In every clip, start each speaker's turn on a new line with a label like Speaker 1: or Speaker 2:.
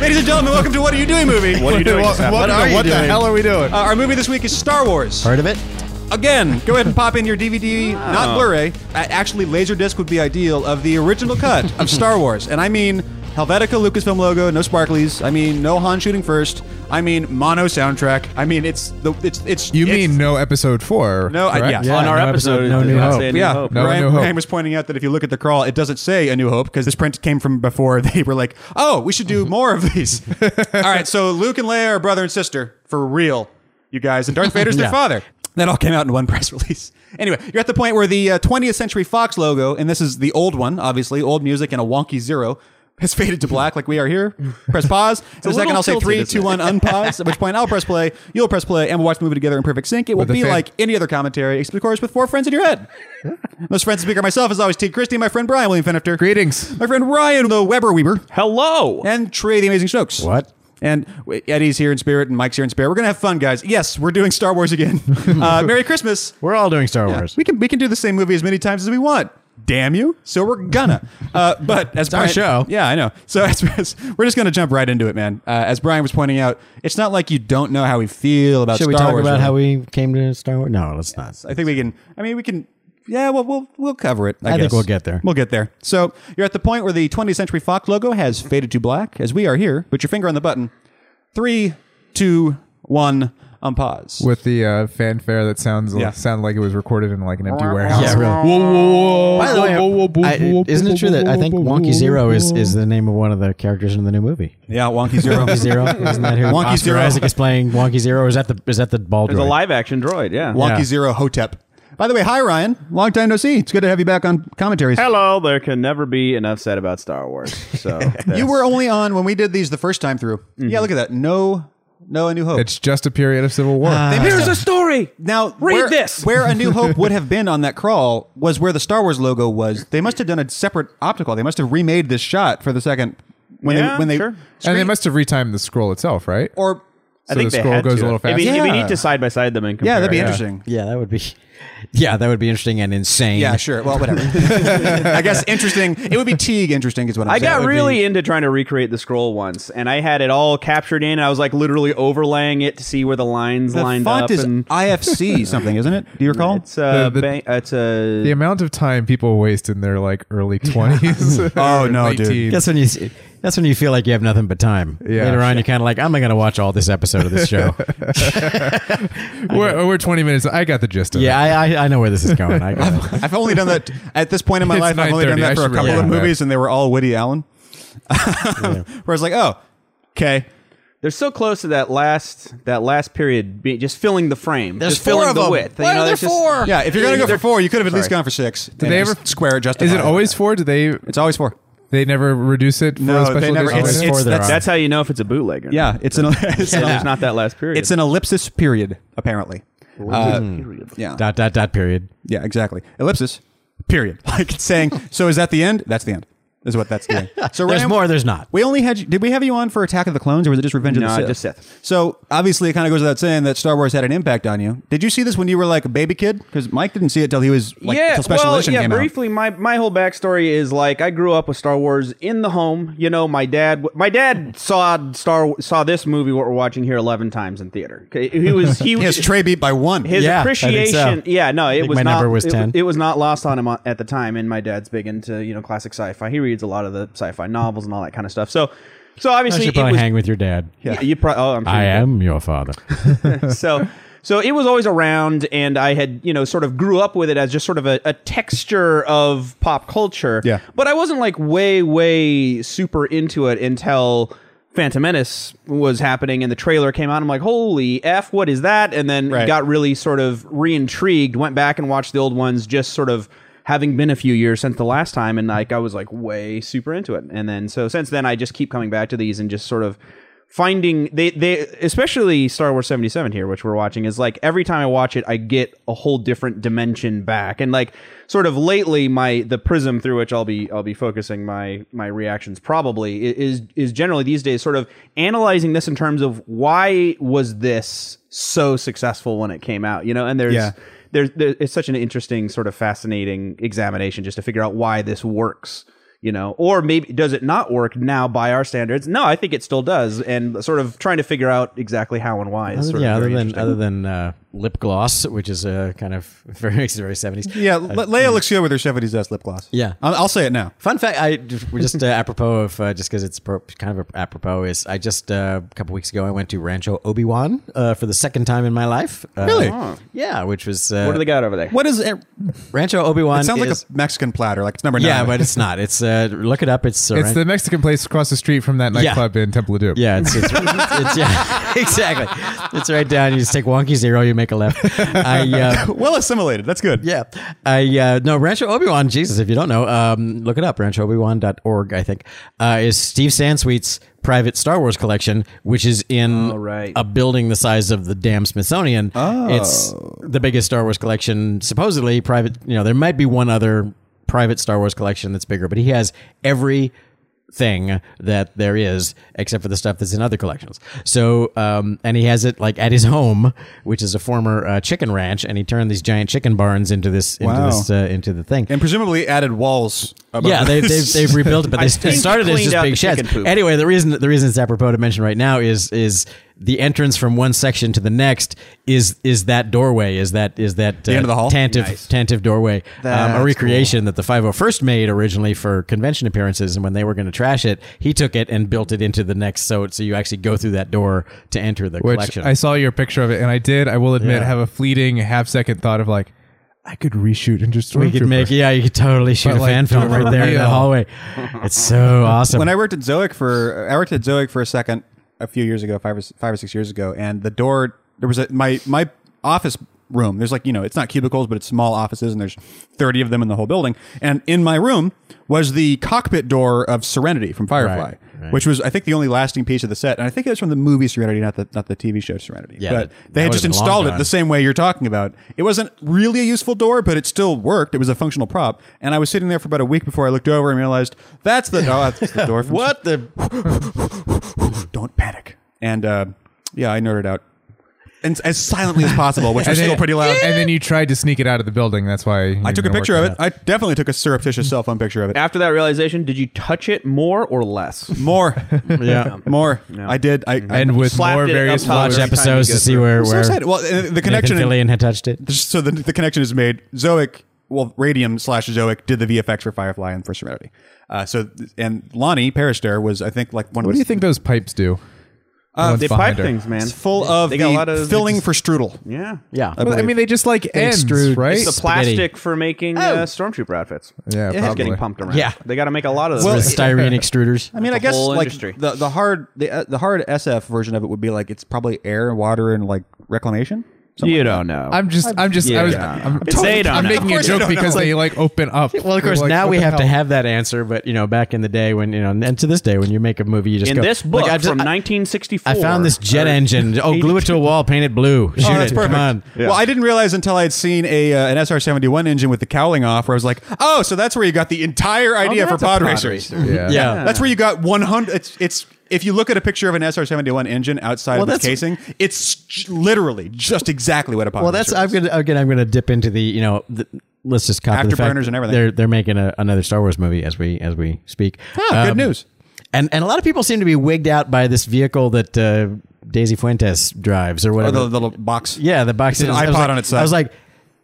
Speaker 1: Ladies and gentlemen, welcome to What Are You Doing movie.
Speaker 2: What are you doing?
Speaker 3: What,
Speaker 2: Sam?
Speaker 3: what
Speaker 2: What
Speaker 3: the-
Speaker 2: are you
Speaker 3: what the
Speaker 2: doing?
Speaker 3: hell are we doing?
Speaker 1: Uh, our movie this week is Star Wars.
Speaker 3: Heard of it?
Speaker 1: Again, go ahead and pop in your DVD,
Speaker 2: Oh.
Speaker 1: not Blu-ray. uh, Actually, Laserdisc would be ideal of the original cut of Star Wars, and I mean Helvetica Lucasfilm logo, no sparklies. I mean no Han shooting first. I mean mono soundtrack. I mean it's the it's it's.
Speaker 2: You
Speaker 1: it's-
Speaker 2: mean no episode four?
Speaker 1: No, I-
Speaker 2: correct?
Speaker 1: yeah.
Speaker 4: on our
Speaker 3: no
Speaker 4: episode,
Speaker 3: episode, no
Speaker 4: it did
Speaker 3: New
Speaker 4: not
Speaker 3: Hope.
Speaker 4: say New
Speaker 1: Yeah,
Speaker 4: Hope.
Speaker 2: No
Speaker 1: Ryan,
Speaker 2: New Hope.
Speaker 1: Ryan was pointing out that if you look at the crawl, it doesn't say A New Hope because this print came from before they were like, oh, we should do more of these. All right, so Luke and Leia are brother and sister for real, you guys, and Darth Vader's their father. That all came out in one press release. Anyway, you're at the point where the uh, 20th Century Fox logo, and this is the old one, obviously, old music and a wonky zero, has faded to black like we are here. Press pause. In a, second,
Speaker 4: little
Speaker 1: I'll say
Speaker 4: tilted,
Speaker 1: three,
Speaker 4: isn't
Speaker 1: two,
Speaker 4: it?
Speaker 1: one, unpause, at which point I'll press play, you'll press play, and we'll watch the movie together in perfect sync. It will
Speaker 2: With the
Speaker 1: be
Speaker 2: fan-
Speaker 1: like any other commentary, except of course with four friends in your head. Most friends speaker myself, as always, Ted Christie, my friend Brian William Fenifter,
Speaker 2: Greetings.
Speaker 1: my friend Ryan the Weber Weber,
Speaker 4: Hello.
Speaker 1: and Trey the Amazing Stokes.
Speaker 3: What?
Speaker 1: And w- Eddie's here in spirit, and Mike's here in spirit. We're gonna have fun, guys. Yes, we're doing Star Wars again. Uh, Merry Christmas.
Speaker 3: We're all doing Star Wars.
Speaker 1: We can we can do the same movie as many times as we want. Damn you! So we're gonna. Uh, but as
Speaker 3: our
Speaker 1: Brian-
Speaker 3: show.
Speaker 1: yeah, I know. So as, as- we're just gonna jump right into it, man. Uh, as Brian was pointing out, it's not like you don't know how we feel about
Speaker 3: Should
Speaker 1: Star
Speaker 3: we talk
Speaker 1: Wars.
Speaker 3: about
Speaker 1: really.
Speaker 3: how we came to Star Wars? No, let's not.
Speaker 1: I think we can. I mean, we can. Yeah, well, we'll we'll cover it. I,
Speaker 3: I think
Speaker 1: guess.
Speaker 3: we'll get there.
Speaker 1: We'll get there. So you're at the point where the 20th Century Fox logo has faded to black, as we are here. Put your finger on the button. Three, two, one. um, Unpause.
Speaker 2: With the uh, fanfare that sounds
Speaker 1: Yeah.
Speaker 2: like, sound like it was recorded in like an empty warehouse.
Speaker 3: Yeah, really.
Speaker 2: Whoa,
Speaker 1: Oh,
Speaker 2: whoa, whoa,
Speaker 3: By the way,
Speaker 2: whoa, whoa, whoa,
Speaker 3: I-
Speaker 2: whoa,
Speaker 3: isn't it true that I think
Speaker 2: whoa,
Speaker 3: Wonky
Speaker 2: whoa,
Speaker 3: Zero is,
Speaker 2: whoa.
Speaker 3: is the name of one of the characters in the new movie?
Speaker 1: yeah, wonky zero.
Speaker 3: Wonky Zero, isn't that who
Speaker 1: Wonky
Speaker 3: Oscar
Speaker 1: Zero.
Speaker 3: Isaac is playing? Wonky Zero or is that the is that the ball
Speaker 4: There's a
Speaker 3: droid?
Speaker 4: live action droid, yeah.
Speaker 1: Wonky
Speaker 3: Yeah.
Speaker 1: zero hotep. By the way, hi Ryan. Long time no see. It's good to have you back on commentaries.
Speaker 4: Hello, there can never be enough said about Star Wars. So that's-
Speaker 1: You were only on when we did these the first time through. Yeah, look at that. No, no, a new hope.
Speaker 2: It's just a period of civil war.
Speaker 1: Ah, They missed
Speaker 4: Here's
Speaker 1: it.
Speaker 4: a story.
Speaker 1: Now,
Speaker 4: Read
Speaker 1: where,
Speaker 4: this.
Speaker 1: where A New Hope would have been on that crawl was where the Star Wars logo was. They must have done a separate optical. They must have remade this shot for the second when
Speaker 4: Yeah,
Speaker 1: they when they
Speaker 4: sure.
Speaker 2: and they must have retimed the scroll itself, right?
Speaker 1: or
Speaker 4: I
Speaker 2: So
Speaker 4: think
Speaker 2: the
Speaker 4: they
Speaker 2: scroll
Speaker 4: had
Speaker 2: goes
Speaker 4: to.
Speaker 2: a little
Speaker 4: It'd be-
Speaker 2: faster.
Speaker 4: it'd be
Speaker 1: Yeah.
Speaker 4: neat to side by side them and compare.
Speaker 1: yeah, that'd be
Speaker 4: it.
Speaker 1: interesting.
Speaker 3: Yeah, that would be. Yeah, that would be interesting and insane.
Speaker 1: Yeah, sure. Well, whatever. I guess interesting. It would be Teague interesting is what I'm
Speaker 4: I
Speaker 1: saying.
Speaker 4: got really into trying to recreate the scroll once, and I had it all captured in. I was like literally overlaying it to see where the lines
Speaker 1: the
Speaker 4: lined
Speaker 1: font
Speaker 4: up.
Speaker 1: is
Speaker 4: and
Speaker 1: IFC something, isn't it? Do you recall?
Speaker 4: it's
Speaker 2: The-
Speaker 4: a
Speaker 2: the-
Speaker 4: bang, it's a
Speaker 2: The amount of time people waste in their like early twenties.
Speaker 1: Oh, no, dude.
Speaker 3: That's when you. see- That's when you feel like you have nothing but time.
Speaker 2: Yeah.
Speaker 3: Later on, you're kind of like, I'm not going to watch all this episode of this show.
Speaker 2: We're, we're twenty minutes. I got the gist of
Speaker 3: yeah,
Speaker 2: it.
Speaker 3: I, I, I know where this is going. I got it.
Speaker 1: I've only done that at this point in my
Speaker 2: It's
Speaker 1: life. I've only done
Speaker 2: 9:30. I
Speaker 1: that for a
Speaker 2: should
Speaker 1: couple
Speaker 2: really
Speaker 1: of
Speaker 2: do that.
Speaker 1: movies, and they were all Woody Allen. Where I was like, oh, okay.
Speaker 4: They're so close to that last that last period, be, just filling the frame,
Speaker 3: There's
Speaker 4: just filling
Speaker 3: four of
Speaker 4: the
Speaker 3: them.
Speaker 4: width.
Speaker 3: Why are there
Speaker 4: there's just-
Speaker 3: four?
Speaker 1: Yeah, if you're gonna go for four, you could have at least gone for six. Did
Speaker 2: they ever-
Speaker 1: square it just?
Speaker 2: Is it always four? Do they?
Speaker 1: It's always four.
Speaker 2: They never reduce it for
Speaker 1: No,
Speaker 2: a special
Speaker 1: they never-
Speaker 2: edition?
Speaker 1: it's-
Speaker 2: edition?
Speaker 1: it's-
Speaker 3: Or there
Speaker 1: that's-
Speaker 3: are.
Speaker 4: That's how you know if it's a bootleg. Or not.
Speaker 1: Yeah, it's an it's,
Speaker 4: So
Speaker 1: an,
Speaker 4: There's not that last period.
Speaker 1: it's an ellipsis period apparently. Uh, yeah,
Speaker 3: dot dot dot period.
Speaker 1: yeah, exactly. Ellipsis period. Like it's saying, so is that the end? That's the end. Is what that's doing. So
Speaker 3: There's
Speaker 1: Ryan-
Speaker 3: more. There's not.
Speaker 1: We only had. you- Did we have you on for Attack of the Clones, or was it just Revenge of
Speaker 4: No,
Speaker 1: the Sith?
Speaker 4: just Sith.
Speaker 1: So obviously, it kind of goes without saying that Star Wars had an impact on you. Did you see this when you were like a baby kid? Because Mike didn't see it till he was like
Speaker 4: yeah,
Speaker 1: till Special
Speaker 4: well,
Speaker 1: Edition
Speaker 4: yeah.
Speaker 1: came out.
Speaker 4: briefly, my my whole backstory is like I grew up with Star Wars in the home. You know, my dad my dad saw Star saw this movie what we're watching here eleven times in theater. 'Kay, He was he
Speaker 1: His
Speaker 4: was
Speaker 1: tray beat by one.
Speaker 4: his
Speaker 3: Yeah, I think so.
Speaker 4: appreciation. Yeah, no, it
Speaker 3: think
Speaker 4: was
Speaker 3: my
Speaker 4: not.
Speaker 3: number was
Speaker 4: it,
Speaker 3: 10.
Speaker 4: it was not lost on him on- at the time. And my dad's big into you know classic sci-fi. He reads a lot of the sci-fi novels and all that kind of stuff. So, so
Speaker 3: I
Speaker 4: obviously it
Speaker 3: should probably
Speaker 4: was.
Speaker 3: hang with your dad.
Speaker 4: Yeah, you probably. Oh, I'm sure
Speaker 3: I
Speaker 4: you did.
Speaker 3: am your father.
Speaker 4: so so it was always around and i had you know sort of grew up with it as just sort of a, a texture of pop culture
Speaker 1: Yeah.
Speaker 4: but i wasn't like way way super into it until phantom menace was happening and the trailer came out i'm like holy f what is that and then
Speaker 1: Right.
Speaker 4: got really sort of re-intrigued went back and watched the old ones just sort of having been a few years since the last time and like i was like way super into it and then so since then i just keep coming back to these and just sort of finding they they especially Star Wars 77 here which we're watching is like every time I watch it I get a whole different dimension back and like sort of lately my the prism through which I'll be I'll be focusing my my reactions probably i- is is generally these days sort of analyzing this in terms of why was this so successful when it came out you know and there's
Speaker 1: Yeah.
Speaker 4: there's there, it's such an interesting sort of fascinating examination just to figure out why this works you know or maybe does it not work now by our standards no i think it still does and sort of trying to figure out exactly how and why is sort
Speaker 3: yeah,
Speaker 4: of
Speaker 3: other
Speaker 4: very
Speaker 3: than
Speaker 4: interesting.
Speaker 3: other than uh, lip gloss, which is uh, kind of very makes it very seventies.
Speaker 1: Yeah, Le- Leia looks good with her 70s ass lip gloss.
Speaker 3: Yeah.
Speaker 1: I'll, I'll say it now.
Speaker 3: Fun fact, I we're just uh, apropos of uh, just because it's pro- kind of apropos is I just uh, a couple weeks ago I went to Rancho Obi Wan uh, for the second time in my life. Uh,
Speaker 1: Really?
Speaker 3: Yeah, which was uh,
Speaker 4: what do they got over there
Speaker 1: What is it?
Speaker 3: Rancho Obi Wan.
Speaker 1: It sounds like
Speaker 3: is-
Speaker 1: a Mexican platter. Like it's number nine.
Speaker 3: yeah, but it's not. It's uh, look it up. It's uh,
Speaker 2: It's
Speaker 3: Ran-
Speaker 2: the Mexican place across the street from that nightclub in Temple of Doom.
Speaker 3: Yeah, it's, it's, it's yeah, exactly. It's right down. You just take wonky zero, you make a left. I uh,
Speaker 1: well assimilated. That's good.
Speaker 3: yeah, I uh, no Rancho Obi Wan. Jesus, if you don't know, um, look it up. RanchoObiWan.org, I think, uh, is Steve Sansweet's private Star Wars collection, which is in
Speaker 4: Oh, right.
Speaker 3: a building the size of the damn Smithsonian. Oh. It's the biggest Star Wars collection, supposedly private. You know, there might be one other private Star Wars collection that's bigger, but he has every thing that there is except for the stuff that's in other collections so um and he has it like at his home which is a former uh, chicken ranch and he turned these giant chicken barns into this into
Speaker 1: Wow.
Speaker 3: this uh, into the thing
Speaker 1: And presumably added walls. above
Speaker 3: yeah, they,
Speaker 1: this.
Speaker 3: they've, they've rebuilt it, but
Speaker 4: I
Speaker 3: they
Speaker 4: think
Speaker 3: st- started as
Speaker 4: cleaned
Speaker 3: just
Speaker 4: out
Speaker 3: big
Speaker 4: the
Speaker 3: sheds.
Speaker 4: chicken poop.
Speaker 3: Anyway, the reason the reason it's apropos to mention right now is is the entrance from one section to the next is is that doorway is that is that the
Speaker 1: end of the hall?
Speaker 3: tantive tantive doorway um, a
Speaker 4: That's
Speaker 3: recreation that the 501st made originally for convention appearances and when they were going to trash it he took it and built it into the next so so you actually go through that door to enter the
Speaker 2: Which
Speaker 3: collection
Speaker 2: I saw your picture of it, and I did. I will admit,
Speaker 3: Yeah.
Speaker 2: have a fleeting half second thought of like, I could reshoot and just
Speaker 3: we could make yeah you could totally shoot
Speaker 2: But,
Speaker 3: a
Speaker 2: like,
Speaker 3: fan film
Speaker 2: do it
Speaker 3: right there in
Speaker 2: real.
Speaker 3: that hallway it's so awesome
Speaker 1: when I worked at Zoic for I worked at Zoic for a second a few years ago, five or five or six years ago, and the door there was a my my office room. There's like you know it's not cubicles, but it's small offices, and there's thirty of them in the whole building. And in my room was the cockpit door of Serenity from Firefly,
Speaker 3: Right, right.
Speaker 1: which was I think the only lasting piece of the set, and I think it was from the movie Serenity, not the not the TV show Serenity.
Speaker 3: Yeah,
Speaker 1: but
Speaker 3: that- that
Speaker 1: they had
Speaker 3: would've
Speaker 1: just
Speaker 3: been long
Speaker 1: installed it
Speaker 3: gone.
Speaker 1: the same way you're talking about. It wasn't really a useful door, but it still worked. It was a functional prop, and I was sitting there for about a week before I looked over and realized that's the oh that's the door. From
Speaker 3: what the
Speaker 1: don't panic. And uh, yeah, I nerded out and as silently as possible, which was still pretty loud.
Speaker 2: And then you tried to sneak it out of the building. That's why
Speaker 1: I took a picture of it. I definitely took a surreptitious cell phone picture of it.
Speaker 4: after that realization did you touch it more or less
Speaker 1: More,
Speaker 3: yeah
Speaker 1: more. I did. I, I
Speaker 2: And with
Speaker 4: Slapped
Speaker 2: more
Speaker 4: it up
Speaker 2: various
Speaker 4: top.
Speaker 3: watch
Speaker 4: Every
Speaker 2: photos.
Speaker 4: time you
Speaker 3: episodes
Speaker 4: go
Speaker 3: to see
Speaker 4: through.
Speaker 3: where
Speaker 1: I'm so
Speaker 3: where
Speaker 1: excited. Well, uh, the connection.
Speaker 3: Nathan Fillion had touched it.
Speaker 1: so the, the connection is made. Zoic, well, Radium slash Zoic did the VFX for Firefly and for Serenity. Uh, so and Lonnie Perister was, I think, like one
Speaker 2: What
Speaker 1: of the
Speaker 2: do you think those pipes do? Uh,
Speaker 4: they pipe things man
Speaker 1: It's full of
Speaker 4: They
Speaker 1: the
Speaker 4: got a lot of-
Speaker 1: filling for strudel.
Speaker 4: yeah
Speaker 3: Yeah,
Speaker 2: Well, I mean, they just like ends,
Speaker 3: extrude-
Speaker 2: right?
Speaker 4: it's the
Speaker 3: Spaghetti.
Speaker 4: plastic for making uh, stormtrooper outfits
Speaker 2: Yeah,
Speaker 4: it's
Speaker 2: probably.
Speaker 4: getting pumped around
Speaker 3: Yeah.
Speaker 4: they got to make a lot of those
Speaker 1: Well,
Speaker 3: the
Speaker 4: things.
Speaker 3: styrene extruders.
Speaker 1: I mean, I
Speaker 4: the
Speaker 1: guess
Speaker 4: whole
Speaker 1: like
Speaker 4: industry.
Speaker 1: the the hard the uh, the hard SF version of it would be like it's probably air, water, and like reclamation.
Speaker 4: you don't know
Speaker 2: I'm just, I'm just, I was,
Speaker 4: Yeah.
Speaker 2: I'm,
Speaker 4: It's they don't
Speaker 2: I'm
Speaker 4: know.
Speaker 2: making
Speaker 1: Of
Speaker 2: a
Speaker 1: course they
Speaker 2: joke
Speaker 1: don't
Speaker 2: because
Speaker 1: know.
Speaker 2: they like open up.
Speaker 3: Well, of course,
Speaker 2: Like,
Speaker 3: now
Speaker 2: what
Speaker 3: we
Speaker 2: the
Speaker 3: have to
Speaker 2: hell?
Speaker 3: have that answer, but you know, back in the day when you know, and to this day, when you make a movie, you just
Speaker 4: in
Speaker 3: go,
Speaker 4: this book
Speaker 3: "Look, I've just-
Speaker 4: from
Speaker 3: I-
Speaker 4: 1964
Speaker 3: I found this jet
Speaker 4: or-
Speaker 3: engine. Oh, glue it to a wall, paint it blue. Shoot
Speaker 1: Oh, that's
Speaker 3: it.
Speaker 1: perfect.
Speaker 3: Come on.
Speaker 1: Well, I didn't realize until I had seen a uh, an SR seventy one engine with the cowling off, where I was like, "Oh, so that's where you got the entire idea for
Speaker 4: that's a
Speaker 1: pod,
Speaker 4: pod
Speaker 1: racers."
Speaker 4: racer.
Speaker 2: Yeah.
Speaker 3: Yeah.
Speaker 1: That's where you got one hundred. It's it's if you look at a picture of an SR seventy one engine outside of
Speaker 3: Well,
Speaker 1: its
Speaker 3: that's-
Speaker 1: casing, it's j- literally just exactly what a pod.
Speaker 3: Well, that's
Speaker 1: racer
Speaker 3: I'm
Speaker 1: is.
Speaker 3: gonna again. I'm gonna dip into the you know. The, Let's just copy the fact
Speaker 1: Afterburners and everything.
Speaker 3: They're they're making a, another Star Wars movie as we as we speak. Um,
Speaker 1: Ah, good news.
Speaker 3: And and a lot of people seem to be wigged out by this vehicle that uh, Daisy Fuentes drives or
Speaker 1: Or
Speaker 3: whatever.
Speaker 1: Oh, the, the little box.
Speaker 3: Yeah, the box
Speaker 1: It's an
Speaker 3: I was
Speaker 1: iPod
Speaker 3: like-
Speaker 1: on its side.
Speaker 3: I was like,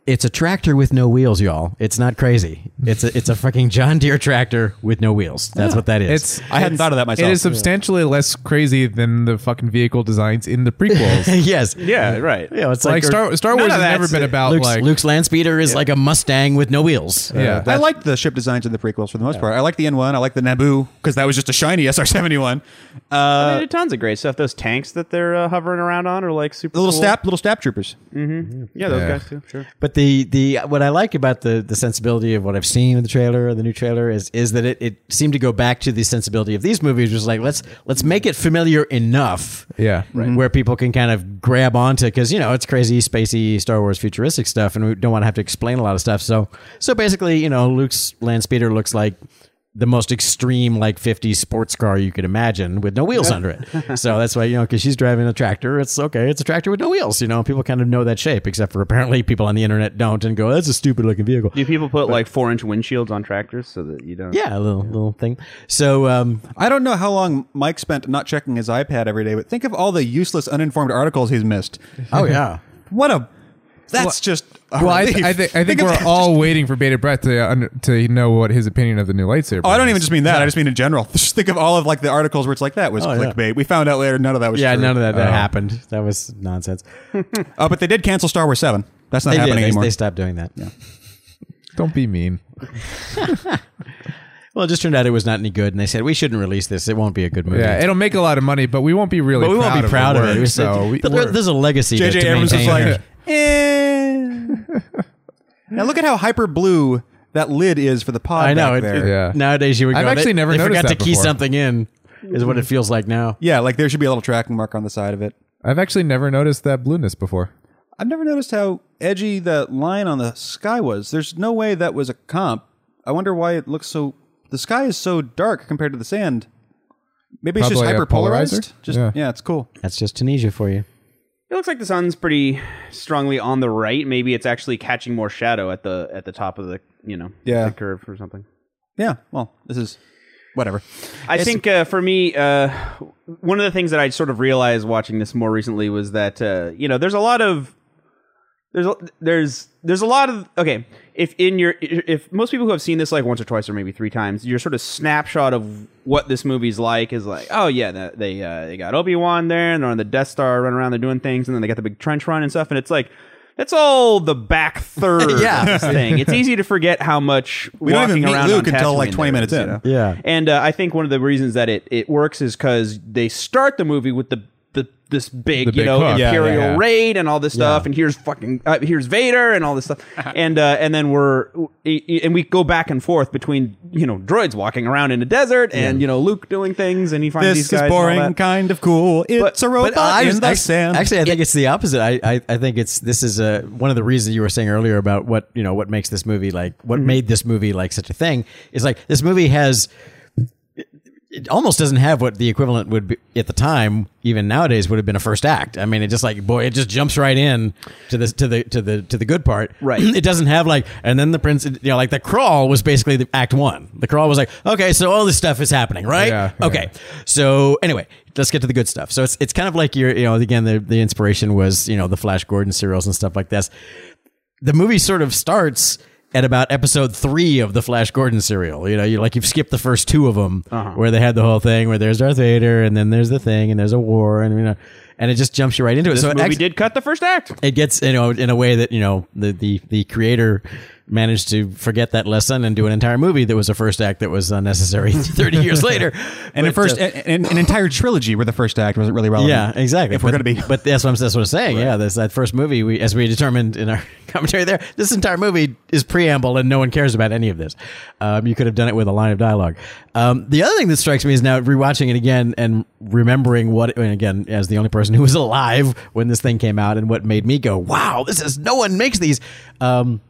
Speaker 3: it's a tractor with no wheels, y'all. It's not crazy. It's a it's a fucking John Deere tractor with no wheels.
Speaker 1: Ah,
Speaker 3: That's what that is.
Speaker 2: It's
Speaker 1: I hadn't
Speaker 2: it's-
Speaker 1: thought of that myself.
Speaker 2: It is substantially less crazy than the fucking vehicle designs in the prequels.
Speaker 3: yes.
Speaker 4: yeah right
Speaker 3: You know, it's
Speaker 2: like
Speaker 3: like,
Speaker 2: Star Star Wars
Speaker 4: of
Speaker 2: has
Speaker 4: that's-
Speaker 2: never been about
Speaker 3: Luke's,
Speaker 2: like
Speaker 3: Luke's land speeder is like a Mustang with no wheels.
Speaker 2: yeah.
Speaker 1: I liked the ship designs in the prequels for the most part. I liked the N1. I liked the Naboo because that was just a shiny SR seventy one. Uh,
Speaker 4: they did tons of great stuff those tanks that they're uh, hovering around on are like super
Speaker 1: The little
Speaker 4: cool.
Speaker 1: stab, little stab troopers.
Speaker 4: yeah those
Speaker 2: Yeah.
Speaker 4: guys too sure
Speaker 3: But the the what I like about the the sensibility of what I've seen in the trailer, the new trailer, is is that it, it seemed to go back to the sensibility of these movies, which is like let's let's make it familiar enough,
Speaker 2: Yeah. Right.
Speaker 3: where people can kind of grab onto because you know it's crazy, spacey, Star Wars, futuristic stuff, and we don't want to have to explain a lot of stuff. So so basically, you know, Luke's land speeder looks like the most extreme like 50s sports car you could imagine with no wheels under it. So that's why, you know, because she's driving a tractor. It's okay. It's a tractor with no wheels. You know, people kind of know that shape, except for apparently people on the internet don't and go, that's a stupid looking vehicle.
Speaker 4: Do people put like four inch windshields on tractors so that you don't?
Speaker 3: Yeah, a little, little thing. So, um,
Speaker 1: I don't know how long Mike spent not checking his iPad every day, but think of all the useless, uninformed articles he's missed.
Speaker 3: oh, yeah.
Speaker 1: What a. That's just. A
Speaker 2: Well, I,
Speaker 1: relief.
Speaker 2: I, think I think
Speaker 1: of
Speaker 2: we're
Speaker 1: that-
Speaker 2: all waiting for Beta Brett to un- to know what his opinion of the new lightsaber.
Speaker 1: Oh, I don't
Speaker 2: is.
Speaker 1: even just mean that. I just mean in general. Just think of all of like the articles where it's like that was
Speaker 3: Oh, yeah.
Speaker 1: clickbait. We found out later none of that was
Speaker 3: Yeah,
Speaker 1: true.
Speaker 3: none of that, that happened. That was nonsense.
Speaker 1: Uh, but they did cancel Star Wars Seven. That's not
Speaker 3: They, did.
Speaker 1: happening
Speaker 3: They-
Speaker 1: anymore.
Speaker 3: they stopped doing that.
Speaker 2: Don't be mean.
Speaker 3: Well, it just turned out it was not any good, and they said we shouldn't release this. It won't be a good movie.
Speaker 2: Yeah, it'll make a lot of money, but we won't be really.
Speaker 3: but we won't be proud of it.
Speaker 2: work,
Speaker 3: It was-
Speaker 2: so we,
Speaker 3: but there-
Speaker 2: we're-
Speaker 3: there's a legacy. to-
Speaker 1: JJ
Speaker 3: to
Speaker 1: Abrams was
Speaker 3: maintain
Speaker 1: like,
Speaker 3: here.
Speaker 1: eh. now look at how hyper blue that lid is for the pod.
Speaker 3: I know.
Speaker 1: back
Speaker 3: It,
Speaker 1: there.
Speaker 3: it-
Speaker 2: Yeah.
Speaker 3: Nowadays, you would.
Speaker 2: I've
Speaker 3: go,
Speaker 2: actually
Speaker 3: they,
Speaker 2: never
Speaker 3: they
Speaker 2: noticed
Speaker 3: forgot
Speaker 2: that
Speaker 3: to key
Speaker 2: before.
Speaker 3: something in. Is what it feels like now.
Speaker 1: yeah, like there should be a little tracking mark on the side of it.
Speaker 2: I've actually never noticed that blueness before.
Speaker 1: I've never noticed how edgy the line on the sky was. There's no way that was a comp. I wonder why it looks so. The sky is so dark compared to the sand. Maybe it's just
Speaker 2: Probably a
Speaker 1: hyper polarized.
Speaker 2: polarizer?
Speaker 1: Just yeah.
Speaker 2: Yeah.
Speaker 1: it's cool.
Speaker 3: That's just Tunisia for you.
Speaker 4: It looks like the sun's pretty strongly on the right. Maybe it's actually catching more shadow at the at the top of the you know
Speaker 1: Yeah.
Speaker 4: the curve or something.
Speaker 1: Yeah. Well, this is whatever.
Speaker 4: I think uh, for me, uh, one of the things that I sort of realized watching this more recently was that uh, you know there's a lot of there's a- there's there's a lot of okay if in your if most people who have seen this like once or twice or maybe three times your sort of snapshot of what this movie's like is like oh yeah the- they uh, they got Obi Wan there and they're on the Death Star running around they're doing things and then they got the big trench run and stuff and it's like. That's all the back third
Speaker 3: Yeah.
Speaker 4: of this thing. It's easy to forget how much
Speaker 1: We don't even
Speaker 4: walking
Speaker 1: meet
Speaker 4: around
Speaker 1: Luke
Speaker 4: on
Speaker 1: until, like,
Speaker 4: Tatooine
Speaker 1: 20
Speaker 4: there
Speaker 1: minutes
Speaker 4: is,
Speaker 1: in.
Speaker 4: You know?
Speaker 3: Yeah.
Speaker 4: And uh, I think one of the reasons that it, it works is because they start the movie with the, the this big,
Speaker 2: The
Speaker 4: you
Speaker 2: big
Speaker 4: know,
Speaker 2: hook. Yeah,
Speaker 4: imperial
Speaker 2: yeah, yeah.
Speaker 4: raid and all this stuff, and here's fucking uh, here's Vader and all this stuff, and uh, and then we're and we go back and forth between you know droids walking around in the desert and you know Luke doing things, and he finds these
Speaker 1: This
Speaker 4: guys.
Speaker 1: is
Speaker 4: and all
Speaker 1: boring,
Speaker 4: that.
Speaker 1: kind of cool. It's a robot
Speaker 3: I
Speaker 1: in the
Speaker 3: actually,
Speaker 1: sand.
Speaker 3: Actually, I think it's the opposite. I, I, I think it's this is uh one of the reasons you were saying earlier about what you know what makes this movie like what
Speaker 1: Mm-hmm.
Speaker 3: made this movie like such a thing is like this movie has it almost doesn't have what the equivalent would be at the time even nowadays would have been a first act i mean it just like boy it just jumps right in to this to the to the to the good part
Speaker 4: Right.
Speaker 3: it doesn't have like and then the prince you know like the crawl was basically the act one the crawl was like okay so all this stuff is happening right
Speaker 2: Yeah, yeah.
Speaker 3: okay so anyway let's get to the good stuff so it's it's kind of like your you know again the, the inspiration was you know the flash gordon serials and stuff like this the movie sort of starts at about episode three of the Flash Gordon serial. You know, you like you've skipped the first two of them,
Speaker 2: Uh-huh.
Speaker 3: where they had the whole thing where there's Darth Vader and then there's the thing and there's a war and you know, and it just jumps you right into it. so it
Speaker 4: Movie
Speaker 3: act-
Speaker 4: did cut the first act.
Speaker 3: it gets you know in a way that you know the, the the creator managed to forget that lesson and do an entire movie that was a first act that was unnecessary 30 years later
Speaker 1: and at
Speaker 3: But,
Speaker 1: first,
Speaker 3: uh,
Speaker 1: an, an entire trilogy where the first act wasn't really relevant.
Speaker 3: yeah, exactly.
Speaker 1: Um, If we're
Speaker 3: But-
Speaker 1: going to be
Speaker 3: but that's what I'm, that's what I'm saying. Yeah, that's that first movie. We, as we determined in our commentary, there, this entire movie is preamble, and no one cares about any of this. Um, you could have done it with a line of dialogue. Um, the other thing that strikes me is now rewatching it again and remembering what, and again, as the only person who was alive when this thing came out, and what made me go, "Wow, this is no one makes these." Um,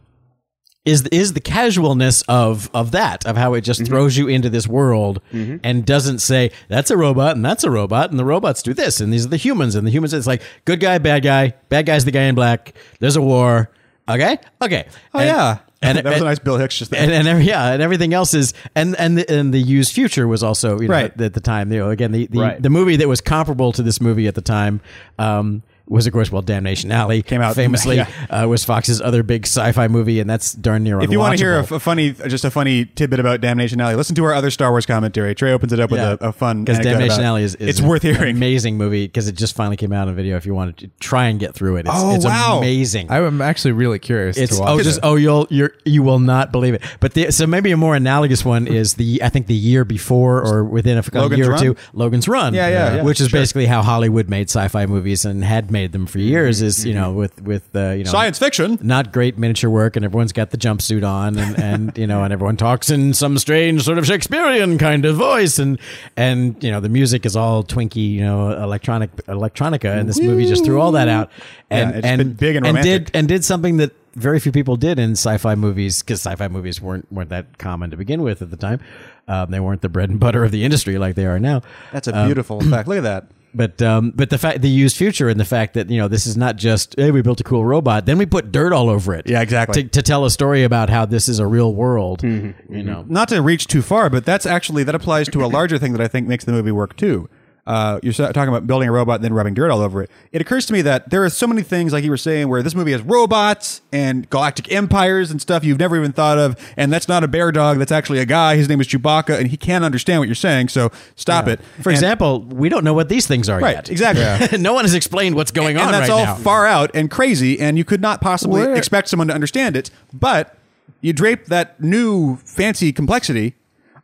Speaker 3: is is the casualness of of that of how it
Speaker 1: Mm-hmm.
Speaker 3: just throws you into this world and doesn't say that's a robot and that's a robot and the robots do this and these are the humans and the humans it's like good guy bad guy bad guy's the guy in black there's a war okay okay
Speaker 1: oh yeah,
Speaker 3: and,
Speaker 1: that was a nice Bill Hicks just
Speaker 3: and, and every- yeah, and everything else is and and the, and the used future was also you know,
Speaker 1: Right.
Speaker 3: at, the time. You know, again the the,
Speaker 4: Right.
Speaker 3: the movie that was comparable to this movie at the time. Um, was of course well, Damnation Alley came
Speaker 1: out-
Speaker 3: famously.
Speaker 1: yeah.
Speaker 3: Uh, was Fox's other big sci-fi movie, and that's darn near.
Speaker 1: If you want to hear a,
Speaker 3: unwatchable.
Speaker 1: f- a funny, just a funny tidbit about Damnation Alley, listen to our other Star Wars commentary. Trey opens it up with
Speaker 3: Yeah.
Speaker 1: a, a fun
Speaker 3: because
Speaker 1: anecdote
Speaker 3: Damnation
Speaker 1: about-
Speaker 3: Alley is, is
Speaker 1: it's
Speaker 3: an
Speaker 1: worth hearing.
Speaker 3: Amazing movie because it just finally came out on video. If you want to try and get through it, it's,
Speaker 1: Oh,
Speaker 3: it's
Speaker 1: wow.
Speaker 3: amazing.
Speaker 2: I'm actually really curious
Speaker 3: it's
Speaker 2: to watch.
Speaker 3: oh
Speaker 2: it.
Speaker 3: just oh you'll you're you will not believe it. But the, so maybe a more analogous one is the I think the year before or within a,
Speaker 1: Logan's
Speaker 3: year or
Speaker 1: Run?
Speaker 3: two Logan's Run.
Speaker 1: Yeah, yeah, yeah,
Speaker 3: which is basically how Hollywood made sci-fi movies and had made them for years. Is you know with with uh, you know
Speaker 1: Mm-hmm. Science fiction.
Speaker 3: not great miniature work and everyone's got the jumpsuit on and, and you know and everyone talks in some strange sort of shakespearean kind of voice and and you know the music is all twinkie you know electronic electronica and this movie just threw all that out and
Speaker 1: Yeah, it's
Speaker 3: and
Speaker 1: been big and romantic.
Speaker 3: did and did something that very few people did in sci-fi movies because sci-fi movies weren't weren't that common to begin with at the time. Um, they weren't the bread and butter of the industry like they are now.
Speaker 1: That's
Speaker 3: um,
Speaker 1: a beautiful effect. Look at that.
Speaker 3: But um, but the fact they used future and the fact that you know this is not just hey we built a cool robot then we put dirt all over it
Speaker 1: Yeah, exactly. Mm-hmm.
Speaker 3: to, to tell a story about how this is a real world you know
Speaker 1: Not to reach too far, but that's actually that applies to a larger thing that I think makes the movie work too. Uh, you're so- talking about building a robot and then rubbing dirt all over it. It occurs to me that there are so many things, like you were saying, where this movie has robots and galactic empires and stuff you've never even thought of. And that's not a bear dog. That's actually a guy. His name is Chewbacca, and he can't understand what you're saying. So stop it.
Speaker 3: for
Speaker 1: And-
Speaker 3: example we don't know what these things are
Speaker 1: Right,
Speaker 3: yet
Speaker 1: exactly.
Speaker 3: no one has explained what's going on
Speaker 1: and that's
Speaker 3: right
Speaker 1: all
Speaker 3: now
Speaker 1: far out and crazy, and you could not possibly expect someone to understand it. But you drape that new fancy complexity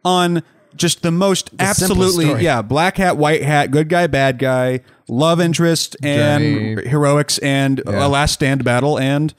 Speaker 1: on just the most
Speaker 3: simplest
Speaker 1: absolutely
Speaker 3: story.
Speaker 1: yeah black hat white hat good guy bad guy love interest and
Speaker 2: Journey.
Speaker 1: heroics and a
Speaker 2: Yeah.
Speaker 1: last stand battle and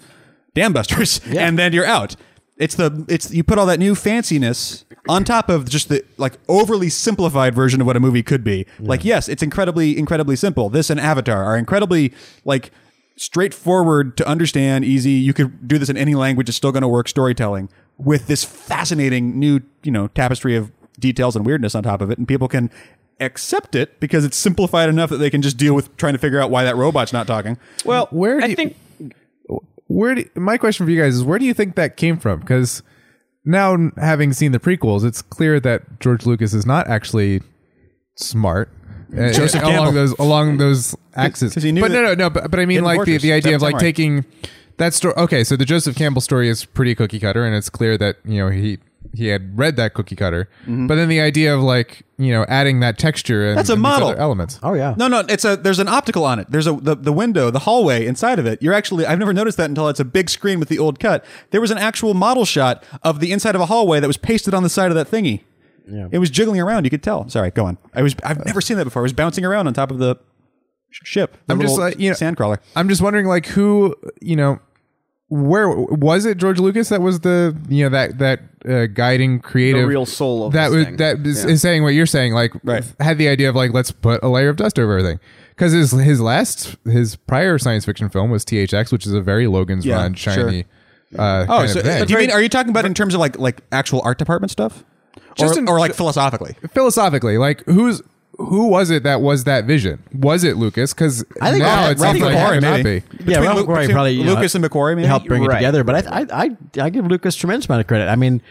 Speaker 1: dam busters and then you're out it's the it's you put all that new fanciness on top of just the like overly simplified version of what a movie could be like yes it's incredibly incredibly simple this and avatar are incredibly like straightforward to understand easy you could do this in any language it's still going to work storytelling with this fascinating new you know tapestry of details and weirdness on top of it and people can accept it because it's simplified enough that they can just deal with trying to figure out why that robot's not talking
Speaker 4: Well,
Speaker 2: Where do
Speaker 4: I
Speaker 2: you-
Speaker 4: think
Speaker 2: where do, my question for you guys is where do you think that came from because now n- having seen the prequels it's clear that george lucas is not actually smart uh,
Speaker 1: Joseph
Speaker 2: along
Speaker 1: Campbell.
Speaker 2: those along those axes
Speaker 1: 'cause he knew
Speaker 2: but no
Speaker 1: that-
Speaker 2: no no but, but i mean
Speaker 1: Hidden
Speaker 2: like the,
Speaker 1: Fortress,
Speaker 2: the idea of
Speaker 1: Seven
Speaker 2: like
Speaker 1: Samurai.
Speaker 2: taking that story okay so the joseph campbell story is pretty cookie cutter and it's clear that you know he he had read that cookie cutter but then the idea of like you know adding that texture
Speaker 1: Mm-hmm.
Speaker 2: and,
Speaker 1: That's a
Speaker 2: and these
Speaker 1: model.
Speaker 2: other elements
Speaker 3: oh yeah
Speaker 1: No, no, it's a there's an optical on it. There's a the, the window, the hallway inside of it. You're actually I've never noticed that until it's a big screen with the old cut. There was an actual model shot of the inside of a hallway that was pasted on the side of that thingy. It was jiggling around, you could tell. Sorry, go on. I was I've never seen that before. It was bouncing around on top of the sh- ship. the
Speaker 2: I'm just
Speaker 1: little
Speaker 2: like, you know-
Speaker 1: sandcrawler.
Speaker 2: I'm just wondering, like, who you know, where was it George Lucas that was the you know that that uh, guiding creative
Speaker 4: The real soul of
Speaker 2: that
Speaker 4: this
Speaker 2: was
Speaker 4: thing.
Speaker 2: that is,
Speaker 4: Yeah.
Speaker 2: is saying what you're saying, like,
Speaker 1: Right.
Speaker 2: had the idea of like let's put a layer of dust over everything because his his last his prior science fiction film was THX, which is a very Logan's
Speaker 1: Yeah,
Speaker 2: Run
Speaker 1: sure.
Speaker 2: shiny. Uh,
Speaker 1: Oh,
Speaker 2: kind
Speaker 1: so
Speaker 2: of thing.
Speaker 1: do you mean are you talking about in terms of like like actual art department stuff?
Speaker 2: Just
Speaker 1: or,
Speaker 2: in-
Speaker 1: or like philosophically.
Speaker 2: philosophically, like, who's who was it that was that vision? Was it Lucas? Because
Speaker 3: I think
Speaker 2: now
Speaker 3: that-
Speaker 2: it
Speaker 3: I
Speaker 2: sounds
Speaker 3: think
Speaker 2: like
Speaker 3: Macquarie,
Speaker 2: it might
Speaker 1: maybe.
Speaker 2: be.
Speaker 1: Between
Speaker 3: Ralph
Speaker 1: Lu-
Speaker 3: Macquarie
Speaker 1: between
Speaker 3: probably, you know,
Speaker 1: Lucas and McQuarrie, maybe?
Speaker 3: helped bring it
Speaker 4: Right.
Speaker 3: together. But I, I, I, I give Lucas tremendous amount of credit. I mean,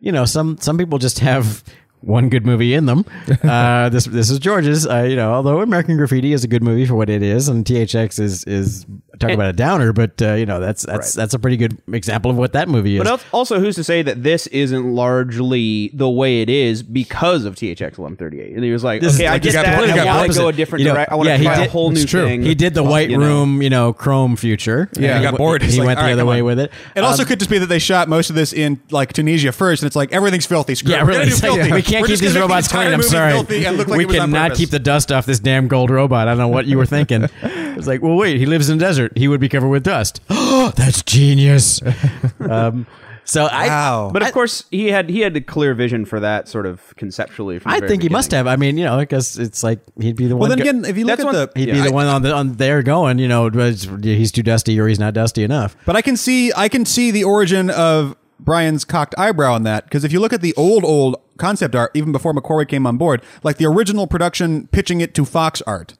Speaker 3: you know, some some people just have one good movie in them. Uh, this this is George's. Uh, you know, although American Graffiti is a good movie for what it is, and THX is is talking about a downer, but uh, you know, that's that's that's a pretty good example of what that movie is.
Speaker 4: But al- also, who's to say that this isn't largely the way it is because of THX 1138? And he was like,
Speaker 3: This is
Speaker 4: okay, I
Speaker 3: like
Speaker 4: get
Speaker 3: you got
Speaker 4: that.
Speaker 3: the- you
Speaker 4: I
Speaker 3: got
Speaker 4: want to
Speaker 3: opposite.
Speaker 4: go a different
Speaker 3: You know,
Speaker 4: direction. I want
Speaker 3: yeah,
Speaker 4: to
Speaker 3: he
Speaker 4: try a
Speaker 3: did-
Speaker 4: whole new
Speaker 2: It's true.
Speaker 4: thing.
Speaker 3: he did the White
Speaker 4: you know.
Speaker 3: Room, you know, Chrome future.
Speaker 2: Yeah,
Speaker 1: he got bored. He's
Speaker 3: He
Speaker 1: like,
Speaker 3: went
Speaker 1: "All
Speaker 3: the
Speaker 1: right,
Speaker 3: other
Speaker 1: come
Speaker 3: way
Speaker 1: on."
Speaker 3: with it. Um,
Speaker 1: It also could just be that they shot most of this in like Tunisia first, and it's like everything's filthy. Screw
Speaker 3: Yeah,
Speaker 1: it. We're gonna
Speaker 3: really.
Speaker 1: do
Speaker 3: it's like,
Speaker 1: filthy.
Speaker 3: We can't
Speaker 1: We're
Speaker 3: keep
Speaker 1: just gonna make
Speaker 3: these
Speaker 1: the
Speaker 3: robots
Speaker 1: entire
Speaker 3: clean. I'm
Speaker 1: movie
Speaker 3: sorry.
Speaker 1: filthy and look like
Speaker 3: we
Speaker 1: it was on
Speaker 3: cannot
Speaker 1: purpose.
Speaker 3: keep the dust off this damn gold robot. I don't know what you were thinking. it's like, well, wait, he lives in a desert. He would be covered with dust. That's genius. um, so I,
Speaker 1: Wow.
Speaker 4: But of course, he had he had a clear vision for that sort of conceptually. From the
Speaker 3: I
Speaker 4: very
Speaker 3: think he must
Speaker 4: beginning.
Speaker 3: have. I mean, you know, because it's like he'd be the
Speaker 1: Well,
Speaker 3: one.
Speaker 1: then
Speaker 3: go-
Speaker 1: again, if you look at
Speaker 4: That's one-
Speaker 1: the,
Speaker 3: he'd be
Speaker 4: Yeah,
Speaker 3: the
Speaker 4: I-
Speaker 3: one on the on there going. You know, it's- he's too dusty or he's not dusty enough.
Speaker 1: but I can see, I can see the origin of Brian's cocked eyebrow on that because if you look at the old, old concept art, even before McQuarrie came on board, like the original production pitching it to Fox Art.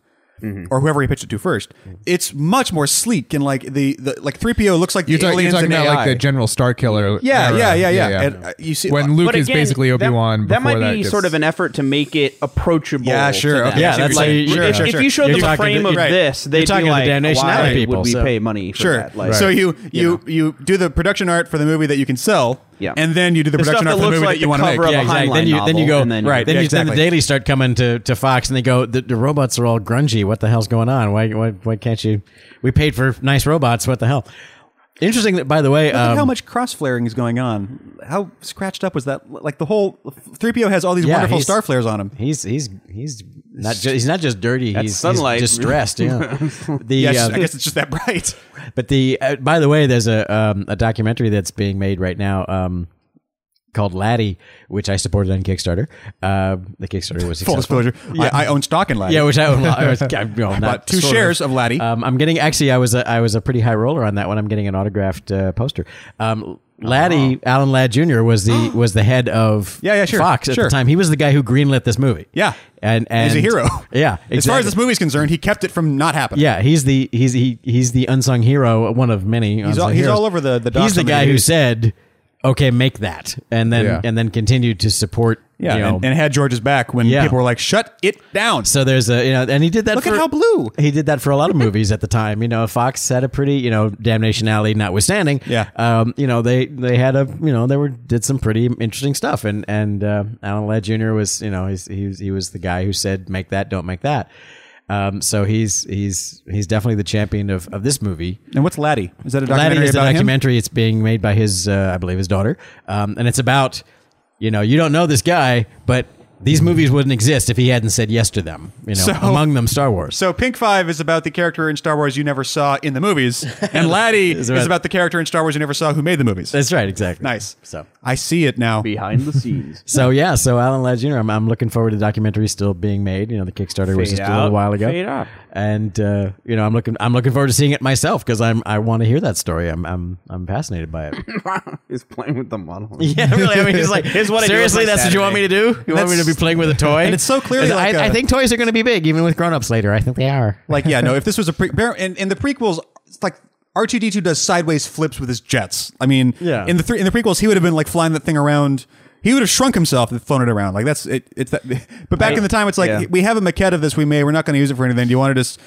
Speaker 1: Or whoever he pitched it to first, it's much more sleek and like the, the like three PO looks like
Speaker 2: You're,
Speaker 1: the
Speaker 2: talk- you're
Speaker 1: aliens
Speaker 2: talking
Speaker 1: in
Speaker 2: about
Speaker 1: AI.
Speaker 2: like the General Star Killer.
Speaker 1: Yeah,
Speaker 2: era.
Speaker 1: yeah, yeah, yeah. And, uh, you see-
Speaker 2: when Luke
Speaker 4: But
Speaker 2: is
Speaker 4: again,
Speaker 2: basically Obi Wan.
Speaker 4: That, that might be sort of an effort to make it approachable.
Speaker 1: Yeah, sure,
Speaker 4: to them.
Speaker 1: okay.
Speaker 3: Yeah,
Speaker 1: I see
Speaker 3: that's
Speaker 1: what
Speaker 3: like
Speaker 1: you're saying.
Speaker 4: If-
Speaker 1: Sure,
Speaker 4: if,
Speaker 1: sure,
Speaker 4: if
Speaker 1: sure.
Speaker 4: you showed
Speaker 3: You're
Speaker 4: them a
Speaker 3: talking
Speaker 4: frame
Speaker 3: to-
Speaker 4: of
Speaker 1: right.
Speaker 4: this,
Speaker 3: You're
Speaker 4: they'd
Speaker 3: talking
Speaker 4: be
Speaker 3: to the
Speaker 4: like,
Speaker 3: damnation alley
Speaker 4: "Why
Speaker 3: people,
Speaker 4: would we
Speaker 3: so-
Speaker 4: pay money for
Speaker 1: Sure.
Speaker 4: that?" Like,
Speaker 1: so you you you do the production art for the movie that you can sell,
Speaker 4: Yeah.
Speaker 1: and then you do the,
Speaker 4: The
Speaker 1: production
Speaker 4: stuff
Speaker 1: art
Speaker 4: that
Speaker 1: for the
Speaker 4: looks
Speaker 1: movie
Speaker 4: like
Speaker 1: that you
Speaker 4: the
Speaker 1: want to make.
Speaker 4: cover of
Speaker 1: Yeah.
Speaker 4: a Heinlein
Speaker 3: Then you then you go
Speaker 4: novel, and then-
Speaker 3: right. Then
Speaker 1: Yeah,
Speaker 3: you then
Speaker 1: exactly.
Speaker 3: the dailies start coming to, to Fox, and they go, the, the robots are all grungy. What the hell's going on? Why, why why can't you? We paid for nice robots. What the hell? Interesting that by the way,
Speaker 1: Look at
Speaker 3: um,
Speaker 1: how much cross flaring is going on. How scratched up was that? Like the whole 3PO has all these
Speaker 3: Yeah,
Speaker 1: wonderful
Speaker 3: he's-
Speaker 1: star flares on him.
Speaker 3: he's he's he's not ju- he's not just dirty. He's, he's
Speaker 4: sunlight.
Speaker 3: distressed. Yeah. The
Speaker 1: Yeah, it's
Speaker 3: uh,
Speaker 1: just- I guess it's just that bright.
Speaker 3: but the uh, by the way, there's a um, a documentary that's being made right now. Um, called Laddie, which I supported on Kickstarter. Uh, the Kickstarter was
Speaker 1: Full
Speaker 3: successful.
Speaker 1: disclosure, I, I own stock in Laddie.
Speaker 3: Yeah, which I, own, I was, I, no, not
Speaker 1: bought two
Speaker 3: sort
Speaker 1: shares of Laddie.
Speaker 3: Um, I'm getting actually, I was a, I was a pretty high roller on that one. I'm getting an autographed uh, poster. Um, Laddie Alan Ladd Jr. was the was the head of
Speaker 1: Oh, Yeah, yeah, sure,
Speaker 3: Fox at
Speaker 1: sure.
Speaker 3: the time. He was the guy who greenlit this movie.
Speaker 1: Yeah.
Speaker 3: and, and
Speaker 1: He's a hero.
Speaker 3: Yeah,
Speaker 1: As far as
Speaker 3: exactly.
Speaker 1: this movie's concerned, he kept it from not happening.
Speaker 3: Yeah, he's the he's he he's the unsung hero, one of many. He's
Speaker 1: all- he's all over the- the docs
Speaker 3: He's the
Speaker 1: on the
Speaker 3: guy who
Speaker 1: news.
Speaker 3: said, "Okay, make that," and then
Speaker 2: Yeah.
Speaker 3: and then continued to support.
Speaker 1: Yeah,
Speaker 3: you know,
Speaker 1: and, and had George's back when
Speaker 3: Yeah.
Speaker 1: people were like, "Shut it down."
Speaker 3: so there's a you know, and he did that.
Speaker 1: Look
Speaker 3: for,
Speaker 1: at how blue.
Speaker 3: he did that for a lot of movies at the time. You know, Fox had a pretty you know Damnation Alley, notwithstanding.
Speaker 1: Yeah.
Speaker 3: um, you know they they had a you know they were did some pretty interesting stuff, and and uh, Alan Ladd Jr. was you know he's, he was, he was the guy who said make that, don't make that. Um, so he's he's he's definitely the champion of, of this movie.
Speaker 1: And what's Laddie? Is that a documentary
Speaker 3: Laddie is a
Speaker 1: about him?
Speaker 3: documentary. It's being made by his, uh, I believe, his daughter, um, and it's about you know you don't know this guy, but these movies wouldn't exist if he hadn't said yes to them. You know,
Speaker 1: So-
Speaker 3: among them Star Wars.
Speaker 1: So Pink Five is about the character in Star Wars you never saw in the movies, and Laddie is,
Speaker 3: about-
Speaker 1: about the character in Star Wars you never saw who made the movies.
Speaker 3: That's right, exactly.
Speaker 1: nice.
Speaker 3: So.
Speaker 1: I see it now.
Speaker 4: behind the scenes.
Speaker 3: So yeah, so Alan Ladd Jr. I'm, I'm looking forward to the documentary still being made. You know, the Kickstarter was
Speaker 4: Fade
Speaker 3: just a little
Speaker 4: out,
Speaker 3: while ago.
Speaker 4: fade up.
Speaker 3: And uh, you know, I'm looking I'm looking forward to seeing it myself because I'm I want to hear that story. I'm I'm I'm fascinated by it.
Speaker 4: He's playing with the model.
Speaker 3: yeah, really. I mean, it's like
Speaker 4: what I do with
Speaker 3: seriously,
Speaker 4: my
Speaker 3: that's what you want me to do? You want me to
Speaker 1: That's-
Speaker 3: be playing with a toy?
Speaker 1: And it's so clearly
Speaker 3: Is- I
Speaker 1: like a-
Speaker 3: I think toys are going to be big, even with grown-ups later. I think they are.
Speaker 1: Like, yeah, no. If this was a pre, bear- and, and the prequels, it's like R two D two does sideways flips with his jets. I mean,
Speaker 3: Yeah.
Speaker 1: In the three, in the prequels, he would have been like flying that thing around. He would have shrunk himself and flown it around. Like that's it. It's that. But back in the time, it's like
Speaker 4: yeah.
Speaker 1: we have a maquette of this. We made. We're not going to use it for anything. Do you want to just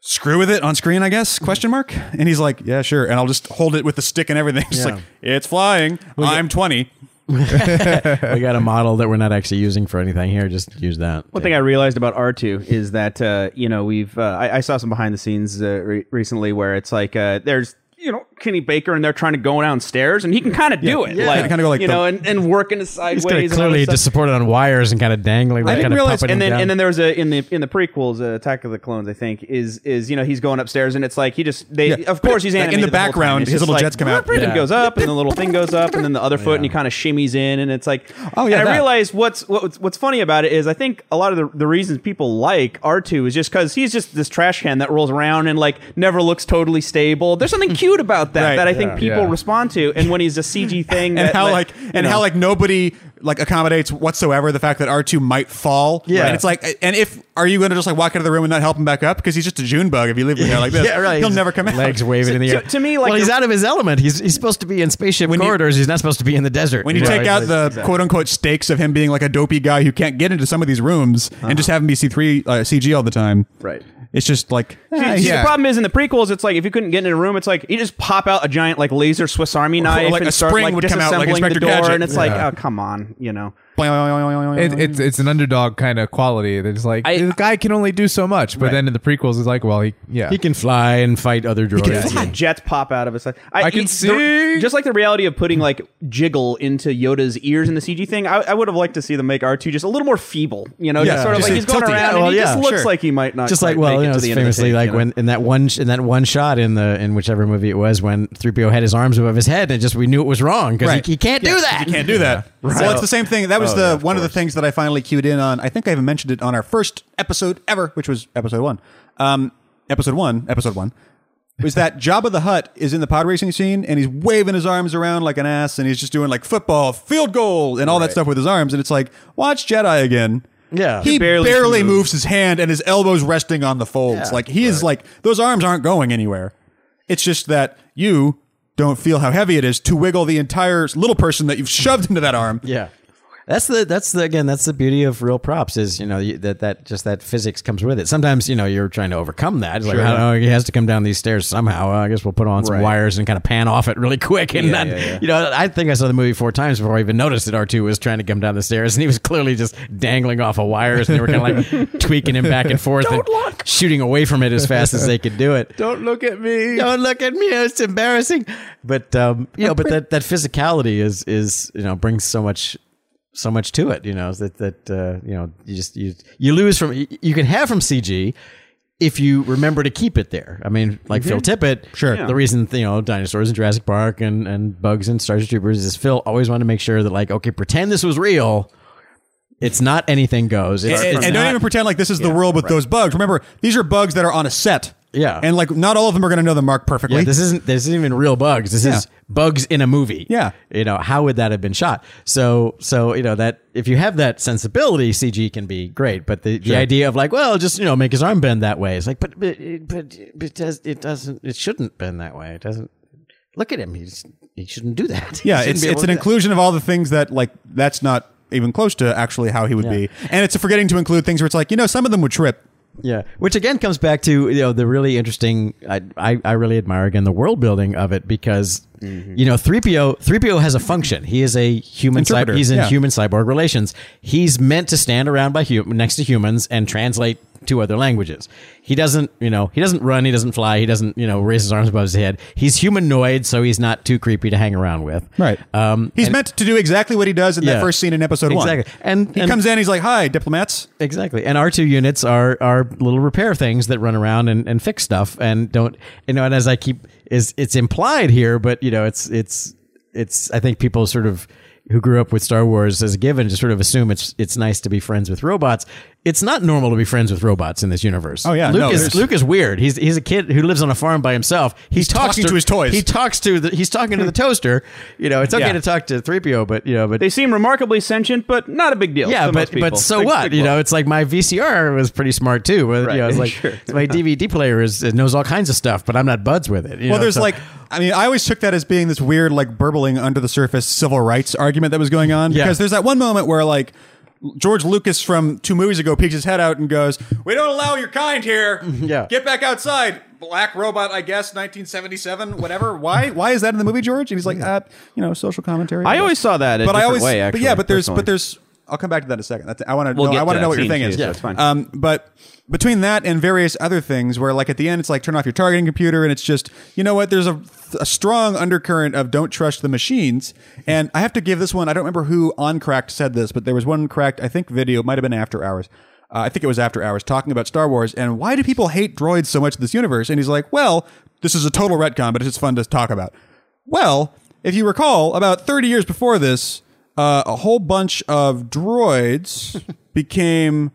Speaker 1: screw with it on screen? I guess question mark. And he's like, yeah, sure. And I'll just hold it with the stick and everything. Just
Speaker 3: Yeah.
Speaker 1: like it's flying. I'm twenty.
Speaker 3: we got a model that we're not actually using for anything here. Just use that.
Speaker 4: One thing I realized about R2 is that uh, you know we've uh, I, I saw some behind the scenes uh, re- recently where it's like uh, there's you know Kenny Baker and they're trying to go downstairs and he can kind of do it like
Speaker 1: Kinda go like
Speaker 4: you
Speaker 1: the-
Speaker 4: know and, and work in the sideways
Speaker 3: He's going
Speaker 4: and
Speaker 3: to
Speaker 4: all
Speaker 3: clearly
Speaker 4: this stuff.
Speaker 3: just support it on wires and kind of dangling.
Speaker 1: didn't
Speaker 3: kind
Speaker 1: realize-
Speaker 3: Of
Speaker 4: and then and then there was a in the in the prequels uh, Attack of the Clones I think is is you know he's going upstairs and it's like he just they
Speaker 1: Yeah.
Speaker 4: of course he's
Speaker 1: Like, in the
Speaker 4: animated whole time.
Speaker 1: background,
Speaker 4: It's
Speaker 1: his
Speaker 4: just
Speaker 1: little
Speaker 4: like,
Speaker 1: jets come out.
Speaker 4: and
Speaker 3: Yeah.
Speaker 4: it goes up and the little thing goes up and then the other foot and he kind of shimmies in and it's like
Speaker 1: Oh, yeah, that.
Speaker 4: and I realize what's what's what's funny about it is I think a lot of the, the reasons people like R two is just because he's just this trash can that rolls around and like never looks totally stable. There's something cute about that
Speaker 1: Right.
Speaker 4: that I think people
Speaker 2: Yeah.
Speaker 4: respond to and when he's a CG thing
Speaker 1: and
Speaker 4: that,
Speaker 1: how like and how like nobody like accommodates whatsoever the fact that R two might fall.
Speaker 3: Yeah.
Speaker 1: and it's like, and if are you going to just like walk out of the room and not help him back up because he's just a June bug if you leave him there like this?
Speaker 3: yeah, right.
Speaker 1: He'll never come out.
Speaker 3: Legs waving in the
Speaker 4: to-
Speaker 3: air.
Speaker 4: to me, like,
Speaker 3: well, he's
Speaker 4: the-
Speaker 3: out of his element. He's he's supposed to be in spaceship
Speaker 1: you-
Speaker 3: corridors. he's not supposed to be in the desert.
Speaker 1: When you take out the quote unquote stakes of him being like a dopey guy who can't get into some of these rooms and just have him be C three uh, CG all the time,
Speaker 4: Right.
Speaker 1: It's just like eh,
Speaker 4: See,
Speaker 1: yeah.
Speaker 4: The problem is in the prequels, it's like if you couldn't get in a room, it's like you just pop out a giant like laser Swiss Army knife
Speaker 1: like
Speaker 4: and
Speaker 1: a
Speaker 4: start
Speaker 1: spring
Speaker 4: like
Speaker 1: would come out, like
Speaker 4: disassembling
Speaker 1: Inspector
Speaker 4: the door,
Speaker 1: Gadget.
Speaker 4: and it's
Speaker 2: Yeah.
Speaker 4: like, oh come on, you know.
Speaker 2: It, it's it's an underdog kind of quality. That is like
Speaker 4: I-
Speaker 2: the guy can only do so much, but then in the prequels, it's like, well, he yeah,
Speaker 3: he can fly and fight other droids.
Speaker 4: Yeah, Jets pop out of his. I, I
Speaker 2: can see.
Speaker 4: just like the reality of putting like jiggle into Yoda's ears in the CG thing. I, I would have liked to see them make R two just a little more feeble. You know,
Speaker 1: Yeah,
Speaker 4: just sort of
Speaker 1: just
Speaker 4: like he's
Speaker 1: like
Speaker 4: going
Speaker 1: tilty. Yeah,
Speaker 4: around and he
Speaker 3: well,
Speaker 4: just
Speaker 3: yeah,
Speaker 4: looks
Speaker 1: sure.
Speaker 4: like he might not.
Speaker 3: just like
Speaker 4: quite
Speaker 3: well,
Speaker 4: make
Speaker 3: you
Speaker 4: it
Speaker 3: know,
Speaker 4: to
Speaker 3: it's
Speaker 4: the end of the
Speaker 3: famously
Speaker 4: take,
Speaker 3: like
Speaker 4: you know?
Speaker 3: when in that one in that one shot in the in whichever movie it was when three PO had his arms above his head and it just we knew it was wrong because
Speaker 1: Right.
Speaker 3: he, he can't do that.
Speaker 1: You can't do that. Well, it's the same thing. That was the one of the things that I finally cued in on. I think I even mentioned it on our first episode ever, which was episode one. Um, episode one, episode one. Was that Jabba the Hutt is in the pod racing scene and he's waving his arms around like an ass and he's just doing like football, field goal, and all that stuff with his arms. And it's like, watch Jedi again.
Speaker 3: Yeah.
Speaker 1: He
Speaker 3: He
Speaker 1: barely,
Speaker 4: barely can move.
Speaker 1: moves his hand and his elbows resting on the folds.
Speaker 3: Yeah.
Speaker 1: like he is like, those arms aren't going anywhere. It's just that you don't feel how heavy it is to wiggle the entire little person that you've shoved into that arm.
Speaker 3: Yeah. That's the that's the again that's the beauty of real props is you know you, that that just that physics comes with it. Sometimes you know you're trying to overcome that. It's like I don't know, he has to come down these stairs somehow. Well, I guess we'll put on some wires and kind of pan off it really quick. And then you know I think I saw the movie four times before I even noticed that R two was trying to come down the stairs and he was clearly just dangling off of wires and they were kind of like tweaking him back and forth and shooting away from it as fast as they could do it.
Speaker 2: don't look at me.
Speaker 3: Don't look at me. It's embarrassing. But um, you know, but that, that physicality is is you know brings so much so much to it. You know that that uh, you know you just you you lose from you you can have from CG. if you remember to keep it there. I mean, like Phil Tippett.
Speaker 1: Sure.
Speaker 3: The reason you know dinosaurs in Jurassic Park and and bugs and Star Troopers is Phil always wanted to make sure that like okay, pretend this was real. It's not anything goes. It's,
Speaker 1: and,
Speaker 3: it's
Speaker 1: and don't
Speaker 3: not-
Speaker 1: even pretend like this is the world with those bugs. Remember, these are bugs that are on a set.
Speaker 3: Yeah.
Speaker 1: and like not all of them are going to know the mark perfectly.
Speaker 3: Yeah, this isn't this isn't even real bugs. This is bugs in a movie.
Speaker 1: Yeah.
Speaker 3: You know, how would that have been shot? So so you know that if you have that sensibility, CG can be great. But the, the idea of like, well, just you know, make his arm bend that way. It's like, but but it- but, but it, does, it doesn't it shouldn't bend that way. It doesn't look at him. He's he shouldn't do that.
Speaker 1: yeah,
Speaker 3: He shouldn't
Speaker 1: it's
Speaker 3: be able
Speaker 1: it's
Speaker 3: to
Speaker 1: an
Speaker 3: do that.
Speaker 1: inclusion of all the things that like that's not even close to actually how he would be, and it's forgetting to include things where it's like you know some of them would trip.
Speaker 3: Yeah, which again comes back to you know the really interesting. I I, I really admire again the world building of it because
Speaker 1: Mm-hmm.
Speaker 3: you know three PO three PO has a function. He is a human. Cy-
Speaker 1: Interpreter,
Speaker 3: he's in
Speaker 1: yeah.
Speaker 3: human cyborg relations. He's meant to stand around by hum- next to humans and translate to other languages. He doesn't you know he doesn't run. He doesn't fly. He doesn't you know raise his arms above his head. He's humanoid, so he's not too creepy to hang around with.
Speaker 2: Uh,
Speaker 3: Um,
Speaker 1: He's meant to do exactly what he does in that
Speaker 3: Yeah.
Speaker 1: first scene in episode one.
Speaker 3: Exactly. And-
Speaker 1: he
Speaker 3: and-
Speaker 1: comes in, he's like, "Hi, diplomats."
Speaker 3: Exactly. And R2 units are are little repair things that run around and, and fix stuff and don't you know, and as I keep is it's implied here, but you know, it's it's it's I think people sort of who grew up with Star Wars as a given just sort of assume it's it's nice to be friends with robots. It's not normal to be friends with robots in this universe.
Speaker 1: Oh, yeah.
Speaker 3: Luke
Speaker 1: No,
Speaker 3: is
Speaker 1: there's-
Speaker 3: Luke is weird. He's he's a kid who lives on a farm by himself. He
Speaker 1: He's
Speaker 3: talks
Speaker 1: talking to his toys.
Speaker 3: He talks to the, he's talking to the toaster. You know, it's okay
Speaker 1: Yeah.
Speaker 3: to talk to 3PO, but you know, but
Speaker 4: They seem remarkably sentient, but not a big deal.
Speaker 3: yeah,
Speaker 4: to most
Speaker 3: but
Speaker 4: people.
Speaker 3: but so
Speaker 4: Big-
Speaker 3: what?
Speaker 4: big
Speaker 3: you
Speaker 4: deal.
Speaker 3: know, it's like my VCR was pretty smart too. Well,
Speaker 4: Right,
Speaker 3: you know, it's like
Speaker 4: sure.
Speaker 3: my DVD player is it knows all kinds of stuff, but I'm not buds with it. you
Speaker 1: Well,
Speaker 3: know,
Speaker 1: there's
Speaker 3: so-
Speaker 1: like, I mean, I always took that as being this weird, like, burbling under the surface civil rights argument that was going on
Speaker 3: Yeah.
Speaker 1: because there's that one moment where, like, George Lucas from two movies ago peeks his head out and goes, "We don't allow your kind here.
Speaker 3: Yeah.
Speaker 1: get back outside." Black robot, I guess, 1977, whatever. Why? Why is that in the movie, George? And he's like, uh, you know, social commentary.
Speaker 4: I always saw that. A
Speaker 1: but I
Speaker 4: different
Speaker 1: always,
Speaker 4: way,
Speaker 1: but yeah,
Speaker 4: actually,
Speaker 1: but there's,
Speaker 4: personally.
Speaker 1: but there's. I'll come back to that in a second. That's, I want to.
Speaker 4: We'll
Speaker 1: know,
Speaker 4: get
Speaker 1: I
Speaker 4: to
Speaker 1: want to
Speaker 4: that
Speaker 1: know what your
Speaker 4: scene
Speaker 1: thing
Speaker 4: too,
Speaker 1: is.
Speaker 4: so it's fine.
Speaker 1: Um, but between that and various other things, where like at the end, it's like turn off your targeting computer, and it's just you know what? There's a, a strong undercurrent of don't trust the machines. And I have to give this one. I don't remember who on Cracked said this, but there was one Cracked. I think video it might have been After Hours. Uh, I think it was After Hours talking about Star Wars and why do people hate droids so much in this universe? And he's like, well, this is a total retcon, but it's just fun to talk about. Well, if you recall, about 30 years before this, uh, a whole bunch of droids became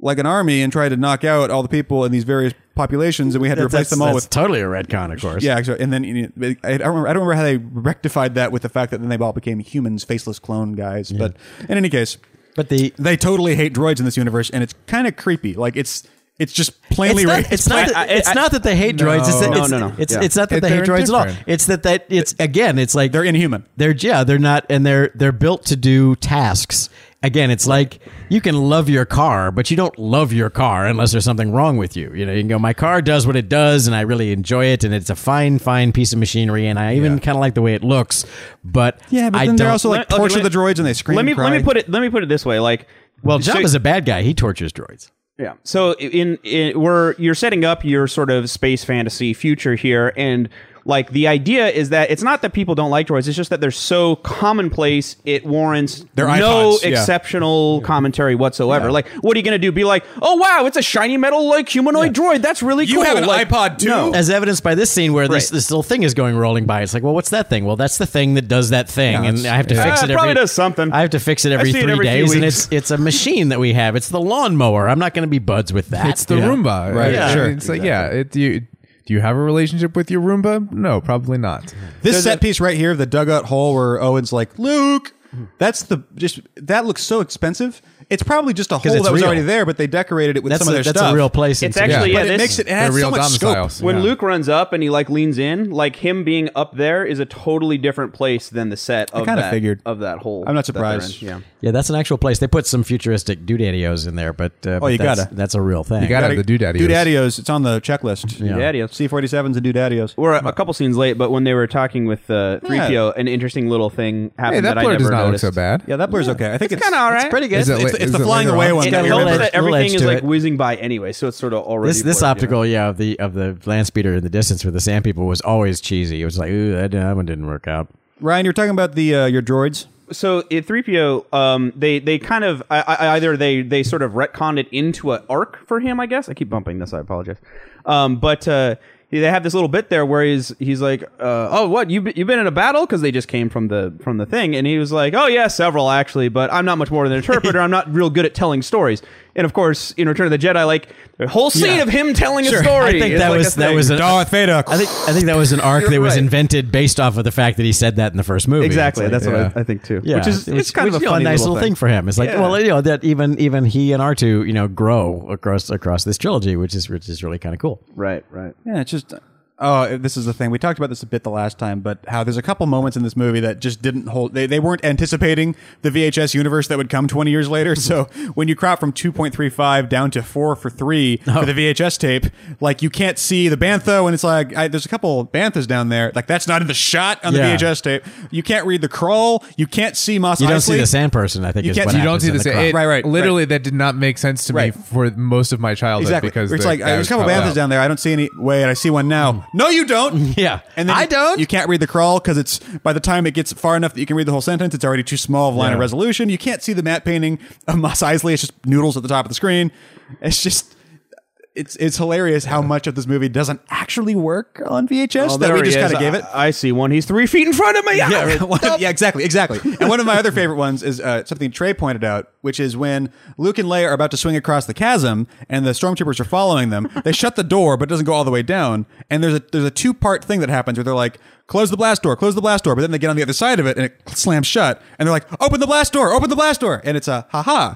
Speaker 1: like an army and tried to knock out all the people in these various populations, and we had to replace
Speaker 3: that's,
Speaker 1: them all
Speaker 3: that's
Speaker 1: with.
Speaker 3: totally a retcon, of course.
Speaker 1: Yeah, exactly. and then you know, I don't, remember, I don't remember how they rectified that with the fact that then they all became humans, faceless clone guys. But in any case,
Speaker 3: but the
Speaker 1: they totally hate droids in this universe, and it's kind of creepy. Like it's it's just plainly
Speaker 3: it's not,
Speaker 1: ra-
Speaker 3: it's, not that,
Speaker 4: I- I-
Speaker 3: it's not that they hate droids. It's that,
Speaker 4: No,
Speaker 3: it's,
Speaker 4: no, no.
Speaker 3: It's,
Speaker 4: Yeah.
Speaker 3: it's not that
Speaker 2: It-
Speaker 3: they hate
Speaker 2: they're
Speaker 3: droids at all.
Speaker 2: indifferent.
Speaker 3: It's that that it's again, it's like
Speaker 1: they're inhuman.
Speaker 3: They're yeah, they're not, and they're they're built to do tasks. Again, it's like you can love your car, but you don't love your car unless there's something wrong with you. You know, you can go, my car does what it does, and I really enjoy it, and it's a fine, fine piece of machinery, and I even kind of like the way it looks. But
Speaker 1: Yeah, but
Speaker 3: I
Speaker 1: then
Speaker 3: don't,
Speaker 1: they're also like
Speaker 4: Let- okay,
Speaker 1: torture
Speaker 4: let-
Speaker 1: the droids and they scream.
Speaker 4: let me
Speaker 1: and cry.
Speaker 4: let me put it let me put it this way. Like,
Speaker 3: well,
Speaker 4: so-
Speaker 3: Jabba's a bad guy. He tortures droids.
Speaker 4: Yeah. So in, in we're you're setting up your sort of space fantasy future here, and like the idea is that it's not that people don't like droids; it's just that they're so commonplace it warrants
Speaker 1: They're
Speaker 4: no
Speaker 1: iPods, yeah.
Speaker 4: exceptional commentary whatsoever. Like, what are you gonna do? Be like, oh wow, it's a shiny metal like humanoid droid. That's really
Speaker 1: You
Speaker 4: cool.
Speaker 1: have an
Speaker 4: Like,
Speaker 1: iPod too?
Speaker 4: No.
Speaker 3: as evidenced by this scene where this,
Speaker 4: Right.
Speaker 3: this little thing is going rolling by. It's like, well, what's that thing? Well, that's the thing that does that thing, and I have to fix
Speaker 4: Ah,
Speaker 3: it. Every,
Speaker 4: it probably does something.
Speaker 3: I have to fix it every
Speaker 4: see it
Speaker 3: three
Speaker 4: every few
Speaker 3: days, and
Speaker 4: weeks.
Speaker 3: it's it's a machine that we have. It's the lawnmower. I'm not going to be buds with that.
Speaker 2: It's the
Speaker 3: you know?
Speaker 2: Roomba,
Speaker 1: Right,
Speaker 2: Yeah,
Speaker 1: sure.
Speaker 2: It's like yeah. It, do you do you have a relationship with your Roomba? No, probably not.
Speaker 1: This set piece right here, the dugout hole where Owen's like, Luke, that's the just that looks so expensive. It's probably just a hole
Speaker 3: it's
Speaker 1: that was
Speaker 3: real.
Speaker 1: already there, but they decorated it with
Speaker 3: That's
Speaker 1: some
Speaker 3: a,
Speaker 1: of their
Speaker 3: that's
Speaker 1: stuff.
Speaker 3: a real place. in
Speaker 4: It's
Speaker 3: Sydney.
Speaker 4: actually-
Speaker 1: but
Speaker 4: Yeah,
Speaker 1: it
Speaker 4: this-
Speaker 1: makes it, it
Speaker 2: They're
Speaker 1: has so
Speaker 2: real
Speaker 1: much scope.
Speaker 2: domiciles.
Speaker 4: when
Speaker 2: yeah.
Speaker 4: Luke runs up and he like leans in, like him being up there is a totally different place than the set of
Speaker 1: kinda
Speaker 4: that
Speaker 1: figured.
Speaker 4: of that hole.
Speaker 1: I'm not
Speaker 4: that they're in.
Speaker 1: surprised.
Speaker 4: Yeah.
Speaker 3: yeah, that's an actual place. They put some futuristic doodaddios in there, but uh, oh,
Speaker 1: you
Speaker 3: that's,
Speaker 1: gotta.
Speaker 3: that's a real thing.
Speaker 2: gotta- Out of the doodaddios.
Speaker 1: Doodaddios, it's on the checklist.
Speaker 4: Yeah. Daddios.
Speaker 1: C47s and doodaddios.
Speaker 4: We're a, a couple scenes late, but when they were talking with uh, 3PO, an interesting little thing happened
Speaker 2: Hey, that
Speaker 4: that, I
Speaker 2: blur
Speaker 4: never
Speaker 2: does not
Speaker 4: noticed.
Speaker 2: look so bad.
Speaker 1: Yeah, that blur's okay. I think it's,
Speaker 4: Kind of all right.
Speaker 3: pretty good.
Speaker 2: Is it
Speaker 1: It's,
Speaker 2: la-
Speaker 1: the- it's the
Speaker 2: it
Speaker 1: flying
Speaker 2: later
Speaker 1: away
Speaker 2: on?
Speaker 1: one.
Speaker 4: It
Speaker 1: that we
Speaker 3: little
Speaker 4: helps
Speaker 1: remember.
Speaker 3: edge-
Speaker 4: that
Speaker 3: little
Speaker 4: everything
Speaker 3: edge
Speaker 4: is
Speaker 3: to
Speaker 4: like
Speaker 3: it.
Speaker 4: whizzing by anyway, so it's sort of already
Speaker 3: This this
Speaker 4: blurred, you know?
Speaker 3: optical, yeah, of the of the land speeder in the distance with the sand people was always cheesy. It was like, ooh, that, that one didn't work out.
Speaker 1: Ryan, you're talking about the uh, your droids.
Speaker 4: so in 3PO, um, they they kind of I, I, either they they sort of retconned it into an arc for him, I guess. I keep bumping this. I apologize. Um, but uh, they have this little bit there where he's he's like, uh, "Oh, what you you've been in a battle?" Because they just came from the from the thing, and he was like, "Oh yeah, several actually, but I'm not much more than an interpreter. I'm not real good at telling stories." And of course, in Return of the Jedi, like the whole scene
Speaker 3: Yeah.
Speaker 4: of him telling
Speaker 3: Sure.
Speaker 4: a story.
Speaker 3: I think
Speaker 4: is
Speaker 3: that
Speaker 4: like a
Speaker 3: was that
Speaker 4: thing.
Speaker 3: was an,
Speaker 1: Darth Vader.
Speaker 3: I think I think that was an arc that was
Speaker 4: right.
Speaker 3: invented based off of the fact that he said that in the first movie.
Speaker 4: exactly.
Speaker 3: It's like-
Speaker 4: That's what I, I think too.
Speaker 3: yeah,
Speaker 4: which is it's kind
Speaker 3: which,
Speaker 4: of a
Speaker 3: you know,
Speaker 4: funny
Speaker 3: nice little thing. for him. It's like
Speaker 4: Yeah.
Speaker 3: well, you know that even even he and R two you know grow across across this trilogy, which is which is really kind of cool.
Speaker 4: Right, right.
Speaker 1: Yeah, it's just. Oh, this is the thing. We talked about this a bit the last time, but how there's a couple moments in this movie that just didn't hold. They, they weren't anticipating the VHS universe that would come 20 years later. So when you crop from 2.35 down to 4 for 3
Speaker 3: Oh.
Speaker 1: for the VHS tape, like you can't see the Bantha, and it's like, I, there's a couple Banthas down there. Like that's not in the shot on the
Speaker 3: Yeah.
Speaker 1: VHS tape. You can't read the crawl. You can't see Moss
Speaker 3: You don't
Speaker 1: Eisley.
Speaker 3: see the sand person. I think
Speaker 1: You
Speaker 3: is
Speaker 1: can't-
Speaker 3: what
Speaker 1: you
Speaker 2: You don't
Speaker 3: happens
Speaker 2: see
Speaker 3: in
Speaker 2: this.
Speaker 3: the crop.
Speaker 2: it-
Speaker 1: Right, right,
Speaker 2: Literally, that did not make sense to
Speaker 1: Right.
Speaker 2: me for most of my childhood.
Speaker 1: Exactly.
Speaker 2: Because
Speaker 1: it's
Speaker 2: the-
Speaker 1: like uh,
Speaker 2: that
Speaker 1: there's
Speaker 2: was
Speaker 1: a couple
Speaker 2: cut
Speaker 1: Banthas
Speaker 2: out.
Speaker 1: down there. I don't see any. Wait, I see one now. No, you don't.
Speaker 3: Yeah.
Speaker 1: and then
Speaker 3: I
Speaker 1: you-
Speaker 3: don't.
Speaker 1: You can't read the crawl because it's by the time it gets far enough that you can read the whole sentence, it's already too small of a line of
Speaker 3: Yeah.
Speaker 1: resolution. You can't see the matte painting of Moss Eisley. It's just noodles at the top of the screen. It's just. It's it's hilarious how much of this movie doesn't actually work on VHS
Speaker 4: Oh,
Speaker 1: that we just kind of gave it.
Speaker 4: I see one. He's three feet in front of me.
Speaker 1: Yeah, one of- yeah, exactly, exactly. And one of my other favorite ones is uh, something Trey pointed out, which is when Luke and Leia are about to swing across the chasm, and the stormtroopers are following them. They shut the door, but it doesn't go all the way down. And there's a there's a two part thing that happens where they're like, "Close the blast door, close the blast door," but then they get on the other side of it and it slams shut, and they're like, "Open the blast door, open the blast door," and it's a haha.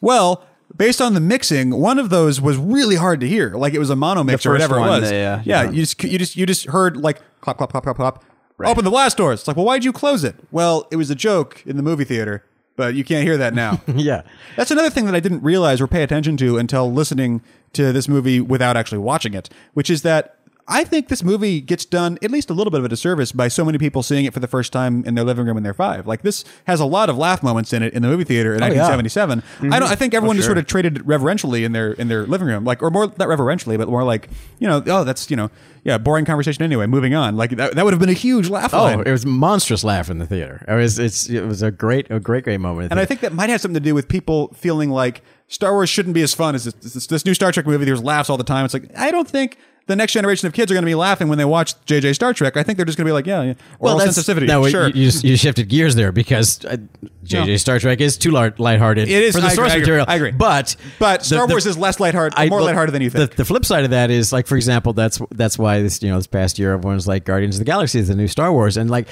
Speaker 1: Well. Based on the mixing, one of those was really hard to hear. Like it was a mono mix or
Speaker 4: first
Speaker 1: whatever it
Speaker 4: one,
Speaker 1: was.
Speaker 4: the, uh,
Speaker 1: yeah,
Speaker 4: yeah.
Speaker 1: you just you just you just heard like clap clap clap clap clap. Open the blast doors. It's like, well, why'd you close it? Well, it was a joke in the movie theater, but you can't hear that now.
Speaker 3: Yeah.
Speaker 1: That's another thing that I didn't realize or pay attention to until listening to this movie without actually watching it, which is that I think this movie gets done at least a little bit of a disservice by so many people seeing it for the first time in their living room when they're five. Like this has a lot of laugh moments in it in the movie theater in
Speaker 3: Oh,
Speaker 1: 1977. I
Speaker 3: Mhm.
Speaker 1: don't. I think everyone just sort of treated it reverentially in their in their living room, like or more not reverentially, but more like you know, oh, that's you know, yeah, boring conversation anyway. Moving on. Like that, that would have been a huge laugh
Speaker 3: Oh,
Speaker 1: line.
Speaker 3: it was a monstrous laugh in the theater. It was it's it was a great a great great moment.
Speaker 1: And I think that might have something to do with people feeling like Star Wars shouldn't be as fun as this, this, this new Star Trek movie. There's laughs all the time. It's like I don't think the next generation of kids are going to be laughing when they watch JJ Star Trek. I think they're just going to be like, yeah, yeah. oral
Speaker 3: that's-
Speaker 1: sensitivity.
Speaker 3: No, wait,
Speaker 1: sure.
Speaker 3: you, you, just- you shifted gears there because uh, JJ
Speaker 1: No.
Speaker 3: Star Trek is too lar- lighthearted.
Speaker 1: It is-
Speaker 3: for the
Speaker 1: I agree,
Speaker 3: source
Speaker 1: I agree,
Speaker 3: material.
Speaker 1: I agree.
Speaker 3: but
Speaker 1: but
Speaker 3: the-
Speaker 1: Star
Speaker 3: the-
Speaker 1: Wars is less lighthearted, more
Speaker 3: well,
Speaker 1: lighthearted than you think.
Speaker 3: The, the flip side of that is like, for example, that's that's why this you know this past year everyone's like Guardians of the Galaxy is the new Star Wars, and like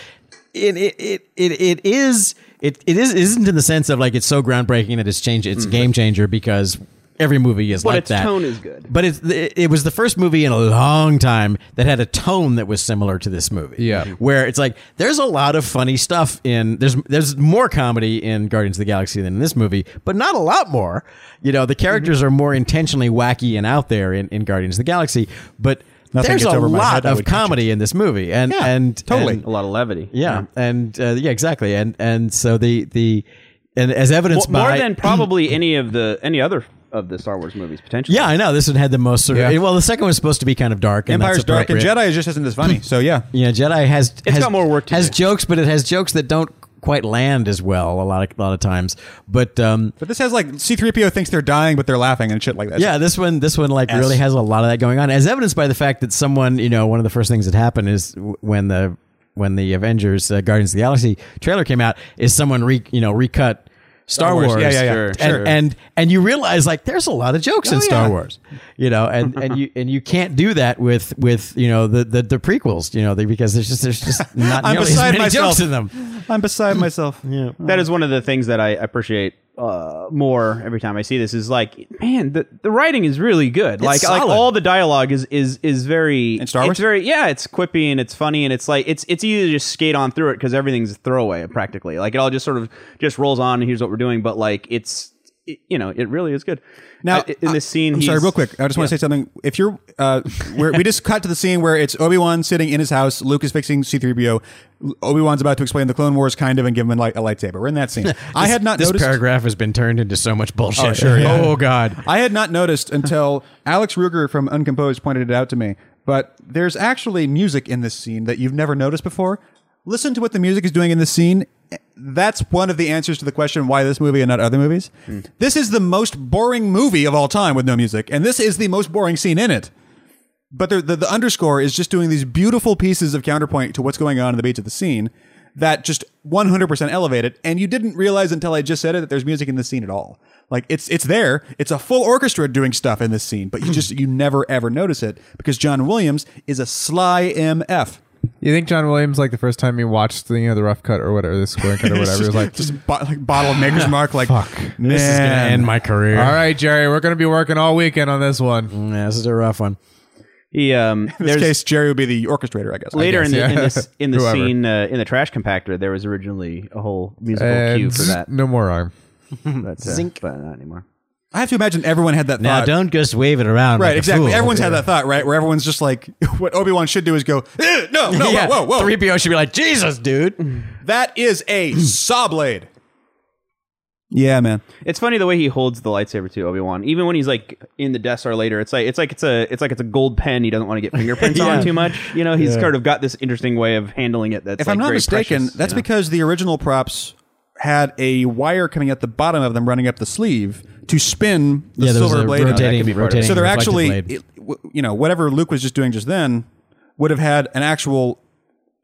Speaker 3: it it it it, it is it it is isn't in the sense of like it's so groundbreaking that it's changed
Speaker 1: Mm-hmm.
Speaker 3: it's a game changer because. Every movie is like
Speaker 4: its
Speaker 3: that.
Speaker 4: tone is good.
Speaker 3: But it's, it, it was the first movie in a long time that had a tone that was similar to this movie.
Speaker 2: Yeah.
Speaker 3: Where it's like there's a lot of funny stuff in there's there's more comedy in Guardians of the Galaxy than in this movie, but not a lot more. You know, the characters
Speaker 1: Mm-hmm.
Speaker 3: are more intentionally wacky and out there in, in Guardians of the Galaxy, but
Speaker 1: Nothing
Speaker 3: there's
Speaker 1: gets
Speaker 3: a
Speaker 1: over my
Speaker 3: lot
Speaker 1: head, I
Speaker 3: of
Speaker 1: would catch
Speaker 3: comedy in this movie. And
Speaker 1: Yeah,
Speaker 3: and
Speaker 1: totally.
Speaker 3: and-
Speaker 4: A lot of levity.
Speaker 3: yeah, and uh, yeah, exactly. And and so the the and as evidenced
Speaker 4: Well,
Speaker 3: by
Speaker 4: more than probably any of the any other of the Star Wars movies potentially.
Speaker 3: yeah, I know this one had the most sort of,
Speaker 2: Yeah.
Speaker 3: well, the second one's supposed to be kind of dark. And
Speaker 1: Empire's
Speaker 3: that's
Speaker 1: dark and
Speaker 3: appropriate.
Speaker 1: Jedi is just isn't as funny. So yeah,
Speaker 3: Yeah, Jedi has it's has,
Speaker 4: got more work to
Speaker 3: has
Speaker 4: do.
Speaker 3: jokes, but it has jokes that don't quite land as well a lot of a lot of times. But um,
Speaker 1: but this has like C-3PO thinks they're dying, but they're laughing and shit like that.
Speaker 3: yeah, this one this one like really has a lot of that going on, as evidenced by the fact that someone you know one of the first things that happened is w- when the when the Avengers uh, Guardians of the Galaxy trailer came out is someone re you know recut. Star
Speaker 1: Star Wars.
Speaker 3: Wars,
Speaker 1: Yeah, yeah, yeah. Sure,
Speaker 3: and,
Speaker 1: sure.
Speaker 3: and and you realize like there's a lot of jokes in Star
Speaker 1: yeah.
Speaker 3: Wars, you know, and and you and you can't do that with with you know the the, the prequels, you know, they, because there's just there's just not
Speaker 1: I'm
Speaker 3: nearly as
Speaker 1: beside
Speaker 3: many
Speaker 1: myself.
Speaker 3: jokes in them.
Speaker 1: I'm beside myself. yeah.
Speaker 4: that is one of the things that I appreciate uh, more every time I see this. Is like, man, the, the writing is really good. like, like
Speaker 3: solid.
Speaker 4: all the dialogue is is is very
Speaker 1: In Star Wars?
Speaker 4: It's very yeah, it's quippy and it's funny and it's like it's it's easy to just skate on through it because everything's throwaway practically. Like it all just sort of just rolls on and here's what we're doing. But like it's it, you know it really is good.
Speaker 1: Now
Speaker 4: I- in this scene,
Speaker 1: I'm
Speaker 4: he's,
Speaker 1: sorry, real quick. I just want to say something. If you're, uh, where we just cut to the scene where it's Obi Wan sitting in his house. Luke is fixing C-3PO. Obi Wan's about to explain the Clone Wars, kind of, and give him a, light, a lightsaber. We're in that scene. I had not
Speaker 3: this
Speaker 1: noticed.
Speaker 3: paragraph has been turned into so much bullshit.
Speaker 1: Oh, sure, yeah.
Speaker 3: Oh, god.
Speaker 1: I had not noticed until Alex Ruger from Uncomposed pointed it out to me. But there's actually music in this scene that you've never noticed before. Listen to what the music is doing in this scene that's one of the answers to the question why this movie and not other movies. This is the most boring movie of all time with no music, and this is the most boring scene in it. But the, the, the underscore is just doing these beautiful pieces of counterpoint to what's going on in the beats of the scene that just 100% elevate it. And you didn't realize until I just said it that there's music in the scene at all. Like it's it's there. It's a full orchestra doing stuff in this scene, but you just you never ever notice it because John Williams is a sly MF.
Speaker 2: You think John Williams, like the first time he watched the, you know, the rough cut or whatever, the square cut or
Speaker 1: It's
Speaker 2: whatever, he was like,
Speaker 1: just, just bo- like bottle of maker's mark. Like fuck, man,
Speaker 3: This is going to end my career.
Speaker 2: all right, Jerry, we're going to be working all weekend on this
Speaker 4: Mm,
Speaker 2: one.
Speaker 3: Yeah, this is a rough one.
Speaker 4: He, um,
Speaker 1: In this
Speaker 4: there's-
Speaker 1: case, Jerry would be the orchestrator, I guess.
Speaker 4: later in the in
Speaker 2: yeah.
Speaker 4: this in the
Speaker 2: Whoever.
Speaker 4: scene uh, in the trash compactor, there was originally a whole musical cue
Speaker 1: Uh,
Speaker 2: And
Speaker 4: for that.
Speaker 2: no more arm.
Speaker 4: That's uh,
Speaker 3: Zinc.
Speaker 4: but not anymore.
Speaker 1: I have to imagine everyone had that
Speaker 3: Now,
Speaker 1: thought.
Speaker 3: don't just wave it around.
Speaker 1: right,
Speaker 3: like a
Speaker 1: exactly.
Speaker 3: fool.
Speaker 1: Everyone's had that thought, right? Where everyone's just like, what Obi Wan should do is go, "Eh, no, no,
Speaker 3: yeah.
Speaker 1: whoa, whoa, whoa.
Speaker 3: 3PO should be like, Jesus, dude.
Speaker 1: That is a saw blade. Yeah, man.
Speaker 4: It's funny the way he holds the lightsaber too, Obi Wan. Even when he's like in the Death Star later, it's like it's like it's a it's like it's a gold pen. He doesn't want to get fingerprints on too much. You know, he's sort of got this interesting way of handling it. That's
Speaker 1: If I'm not mistaken, that's because the original props had a wire coming at the bottom of them running up the sleeve to spin the
Speaker 3: Yeah, there was
Speaker 1: silver
Speaker 3: a
Speaker 1: blade. on it.
Speaker 3: rotating,
Speaker 4: be part of it.
Speaker 3: rotating.
Speaker 1: so they're
Speaker 3: reflective
Speaker 1: actually
Speaker 3: blade.
Speaker 1: it- w- you know whatever luke was just doing just then would have had an actual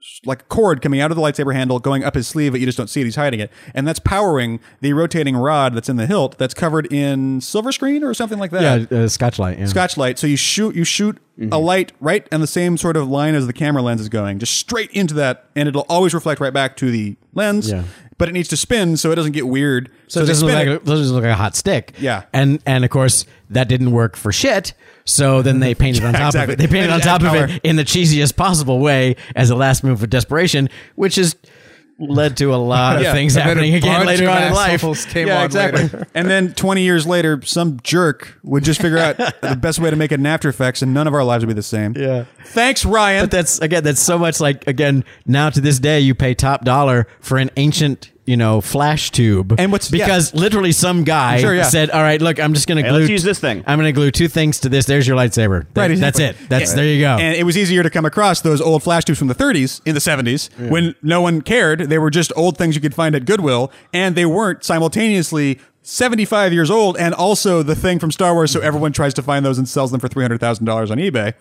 Speaker 1: s- like cord coming out of the lightsaber handle going up his sleeve but you just don't see it he's hiding it and that's powering the rotating rod that's in the hilt that's covered in silver screen or something like that
Speaker 3: yeah, Mm-hmm. uh, Scotch light. Yeah.
Speaker 1: scotch light so you shoot you shoot a light right in the same sort of line as the camera lens is going just straight into that and it'll always reflect right back to the lens
Speaker 3: Yeah.
Speaker 1: but it needs to spin so it doesn't get weird
Speaker 3: So it
Speaker 1: they
Speaker 3: doesn't, look
Speaker 1: spin
Speaker 3: like,
Speaker 1: it.
Speaker 3: it doesn't look like a hot stick.
Speaker 1: Yeah.
Speaker 3: And and of course that didn't work for shit. So then they painted on
Speaker 1: Yeah,
Speaker 3: top
Speaker 1: exactly.
Speaker 3: of it. They painted
Speaker 1: And
Speaker 3: on
Speaker 1: add
Speaker 3: top of
Speaker 1: color.
Speaker 3: it in the cheesiest possible way as a last move of desperation, which has led to a lot of
Speaker 1: Yeah.
Speaker 3: things
Speaker 2: And then a
Speaker 3: happening again
Speaker 2: bunch
Speaker 3: later
Speaker 2: of
Speaker 3: on in life.
Speaker 2: assholes Came
Speaker 1: yeah,
Speaker 2: on
Speaker 1: exactly.
Speaker 2: later.
Speaker 1: and then 20 years later, some jerk would just figure out the best way to make it in After Effects, and none of our lives would be the same.
Speaker 3: Yeah.
Speaker 1: Thanks, Ryan.
Speaker 3: But that's again, that's so much like again. Now to this day, you pay top dollar for an ancient, you know, flash tube.
Speaker 1: And what's- yeah.
Speaker 3: because literally some guy
Speaker 1: Sure, yeah.
Speaker 3: said, "All right, look, I'm just going to
Speaker 4: Hey,
Speaker 3: glue.
Speaker 4: let's use this thing."
Speaker 3: I'm going to glue two things to this. There's your lightsaber. Th-
Speaker 1: Right,
Speaker 3: That's
Speaker 1: exactly.
Speaker 3: it. That's
Speaker 1: Yeah.
Speaker 3: there you go.
Speaker 1: And it was easier to come across those old flash tubes from the 30s in the 70s when no one cared. They were just old things you could find at Goodwill, and they weren't simultaneously 75 years old and also the thing from Star Wars. So everyone tries to find those and sells them for $300,000 on eBay.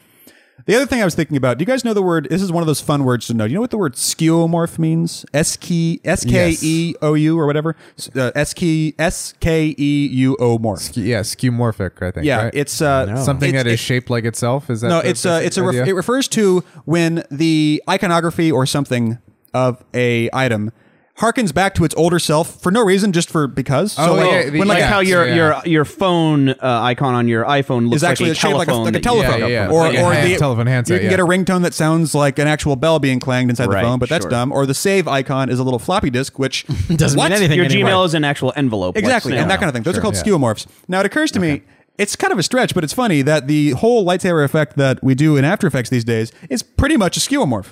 Speaker 1: The other thing I was thinking about, do you guys know the word? This is one of those fun words to know. Do you know what the word skeuomorph means? S K S K E O U or whatever? Uh, S K S K E U O morph.
Speaker 2: Yeah, skeuomorphic, I think.
Speaker 1: Yeah,
Speaker 2: right?
Speaker 1: it's uh,
Speaker 4: Oh.
Speaker 2: something
Speaker 1: it's-
Speaker 2: that is
Speaker 1: it-
Speaker 2: shaped like itself. Is that
Speaker 1: no,
Speaker 2: the
Speaker 1: it's uh,
Speaker 2: basic
Speaker 1: it's a ref-
Speaker 2: idea?
Speaker 1: it refers to when the iconography or something of a item harkens back to its older self for no reason, just for because. So
Speaker 2: Oh,
Speaker 1: like,
Speaker 2: yeah, the-
Speaker 1: when
Speaker 4: like
Speaker 1: like
Speaker 2: yeah.
Speaker 4: how your
Speaker 2: yeah.
Speaker 4: your your phone uh, icon on your iPhone looks
Speaker 1: is actually
Speaker 4: like a
Speaker 1: shaped like a,
Speaker 4: telephone.
Speaker 1: like a
Speaker 4: that you-
Speaker 1: telephone,
Speaker 2: Yeah, yeah, yeah.
Speaker 1: or
Speaker 2: Like a
Speaker 1: or
Speaker 2: hand-
Speaker 1: the
Speaker 2: telephone handset,
Speaker 1: You can
Speaker 2: yeah.
Speaker 1: get a ringtone that sounds like an actual bell being clanged inside
Speaker 4: Right,
Speaker 1: the phone, but that's
Speaker 4: sure.
Speaker 1: dumb. Or the save icon is a little floppy disk, which
Speaker 3: Doesn't mean
Speaker 1: what?
Speaker 3: anything
Speaker 4: Your
Speaker 3: anyway.
Speaker 4: Gmail is an actual envelope, like
Speaker 1: Exactly,
Speaker 4: snail
Speaker 1: and that
Speaker 4: mail.
Speaker 1: kind of thing. Those are
Speaker 2: Sure,
Speaker 1: called
Speaker 2: yeah.
Speaker 1: skeuomorphs. Now it occurs to me it's kind of a stretch, but it's funny that the whole lightsaber effect that we do in After Effects these days is pretty much a skeuomorph.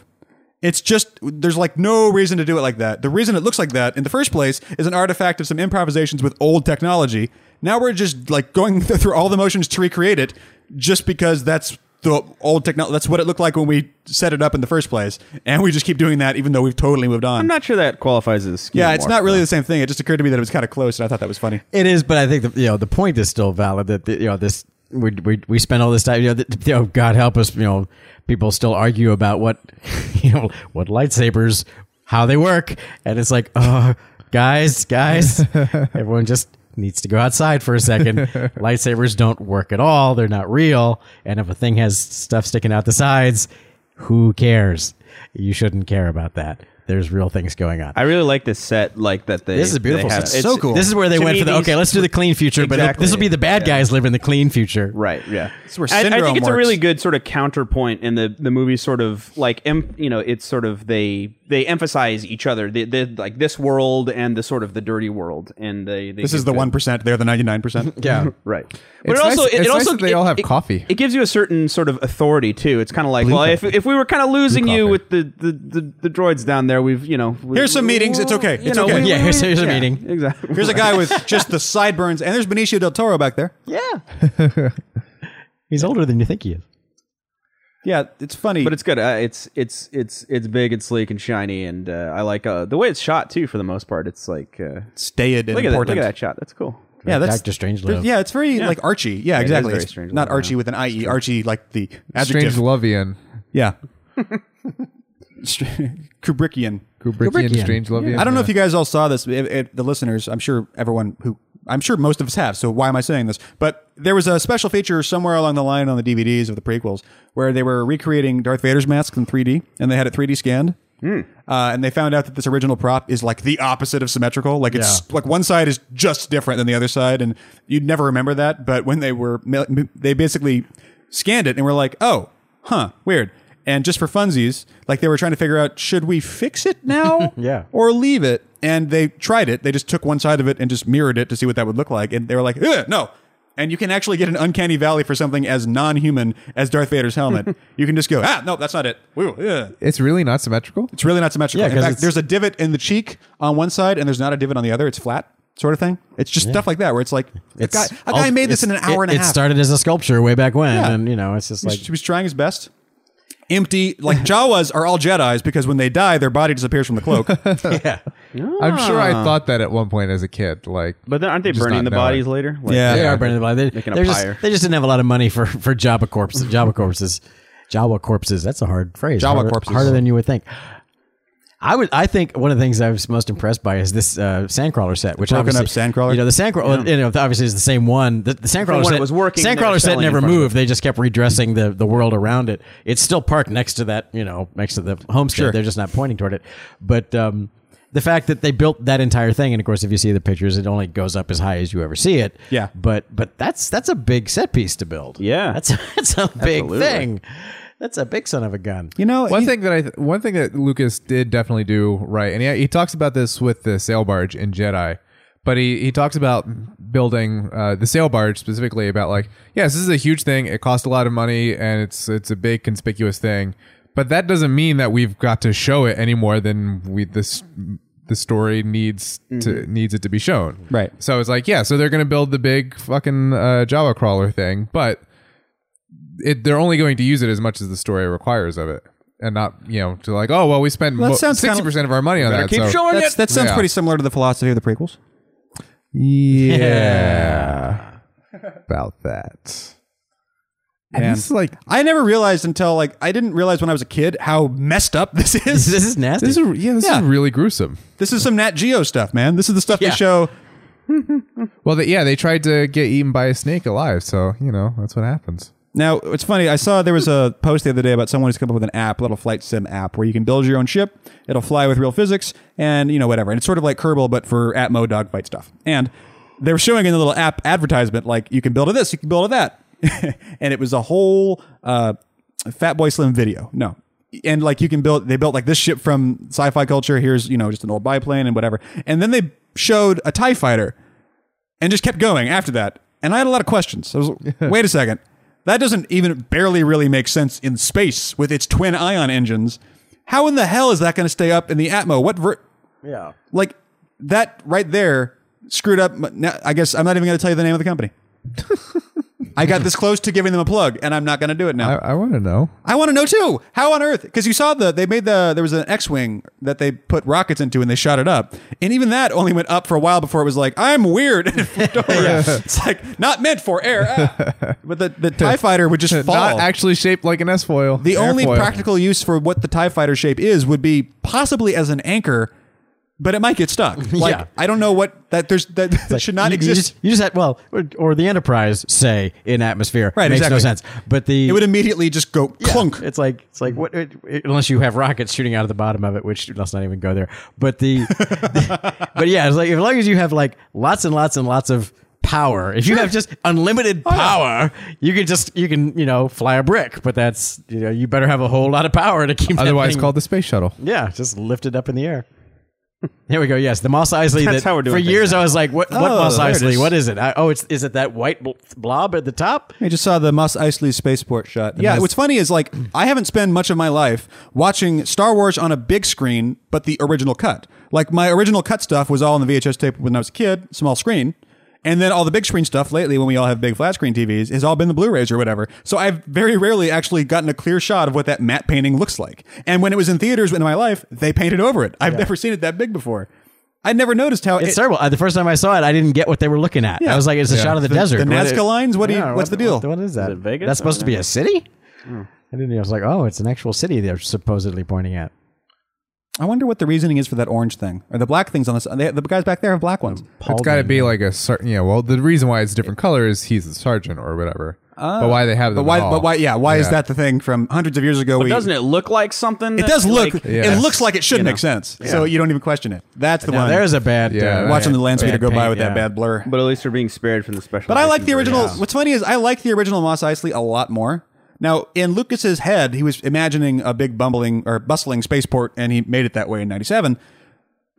Speaker 1: It's just there's like no reason to do it like that. The reason it looks like that in the first place is an artifact of some improvisations with old technology. Now we're just like going through all the motions to recreate it just because that's the old technology. That's what it looked like when we set it up in the first place, and we just keep doing that even though we've totally moved on.
Speaker 4: I'm not sure that qualifies as. a
Speaker 1: yeah, it's
Speaker 4: skeuomorph,
Speaker 1: not really
Speaker 4: though.
Speaker 1: the same thing. It just occurred to me that it was kind of close, and I thought that was funny.
Speaker 3: It is, but I think the, you know the point is still valid that the, you know this we we we spend all this time you know, that you know God help us you know people still argue about what you know what lightsabers how they work and it's like oh guys guys everyone just needs to go outside for a second lightsabers don't work at all they're not real and if a thing has stuff sticking out the sides who cares you shouldn't care about that there's real things going on
Speaker 4: I really like this set, like that. They,
Speaker 3: this is a beautiful.
Speaker 4: They have.
Speaker 3: set. This is where they
Speaker 4: To
Speaker 3: went
Speaker 4: me,
Speaker 3: for the
Speaker 4: these-
Speaker 3: okay. Let's do the clean future, but
Speaker 4: Exactly.
Speaker 3: this will be the bad
Speaker 4: Yeah.
Speaker 3: guys live in the clean future.
Speaker 4: Right. Yeah. That's
Speaker 1: where
Speaker 4: I,
Speaker 1: syndrome
Speaker 4: think it's a
Speaker 1: works.
Speaker 4: really good sort of counterpoint, and the the movie sort of like em, you know it's sort of they they emphasize each other. They, they like this world and the sort of the dirty world, and they, they
Speaker 1: This is
Speaker 4: give
Speaker 1: the
Speaker 4: good-
Speaker 1: one percent. They're the ninety nine percent.
Speaker 3: Yeah.
Speaker 4: Right. But
Speaker 2: It's
Speaker 4: it also
Speaker 2: nice-
Speaker 4: it,
Speaker 2: it's nice
Speaker 4: it also
Speaker 2: that they all have
Speaker 4: it-
Speaker 2: coffee.
Speaker 4: It gives you a certain sort of authority too. It's kind of like, well, if, if we were kind of losing you
Speaker 2: coffee.
Speaker 4: with the, the, the, the droids down there, we've you know we-
Speaker 1: Here's some meetings. It's okay.
Speaker 4: you
Speaker 1: It's
Speaker 4: know,
Speaker 1: okay.
Speaker 4: we-
Speaker 3: Yeah, here's-
Speaker 4: we-
Speaker 3: here's a
Speaker 4: yeah,
Speaker 3: meeting.
Speaker 4: Exactly.
Speaker 1: Here's a guy with just the sideburns, and there's Benicio del Toro back there.
Speaker 4: Yeah.
Speaker 3: He's older than you think he is.
Speaker 1: Yeah, it's funny.
Speaker 4: But it's good. Uh, it's it's it's it's big and sleek and shiny, and uh, I like uh, the way it's shot too. For the most part, it's like uh,
Speaker 1: staid and
Speaker 4: look at that, look
Speaker 1: important.
Speaker 4: at that shot. That's cool.
Speaker 1: Yeah, that's
Speaker 3: Dr. Strangelove.
Speaker 1: Yeah, it's very like Archie. Yeah, exactly.
Speaker 4: very
Speaker 1: It's
Speaker 4: Strangelove,
Speaker 1: not Archie
Speaker 4: yeah.
Speaker 1: with an IE. Archie like the adjective.
Speaker 2: Strange Lovian.
Speaker 1: Yeah. Str- Kubrickian.
Speaker 2: Kubrickian,
Speaker 3: Kubrickian.
Speaker 2: Strange Lovian.
Speaker 1: I don't know if you guys all saw this. It, it, the listeners, I'm sure everyone who, I'm sure most of us have. So why am I saying this? But there was a special feature somewhere along the line on the DVDs of the prequels where they were recreating Darth Vader's mask in 3D, and they had it 3D scanned. Uh, and they found out that this original prop is like the opposite of symmetrical. Like it's like one side is just different than the other side, and you'd never remember that. But when they were, they basically scanned it and were like, "Oh, huh, weird." And just for funsies, like they were trying to figure out, should we fix it now?
Speaker 3: Yeah.
Speaker 1: or leave it. And they tried it. They just took one side of it and just mirrored it to see what that would look like. And they were like, "Ugh, no. And you can actually get an uncanny valley for something as non human as Darth Vader's helmet. you can just go, ah, no, that's not it. Ooh, yeah.
Speaker 2: It's really not symmetrical.
Speaker 1: It's really not symmetrical.
Speaker 3: Yeah,
Speaker 1: in
Speaker 3: 'cause
Speaker 1: fact,
Speaker 3: it's-
Speaker 1: there's a divot in the cheek on one side and there's not a divot on the other. It's flat, sort of thing. It's just stuff like that where it's like,
Speaker 3: It's
Speaker 1: a guy, a guy
Speaker 3: all-
Speaker 1: made this in an
Speaker 3: it's-
Speaker 1: hour and
Speaker 3: it,
Speaker 1: a
Speaker 3: It
Speaker 1: half.
Speaker 3: started as a sculpture way back when,
Speaker 1: Yeah.
Speaker 3: and you know, it's just like
Speaker 1: He was trying his best. Empty, like Jawas are all Jedi's because when they die, their body disappears from the cloak.
Speaker 3: yeah,
Speaker 2: I'm sure I
Speaker 1: Ah.
Speaker 2: thought that at one point as a kid. Like,
Speaker 4: But then aren't they
Speaker 2: Just
Speaker 4: burning
Speaker 2: not
Speaker 4: the
Speaker 2: know
Speaker 4: bodies
Speaker 2: it.
Speaker 4: later? Like,
Speaker 1: Yeah.
Speaker 3: they are burning the body. They,
Speaker 4: Making a
Speaker 3: they're just,
Speaker 4: pyre.
Speaker 3: they just didn't have a lot of money for for Java corpses. Java corpses, Java corpses. That's a hard phrase.
Speaker 1: Java
Speaker 3: harder,
Speaker 1: corpses.
Speaker 3: harder than you would think. I would. I think one of the things I was most impressed by is this uh, Sandcrawler set, which
Speaker 1: Broken up
Speaker 3: obviously-
Speaker 1: Sandcrawler?
Speaker 3: You know, the Sandcrawler. You know, obviously is the same one. The, the Sandcrawler
Speaker 4: one
Speaker 3: set
Speaker 4: that was working, they were
Speaker 3: Sandcrawler set
Speaker 4: selling in
Speaker 3: never
Speaker 4: front of
Speaker 3: moved. They just kept redressing the the world around it. It's still parked next to that. You know, next to the homestead. They're just not pointing toward it. But um, the fact that they built that entire thing, and of course, if you see the pictures, it only goes up as high as you ever see it.
Speaker 1: Yeah.
Speaker 3: But but that's that's a big set piece to build.
Speaker 4: Yeah.
Speaker 3: That's that's a big
Speaker 4: Absolutely.
Speaker 3: thing. That's a big son of a gun.
Speaker 1: you know,
Speaker 2: one
Speaker 1: he-
Speaker 2: thing that I th- one thing that Lucas did definitely do right, and he, he talks about this with the sail barge in Jedi, but he he talks about building uh, the sail barge specifically about like yes, this is a huge thing. It cost a lot of money, and it's it's a big conspicuous thing. But that doesn't mean that we've got to show it any more than we this the story needs to needs it to be shown.
Speaker 1: Mm-hmm. Right.
Speaker 2: So it's like yeah, so they're gonna build the big fucking uh, Java crawler thing, but it, they're only going to use it as much as the story requires of it, and not you know to like, oh well, we spent
Speaker 1: Well, that sounds kinda-
Speaker 2: sixty percent of our money on that. so-
Speaker 1: That's, that sounds
Speaker 2: Yeah.
Speaker 1: pretty similar to the philosophy of the prequels.
Speaker 2: Yeah, about that. And,
Speaker 1: And-
Speaker 2: it's like
Speaker 1: I never realized until like I didn't realize when I was a kid how messed up this
Speaker 3: This,
Speaker 1: is.
Speaker 3: this is nasty.
Speaker 2: this is yeah, this
Speaker 1: Yeah.
Speaker 2: is really gruesome.
Speaker 1: this is some Nat Geo stuff, man. This is the stuff
Speaker 3: Yeah.
Speaker 1: they show.
Speaker 2: Well, they, yeah, they tried to get eaten by a snake alive, so you know that's what happens.
Speaker 1: Now it's funny. I saw there was a post the other day about someone who's come up with an app, a little flight sim app, where you can build your own ship. It'll fly with real physics, and you know whatever. And it's sort of like Kerbal, but for Atmo dogfight stuff. And they were showing in the little app advertisement, like you can build a this, you can build a that, and it was a whole uh, Fat Boy Slim video. No, and like you can build they built like this ship from sci-fi culture here's you know just an old biplane and whatever and then they showed a tie fighter and just kept going after that and i had a lot of questions i was like, wait a second that doesn't even barely really make sense in space with its twin ion engines how in the hell is that going to stay up in the atmo what ver-
Speaker 3: yeah.
Speaker 1: like that right there screwed up my- now, i guess i'm not even going to tell you the name of the company i got this close to giving them a plug and i'm not going to do it now
Speaker 2: I, I want to know.
Speaker 1: I want to know too. How on earth? Because you saw the they made the there was an X-wing that they put rockets into and they shot it up, and even that only went up for a while before it was like I'm weird. Don't worry. It's like not meant for air. Ah. But the the Tie Fighter would just fall.
Speaker 2: Not actually shaped like an S foil.
Speaker 1: the only practical use for what the Tie Fighter shape is would be possibly as an anchor, but it might get stuck. Like
Speaker 3: Yeah.
Speaker 1: I don't know what that there's that, that should not
Speaker 3: you,
Speaker 1: exist.
Speaker 3: You just, you just had well, or, or the Enterprise say in atmosphere
Speaker 1: Right,
Speaker 3: makes
Speaker 1: exactly.
Speaker 3: no sense. But the
Speaker 1: it would immediately just go
Speaker 3: Yeah.
Speaker 1: clunk.
Speaker 3: It's like it's like what it, it- unless you have rockets shooting out of the bottom of it, which let's not even go there. But the, the- but yeah, it's like as long as you have like lots and lots and lots of power, if you have just unlimited power, you can just you can you know fly a brick. But that's you know you better have a whole lot of power to keep. that
Speaker 2: otherwise
Speaker 3: thing-
Speaker 2: called the space shuttle.
Speaker 3: yeah, just lift it up in the air. Here we go. Yes, the Moss Eisley.
Speaker 4: That's
Speaker 3: that-
Speaker 4: how we're doing
Speaker 3: For
Speaker 4: things
Speaker 3: years, I was like, "What? what
Speaker 1: Oh,
Speaker 3: Moss
Speaker 1: there it
Speaker 3: Eisley?
Speaker 1: is.
Speaker 3: What is it? I, oh, it's is it that white bl- blob at the top?
Speaker 1: I just saw the Moss Eisley spaceport shot. yeah, what's funny is like I haven't spent much of my life watching Star Wars on a big screen, but the original cut. Like my original cut stuff was all on the VHS tape when I was a kid, small screen, And then all the big screen stuff lately, when we all have big flat screen TVs, has all been the Blu-rays or whatever. So I've very rarely actually gotten a clear shot of what that matte painting looks like. And when it was in theaters in my life, they painted over it. I've never seen it that big before. I never noticed how
Speaker 3: It's
Speaker 1: it,
Speaker 3: terrible. Uh, the first time I saw it, I didn't get what they were looking at. I was like, it's a shot of the, desert.
Speaker 1: the
Speaker 3: What-
Speaker 1: Nazca lines. What do you,
Speaker 3: Yeah,
Speaker 1: what's
Speaker 3: what-
Speaker 1: the deal?
Speaker 3: What, what is that?
Speaker 4: Is it Vegas?
Speaker 3: That's supposed to
Speaker 4: I
Speaker 3: be a city? I didn't. I was like, oh, it's an actual city. They're supposedly pointing at.
Speaker 1: I wonder what the reasoning is for that orange thing or the black things on this. They, the guys back there have black ones.
Speaker 2: It's got to be like a certain. Yeah. Well, the reason why it's different color is he's the sergeant or whatever.
Speaker 4: Ah.
Speaker 2: but why they have them
Speaker 1: But why?
Speaker 2: at all.
Speaker 1: But why? Yeah. Why is
Speaker 2: Yeah.
Speaker 1: that the thing from hundreds of years ago? we,
Speaker 4: Doesn't it look like something?
Speaker 1: It does look.
Speaker 2: Yeah.
Speaker 1: It looks like it should make sense. So you don't even question it. That's the
Speaker 3: Now,
Speaker 1: one.
Speaker 3: there's a bad.
Speaker 2: Yeah.
Speaker 3: uh,
Speaker 1: watching the land
Speaker 3: bad
Speaker 1: speeder go by
Speaker 3: paint,
Speaker 1: with
Speaker 3: yeah.
Speaker 1: that bad blur. But,
Speaker 4: But at least they're being spared from the special.
Speaker 1: I like the
Speaker 4: license
Speaker 1: original.
Speaker 4: version.
Speaker 1: What's funny is I like the original Moss Eisley a lot more. Now in Lucas's head, he was imagining a big bumbling or bustling spaceport, and he made it that way in '97.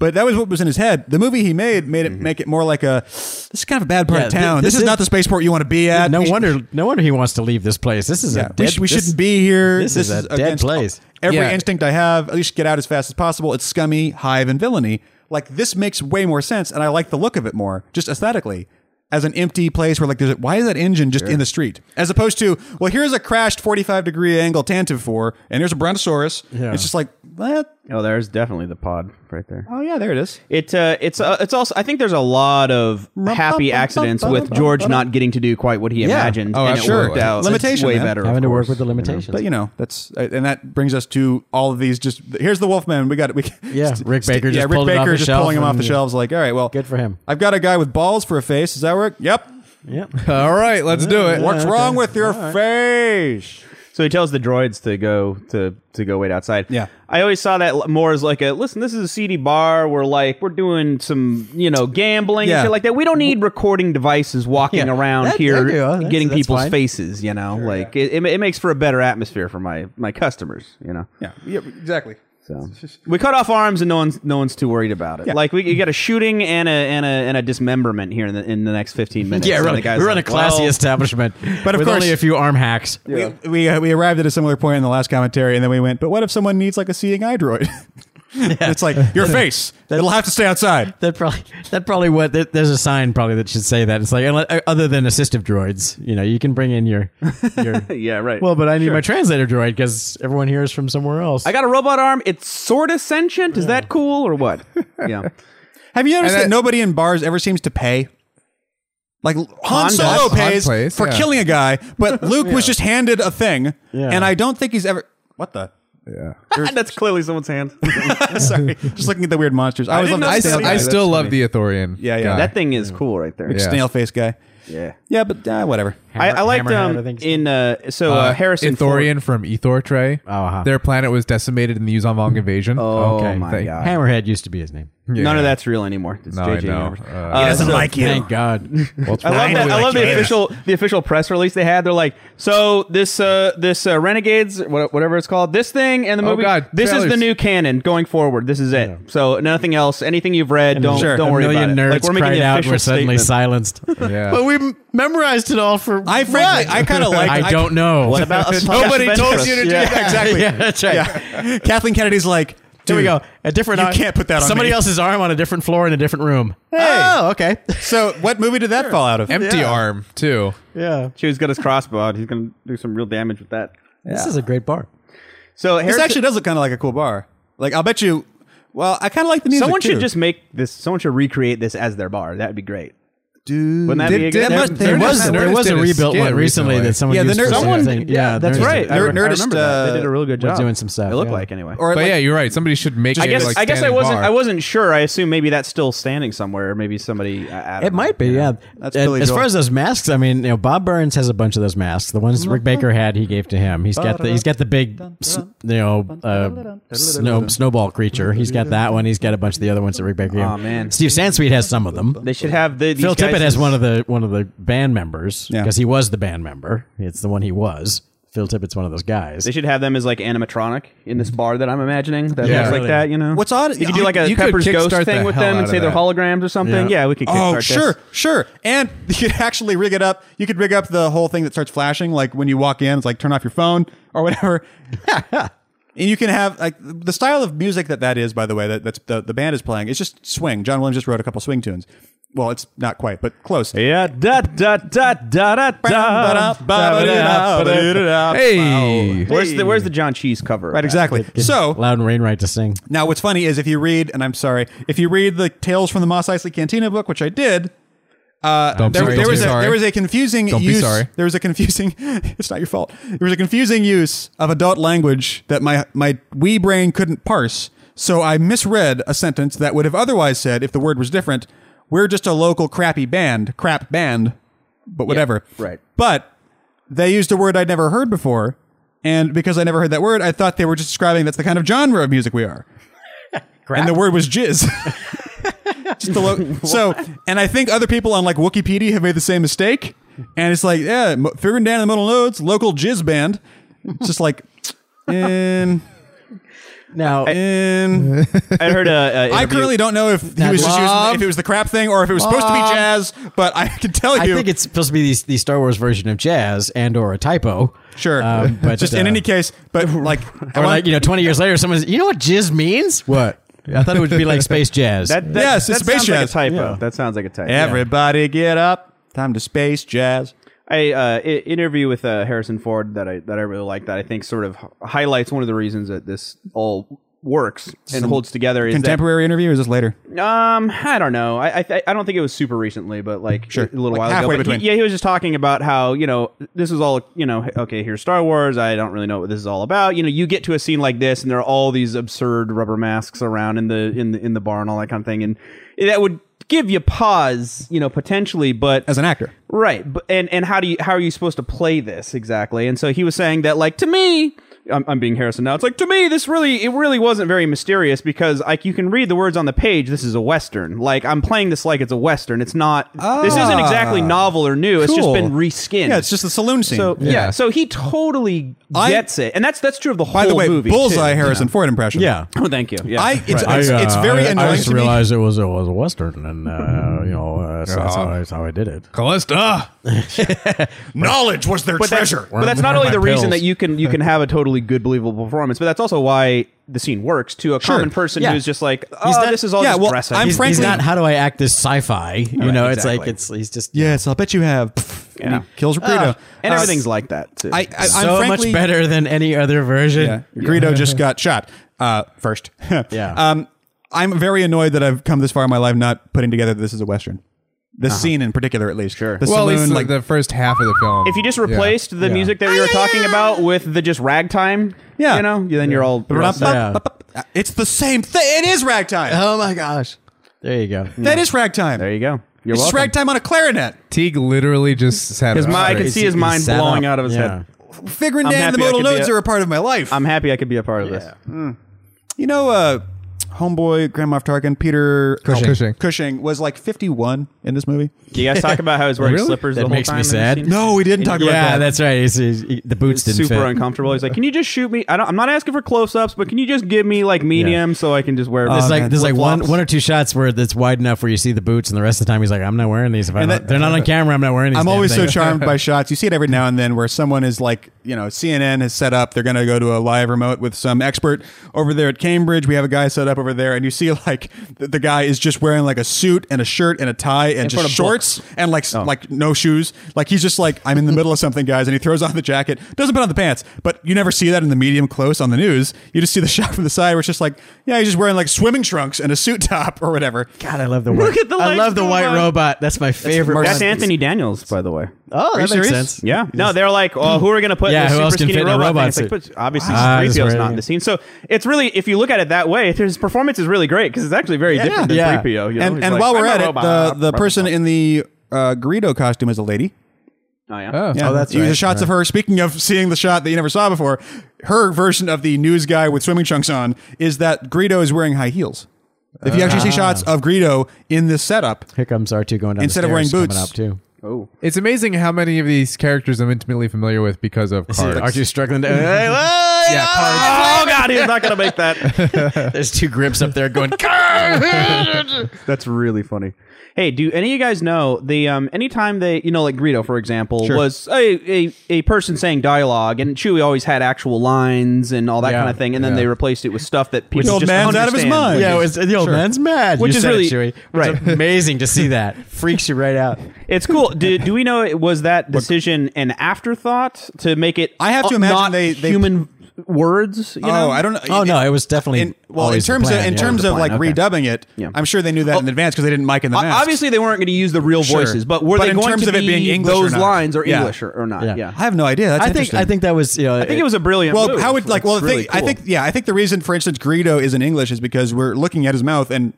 Speaker 1: But that was what was in his head. The movie he made made it make it more like a. This is kind of a bad part
Speaker 3: Mm-hmm. Yeah,
Speaker 1: of
Speaker 3: thi-
Speaker 1: town.
Speaker 3: this
Speaker 1: This, is,
Speaker 3: is-
Speaker 1: not the spaceport you want to be at.
Speaker 3: No
Speaker 1: We sh-
Speaker 3: wonder. No wonder he wants to leave this place. This is
Speaker 1: Yeah,
Speaker 3: a dead.
Speaker 1: we, sh- we
Speaker 3: this-
Speaker 1: shouldn't be here.
Speaker 3: this is a dead
Speaker 1: against
Speaker 3: place.
Speaker 1: Every
Speaker 2: Yeah.
Speaker 1: instinct I have, at least get out as fast as possible. It's scummy, hive, and villainy. Like this makes way more sense, and I like the look of it more, just aesthetically, as an empty place where like there's a, why is that engine just in the street as opposed to well here's a crashed 45 degree angle tantive four and here's a brontosaurus. It's just like what?
Speaker 4: Oh, there's definitely the pod right there.
Speaker 1: Oh yeah, there it is.
Speaker 4: It uh, it's uh, it's also I think there's a lot of happy accidents with George not getting to do quite what he imagined,
Speaker 1: Oh,
Speaker 4: and it
Speaker 1: sure.
Speaker 4: worked out
Speaker 1: Limitation,
Speaker 4: way
Speaker 1: man.
Speaker 4: better. of
Speaker 3: having to work
Speaker 4: course.
Speaker 3: with the limitations.
Speaker 1: But you know that's uh, and that brings us to all of these. Just here's the Wolfman. We got it. We
Speaker 3: Yeah, Rick Baker
Speaker 1: yeah,
Speaker 3: just
Speaker 1: Rick
Speaker 3: pulled it off
Speaker 1: Baker
Speaker 3: the
Speaker 1: just
Speaker 3: shelf
Speaker 1: pulling him off the
Speaker 3: and-
Speaker 1: shelves. Like all right, well,
Speaker 3: Good for him.
Speaker 1: I've got a guy with balls for a face. Does that work? Yep.
Speaker 3: Yep.
Speaker 2: All right, let's do it.
Speaker 1: What's wrong with your face?
Speaker 4: So he tells the droids to go to to go wait outside.
Speaker 1: Yeah.
Speaker 4: I always saw that l- more as like a listen. This is a seedy bar. We're like we're doing some you know gambling
Speaker 1: Yeah.
Speaker 4: and shit like that. We don't need recording devices walking
Speaker 3: Yeah.
Speaker 4: around
Speaker 3: That-
Speaker 4: here
Speaker 3: that- yeah, that's-
Speaker 4: getting
Speaker 3: that's
Speaker 4: people's
Speaker 3: fine.
Speaker 4: faces. You know, like it, it, ma- it makes for a better atmosphere for my my customers. You know.
Speaker 1: Yeah, yeah exactly.
Speaker 4: So we cut off arms and no one's no one's too worried about it. Like we you got a shooting and a and a and a dismemberment here in the in the next fifteen minutes.
Speaker 3: Yeah,
Speaker 4: And
Speaker 3: we're,
Speaker 4: the guy's
Speaker 3: we're on a
Speaker 4: like,
Speaker 3: classy
Speaker 4: "Well,
Speaker 3: establishment,
Speaker 1: But of
Speaker 3: with
Speaker 1: course-
Speaker 3: only a few arm hacks.
Speaker 1: We we, uh, we arrived at a similar point in the last commentary, and then we went. But what if someone needs like a seeing eye droid? It's like your face. It'll have to stay outside.
Speaker 3: That probably that probably what there- there's a sign probably that should say that. It's like unle- other than assistive droids, you know, you can bring in your your.
Speaker 4: Yeah, right.
Speaker 3: well, but I need my translator droid because everyone here is from somewhere else.
Speaker 4: I got a robot arm. It's sort of sentient. Is that cool or what? Yeah.
Speaker 1: Have you noticed
Speaker 2: And
Speaker 1: that,
Speaker 2: that-
Speaker 1: nobody in bars ever seems to pay? Like Han
Speaker 4: Han
Speaker 1: Solo
Speaker 2: does. Han
Speaker 1: pays
Speaker 2: plays,
Speaker 1: for
Speaker 2: yeah.
Speaker 1: killing a guy, but Luke was just handed a thing,
Speaker 3: Yeah.
Speaker 1: and I don't think he's ever. What the?
Speaker 4: That's clearly someone's hand.
Speaker 1: Sorry, just looking at the weird monsters. I, always
Speaker 4: didn't
Speaker 1: love
Speaker 2: I,
Speaker 1: the
Speaker 4: notice
Speaker 1: snail,
Speaker 2: still,
Speaker 4: Yeah,
Speaker 2: I
Speaker 4: that's
Speaker 2: still love
Speaker 4: funny.
Speaker 2: the Ethorian.
Speaker 1: Yeah, yeah.
Speaker 2: guy.
Speaker 4: that thing is cool right there.
Speaker 2: Yeah.
Speaker 1: snail face guy.
Speaker 4: Yeah.
Speaker 1: Yeah, but uh, whatever.
Speaker 4: I, I liked
Speaker 3: Hammerhead,
Speaker 4: um
Speaker 3: I think it's
Speaker 4: in uh so uh, Harrison Ford-
Speaker 2: Ithorian from Ethor Trey.
Speaker 3: Oh, uh-huh.
Speaker 2: Their planet was decimated in the Uzanvong invasion.
Speaker 4: Oh
Speaker 3: Okay.
Speaker 4: my
Speaker 2: Thank-
Speaker 4: god.
Speaker 3: Hammerhead used to be his name.
Speaker 4: None of that's real anymore. It's
Speaker 2: No, I
Speaker 4: JJ.
Speaker 2: know.
Speaker 4: Abrams.
Speaker 2: Uh,
Speaker 1: He
Speaker 4: so-
Speaker 1: like
Speaker 3: Thank God.
Speaker 4: I love
Speaker 1: Ryan
Speaker 4: that. I
Speaker 1: Willick,
Speaker 4: love the
Speaker 1: yeah.
Speaker 4: official the official press release they had. They're like, so this uh, this uh, Renegades, wha- whatever it's called, this thing and the
Speaker 2: Oh,
Speaker 4: movie.
Speaker 2: God,
Speaker 4: this is the
Speaker 2: trailers.
Speaker 4: new canon going forward. This is it. So nothing else. Anything you've read, don't
Speaker 1: sure,
Speaker 4: don't
Speaker 1: a
Speaker 4: worry
Speaker 3: a million
Speaker 4: about
Speaker 3: nerds
Speaker 4: it. Like we're making
Speaker 3: cried
Speaker 4: the
Speaker 3: out and
Speaker 4: official
Speaker 3: were suddenly
Speaker 4: statement.
Speaker 3: silenced.
Speaker 2: Yeah.
Speaker 3: But we m- memorized it all for.
Speaker 1: I frankly, I kind of like.
Speaker 3: I don't know.
Speaker 4: What about us?
Speaker 1: Nobody told you to do
Speaker 3: Yeah.
Speaker 1: that. Exactly.
Speaker 3: Yeah, that's right.
Speaker 1: Yeah. Kathleen Kennedy's like,
Speaker 3: Here
Speaker 1: dude,
Speaker 3: we go. A different.
Speaker 1: You
Speaker 3: arm-
Speaker 1: can't put that on
Speaker 3: somebody
Speaker 1: me.
Speaker 3: else's arm on a different floor in a different room. Oh, okay.
Speaker 1: So, what movie did that fall out of?
Speaker 2: Empty arm too.
Speaker 3: yeah.
Speaker 4: Chew's got his crossbow. out. He's gonna do some real damage with that.
Speaker 3: This is a great bar.
Speaker 4: So
Speaker 1: This
Speaker 4: Harrison,
Speaker 1: actually does look kind of like a cool bar. Like, I'll bet you. Well, I kind of like the music.
Speaker 4: someone
Speaker 1: too.
Speaker 4: should just make this. Someone should recreate this as their bar. That'd be great.
Speaker 1: do.
Speaker 4: Wouldn't that be a good?
Speaker 2: did-
Speaker 4: idea?
Speaker 2: that must-
Speaker 3: There
Speaker 2: Nerdist-
Speaker 3: was there
Speaker 2: Nerdist
Speaker 3: was a
Speaker 2: did a
Speaker 3: rebuilt
Speaker 2: skit
Speaker 3: one recently
Speaker 2: recently.
Speaker 3: that someone
Speaker 1: Yeah, the
Speaker 3: used
Speaker 1: Nerd-
Speaker 3: for
Speaker 1: someone-
Speaker 3: something.
Speaker 4: yeah, that's
Speaker 3: Nerdist
Speaker 4: right.
Speaker 3: did.
Speaker 4: I,
Speaker 1: Nerd-
Speaker 4: re- I
Speaker 1: Nerdist,
Speaker 4: remember that. They
Speaker 1: uh,
Speaker 4: did a really good
Speaker 3: was
Speaker 4: job
Speaker 3: doing some stuff,
Speaker 4: It looked
Speaker 3: yeah.
Speaker 4: like anyway.
Speaker 1: Or
Speaker 2: But
Speaker 1: like,
Speaker 2: yeah, you're right. Somebody should make.
Speaker 4: I
Speaker 2: it,
Speaker 4: guess
Speaker 2: like,
Speaker 4: I guess I
Speaker 2: standing
Speaker 4: wasn't
Speaker 2: bar.
Speaker 4: I wasn't sure. I assume maybe that's still standing somewhere. or Maybe somebody. I, I don't
Speaker 3: It
Speaker 4: know.
Speaker 3: might be, yeah.
Speaker 1: That's
Speaker 3: And
Speaker 1: Billy
Speaker 3: as
Speaker 1: Joel.
Speaker 3: far as those masks, I mean, you know, Bob Burns has a bunch of those masks. The ones Rick Baker had, he gave to him. He's got the he's got the big, s- you know, uh, snow, snowball creature. He's got that one. He's got a bunch of the other ones that Rick Baker. Gave.
Speaker 4: Aw,
Speaker 3: him.
Speaker 4: man.
Speaker 3: Steve Sansweet has some of them.
Speaker 4: They should have the
Speaker 3: Phil Tippett has one of the one of the band members
Speaker 1: Yeah.
Speaker 3: because he was the band member. It's the one he was. Phil Tippett's one of those guys.
Speaker 4: They should have them as like animatronic in this bar that I'm imagining. That
Speaker 2: Yeah.
Speaker 4: looks like
Speaker 3: Really.
Speaker 4: that, you know.
Speaker 1: What's odd-
Speaker 4: You could do like a
Speaker 2: you could
Speaker 4: Pepper's Ghost
Speaker 2: kickstart
Speaker 4: thing
Speaker 2: the
Speaker 4: with
Speaker 2: hell
Speaker 4: them
Speaker 2: out
Speaker 4: and
Speaker 2: of
Speaker 4: say they're
Speaker 2: that.
Speaker 4: holograms or something.
Speaker 3: Yeah.
Speaker 4: Yeah, we could.
Speaker 1: Oh,
Speaker 4: kickstart
Speaker 1: sure,
Speaker 4: This.
Speaker 1: sure. And you could actually rig it up. You could rig up the whole thing that starts flashing, like when you walk in, it's like turn off your phone or whatever. And you can have like the style of music that that is, by the way, that that's the, the band is playing. It's just swing. John Williams just wrote a couple swing tunes. Well, it's not quite, but close.
Speaker 4: Yeah, da da da da da
Speaker 2: Hey,
Speaker 4: Where's the Where's the John Cheese cover?
Speaker 1: Right, exactly. So
Speaker 3: Loud and Wainwright to sing.
Speaker 1: Now, what's funny is if you read, and I'm sorry, if you read the Tales from the Moss Isley Cantina book, which I did, uh,
Speaker 2: Don't be
Speaker 1: there,
Speaker 2: sorry,
Speaker 1: there
Speaker 2: don't
Speaker 1: was
Speaker 2: be
Speaker 1: a,
Speaker 2: sorry.
Speaker 1: there was a confusing
Speaker 2: Don't be
Speaker 1: use.
Speaker 2: sorry.
Speaker 1: There was a confusing. it's not your fault. There was a confusing use of adult language that my my wee brain couldn't parse. So I misread a sentence that would have otherwise said, if the word was different, "We're just a local crappy band, crap band," but whatever.
Speaker 4: right.
Speaker 1: But they used a word I'd never heard before. And because I never heard that word, I thought they were just describing that's the kind of genre of music we are. And the word was jizz. Just the lo- so, and I think other people on like Wikipedia have made the same mistake. And it's like, yeah, mo- figuring down in the middle nodes, local jizz band. It's just like, in,
Speaker 3: Now,
Speaker 1: in.
Speaker 4: I heard a. a
Speaker 1: I
Speaker 4: interview-
Speaker 1: currently don't know if he was just using,
Speaker 2: Mom.
Speaker 1: if it was the crap thing or if it was supposed to be jazz. But I can tell you,
Speaker 3: I think it's supposed to be the, the Star Wars version of jazz and or a typo.
Speaker 1: sure.
Speaker 3: Um, but
Speaker 1: just in
Speaker 3: uh,
Speaker 1: any case, but like, I want-
Speaker 3: or like you know, twenty years later, someone's you know what jizz means?
Speaker 2: what?
Speaker 3: I thought it would be like space jazz.
Speaker 4: That, that,
Speaker 1: Yes,
Speaker 4: that
Speaker 1: it's space
Speaker 4: sounds like a
Speaker 1: jazz.
Speaker 4: typo. That sounds like a typo.
Speaker 1: Everybody get up. Time to space jazz.
Speaker 4: I uh, I- interview with uh, Harrison Ford that I that I really like that I think sort of h- highlights one of the reasons that this all works and holds together is that
Speaker 1: Contemporary interview or is this later?
Speaker 4: um I don't know I I, th- I don't think it was super recently but like
Speaker 1: Sure.
Speaker 4: a little
Speaker 1: Like
Speaker 4: while
Speaker 1: halfway
Speaker 4: ago But he-
Speaker 1: between.
Speaker 4: yeah he was just talking about how you know this is all you know okay here's Star Wars I don't really know what this is all about you know you get to a scene like this and there are all these absurd rubber masks around in the in the in the bar and all that kind of thing and that would give you pause you know potentially but
Speaker 1: As an actor.
Speaker 4: Right, but, and and how do you how are you supposed to play this exactly? And so he was saying that like to me, I'm, I'm being Harrison now. It's like to me, this really it really wasn't very mysterious because like you can read the words on the page. This is a western. Like I'm playing this like it's a western. It's not. This isn't exactly novel or new. It's just
Speaker 1: Ah. Cool.
Speaker 4: been reskinned.
Speaker 1: Yeah, it's just the saloon scene.
Speaker 4: so yeah.
Speaker 2: Yeah.
Speaker 4: So he totally
Speaker 1: I-
Speaker 4: gets it, and that's that's true of the whole
Speaker 1: By the way,
Speaker 4: movie.
Speaker 1: Bullseye
Speaker 4: too.
Speaker 1: Harrison Ford impression.
Speaker 3: yeah.
Speaker 4: Oh, thank you. Yeah.
Speaker 1: I it's it's, it's very annoying
Speaker 3: I just
Speaker 1: to me.
Speaker 3: realized it was it was a western, and uh, you know uh, so
Speaker 1: Oh.
Speaker 3: that's, how I, that's how I did it.
Speaker 2: Callista.
Speaker 1: Knowledge was their
Speaker 4: that's-
Speaker 1: treasure.
Speaker 4: But that's not
Speaker 2: Where
Speaker 4: only
Speaker 2: are
Speaker 4: the
Speaker 2: my
Speaker 4: reason
Speaker 2: pills?
Speaker 4: that you can you can have a totally good, believable performance, but that's also why the scene works to a common person
Speaker 3: Yeah.
Speaker 4: who's just like, oh, this is all
Speaker 1: yeah,
Speaker 4: just
Speaker 1: well,
Speaker 4: dress up.
Speaker 1: I'm
Speaker 4: He's-
Speaker 1: Frank-
Speaker 3: He's
Speaker 1: Frankly-
Speaker 3: not. How do I act this sci-fi? You know, it's
Speaker 4: exactly.
Speaker 3: like it's he's just
Speaker 1: yes, I'll bet you have. And he kills Greedo.
Speaker 4: and everything's like that too.
Speaker 1: uh, I, I, I'm
Speaker 3: so
Speaker 1: frankly-
Speaker 3: much better than any other version.
Speaker 1: Yeah, Greedo just got shot uh, first.
Speaker 3: Yeah.
Speaker 1: Um, I'm very annoyed that I've come this far in my life not putting together that this is a western. This scene in particular, at least. Sure. The
Speaker 2: Well, at
Speaker 1: saloon,
Speaker 2: least
Speaker 1: like
Speaker 2: like the first half of the film.
Speaker 4: if you just
Speaker 2: Yeah.
Speaker 4: replaced the
Speaker 2: Yeah.
Speaker 4: music that we were talking about with the just ragtime,
Speaker 1: Ah, Yeah.
Speaker 4: you know, then you're all. you're all set.
Speaker 3: Yeah.
Speaker 1: It's the same thing. It is ragtime.
Speaker 3: Oh my gosh. There you go.
Speaker 1: that is ragtime.
Speaker 4: There you go. You're
Speaker 1: it's just
Speaker 4: welcome.
Speaker 1: ragtime on a clarinet.
Speaker 2: Teague literally just sat
Speaker 4: His
Speaker 2: up
Speaker 4: mind- I could
Speaker 2: straight.
Speaker 4: see his mind
Speaker 3: sat
Speaker 4: blowing out of his head.
Speaker 1: Figuring
Speaker 4: I'm
Speaker 1: down the
Speaker 4: happy I
Speaker 1: modal
Speaker 4: could be
Speaker 1: nodes
Speaker 4: a-
Speaker 1: are a part of my life.
Speaker 4: I'm happy I could be a part of this.
Speaker 1: you know, uh, homeboy Grand Moff Tarkin, Peter
Speaker 2: Cushing. Cushing.
Speaker 1: Cushing was like 51 in this movie.
Speaker 4: Do you guys talk about how he's wearing
Speaker 2: Really?
Speaker 4: slippers
Speaker 3: That
Speaker 4: the whole
Speaker 3: makes me
Speaker 4: time? in the
Speaker 3: sad.
Speaker 4: scene?
Speaker 1: No, we didn't talk about
Speaker 3: Yeah,
Speaker 1: that.
Speaker 3: that's right. He's, he's, he- the boots didn't
Speaker 4: super
Speaker 3: fit.
Speaker 4: uncomfortable. He's like, "Can you just shoot me? I don't. I'm not asking for close-ups, but can you just give me like medium so I can just wear?"
Speaker 3: There's like
Speaker 1: man.
Speaker 3: there's like one
Speaker 1: Flip-flops.
Speaker 3: one or two shots where that's wide enough where you see the boots, and the rest of the time he's like, I'm not wearing these. If I
Speaker 1: And
Speaker 3: don't-
Speaker 1: that-
Speaker 3: they're not on camera. I'm not wearing these.
Speaker 1: I'm
Speaker 3: damn
Speaker 1: always so
Speaker 3: things."
Speaker 1: charmed by shots. You see it every now and then where someone is like, you know, CNN has set up, they're going to go to a live remote with some expert over there at Cambridge. We have a guy set up over there, and you see like the, the guy is just wearing like a suit and a shirt and a tie and
Speaker 4: front
Speaker 1: just
Speaker 4: of Oh.
Speaker 1: shorts and like s like no shoes. Like he's just like, I'm in the middle of something, guys, and he throws on the jacket, doesn't put on the pants, but you never see that in the medium close on the news. You just see the shot from the side where it's just like, yeah, he's just wearing like swimming trunks and a suit top or whatever.
Speaker 3: God, I love the white.
Speaker 4: at the
Speaker 3: I
Speaker 4: legs
Speaker 3: love the
Speaker 4: go
Speaker 3: white
Speaker 4: by.
Speaker 3: robot. That's my favorite.
Speaker 1: Mercy.
Speaker 4: That's
Speaker 3: one.
Speaker 4: Anthony Daniels, by the way.
Speaker 3: Oh, that
Speaker 1: Are you
Speaker 3: makes
Speaker 1: serious?
Speaker 3: sense.
Speaker 4: Yeah. No, they're like, oh, who are we going to put
Speaker 3: Yeah,
Speaker 4: in
Speaker 3: who
Speaker 4: this
Speaker 3: else
Speaker 4: super
Speaker 3: can
Speaker 4: skinny
Speaker 3: fit in a
Speaker 4: robot,
Speaker 3: robot
Speaker 4: thing? It's like,
Speaker 3: suit?
Speaker 4: but obviously,
Speaker 3: Ah,
Speaker 4: c
Speaker 3: that's
Speaker 4: 3
Speaker 3: right,
Speaker 4: not in
Speaker 3: yeah.
Speaker 4: the scene. So it's really, if you look at it that way, his performance is really great because it's actually very different than
Speaker 3: Yeah.
Speaker 4: 3PO. You know?
Speaker 1: And,
Speaker 4: He's
Speaker 1: and
Speaker 4: like,
Speaker 1: while
Speaker 4: "I'm
Speaker 1: we're
Speaker 4: a
Speaker 1: at it,
Speaker 4: robot."
Speaker 1: the, the
Speaker 4: Robot.
Speaker 1: person in the uh, Greedo costume is a lady.
Speaker 4: Oh, yeah.
Speaker 2: Oh.
Speaker 1: Yeah,
Speaker 3: that's
Speaker 1: you- the
Speaker 3: right,
Speaker 1: shots of her. Speaking of seeing the shot that you never saw before, her version of the news guy with swimming trunks on is that Greedo is wearing high heels. If you actually
Speaker 3: Ah.
Speaker 1: see shots of Greedo in this setup,
Speaker 3: Here comes R2 going down
Speaker 1: Instead
Speaker 3: the
Speaker 1: of wearing
Speaker 3: stairs,
Speaker 1: boots.
Speaker 3: coming up too.
Speaker 4: Oh.
Speaker 2: It's amazing how many of these characters I'm intimately familiar with because of
Speaker 3: See,
Speaker 2: cards.
Speaker 3: R2 struggling. To, hey, what? it!
Speaker 2: Yeah,
Speaker 3: Oh,
Speaker 2: cards.
Speaker 4: Oh God, he's not gonna make that.
Speaker 3: There's two grips up there going, "Grr!"
Speaker 4: That's really funny. Hey, do any of you guys know the um anytime they you know like Greedo for example was a, a a person saying dialogue and Chewie always had actual lines and all that
Speaker 2: Yeah.
Speaker 4: kind of thing and then
Speaker 2: Yeah.
Speaker 4: they replaced it with stuff that people
Speaker 1: old
Speaker 4: just
Speaker 1: man's out of his
Speaker 4: understand,
Speaker 1: mind.
Speaker 4: which
Speaker 3: yeah, it
Speaker 4: is-
Speaker 3: was, the old man's mad.
Speaker 4: Which
Speaker 3: You
Speaker 4: is
Speaker 3: said it,
Speaker 4: really-
Speaker 3: Chewie. It's
Speaker 4: right.
Speaker 3: amazing to see that. Freaks you right out.
Speaker 4: It's cool. Do, do we know it was that decision an afterthought to make it?
Speaker 1: I have to
Speaker 4: uh,
Speaker 1: imagine
Speaker 4: not
Speaker 1: they- they-
Speaker 4: human words. You know?
Speaker 1: oh, I don't know.
Speaker 3: Oh, no, it was definitely
Speaker 1: In, well, in
Speaker 3: always the
Speaker 1: terms
Speaker 3: plan,
Speaker 1: of in
Speaker 3: yeah.
Speaker 1: terms
Speaker 3: The
Speaker 1: of
Speaker 3: plan,
Speaker 1: like
Speaker 3: okay.
Speaker 1: redubbing it,
Speaker 4: Yeah.
Speaker 1: I'm sure they knew that in advance because they didn't mic in the
Speaker 4: O-
Speaker 1: mask.
Speaker 4: Obviously, they weren't going to use the real
Speaker 1: Sure.
Speaker 4: voices, but were
Speaker 1: But
Speaker 4: they
Speaker 1: in
Speaker 4: going
Speaker 1: terms
Speaker 4: to
Speaker 1: of it
Speaker 4: be
Speaker 1: being English or
Speaker 4: those
Speaker 1: not?
Speaker 4: lines or
Speaker 1: Yeah.
Speaker 4: English or, or not?
Speaker 3: Yeah.
Speaker 4: Yeah.
Speaker 1: I have no idea. That's
Speaker 3: I think
Speaker 1: interesting.
Speaker 3: I think that was you know.
Speaker 4: I think it was a brilliant.
Speaker 1: Well,
Speaker 4: move.
Speaker 1: how would like? Well, the
Speaker 4: It's
Speaker 1: thing,
Speaker 4: really
Speaker 1: I
Speaker 4: cool.
Speaker 1: think, yeah, I think the reason, for instance, Greedo is in English is because we're looking at his mouth and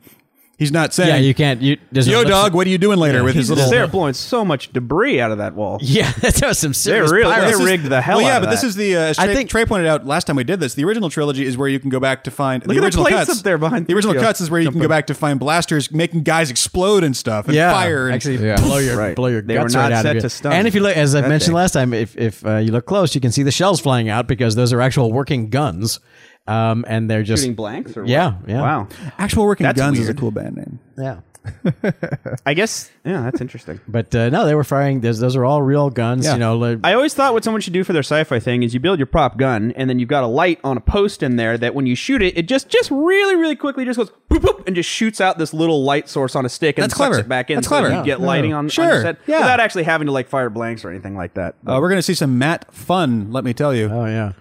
Speaker 1: he's not saying,
Speaker 3: yeah. You can't. You there's no
Speaker 1: "Yo,
Speaker 3: lip-
Speaker 1: dog, what are you doing later?" with his
Speaker 4: Jesus,
Speaker 1: little.
Speaker 4: they're blowing so much debris out of that wall.
Speaker 3: Yeah, that was some serious.
Speaker 4: really-
Speaker 3: pirates.
Speaker 4: they
Speaker 1: This is-
Speaker 4: rigged the hell
Speaker 1: Well, yeah,
Speaker 4: out of
Speaker 1: but this
Speaker 4: that.
Speaker 1: is the. Uh, as
Speaker 3: I
Speaker 1: Trey,
Speaker 3: think-
Speaker 1: Trey pointed out last time we did this. The original trilogy is where you can go back to find
Speaker 4: Look
Speaker 1: the
Speaker 4: at the
Speaker 1: original
Speaker 4: plates
Speaker 1: cuts
Speaker 4: up there behind
Speaker 1: The original
Speaker 4: Theo.
Speaker 1: cuts is where you can go back to find blasters making guys explode and stuff and
Speaker 3: yeah,
Speaker 1: fire. And,
Speaker 3: actually
Speaker 2: Yeah.
Speaker 3: blow your
Speaker 4: Right.
Speaker 3: blow your
Speaker 4: They
Speaker 3: guts
Speaker 4: were not
Speaker 3: right out
Speaker 4: set
Speaker 3: of you.
Speaker 4: to stun
Speaker 3: And if you look, as I
Speaker 4: that
Speaker 3: mentioned
Speaker 4: thing.
Speaker 3: last time, if if uh, you look close, you can see the shells flying out because those are actual working guns, um, and they're just
Speaker 4: Shooting blanks or what?
Speaker 3: Yeah, yeah.
Speaker 4: Wow.
Speaker 1: actual working
Speaker 4: That's
Speaker 1: guns is a
Speaker 4: weird.
Speaker 1: cool band name.
Speaker 3: yeah.
Speaker 4: I guess. Yeah, that's interesting.
Speaker 3: But uh, no, they were firing. Those those are all real guns.
Speaker 1: Yeah.
Speaker 3: You know, like,
Speaker 4: I always thought what someone should do for their sci-fi thing is you build your prop gun and then you've got a light on a post in there that when you shoot it, it just just really really quickly just goes boop boop and just shoots out this little light source on a stick and
Speaker 1: That's
Speaker 4: sucks
Speaker 1: clever.
Speaker 4: it back in.
Speaker 1: That's
Speaker 4: so that
Speaker 1: clever.
Speaker 4: You get lighting on, on
Speaker 1: Sure.
Speaker 4: your set
Speaker 1: Yeah.
Speaker 4: without actually having to like fire blanks or anything like that.
Speaker 1: Uh, we're gonna see some Matt fun. Let me tell you.
Speaker 3: oh yeah.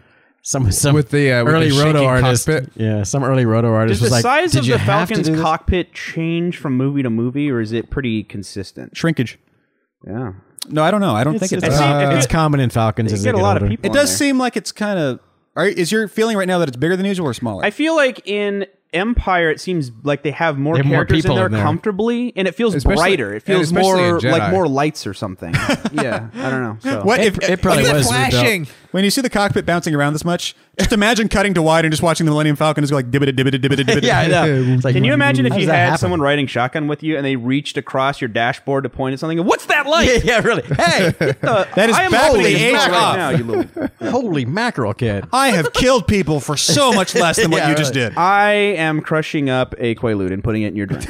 Speaker 3: Some, some
Speaker 2: With the, uh, with
Speaker 3: early
Speaker 2: the
Speaker 3: roto
Speaker 2: shaking
Speaker 3: artist,
Speaker 2: cockpit.
Speaker 3: yeah, some early roto artist
Speaker 4: Does the
Speaker 3: was like,
Speaker 4: size
Speaker 3: "Did
Speaker 4: of
Speaker 3: you
Speaker 4: the
Speaker 3: have to
Speaker 4: Falcon's
Speaker 3: do this?"
Speaker 4: cockpit change from movie to movie, or is it pretty consistent?
Speaker 1: Shrinkage.
Speaker 4: Yeah,
Speaker 1: No, I don't know. I don't think
Speaker 3: It's,
Speaker 1: it
Speaker 3: it's,
Speaker 1: does.
Speaker 4: Uh,
Speaker 3: it's common in Falcons.
Speaker 4: you
Speaker 3: as
Speaker 4: get
Speaker 3: they
Speaker 4: a lot
Speaker 3: older.
Speaker 4: of people.
Speaker 1: It
Speaker 4: on
Speaker 1: does
Speaker 4: there.
Speaker 1: seem like it's kind of. Are, is your feeling right now that it's bigger than usual or smaller?
Speaker 4: I feel like in Empire, it seems like they have more
Speaker 3: They have more
Speaker 4: characters
Speaker 3: people
Speaker 4: in there
Speaker 3: in there.
Speaker 4: comfortably, and it feels
Speaker 2: Especially-
Speaker 4: brighter. It
Speaker 2: and
Speaker 4: feels
Speaker 2: especially in
Speaker 4: more
Speaker 2: Jedi.
Speaker 4: like more lights or something. yeah, I don't know. So.
Speaker 1: What
Speaker 3: It- it probably
Speaker 1: if-
Speaker 3: was really dope.
Speaker 1: When you see the cockpit bouncing around this much, just imagine cutting to wide and just watching the Millennium Falcon just go like dibbida dibbida dibbida dibbida.
Speaker 3: yeah, I know. It's like,
Speaker 4: Can you imagine if
Speaker 3: how
Speaker 4: you
Speaker 3: does that
Speaker 4: had
Speaker 3: happen?
Speaker 4: someone riding shotgun with you and they reached across your dashboard to point at something? And, What's that light?
Speaker 3: Yeah, yeah, really. Hey,
Speaker 1: That is
Speaker 4: I am
Speaker 1: back
Speaker 4: opening
Speaker 1: the
Speaker 4: this
Speaker 1: age
Speaker 4: door right
Speaker 1: up.
Speaker 4: now, you little
Speaker 3: holy mackerel, kid!
Speaker 1: I have killed people for so much less than what
Speaker 3: Yeah,
Speaker 1: you just
Speaker 3: really.
Speaker 1: did.
Speaker 4: I am crushing up a Quaalude and putting it in your drink.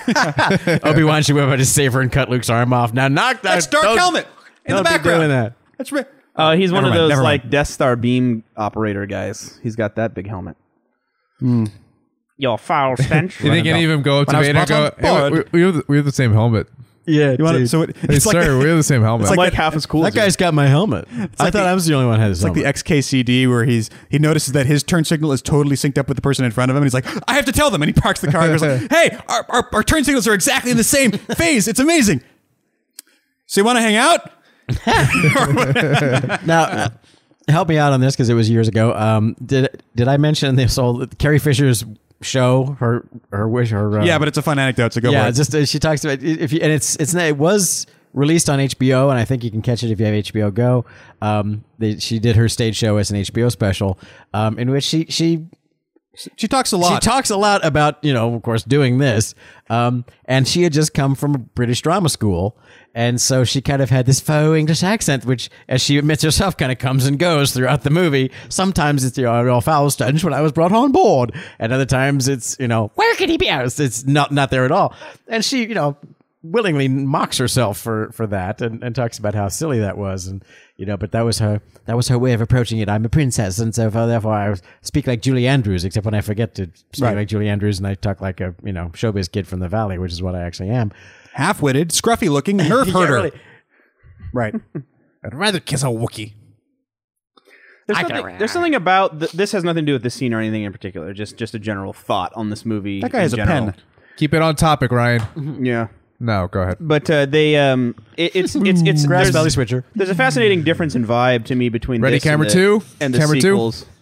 Speaker 3: Obi Wan should have just save her and cut Luke's arm off. Now knock that.
Speaker 1: That's Dark
Speaker 3: those-
Speaker 1: Helmet in
Speaker 3: don't
Speaker 1: the
Speaker 3: be
Speaker 1: background.
Speaker 3: doing that.
Speaker 1: That's right.
Speaker 4: Uh, he's one
Speaker 1: Never
Speaker 4: of
Speaker 1: mind,
Speaker 4: those
Speaker 1: never mind.
Speaker 4: like Death Star beam operator guys. He's got that big helmet. Your foul stench.
Speaker 2: You think any of them go up
Speaker 1: When
Speaker 2: to
Speaker 1: I was
Speaker 2: Vader and go,
Speaker 1: brought
Speaker 2: hey,
Speaker 1: on
Speaker 2: we,
Speaker 1: board-
Speaker 2: we, have the, we have the same helmet.
Speaker 3: Yeah, you
Speaker 1: wanna-
Speaker 3: want
Speaker 1: so it-
Speaker 2: Hey,
Speaker 1: it's like,
Speaker 2: sir, we have the same helmet.
Speaker 4: like, half as cool.
Speaker 3: that
Speaker 4: as you.
Speaker 3: guy's got my helmet. I
Speaker 1: like
Speaker 3: thought
Speaker 1: the-
Speaker 3: I was the only one who had his
Speaker 1: it's like the
Speaker 3: helmet.
Speaker 1: XKCD where he's he notices that his turn signal is totally synced up with the person in front of him, and he's like, "I have to tell them." And he parks the car and goes, like, "Hey, our, our, our turn signals are exactly in the same phase. It's amazing." So you want to hang out?
Speaker 3: Uh, now, uh, help me out on this because it was years ago. Um, did did I mention this old Carrie Fisher's show? Her her wish her uh,
Speaker 1: Yeah, but it's a fun anecdote. So go
Speaker 3: yeah,
Speaker 1: for it.
Speaker 3: just uh, she talks about if you, and it's it's it was released on HBO, and I think you can catch it if you have HBO Go. Um, they, she did her stage show as an HBO special, um, in which she she
Speaker 1: she talks a lot.
Speaker 3: she talks a lot about you know, of course, doing this. Um, and she had just come from a British drama school, and so she kind of had this faux English accent, which, as she admits herself, kind of comes and goes throughout the movie. Sometimes it's you know, real foul stench when I was brought on board, and other times it's you know, where could he be? It's, it's not not there at all. And she you know willingly mocks herself for for that and, and talks about how silly that was and you know but that was her that was her way of approaching it i'm a princess and so far, therefore i speak like julie andrews except when i forget to speak
Speaker 1: Right.
Speaker 3: like julie andrews and i talk like a you know showbiz kid from the valley which is what i actually am
Speaker 1: half-witted, scruffy-looking nerf
Speaker 3: Yeah,
Speaker 1: herder.
Speaker 3: really.
Speaker 1: Right. I'd rather kiss a Wookiee.
Speaker 4: There's,
Speaker 3: I got
Speaker 4: something,
Speaker 3: it.
Speaker 4: there's something about th- this has nothing to do with this scene or anything in particular. Just just a general thought on this movie.
Speaker 1: That guy
Speaker 4: in
Speaker 1: has a
Speaker 4: general.
Speaker 2: Keep it on topic, Ryan.
Speaker 4: Yeah,
Speaker 2: No, go ahead.
Speaker 4: but uh, they um, it, it's it's it's
Speaker 3: grass
Speaker 4: there's-
Speaker 3: belly switcher
Speaker 4: There's a fascinating difference in vibe to me between
Speaker 2: Ready,
Speaker 4: this
Speaker 2: camera
Speaker 4: and the,
Speaker 2: two?
Speaker 4: and the
Speaker 2: Camera two?
Speaker 4: sequels.
Speaker 1: pen.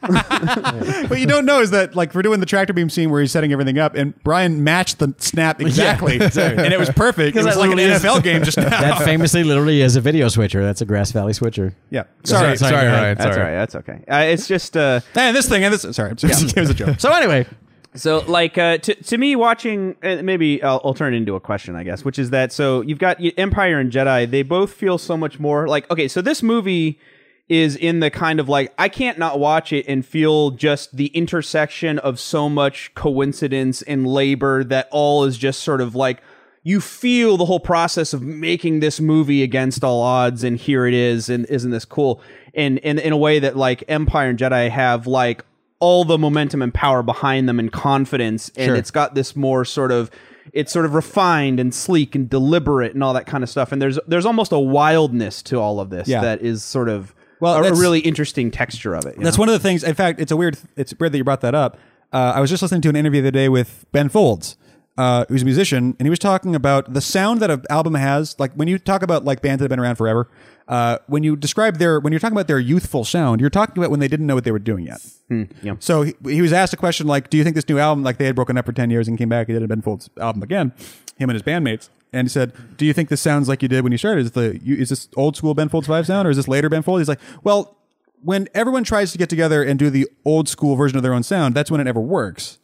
Speaker 1: What you don't know is that, like, we're doing the tractor beam scene where he's setting everything up, and Brian matched the snap exactly, and it was perfect. It was
Speaker 3: that
Speaker 1: like an
Speaker 3: literally is-
Speaker 1: NFL game just now.
Speaker 3: that famously literally is a video switcher that's a grass valley switcher
Speaker 1: yeah. Sorry.
Speaker 2: sorry,
Speaker 3: go ahead.
Speaker 2: Ryan.
Speaker 4: That's all
Speaker 2: sorry.
Speaker 4: right. That's okay. Uh, it's just uh,
Speaker 1: And this thing and this. Sorry. it was a joke.
Speaker 3: so anyway
Speaker 4: So, like, uh, to to me, watching uh, maybe I'll, I'll turn it into a question, I guess, which is that so you've got Empire and Jedi. They both feel so much more like okay. So this movie is in the kind of like I can't not watch it and feel just the intersection of so much coincidence and labor that all is just sort of like you feel the whole process of making this movie against all odds and here it is and isn't this cool and, and in a way that like empire and jedi have like all the momentum and power behind them and confidence and it's got this more sort of it's sort of refined and sleek and deliberate and all that kind of stuff and there's there's almost a wildness to all of this
Speaker 1: Yeah.
Speaker 4: that is sort of
Speaker 1: Well,
Speaker 4: well, a,
Speaker 1: that's-
Speaker 4: really interesting texture of it you
Speaker 1: That's
Speaker 4: know?
Speaker 1: one of the things. In fact, it's a weird. It's weird that you brought that up. Uh, I was just listening to an interview the other day with Ben Folds, uh, who's a musician, and he was talking about the sound that an album has. Like when you talk about like bands that have been around forever, uh, when you describe their when you're talking about their youthful sound, you're talking about when they didn't know what they were doing yet. So he, he was asked a question like, "Do you think this new album, like they had broken up for ten years and came back and did a Ben Folds album again, him and his bandmates?" And he said, "Do you think this sounds like you did when you started? Is the you, is this old school Ben Folds vibe sound, or is this later Ben Folds?" He's like, "Well, when everyone tries to get together and do the old school version of their own sound, that's when it never works."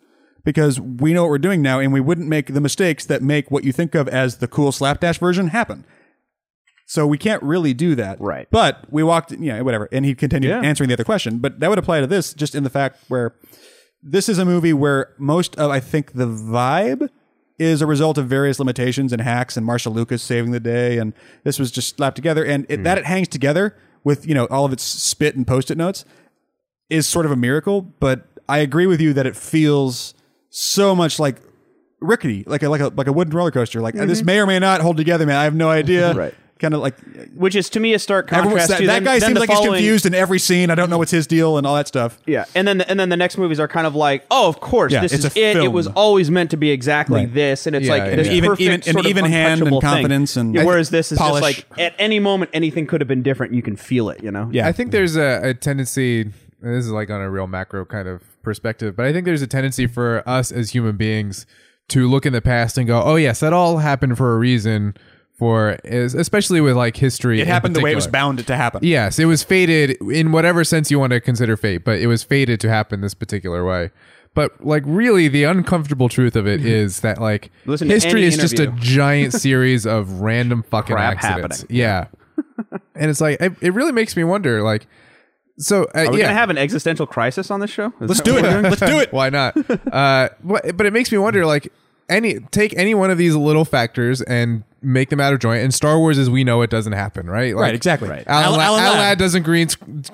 Speaker 1: Because we know what we're doing now, and we wouldn't make the mistakes that make what you think of as the cool slapdash version happen. So we can't really do that.
Speaker 4: Right.
Speaker 1: But we walked, yeah, whatever. And he continued
Speaker 4: Yeah.
Speaker 1: answering the other question. But that would apply to this just in the fact where this is a movie where most of, I think, the vibe is a result of various limitations and hacks and Marsha Lucas saving the day. And this was just slapped together. And
Speaker 4: Hmm.
Speaker 1: it, that it hangs together with, you know, all of its spit and post it notes is sort of a miracle, but I agree with you that it feels so much like rickety, like a like a like a wooden roller coaster. Like this may or may not hold together, man. I have no idea.
Speaker 4: Mm-hmm. Right.
Speaker 1: Kind of like
Speaker 4: which is to me a stark
Speaker 1: everyone,
Speaker 4: contrast
Speaker 1: that,
Speaker 4: to
Speaker 1: that
Speaker 4: then-
Speaker 1: guy
Speaker 4: then
Speaker 1: seems
Speaker 4: the
Speaker 1: like he's
Speaker 4: following-
Speaker 1: confused in every scene. I don't know what's his deal and all that stuff.
Speaker 4: Yeah, and then and then the next movies are kind of like, oh, of course,
Speaker 1: Yeah,
Speaker 4: this
Speaker 1: it's
Speaker 4: is
Speaker 1: a
Speaker 4: it. It was
Speaker 1: film.
Speaker 4: always meant to be exactly
Speaker 1: Right.
Speaker 4: this, and it's
Speaker 2: Yeah,
Speaker 4: like
Speaker 2: yeah.
Speaker 4: this
Speaker 1: Even-
Speaker 4: perfect
Speaker 1: even-
Speaker 4: sort
Speaker 1: an
Speaker 4: of
Speaker 1: even hand and
Speaker 4: untouchable thing.
Speaker 1: confidence and-
Speaker 4: Yeah,
Speaker 1: I-
Speaker 4: whereas this is
Speaker 1: polish.
Speaker 4: just like at any moment anything could have been different. You can feel it, you know.
Speaker 1: Yeah.
Speaker 2: Um, I think there's a, a tendency. and This is like on a real macro kind of perspective, but I think there's a tendency for us as human beings to look in the past and go, "Oh yes, that all happened for a reason." For is especially with like history,
Speaker 1: It
Speaker 2: in
Speaker 1: happened the way it was
Speaker 2: particular.
Speaker 1: bound to happen.
Speaker 2: Yes, it was fated in whatever sense you want to consider fate, but it was fated to happen this particular way. But like really the uncomfortable truth of it is that like
Speaker 4: Mm-hmm. Listen to
Speaker 2: history
Speaker 4: any
Speaker 2: is just a
Speaker 4: interview.
Speaker 2: giant series of random fucking
Speaker 4: Crap
Speaker 2: accidents.
Speaker 4: happening.
Speaker 2: Yeah. and it's like it, it really makes me wonder like so uh,
Speaker 4: Are we
Speaker 2: yeah.
Speaker 4: gonna have an existential crisis on this show? Is
Speaker 1: Let's
Speaker 4: that
Speaker 1: do
Speaker 4: what
Speaker 1: it.
Speaker 4: we're doing?
Speaker 1: Let's do it.
Speaker 2: Why not? Uh, but, but it makes me wonder, like any take any one of these little factors and make them out of joint. And Star Wars, as we know, it doesn't happen, right? Like,
Speaker 1: Right, exactly. Right.
Speaker 2: Alan,
Speaker 1: Alan-
Speaker 2: La-
Speaker 1: Alan
Speaker 2: Alan
Speaker 1: Ladd.
Speaker 2: Ladd doesn't green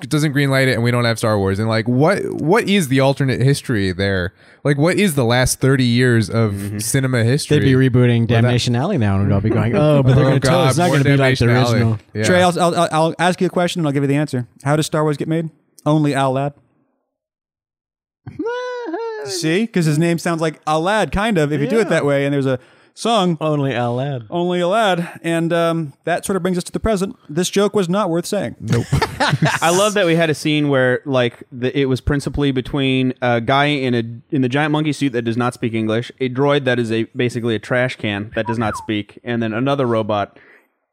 Speaker 2: doesn't greenlight it, and we don't have Star Wars. And like, what what is the alternate history there? Like, what is the last thirty years of cinema history?
Speaker 3: Mm-hmm. They'd be rebooting Damnation Alley now, and I'll be going, oh, but they're
Speaker 2: Oh
Speaker 3: going to tell
Speaker 2: God,
Speaker 3: us. It's not
Speaker 2: more
Speaker 3: going to be like the
Speaker 2: Damnation Alley.
Speaker 3: original.
Speaker 2: Yeah.
Speaker 1: Trey, I'll, I'll, I'll- I'll ask you a question and I'll give you the answer. How does Star Wars get made? Only Al Ladd. See, because his name sounds like Al Ladd, kind of. If you do it that way, and there's a song
Speaker 3: Only Al Ladd.
Speaker 1: only a lad. And um, that sort of brings us to the present. This joke was not worth saying.
Speaker 4: I love that we had a scene where like the, it was principally between a guy in a in the giant monkey suit that does not speak English, a droid that is a basically a trash can that does not speak, and then another robot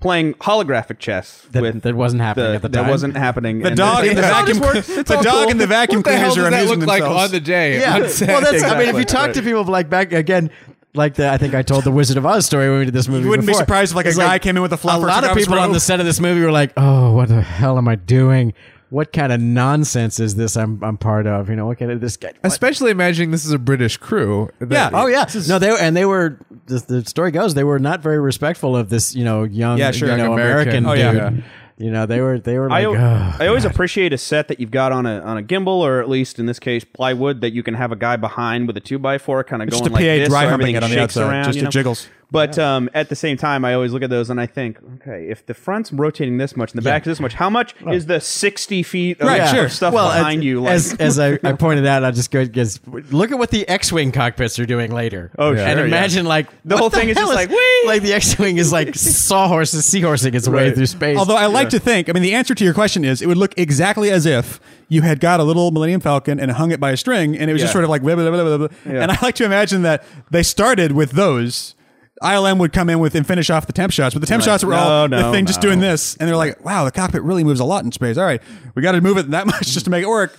Speaker 4: playing holographic chess
Speaker 3: That-
Speaker 4: with
Speaker 3: that wasn't happening
Speaker 4: the-
Speaker 3: at the
Speaker 4: That
Speaker 3: time.
Speaker 4: wasn't happening.
Speaker 1: The dog and the
Speaker 4: "Oh,
Speaker 1: vacuum. The dog and the vacuum
Speaker 2: what the hell
Speaker 1: cleaners
Speaker 2: does
Speaker 1: are
Speaker 2: that
Speaker 1: amusing
Speaker 2: look like
Speaker 1: themselves.
Speaker 2: on the day?
Speaker 3: Yeah.
Speaker 2: On
Speaker 3: Well,
Speaker 2: set?
Speaker 3: that's. I mean,
Speaker 4: Exactly.
Speaker 3: if you talk to people like back again, like the I think I told the Wizard of Oz story when we did this movie.
Speaker 1: wouldn't be
Speaker 3: before.
Speaker 1: surprised if, like, a
Speaker 3: It's
Speaker 1: guy came in with a
Speaker 3: A
Speaker 1: flopper
Speaker 3: lot
Speaker 1: took
Speaker 3: of
Speaker 1: off his
Speaker 3: people on
Speaker 1: robe.
Speaker 3: the set of this movie were like, "Oh, what the hell am I doing? What kind of nonsense is this? I'm I'm part of? You know, what kind of this guy?" what-
Speaker 2: Especially imagining this is a British crew. that-
Speaker 1: Yeah.
Speaker 3: Oh yeah, no, they and they were. The, the story goes they were not very respectful of this, you know, young,
Speaker 1: Yeah, sure.
Speaker 3: you know,
Speaker 2: Young
Speaker 3: American,
Speaker 2: American.
Speaker 1: Oh, yeah.
Speaker 3: dude. You know, they were they were
Speaker 4: I,
Speaker 3: like, "Ugh."
Speaker 4: I always appreciate a set that you've got on a on a gimbal or at least in this case plywood that you can have a guy behind with a two by four kind of
Speaker 1: Just
Speaker 4: going
Speaker 1: a
Speaker 4: like
Speaker 1: PA
Speaker 4: this
Speaker 1: dry
Speaker 4: so
Speaker 1: humping
Speaker 4: everything
Speaker 1: it on the
Speaker 4: shakes
Speaker 1: outside,
Speaker 4: around,
Speaker 1: just
Speaker 4: you
Speaker 1: it
Speaker 4: know?
Speaker 1: jiggles.
Speaker 4: But um, at the same time, I always look at those and I think, okay, if the front's rotating this much and the back's this much, how much is the sixty feet of
Speaker 1: Right,
Speaker 4: of
Speaker 1: sure.
Speaker 4: stuff
Speaker 3: well,
Speaker 4: behind
Speaker 3: as,
Speaker 4: you? Like,
Speaker 3: as as I, I pointed out, I just go because look at what the X-wing cockpits are doing later.
Speaker 4: Oh,
Speaker 3: yeah.
Speaker 4: sure,
Speaker 3: and
Speaker 4: yeah.
Speaker 3: imagine like
Speaker 4: The
Speaker 3: what
Speaker 4: whole thing is
Speaker 3: hell
Speaker 4: just like, "Whee!"
Speaker 3: like the X-wing is like sawhorses, seahorsing its way
Speaker 4: Right.
Speaker 3: through space.
Speaker 1: Although I like to think, I mean, the answer to your question is it would look exactly as if you had got a little Millennium Falcon and hung it by a string, and it was just
Speaker 4: Yeah.
Speaker 1: sort of like. Blah, blah, blah, blah, blah. And I like to imagine that they started with those. ILM would come in with and finish off the temp shots, but the temp shots were all
Speaker 4: No,
Speaker 1: the
Speaker 4: no,
Speaker 1: thing just
Speaker 4: no.
Speaker 1: doing this, and they're like, "Wow, the cockpit really moves a lot in space." All right, we got to move it that much just to make it work.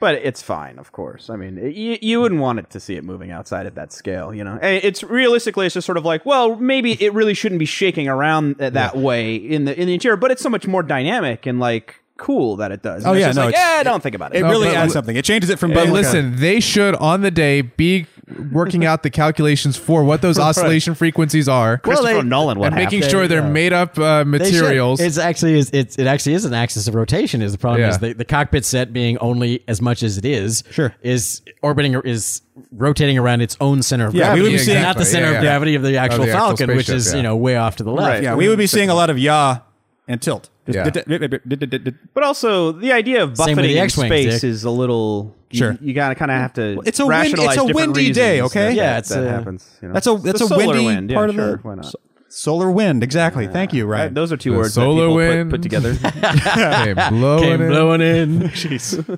Speaker 4: But it's fine, of course. I mean, it- you, you wouldn't want it to see it moving outside of that scale, you know. And it's realistically, it's just sort of like, well, maybe it really shouldn't be shaking around th- that way in the in the interior. But it's so much more dynamic and like cool that it does. And
Speaker 1: Oh,
Speaker 4: it's
Speaker 1: yeah,
Speaker 4: just
Speaker 1: no,
Speaker 4: like,
Speaker 1: it's-
Speaker 4: yeah, don't think about it.
Speaker 1: It really
Speaker 2: but-
Speaker 1: adds something. It changes it from.
Speaker 2: But
Speaker 1: being like a-
Speaker 2: listen, they should on the day be working out the calculations for what those oscillation frequencies are,
Speaker 3: Well,
Speaker 4: Christopher
Speaker 3: they-
Speaker 4: Nolan would
Speaker 2: and
Speaker 4: have
Speaker 2: making
Speaker 4: to.
Speaker 2: sure they're made up uh,
Speaker 3: They should.
Speaker 2: materials.
Speaker 3: It's actually is it's, it actually is an axis of rotation. Is the problem
Speaker 2: Yeah.
Speaker 3: is the, the cockpit set being only as much as it is
Speaker 1: Sure.
Speaker 3: is orbiting or is rotating around its own center of
Speaker 1: Yeah, we
Speaker 3: gravity,
Speaker 1: would be seeing-
Speaker 3: not the
Speaker 2: exactly.
Speaker 3: center
Speaker 2: Yeah,
Speaker 3: of
Speaker 2: yeah.
Speaker 3: gravity of the actual
Speaker 2: actual
Speaker 3: Falcon, which
Speaker 2: spaceship,
Speaker 3: is
Speaker 2: yeah.
Speaker 3: you know way off to the left.
Speaker 4: Right.
Speaker 1: yeah, we would be seeing a lot of yaw and tilt.
Speaker 2: Yeah.
Speaker 4: But also, the idea of
Speaker 3: Same with
Speaker 4: buffeting
Speaker 3: the
Speaker 4: in
Speaker 3: X-Wing,
Speaker 4: space
Speaker 3: Dick.
Speaker 4: is a little. you-
Speaker 1: Sure.
Speaker 4: you, gotta kind of have to.
Speaker 1: it's a wind- it's
Speaker 4: rationalize
Speaker 1: a
Speaker 4: different
Speaker 1: windy day,
Speaker 4: reasons
Speaker 1: okay?
Speaker 4: that-
Speaker 3: Yeah,
Speaker 4: that
Speaker 3: it's a-
Speaker 4: happens. you know.
Speaker 1: That's a
Speaker 4: The
Speaker 1: that's a
Speaker 4: solar
Speaker 1: windy
Speaker 4: wind. Yeah,
Speaker 1: part
Speaker 4: sure,
Speaker 1: of the
Speaker 4: why not?
Speaker 1: solar wind. Exactly. Thank you. Right.
Speaker 4: Right, Those are two
Speaker 2: The
Speaker 4: words that
Speaker 2: solar
Speaker 4: people
Speaker 2: wind.
Speaker 4: Put, put together.
Speaker 2: Came blowing
Speaker 3: Came
Speaker 2: it
Speaker 3: blowing in,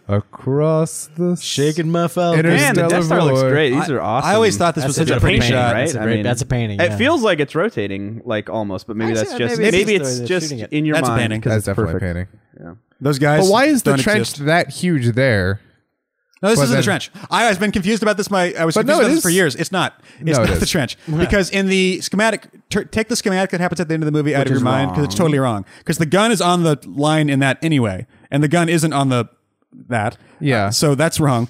Speaker 2: across the
Speaker 3: shaking my Falcon.
Speaker 2: Inter-
Speaker 4: Man, the Death Star looks
Speaker 2: Stellar
Speaker 4: great. These are awesome.
Speaker 1: I always thought this
Speaker 3: That's
Speaker 1: was such
Speaker 3: a
Speaker 1: a pretty
Speaker 3: painting,
Speaker 1: shot.
Speaker 3: right? That's a great- that's a painting,
Speaker 4: It
Speaker 3: yeah.
Speaker 4: feels like it's rotating, like almost, but maybe that's
Speaker 3: Actually,
Speaker 4: just
Speaker 3: maybe
Speaker 4: maybe, it's
Speaker 3: it's just the way they're
Speaker 4: just
Speaker 3: shooting it.
Speaker 4: in your
Speaker 1: That's a
Speaker 4: mind.
Speaker 1: painting.
Speaker 4: 'cause
Speaker 2: That's
Speaker 4: it's
Speaker 2: definitely
Speaker 4: perfect.
Speaker 2: painting.
Speaker 1: Those guys.
Speaker 2: But why is the
Speaker 1: don't
Speaker 2: trench
Speaker 1: exist.
Speaker 2: that huge there?
Speaker 1: No, this
Speaker 2: But
Speaker 1: isn't the
Speaker 2: then-
Speaker 1: trench. I has been confused about this. My I was
Speaker 2: But
Speaker 1: confused
Speaker 2: no, it
Speaker 1: about this
Speaker 2: is.
Speaker 1: for years. It's not. It's
Speaker 2: No, it
Speaker 1: not the
Speaker 2: is.
Speaker 1: trench because in the schematic, tur take the schematic that happens at the end of the movie out of your
Speaker 4: is
Speaker 1: mind because it's totally wrong. Because the gun is on the line in that anyway, and the gun isn't on the that.
Speaker 2: Yeah.
Speaker 1: Uh, so that's wrong.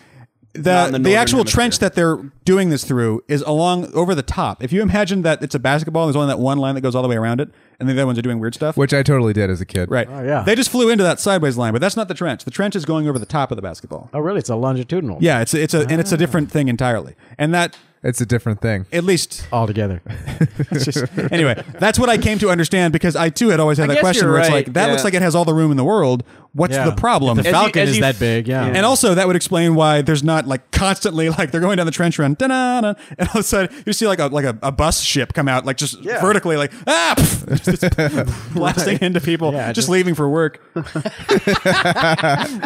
Speaker 1: The
Speaker 4: in the
Speaker 1: the,
Speaker 4: northern
Speaker 1: actual
Speaker 4: hemisphere.
Speaker 1: trench that they're doing this through is along over the top. If you imagine that it's a basketball, there's only that one line that goes all the way around it, and the other ones are doing weird stuff.
Speaker 2: Which I totally did as a kid.
Speaker 1: Right.
Speaker 3: yeah.
Speaker 1: They just flew into that sideways line, but that's not the trench. The trench is going over the top of the basketball.
Speaker 3: Oh, really? It's a longitudinal.
Speaker 1: Yeah, it's a, it's a and
Speaker 4: Ah.
Speaker 1: it's a different thing entirely. And that
Speaker 2: It's a different thing.
Speaker 1: at least
Speaker 3: altogether.
Speaker 1: it's just, anyway, that's what I came to understand because I too had always had that
Speaker 4: guess
Speaker 1: question
Speaker 4: you're
Speaker 1: where it's
Speaker 4: right,
Speaker 1: like that looks
Speaker 4: yeah.
Speaker 1: like it has all the room in the world. What's
Speaker 3: Yeah.
Speaker 1: the problem?
Speaker 3: The Falcon
Speaker 4: as
Speaker 3: is
Speaker 4: you-
Speaker 3: that big. Yeah.
Speaker 1: and also that would explain why there's not like constantly like they're going down the trench run, da-na-na, and all of a sudden you see like a like a, a bus ship come out like just vertically like ah pff, just- just blasting into people
Speaker 3: Yeah,
Speaker 1: just,
Speaker 3: just-
Speaker 1: leaving for work.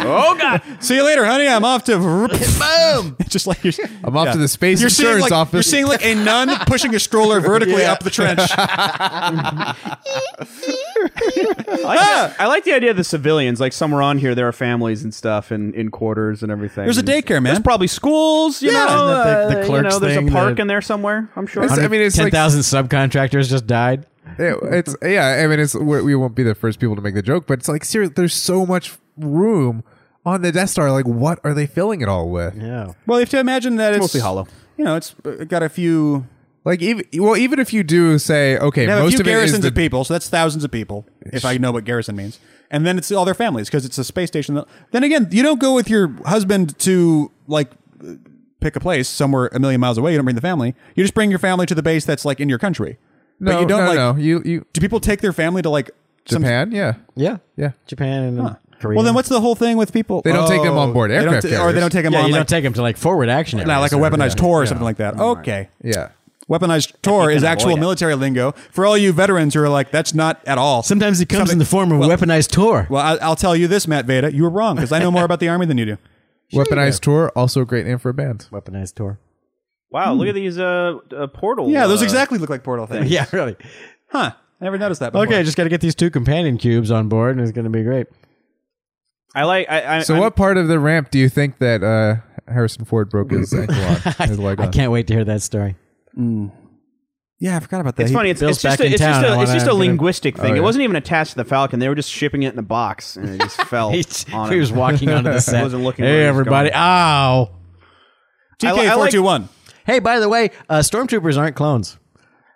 Speaker 4: Oh god!
Speaker 1: See you later, honey. I'm off to
Speaker 3: boom.
Speaker 1: just like you're,
Speaker 2: I'm off to the space
Speaker 1: you're seeing,
Speaker 2: insurance
Speaker 1: like,
Speaker 2: office.
Speaker 1: You're seeing like a nun pushing a stroller vertically up the trench.
Speaker 4: I, like- I like the idea of the civilians. Like somewhere on here, there are families and stuff, and in quarters and everything.
Speaker 1: There's a daycare, man.
Speaker 4: There's probably schools. You
Speaker 1: Yeah.
Speaker 4: know,
Speaker 3: Isn't that the- the
Speaker 4: uh, you
Speaker 3: clerks
Speaker 4: know, there's
Speaker 3: thing,
Speaker 4: a park
Speaker 3: the-
Speaker 4: in there somewhere. I'm sure.
Speaker 2: It's- I mean, it's
Speaker 3: ten
Speaker 2: like-
Speaker 3: thousand subcontractors just died.
Speaker 2: It- it's yeah. I mean, it's we we won't be the first people to make the joke, but it's like seriously, there's so much room on the Death Star. Like, what are they filling it all with?
Speaker 3: Yeah.
Speaker 1: Well, you have to imagine that it's,
Speaker 4: mostly hollow.
Speaker 1: You know, it's uh, got a few.
Speaker 2: Like, even well, even if you do say, okay,
Speaker 1: They have a
Speaker 2: most
Speaker 1: few
Speaker 2: of it is
Speaker 1: garrisons
Speaker 2: the
Speaker 1: of people, so that's thousands of people. If I know what garrison means, and then it's all their families because it's a space station. That, then again, you don't go with your husband to like uh, pick a place somewhere a million miles away. You don't bring the family. You just bring your family to the base that's like in your country.
Speaker 2: no,
Speaker 1: but you don't
Speaker 2: no,
Speaker 1: like.
Speaker 2: no. You you
Speaker 1: Do people take their family to like some-
Speaker 2: Japan, yeah,
Speaker 3: Yeah.
Speaker 2: yeah.
Speaker 3: Japan and Korea.
Speaker 1: Well, then what's the whole thing with people? Oh,
Speaker 2: They don't take them on board
Speaker 1: They don't
Speaker 2: aircraft
Speaker 1: t- or
Speaker 2: carriers.
Speaker 1: they don't take them
Speaker 3: Yeah,
Speaker 1: on
Speaker 3: you
Speaker 1: like,
Speaker 3: don't take them to like forward action.
Speaker 1: nah, like a
Speaker 3: areas or-
Speaker 1: weaponized
Speaker 3: yeah.
Speaker 1: tour or something like that. Okay.
Speaker 2: Yeah.
Speaker 1: Weaponized Tor is
Speaker 4: can
Speaker 1: actual
Speaker 4: avoid it.
Speaker 1: military lingo. For all you veterans who are like, that's not at all.
Speaker 3: Sometimes it comes
Speaker 1: Something-
Speaker 3: in the form of a weaponized tour.
Speaker 1: Well, I, I'll tell you this, Matt Veda, you were wrong because I know more about the army than you do.
Speaker 2: Weaponized tour, also a great name for a band.
Speaker 3: weaponized tour.
Speaker 4: wow, look at these uh, uh portal.
Speaker 1: Yeah, those
Speaker 4: uh,
Speaker 1: exactly look like portal things.
Speaker 3: Yeah, really.
Speaker 1: Huh. I never noticed that. Before.
Speaker 3: Okay, just got to get these two companion cubes on board, and it's going to be great.
Speaker 4: I like. I, I,
Speaker 2: So,
Speaker 4: I'm-
Speaker 2: what part of the ramp do you think that uh, Harrison Ford broke his ankle on? His leg
Speaker 3: I
Speaker 2: on?
Speaker 3: can't wait to hear that story.
Speaker 1: Yeah, I forgot about that.
Speaker 4: It's
Speaker 1: He-
Speaker 4: funny. It's,
Speaker 3: Bill's
Speaker 4: it's just
Speaker 3: back
Speaker 4: a,
Speaker 3: in
Speaker 4: it's just
Speaker 3: town. I
Speaker 4: a, it's
Speaker 3: wanna
Speaker 4: just a
Speaker 3: get him-
Speaker 4: linguistic thing.
Speaker 2: yeah.
Speaker 4: It wasn't even attached to the Falcon. They were just shipping it in a box, and it just fell.
Speaker 3: He,
Speaker 4: on
Speaker 3: he
Speaker 4: him.
Speaker 3: was walking onto the set.
Speaker 4: wasn't looking where
Speaker 3: hey,
Speaker 4: he was
Speaker 3: everybody!
Speaker 4: going.
Speaker 3: Ow!
Speaker 4: I li- I like-
Speaker 1: TK421.
Speaker 3: Hey, by the way, uh, stormtroopers aren't clones.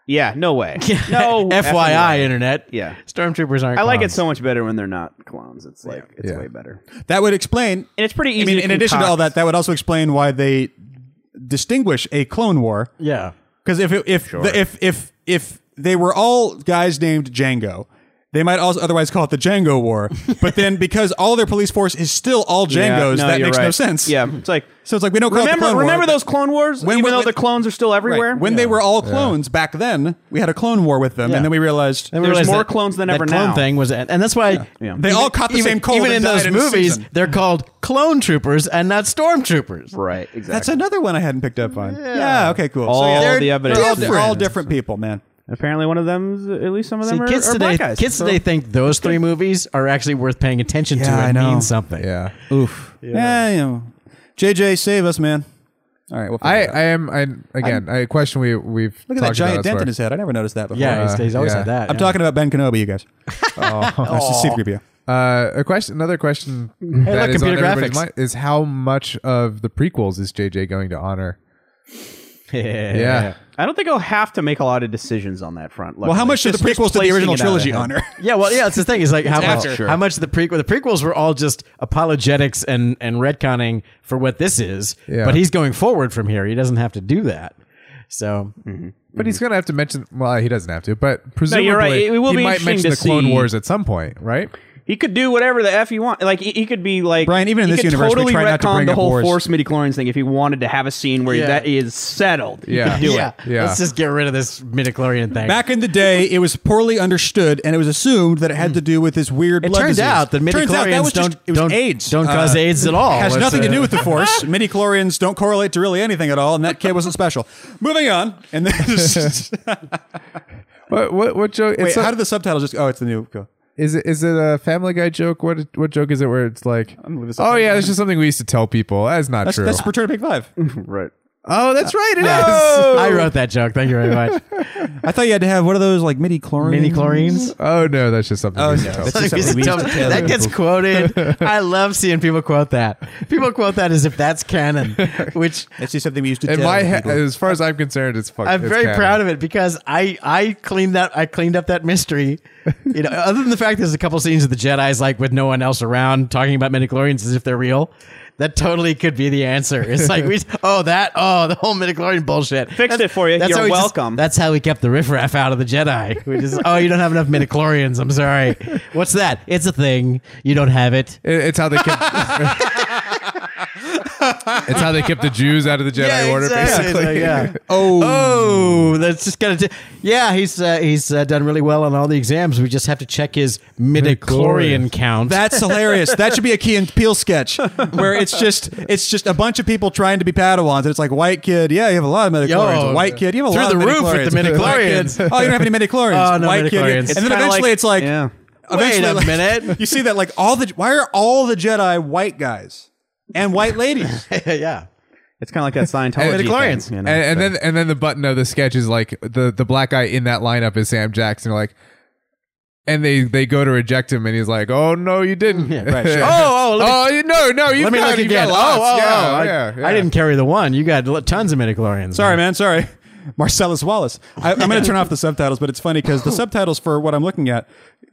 Speaker 4: Yeah, no way. No,
Speaker 3: FYI, internet.
Speaker 4: Yeah.
Speaker 3: stormtroopers aren't.
Speaker 4: I like it
Speaker 3: clones.
Speaker 4: so much better when they're not clones. It's like it's
Speaker 2: Yeah.
Speaker 4: way better, and
Speaker 1: that would explain.
Speaker 4: it's pretty easy.
Speaker 1: I mean,
Speaker 4: to
Speaker 1: in addition to
Speaker 4: concoct.
Speaker 1: all that, that would also explain why they distinguish a clone war
Speaker 3: Yeah.
Speaker 1: Because if it, if the, if if if they were all guys named Django, they might also otherwise call it the Django War. but then because all their police force is still all
Speaker 4: Yeah,
Speaker 1: Django's,
Speaker 4: no,
Speaker 1: that
Speaker 4: you're
Speaker 1: makes no
Speaker 4: right.
Speaker 1: sense.
Speaker 4: Yeah, it's like
Speaker 1: So it's like we don't call it the
Speaker 4: remember
Speaker 1: Clone War,
Speaker 4: remember
Speaker 1: but-
Speaker 4: those Clone Wars,
Speaker 1: When-
Speaker 4: even
Speaker 1: when-
Speaker 4: though
Speaker 1: when-
Speaker 4: the clones are still
Speaker 1: Right.
Speaker 4: everywhere.
Speaker 1: When they were all clones back then, we had a Clone War with them, and then we realized
Speaker 3: And we
Speaker 4: There's
Speaker 3: realized
Speaker 4: more
Speaker 3: that-
Speaker 4: clones than
Speaker 3: that
Speaker 4: ever
Speaker 3: clone
Speaker 4: now.
Speaker 3: thing was, and and that's why
Speaker 4: Yeah.
Speaker 1: They all caught the
Speaker 3: even-
Speaker 1: same cold
Speaker 3: Even
Speaker 1: and
Speaker 3: in
Speaker 1: died
Speaker 3: those
Speaker 1: in a
Speaker 3: movies,
Speaker 1: season.
Speaker 3: they're called clone troopers and not stormtroopers.
Speaker 4: right, exactly.
Speaker 1: that's another one I hadn't picked up on. Yeah. okay. Cool.
Speaker 4: All
Speaker 1: so, yeah,
Speaker 4: the
Speaker 1: they're-
Speaker 4: evidence
Speaker 1: They're all,
Speaker 4: is
Speaker 1: they're all different
Speaker 4: different.
Speaker 1: people, man.
Speaker 4: Apparently, one of them, at least some of them,
Speaker 3: See,
Speaker 4: are,
Speaker 3: kids
Speaker 4: are
Speaker 3: today,
Speaker 4: black guys.
Speaker 3: kids
Speaker 4: so-
Speaker 3: today think those three movies are actually worth paying attention to
Speaker 1: Yeah, I
Speaker 3: and
Speaker 1: know.
Speaker 3: mean something.
Speaker 2: Yeah.
Speaker 1: Oof. Yeah. you know, JJ, save us, man. All right. We'll figure
Speaker 2: I,
Speaker 1: it out.
Speaker 2: I am I again I question we we've
Speaker 1: Look at that
Speaker 2: talked
Speaker 1: giant
Speaker 2: about
Speaker 1: dent in
Speaker 2: elsewhere.
Speaker 1: his head. I never noticed that before.
Speaker 3: Yeah, he's,
Speaker 2: Uh,
Speaker 3: he's always
Speaker 2: yeah.
Speaker 3: had that.
Speaker 1: I'm
Speaker 3: yeah.
Speaker 1: talking about Ben Kenobi, you guys. Oh. That's just C-3PO.
Speaker 2: Uh, a question, another question
Speaker 3: look,
Speaker 2: that is on
Speaker 3: computer
Speaker 2: everybody's
Speaker 3: graphics.
Speaker 2: mind is how much of the prequels is JJ going to honor? Yeah,
Speaker 4: I don't think I'll have to make a lot of decisions on that front.
Speaker 1: Well, how much did the prequels to the original trilogy honor?
Speaker 3: Yeah, well, yeah, it's the thing. Is like how much,
Speaker 1: after. Sure.
Speaker 3: how much the prequel the prequels were all just apologetics and and retconning for what this is.
Speaker 2: Yeah.
Speaker 3: But he's going forward from here. He doesn't have to do that. So
Speaker 2: but he's gonna have to mention. Well, he doesn't have to, but presumably
Speaker 4: you're right. It will
Speaker 2: he
Speaker 4: be
Speaker 2: might
Speaker 4: interesting
Speaker 2: mention
Speaker 4: to
Speaker 2: the Clone
Speaker 4: see-
Speaker 2: Wars at some point, right?
Speaker 4: He could do whatever the f he want. Like he, he could be like
Speaker 1: Brian, even in
Speaker 4: he
Speaker 1: this
Speaker 4: could
Speaker 1: universe, we
Speaker 4: totally
Speaker 1: try not to
Speaker 4: retcon
Speaker 1: bring
Speaker 4: the
Speaker 1: up
Speaker 4: whole
Speaker 1: wars.
Speaker 4: Force midi chlorians thing if he wanted to have a scene where
Speaker 3: Yeah.
Speaker 4: that is settled. He
Speaker 2: Yeah.
Speaker 4: could do
Speaker 3: yeah,
Speaker 4: it.
Speaker 2: Yeah.
Speaker 3: let's just get rid of this midichlorian thing.
Speaker 1: Back in the day, it was poorly understood, and it was assumed that it had to do with this weird.
Speaker 3: it
Speaker 1: blood
Speaker 3: turns
Speaker 1: disease.
Speaker 3: out that
Speaker 1: Turns out
Speaker 3: midichlorians
Speaker 1: was just-
Speaker 3: don't
Speaker 1: it was
Speaker 3: don't
Speaker 1: AIDS.
Speaker 3: don't cause
Speaker 1: Uh,
Speaker 3: AIDS at all.
Speaker 1: Has
Speaker 3: Let's,
Speaker 1: nothing to
Speaker 3: uh,
Speaker 1: do with the Force. Midi chlorians don't correlate to really anything at all, and that kid wasn't special. Moving on, and this.
Speaker 2: What what what joke?
Speaker 1: Wait,
Speaker 2: it's a-
Speaker 1: how did the subtitles just? Oh, it's the new. Go.
Speaker 2: Is it is it a Family Guy joke? What what joke is it where it's like?
Speaker 1: leave this up
Speaker 2: Oh
Speaker 1: to
Speaker 2: yeah, that's just something we used to tell people. That's not
Speaker 1: That's,
Speaker 2: true.
Speaker 1: that's Return of Big Five.
Speaker 4: Right.
Speaker 2: oh, that's right. It is.
Speaker 3: I wrote that joke. Thank you very much.
Speaker 1: I thought you had to have one of those like midi chlorians.
Speaker 3: Midichlorians.
Speaker 2: Oh no, that's just something. we used to tell.
Speaker 1: That's just something we used to tell
Speaker 3: that gets quoted. I love seeing people quote that. People quote that as if that's canon, which
Speaker 1: That's just something we used to.
Speaker 2: In
Speaker 1: tell
Speaker 2: my head,
Speaker 1: people.
Speaker 2: as far as I'm concerned, it's fucking.
Speaker 3: I'm very proud of it because I I cleaned that I cleaned up that mystery. You know, other than the fact there's a couple scenes of the Jedi's like with no one else around talking about midichlorians as if they're real. That totally could be the answer. It's like we oh that oh the whole midichlorian bullshit.
Speaker 4: Fixed it for you. You're
Speaker 3: how we just-
Speaker 4: welcome.
Speaker 3: that's how we kept the riffraff out of the Jedi. We just oh you don't have enough midichlorians. I'm sorry. What's that? It's a thing. You don't have it.
Speaker 2: It, it's how they kept. it's how they kept the Jews out of the Jedi Order, basically.
Speaker 3: yeah. Oh, oh, that's just gonna. T- yeah, he's uh, he's uh, done really well on all the exams. We just have to check his midichlorian count.
Speaker 1: That's hilarious. That should be a Key and Peel sketch where it's just it's just a bunch of people trying to be Padawans. And it's like white kid, yeah, you have a lot of midichlorians.
Speaker 3: Yo,
Speaker 1: oh, white kid, you have a
Speaker 3: through
Speaker 1: lot of
Speaker 3: the roof with the
Speaker 1: midichlorians. White kid,
Speaker 3: midichlorians.
Speaker 1: oh, you don't have any midichlorians.
Speaker 3: Oh, no
Speaker 1: white kid,
Speaker 3: midichlorians.
Speaker 1: and then
Speaker 4: It's kinda
Speaker 1: eventually
Speaker 4: like-
Speaker 1: it's like,
Speaker 4: yeah.
Speaker 1: eventually,
Speaker 3: Wait a
Speaker 1: like-
Speaker 3: minute.
Speaker 1: you see that like all the why are all the Jedi white guys and white ladies?
Speaker 3: yeah.
Speaker 4: It's kind of like that Scientology.
Speaker 3: Midichlorians.
Speaker 4: thing, you know,
Speaker 2: And, and then and then the button of the sketch is like the the black guy in that lineup is Sam Jackson. Like, and they they go to reject him, and he's like, "Oh no, you didn't.
Speaker 3: right, sure. Oh, oh, let me-
Speaker 2: oh, you, no, no, you
Speaker 3: Let me
Speaker 2: got,
Speaker 3: look
Speaker 2: you
Speaker 3: again.
Speaker 2: Got lots.
Speaker 3: Oh,
Speaker 2: yeah,
Speaker 3: oh, oh, I,
Speaker 2: yeah, yeah.
Speaker 3: I didn't carry the one. You got l- tons of midichlorians.
Speaker 1: Sorry, man. Sorry. Marcellus Wallace. I, I'm going to turn off the subtitles, but it's funny because the subtitles for what I'm looking at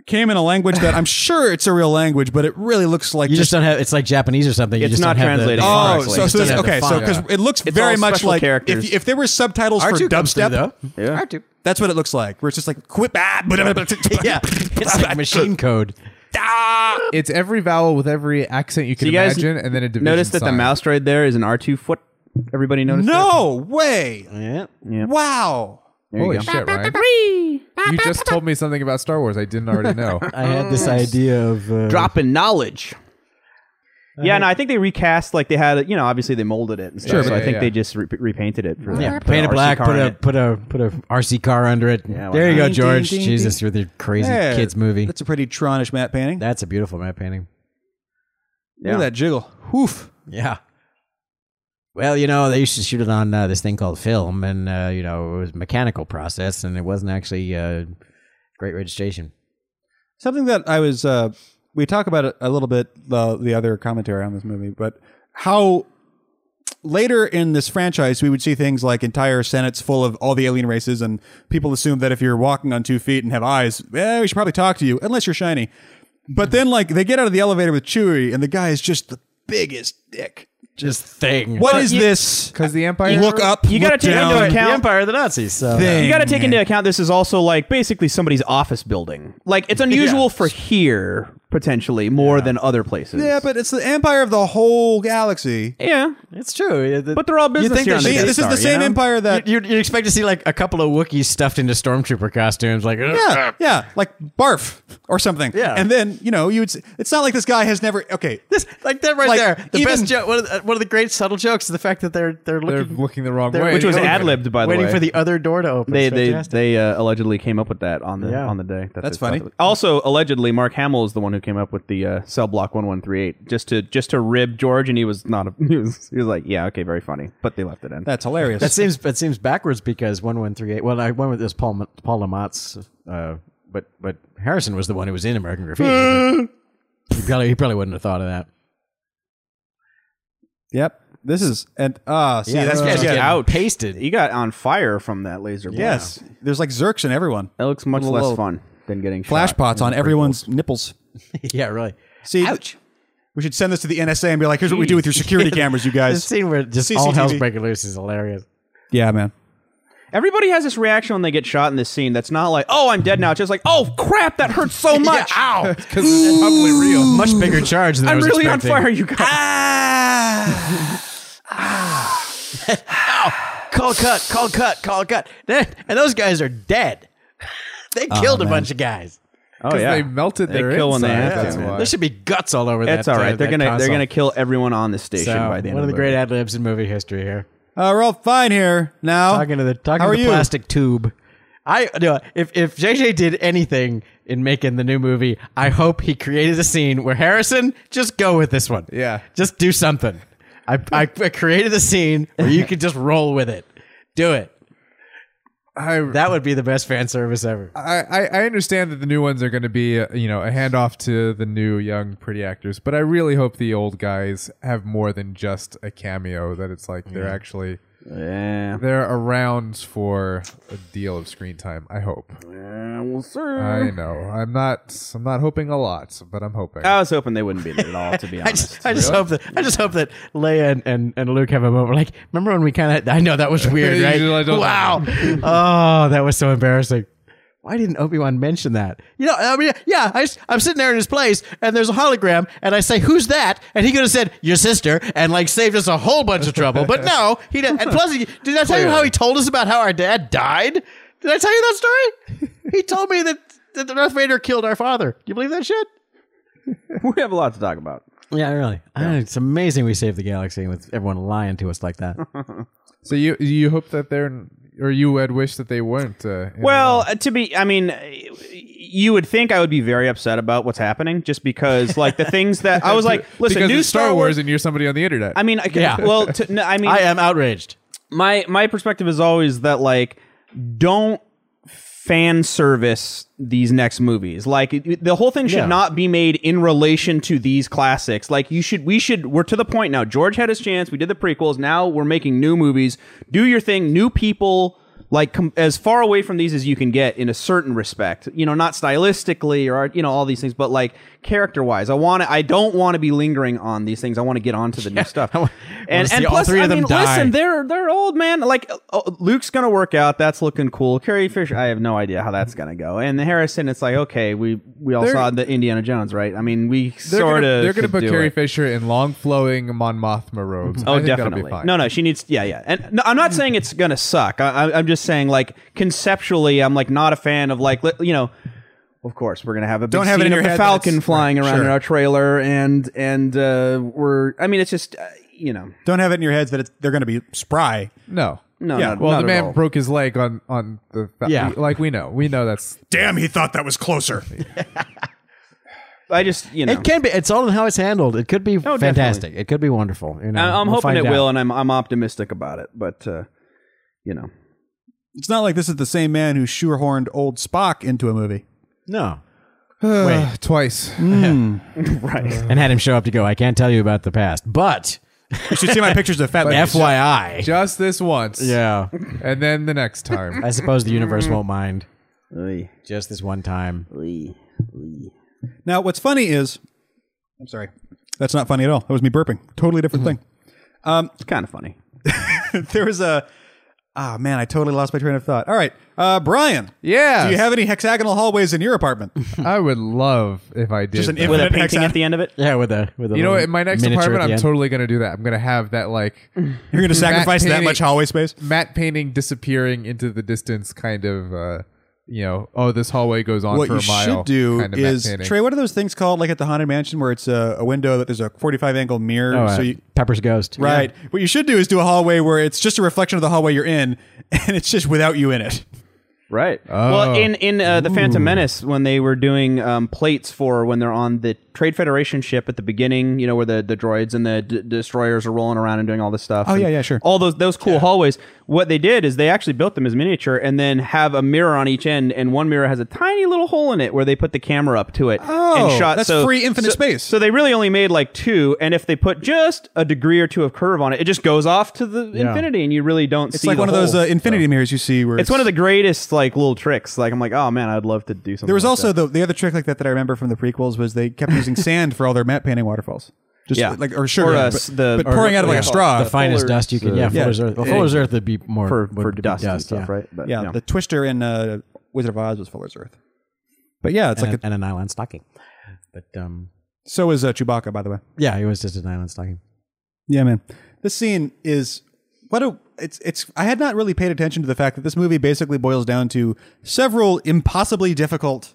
Speaker 1: came in a language that I'm sure it's a real language, but it really looks like
Speaker 3: You
Speaker 1: just
Speaker 3: just don't have. It's like Japanese or something. You
Speaker 4: It's
Speaker 3: just
Speaker 4: not
Speaker 3: don't have
Speaker 4: translated
Speaker 3: The, the
Speaker 1: Oh,
Speaker 3: font.
Speaker 4: correctly.
Speaker 1: so,
Speaker 3: Just
Speaker 1: so
Speaker 3: don't
Speaker 1: this,
Speaker 3: have the
Speaker 1: okay, so
Speaker 3: font.
Speaker 1: because it looks
Speaker 4: It's
Speaker 1: very
Speaker 4: all
Speaker 1: much
Speaker 4: special
Speaker 1: like
Speaker 4: characters.
Speaker 1: if if there were subtitles for
Speaker 3: R2 comes through,
Speaker 1: dubstep,
Speaker 3: though.
Speaker 4: Yeah.
Speaker 3: R2.
Speaker 1: that's what it looks like. Where it's just like quip ah, blah, blah, blah, blah,
Speaker 3: Yeah, it's like machine code.
Speaker 1: ah.
Speaker 2: It's every vowel with every accent you can
Speaker 4: you guys
Speaker 2: imagine, and then a division.
Speaker 4: Notice that the
Speaker 2: sign.
Speaker 4: mouse droid there is an R two foot. Everybody notice?
Speaker 1: No way!
Speaker 3: Yeah.
Speaker 1: Wow.
Speaker 4: There you
Speaker 2: Holy
Speaker 4: go.
Speaker 2: shit, Ryan! You just told me something about Star Wars I didn't already know.
Speaker 3: I had this idea of uh,
Speaker 4: dropping knowledge. Yeah, no, I think they recast like they had. it- You know, obviously they molded it. And stuff,
Speaker 2: Sure,
Speaker 4: so
Speaker 2: but-
Speaker 4: I
Speaker 2: yeah,
Speaker 4: think
Speaker 2: yeah.
Speaker 4: they just re- repainted it. For
Speaker 3: Yeah,
Speaker 4: put an
Speaker 3: paint it
Speaker 4: RC
Speaker 3: black.
Speaker 4: car
Speaker 3: Put
Speaker 4: in
Speaker 3: a
Speaker 4: it.
Speaker 3: put a put a RC car under it.
Speaker 4: why
Speaker 3: there
Speaker 4: not?
Speaker 3: you go,
Speaker 1: Ding,
Speaker 3: George.
Speaker 1: ding, ding,
Speaker 3: Jesus, with your crazy
Speaker 1: Yeah,
Speaker 3: kids movie. That's,
Speaker 1: That's a pretty Tronish matte painting.
Speaker 3: a beautiful map painting.
Speaker 1: Look at that jiggle. Whoof.
Speaker 3: Yeah. Well, you know, they used to shoot it on uh, this thing called film, and uh, you know, it was a mechanical process, and it wasn't actually uh, great registration.
Speaker 1: Something that I was uh, we talk about it a little bit the the other commentary on this movie, but how later in this franchise we would see things like entire senates full of all the alien races, and people assume that if you're walking on two feet and have eyes, eh, we should probably talk to you unless you're shiny. But then like they get out of the elevator with Chewie, and the guy is just the biggest dick.
Speaker 3: Just thing.
Speaker 1: What is this?
Speaker 2: Because the Empire.
Speaker 1: Look up.
Speaker 4: You
Speaker 1: got
Speaker 4: gotta
Speaker 1: to
Speaker 4: take into
Speaker 3: The
Speaker 4: account-
Speaker 3: Empire of the Nazis. So.
Speaker 1: thing.
Speaker 4: You got to take into account this is also like basically somebody's office building. Like it's unusual for here potentially more than other places.
Speaker 1: Yeah, but it's the empire of the whole galaxy.
Speaker 4: yeah,
Speaker 3: uh, It's true.
Speaker 4: But they're all business here on the
Speaker 1: See,
Speaker 4: Death
Speaker 1: this is
Speaker 4: Star,
Speaker 1: the
Speaker 4: you
Speaker 1: same
Speaker 4: know?
Speaker 1: empire that
Speaker 3: You, you expect to see like a couple of Wookiees stuffed into stormtrooper costumes, like
Speaker 1: Yeah, yeah, like barf or something.
Speaker 3: Yeah.
Speaker 1: and then you know you would. s- It's not like this guy has never. Okay,
Speaker 3: This, like that right
Speaker 1: Like,
Speaker 3: there. The
Speaker 1: even-
Speaker 3: best joke. One of the, uh, one of the great subtle jokes is the fact that they're they're
Speaker 2: They're
Speaker 3: looking,
Speaker 2: looking the wrong
Speaker 3: they're
Speaker 2: way.
Speaker 4: Which was
Speaker 2: You know,
Speaker 4: ad libbed, by the way.
Speaker 3: waiting for the other door to open.
Speaker 4: they
Speaker 3: It's
Speaker 4: they
Speaker 3: fantastic.
Speaker 4: they uh, allegedly came up with that on the
Speaker 3: Yeah.
Speaker 4: on the day. That
Speaker 1: That's
Speaker 4: they thought
Speaker 1: funny.
Speaker 4: it was- Also, allegedly, Mark Hamill is the one who came up with the uh, cell block one one three eight just to just to rib George, and he was not. A, he, was, he was like, yeah, okay, very funny, but they left it in.
Speaker 1: That's hilarious.
Speaker 3: that seems that seems backwards because one one three eight. Well, I went with this Paul Ma- Paul Lamott's, uh, but but Harrison was the one who was in American Graffiti. he probably he probably wouldn't have thought of that.
Speaker 1: yep. This is and ah see that's
Speaker 3: just
Speaker 1: what
Speaker 3: getting
Speaker 1: yeah.
Speaker 4: ouch.
Speaker 3: pasted.
Speaker 4: he got on fire from that laser. Blast.
Speaker 1: Yes. There's like zerks in everyone.
Speaker 4: that looks much
Speaker 1: Little-
Speaker 4: less
Speaker 1: little
Speaker 4: fun than getting
Speaker 1: Flash
Speaker 4: shot.
Speaker 1: pots on everyone's nipples.
Speaker 3: yeah, really.
Speaker 1: See,
Speaker 3: Ouch.
Speaker 1: we should send this to the NSA and be like, here's what we do with your security cameras, you
Speaker 3: The
Speaker 1: guys.
Speaker 3: scene where just all
Speaker 1: CCTV.
Speaker 3: hell's breaking loose is hilarious.
Speaker 1: Yeah, man.
Speaker 4: Everybody has this reaction when they get shot in this scene. That's not like, oh, I'm dead now. It's just like, oh crap, that hurts so much. Ow,
Speaker 2: it's probably real.
Speaker 3: Much bigger charge than I
Speaker 4: I'm
Speaker 3: was
Speaker 4: really on
Speaker 3: expecting.
Speaker 4: fire. You guys.
Speaker 3: Call cut, call cut, call cut. Then- And those guys are dead. They killed a bunch of guys.
Speaker 4: Oh
Speaker 2: they melted
Speaker 4: They
Speaker 2: their
Speaker 4: kill when they
Speaker 2: inside,
Speaker 4: have
Speaker 2: that's
Speaker 4: to, man.
Speaker 2: why.
Speaker 3: There should be guts all over
Speaker 4: That's
Speaker 3: that.
Speaker 4: all
Speaker 3: uh,
Speaker 4: right. They're
Speaker 3: that
Speaker 4: gonna they're
Speaker 3: console.
Speaker 4: gonna kill everyone on the station
Speaker 3: So,
Speaker 4: by the end.
Speaker 3: one of the
Speaker 4: movie.
Speaker 3: great ad libs in movie history here.
Speaker 1: Uh, we're all fine here now.
Speaker 3: Talking to the talking
Speaker 1: How
Speaker 3: to
Speaker 1: are
Speaker 3: the
Speaker 1: you?
Speaker 3: plastic tube. I no, if if JJ did anything in making the new movie, I hope he created a scene where Harrison just go with this one.
Speaker 2: Yeah.
Speaker 3: just do something. I I created a scene where you could just roll with it. Do it.
Speaker 2: I,
Speaker 3: That would be the best fan service ever.
Speaker 2: I, I- I understand that the new ones are going to be, uh, you know, a handoff to the new young pretty actors, but I really hope the old guys have more than just a cameo. That it's like they're actually
Speaker 4: Yeah.
Speaker 2: they're around for a deal of screen time. I hope. I know. I'm not. I'm not hoping a lot, but I'm hoping.
Speaker 4: I was hoping they wouldn't be there at all, to be
Speaker 3: I
Speaker 4: honest.
Speaker 3: just, I just hope that I just hope that Leia and, and, and Luke have a moment. Like, remember when we kind of? I know that was weird,
Speaker 2: You
Speaker 3: right?
Speaker 2: like, don't-
Speaker 3: wow! oh, that was so embarrassing. Why didn't Obi Wan mention that? You know, I mean, yeah, I, am sitting there in his place, and there's a hologram, and I say, "Who's that?" And he could have said, "Your sister," and like saved us a whole bunch of trouble. But no, he didn't. And plus, he, did I tell you how he told us about how our dad died? Did I tell you that story? he told me that that Darth Vader killed our father. You believe that shit?
Speaker 4: we have a lot to talk about.
Speaker 3: Yeah, really. it's amazing we saved the galaxy with everyone lying to us like that.
Speaker 2: So you you hope that they're or you had wished that they weren't. Uh, in
Speaker 4: Well, uh, to be, I mean, uh, you would think I would be very upset about what's happening just because, like, the things that I was like, listen,
Speaker 2: because
Speaker 4: new
Speaker 2: it's Star Wars, and you're somebody on the internet.
Speaker 4: I mean, I,
Speaker 3: Yeah.
Speaker 4: yeah. Well, to, no, I mean,
Speaker 3: I am outraged.
Speaker 4: my my perspective is always that like don't fan service these next movies like it- the whole thing should
Speaker 3: Yeah.
Speaker 4: not be made in relation to these classics like you should we should we're to the point now george had his chance we did the prequels now we're making new movies do your thing new people like com- as far away from these as you can get in a certain respect you know not stylistically or you know all these things but like character wise i want to i don't want to be lingering on these things i want to get on to the new stuff
Speaker 3: I wa- I wanna
Speaker 4: and
Speaker 3: see
Speaker 4: and
Speaker 3: all
Speaker 4: plus
Speaker 3: three of
Speaker 4: i
Speaker 3: them
Speaker 4: mean
Speaker 3: die.
Speaker 4: listen they're they're old man. Like uh, uh, Luke's gonna work out. That's looking cool. Carrie Fisher. I have no idea how that's gonna go. And Harrison. It's like okay, we we all
Speaker 2: They're-
Speaker 4: saw the Indiana Jones, right? I mean, we
Speaker 2: they're
Speaker 4: sort
Speaker 2: gonna,
Speaker 4: of
Speaker 2: they're gonna
Speaker 4: could
Speaker 2: put
Speaker 4: do
Speaker 2: Carrie
Speaker 4: it.
Speaker 2: Fisher in long flowing Mon Mothma robes. I
Speaker 4: Oh,
Speaker 2: think that'll be
Speaker 4: definitely.
Speaker 2: fine.
Speaker 4: No, no, she needs. Yeah, yeah. And no, I'm not saying it's gonna suck. I, I, I'm just saying, like conceptually, I'm like not a fan of like let- you know. Of course, we're gonna have a big
Speaker 1: Don't have it in
Speaker 4: scene of
Speaker 1: your
Speaker 4: the
Speaker 1: head that
Speaker 4: Falcon
Speaker 1: it's-
Speaker 4: flying
Speaker 1: right,
Speaker 4: around in
Speaker 1: sure.
Speaker 4: our trailer, and and uh, we're. I mean, it's just uh, you know,
Speaker 1: Don't have it in your heads that it's, they're going to be spry.
Speaker 2: no.
Speaker 4: no,
Speaker 1: Yeah,
Speaker 4: no,
Speaker 2: Well,
Speaker 4: not
Speaker 2: the
Speaker 4: at
Speaker 2: man
Speaker 4: all.
Speaker 2: broke his leg on on the
Speaker 3: Yeah.
Speaker 2: Like we know, we know that's
Speaker 1: Damn, he thought that was closer.
Speaker 4: I just you know.
Speaker 3: It can be. It's all in how it's handled. It could be
Speaker 4: definitely.
Speaker 3: fantastic. It could be wonderful. You know,
Speaker 4: I- I'm
Speaker 3: We'll
Speaker 4: hoping
Speaker 3: find
Speaker 4: it
Speaker 3: out.
Speaker 4: will, and I'm I'm optimistic about it. But uh, you know,
Speaker 1: it's not like this is the same man who shoehorned old Spock into a movie.
Speaker 3: No.
Speaker 2: Wait. Twice.
Speaker 4: right?
Speaker 3: And had him show up to go. I can't tell you about the past, but
Speaker 1: You should see my pictures of fat ladies.
Speaker 3: FYI.
Speaker 2: Just this once.
Speaker 3: Yeah.
Speaker 2: And then the next time.
Speaker 3: I suppose the universe won't mind.
Speaker 4: Oy,
Speaker 3: Just this one time.
Speaker 4: oy, oy.
Speaker 1: Now, what's funny is, I'm sorry, that's not funny at all. That was me burping. Totally different thing.
Speaker 4: Mm-hmm. It's kind of funny.
Speaker 1: There was a, ah man, I totally lost my train of thought. All right, uh, Brian.
Speaker 2: Yeah.
Speaker 1: Do you have any hexagonal hallways in your apartment?
Speaker 2: I would love if I did.
Speaker 1: Just an
Speaker 2: that.
Speaker 4: With a
Speaker 1: infinite
Speaker 4: painting
Speaker 1: hexagon.
Speaker 4: at the end of it.
Speaker 3: Yeah, with a with a.
Speaker 2: you know,
Speaker 3: little
Speaker 2: in my next
Speaker 3: miniature
Speaker 2: apartment,
Speaker 3: at
Speaker 2: I'm
Speaker 3: the end.
Speaker 2: totally going to do that. I'm going to have that like
Speaker 1: You're going to sacrifice that
Speaker 2: painting.
Speaker 1: much hallway space?
Speaker 2: matte painting disappearing into the distance kind of uh, you know, oh, this hallway goes on
Speaker 1: what
Speaker 2: for
Speaker 1: you
Speaker 2: a mile.
Speaker 1: should do
Speaker 2: kind of that
Speaker 1: is
Speaker 2: painting.
Speaker 1: Trey. What are those things called? Like at the haunted mansion, where it's a, a window that there's a 45 angle mirror.
Speaker 4: Oh,
Speaker 1: so you,
Speaker 3: Oh, uh, Pepper's Ghost.
Speaker 1: right. What you should do is do a hallway where it's just a reflection of the hallway you're in, and it's just without you in it.
Speaker 4: Right.
Speaker 2: Oh.
Speaker 4: Well, in in uh, the Phantom Menace, when they were doing um, plates for when they're on the Trade Federation ship at the beginning, you know, where the, the droids and the d- destroyers are rolling around and doing all this stuff. Oh
Speaker 1: yeah, yeah, sure.
Speaker 4: All those those cool hallways. What they did is they actually built them as miniature and then have a mirror on each end, and one mirror has a tiny little hole in it where they put the camera up to it
Speaker 1: Oh,
Speaker 4: and shot.
Speaker 1: that's
Speaker 4: so,
Speaker 1: free infinite
Speaker 4: so-
Speaker 1: space.
Speaker 4: So they really only made like two, and if they put just a degree or two of curve on it, it just goes off to the infinity, and you really don't
Speaker 1: It's
Speaker 4: see.
Speaker 1: like
Speaker 4: the
Speaker 1: one of those
Speaker 4: hole. Oh.
Speaker 1: uh, infinity mirrors you see where
Speaker 4: It's one of the greatest like little tricks. Like I'm like, oh man, I'd love to do something.
Speaker 1: There was
Speaker 4: like
Speaker 1: also
Speaker 4: that.
Speaker 1: the the other trick like that that I remember from the prequels was they kept using sand for all their matte painting waterfalls. Just
Speaker 4: Yeah.
Speaker 1: like or sugar,
Speaker 4: Or, uh,
Speaker 1: but,
Speaker 4: s- the-
Speaker 1: but
Speaker 4: or
Speaker 1: pouring out of
Speaker 4: what
Speaker 1: like a
Speaker 4: do you
Speaker 1: straw.
Speaker 4: call it?
Speaker 3: The finest
Speaker 4: Fuller's,
Speaker 3: dust you can, yeah,
Speaker 4: uh,
Speaker 3: Fuller's Earth. Well, Fuller's Earth would be more
Speaker 4: for
Speaker 3: would
Speaker 4: for
Speaker 3: be
Speaker 4: dust, and stuff,
Speaker 3: yeah.
Speaker 4: right? But,
Speaker 1: yeah,
Speaker 4: no.
Speaker 1: the twister in uh, Wizard of Oz was Fuller's Earth. But yeah, it's
Speaker 3: And,
Speaker 1: like
Speaker 3: a, and an island stocking. But um,
Speaker 1: a, so is uh, Chewbacca by the way.
Speaker 3: yeah, it was just an island stocking.
Speaker 1: Yeah, man. This scene is what a it's it's I had not really paid attention to the fact that this movie basically boils down to several impossibly difficult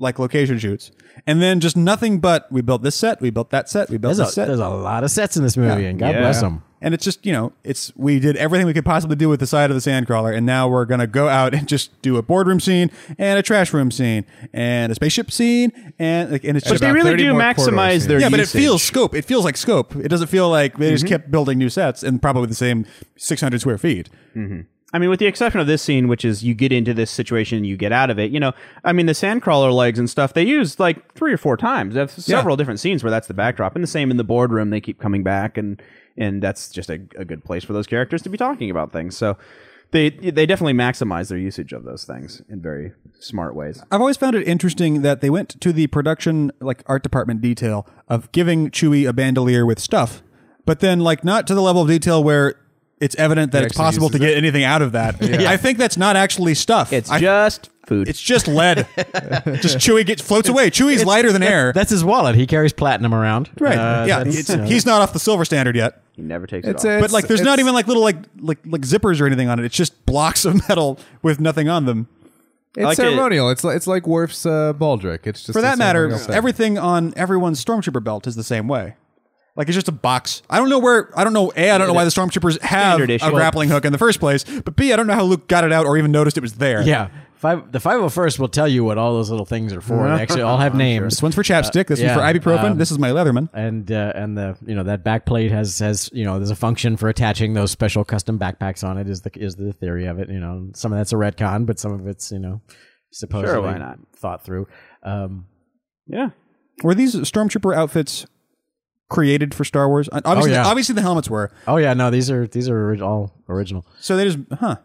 Speaker 1: like location shoots. And then just nothing but we built this set, we built that set, we built
Speaker 3: There's
Speaker 1: this
Speaker 3: a,
Speaker 1: set.
Speaker 3: there's a lot of sets in this movie, and God bless them.
Speaker 1: And it's just, you know, it's we did everything we could possibly do with the side of the sandcrawler, and now we're gonna go out and just do a boardroom scene and a trash room scene and a spaceship scene and like and it's
Speaker 4: but
Speaker 1: just
Speaker 4: they
Speaker 2: about
Speaker 4: really
Speaker 2: 30
Speaker 4: do
Speaker 2: more corridor
Speaker 4: maximize their.
Speaker 2: scenes.
Speaker 1: yeah, but it
Speaker 4: usage.
Speaker 1: feels scope. It feels like scope. It doesn't feel like they just kept building new sets and probably the same 600 square feet.
Speaker 4: I mean, with the exception of this scene, which is you get into this situation, you get out of it. You know, I mean, the sandcrawler legs and stuff they used like three or four times. They have several different scenes where that's the backdrop, and the same in the boardroom. They keep coming back, and and that's just a, a good place for those characters to be talking about things. So. They, they definitely maximize their usage of those things in very smart ways.
Speaker 1: I've always found it interesting that they went to the production like art department detail of giving Chewie a bandolier with stuff, but then like not to the level of detail where it's evident that it's
Speaker 2: actually
Speaker 1: possible to
Speaker 2: uses
Speaker 1: get anything out of that. I think that's not actually stuff.
Speaker 4: It's
Speaker 1: I-
Speaker 4: just food.
Speaker 1: it's just lead. just Chewie gets floats away. Chewie's lighter than air.
Speaker 3: That's his wallet. He carries platinum around.
Speaker 1: right.
Speaker 3: Uh,
Speaker 1: yeah.
Speaker 3: that's,
Speaker 1: It's,
Speaker 3: you know,
Speaker 1: he's not off the silver standard yet.
Speaker 4: he never takes
Speaker 2: It's
Speaker 4: it off.
Speaker 2: a-
Speaker 1: But like, there's not
Speaker 2: it's-
Speaker 1: even like little like like like zippers or anything on it. It's just blocks of metal with nothing on them.
Speaker 2: it's
Speaker 4: like it.
Speaker 2: ceremonial. It's like it's like Worf's uh, baldric. It's just
Speaker 1: For
Speaker 2: a
Speaker 1: that matter,
Speaker 2: ceremonial thing.
Speaker 1: everything on everyone's stormtrooper belt is the same way. Like it's just a box. I don't know where. I don't know. A. I don't know why the stormtroopers have
Speaker 4: Standard
Speaker 1: a
Speaker 4: issue.
Speaker 1: grappling hook in the first place. But B. I don't know how Luke got it out or even noticed it was there.
Speaker 3: yeah. Five, the 501st will tell you what all those little things are for. They actually all have names.
Speaker 1: This one's for chapstick. This
Speaker 3: yeah,
Speaker 1: one's for ibuprofen.
Speaker 3: um,
Speaker 1: this is my Leatherman.
Speaker 3: and uh, and the you know that back plate has has you know there's a function for attaching those special custom backpacks on it is the is the theory of it you know some of that's a retcon but some of it's you know supposedly
Speaker 4: why not?
Speaker 3: thought through um,
Speaker 4: yeah.
Speaker 1: Were these stormtrooper outfits created for Star Wars? Uh,
Speaker 4: Oh,
Speaker 1: Obviously,
Speaker 3: yeah.
Speaker 1: obviously the helmets were.
Speaker 3: oh yeah no these are these are orig- all original
Speaker 1: So they just, huh?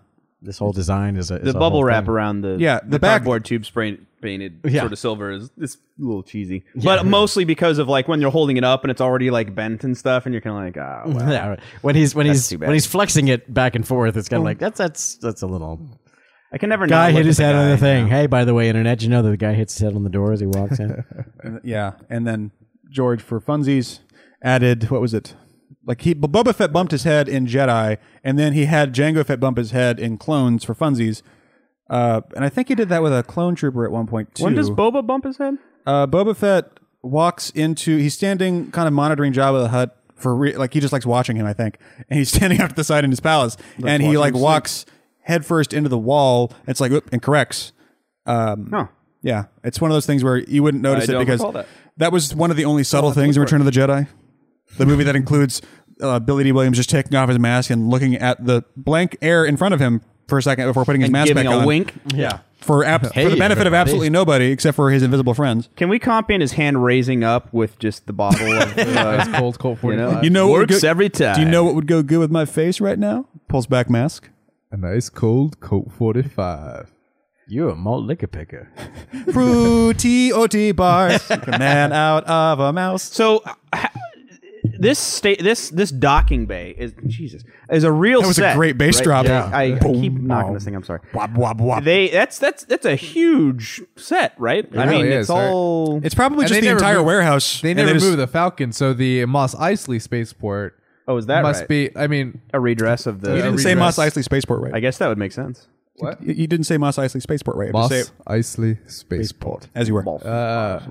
Speaker 3: this whole design is a is
Speaker 4: the
Speaker 3: a
Speaker 4: bubble
Speaker 3: whole
Speaker 4: wrap
Speaker 3: thing.
Speaker 4: around the
Speaker 1: Yeah, the
Speaker 4: the,
Speaker 1: back-
Speaker 4: cardboard tube spray painted
Speaker 3: Yeah.
Speaker 4: sort of silver is it's a little cheesy, but mostly because of like when you're holding it up and it's already like bent and stuff, and you're kind of like, ah, wow.
Speaker 3: yeah right. when he's when he's
Speaker 4: too bad.
Speaker 3: when he's flexing it back and forth it's kind of like that's that's that's a little
Speaker 4: I can never.
Speaker 3: guy
Speaker 4: not
Speaker 3: hit
Speaker 4: look
Speaker 3: his
Speaker 4: at
Speaker 3: head on
Speaker 4: guy.
Speaker 3: the thing hey by the way internet you know that the guy hits his head on the door as he walks in
Speaker 1: Yeah, and then George for funsies added what was it? Like he Boba Fett bumped his head in Jedi, and then he had Jango Fett bump his head in Clones for funsies. Uh, and I think he did that with a clone trooper at one point too.
Speaker 4: When does Boba bump his head?
Speaker 1: uh, Boba Fett walks into he's standing kind of monitoring Jabba the Hutt for re- like he just likes watching him, I think. And he's standing out to the side in his palace, and he
Speaker 4: watching
Speaker 1: like
Speaker 4: him sleep.
Speaker 1: walks headfirst into the wall. And it's like oop, and corrects.
Speaker 4: No.
Speaker 1: Yeah, it's one of those things where you wouldn't notice it
Speaker 4: I don't
Speaker 1: because
Speaker 4: recall that. Oh,
Speaker 1: was one of the only subtle things in Return of the Jedi, the movie that includes uh, Billy D. Williams just taking off his mask and looking at the blank air in front of him for a second before putting his mask
Speaker 4: Giving
Speaker 1: back
Speaker 4: a
Speaker 1: on.
Speaker 4: wink.
Speaker 1: Yeah, for ab- for the
Speaker 3: Hey,
Speaker 1: benefit of
Speaker 3: everybody.
Speaker 1: absolutely nobody except for his invisible friends.
Speaker 4: Can we comp in his hand raising up with just the bottle of uh,
Speaker 2: cold, cold.
Speaker 4: you know,
Speaker 2: 45.
Speaker 1: You know what would
Speaker 4: works
Speaker 1: go-
Speaker 4: every time?
Speaker 1: Do you know what would go good with my face right now? Pulls back mask.
Speaker 2: a nice cold Colt forty five.
Speaker 3: you're a malt liquor picker
Speaker 1: Fruity OT bars, like a man out of a mouse.
Speaker 4: So uh, ha- this state, this this docking bay is Jesus is a real.
Speaker 1: That was a
Speaker 4: set,
Speaker 1: great bass drop.
Speaker 4: Yeah. I, I
Speaker 1: Boom,
Speaker 4: keep knocking
Speaker 1: boom.
Speaker 4: this thing. I'm sorry.
Speaker 1: Wop, wop, wop.
Speaker 4: They that's that's that's a huge set, right? I
Speaker 2: really
Speaker 4: mean,
Speaker 2: is,
Speaker 4: it's
Speaker 2: right?
Speaker 4: all
Speaker 1: It's probably
Speaker 2: And
Speaker 1: just
Speaker 2: they
Speaker 1: the
Speaker 2: never
Speaker 1: entire
Speaker 2: moved-
Speaker 1: warehouse.
Speaker 2: They
Speaker 1: and
Speaker 2: never
Speaker 1: just-
Speaker 2: moved the Falcon, so the Moss Isley spaceport.
Speaker 4: Oh, is that
Speaker 2: must
Speaker 4: right?
Speaker 2: be? I mean,
Speaker 4: a redress of the.
Speaker 2: You
Speaker 1: Didn't
Speaker 2: Every
Speaker 1: say Moss
Speaker 2: dress.
Speaker 1: Eisley Spaceport, right?
Speaker 4: I guess that would make sense.
Speaker 2: What?
Speaker 1: You, you didn't say Moss Eisley Spaceport, right? You have
Speaker 2: Moss
Speaker 1: to say it
Speaker 2: Eisley Spaceport.
Speaker 1: as you were.
Speaker 2: Uh,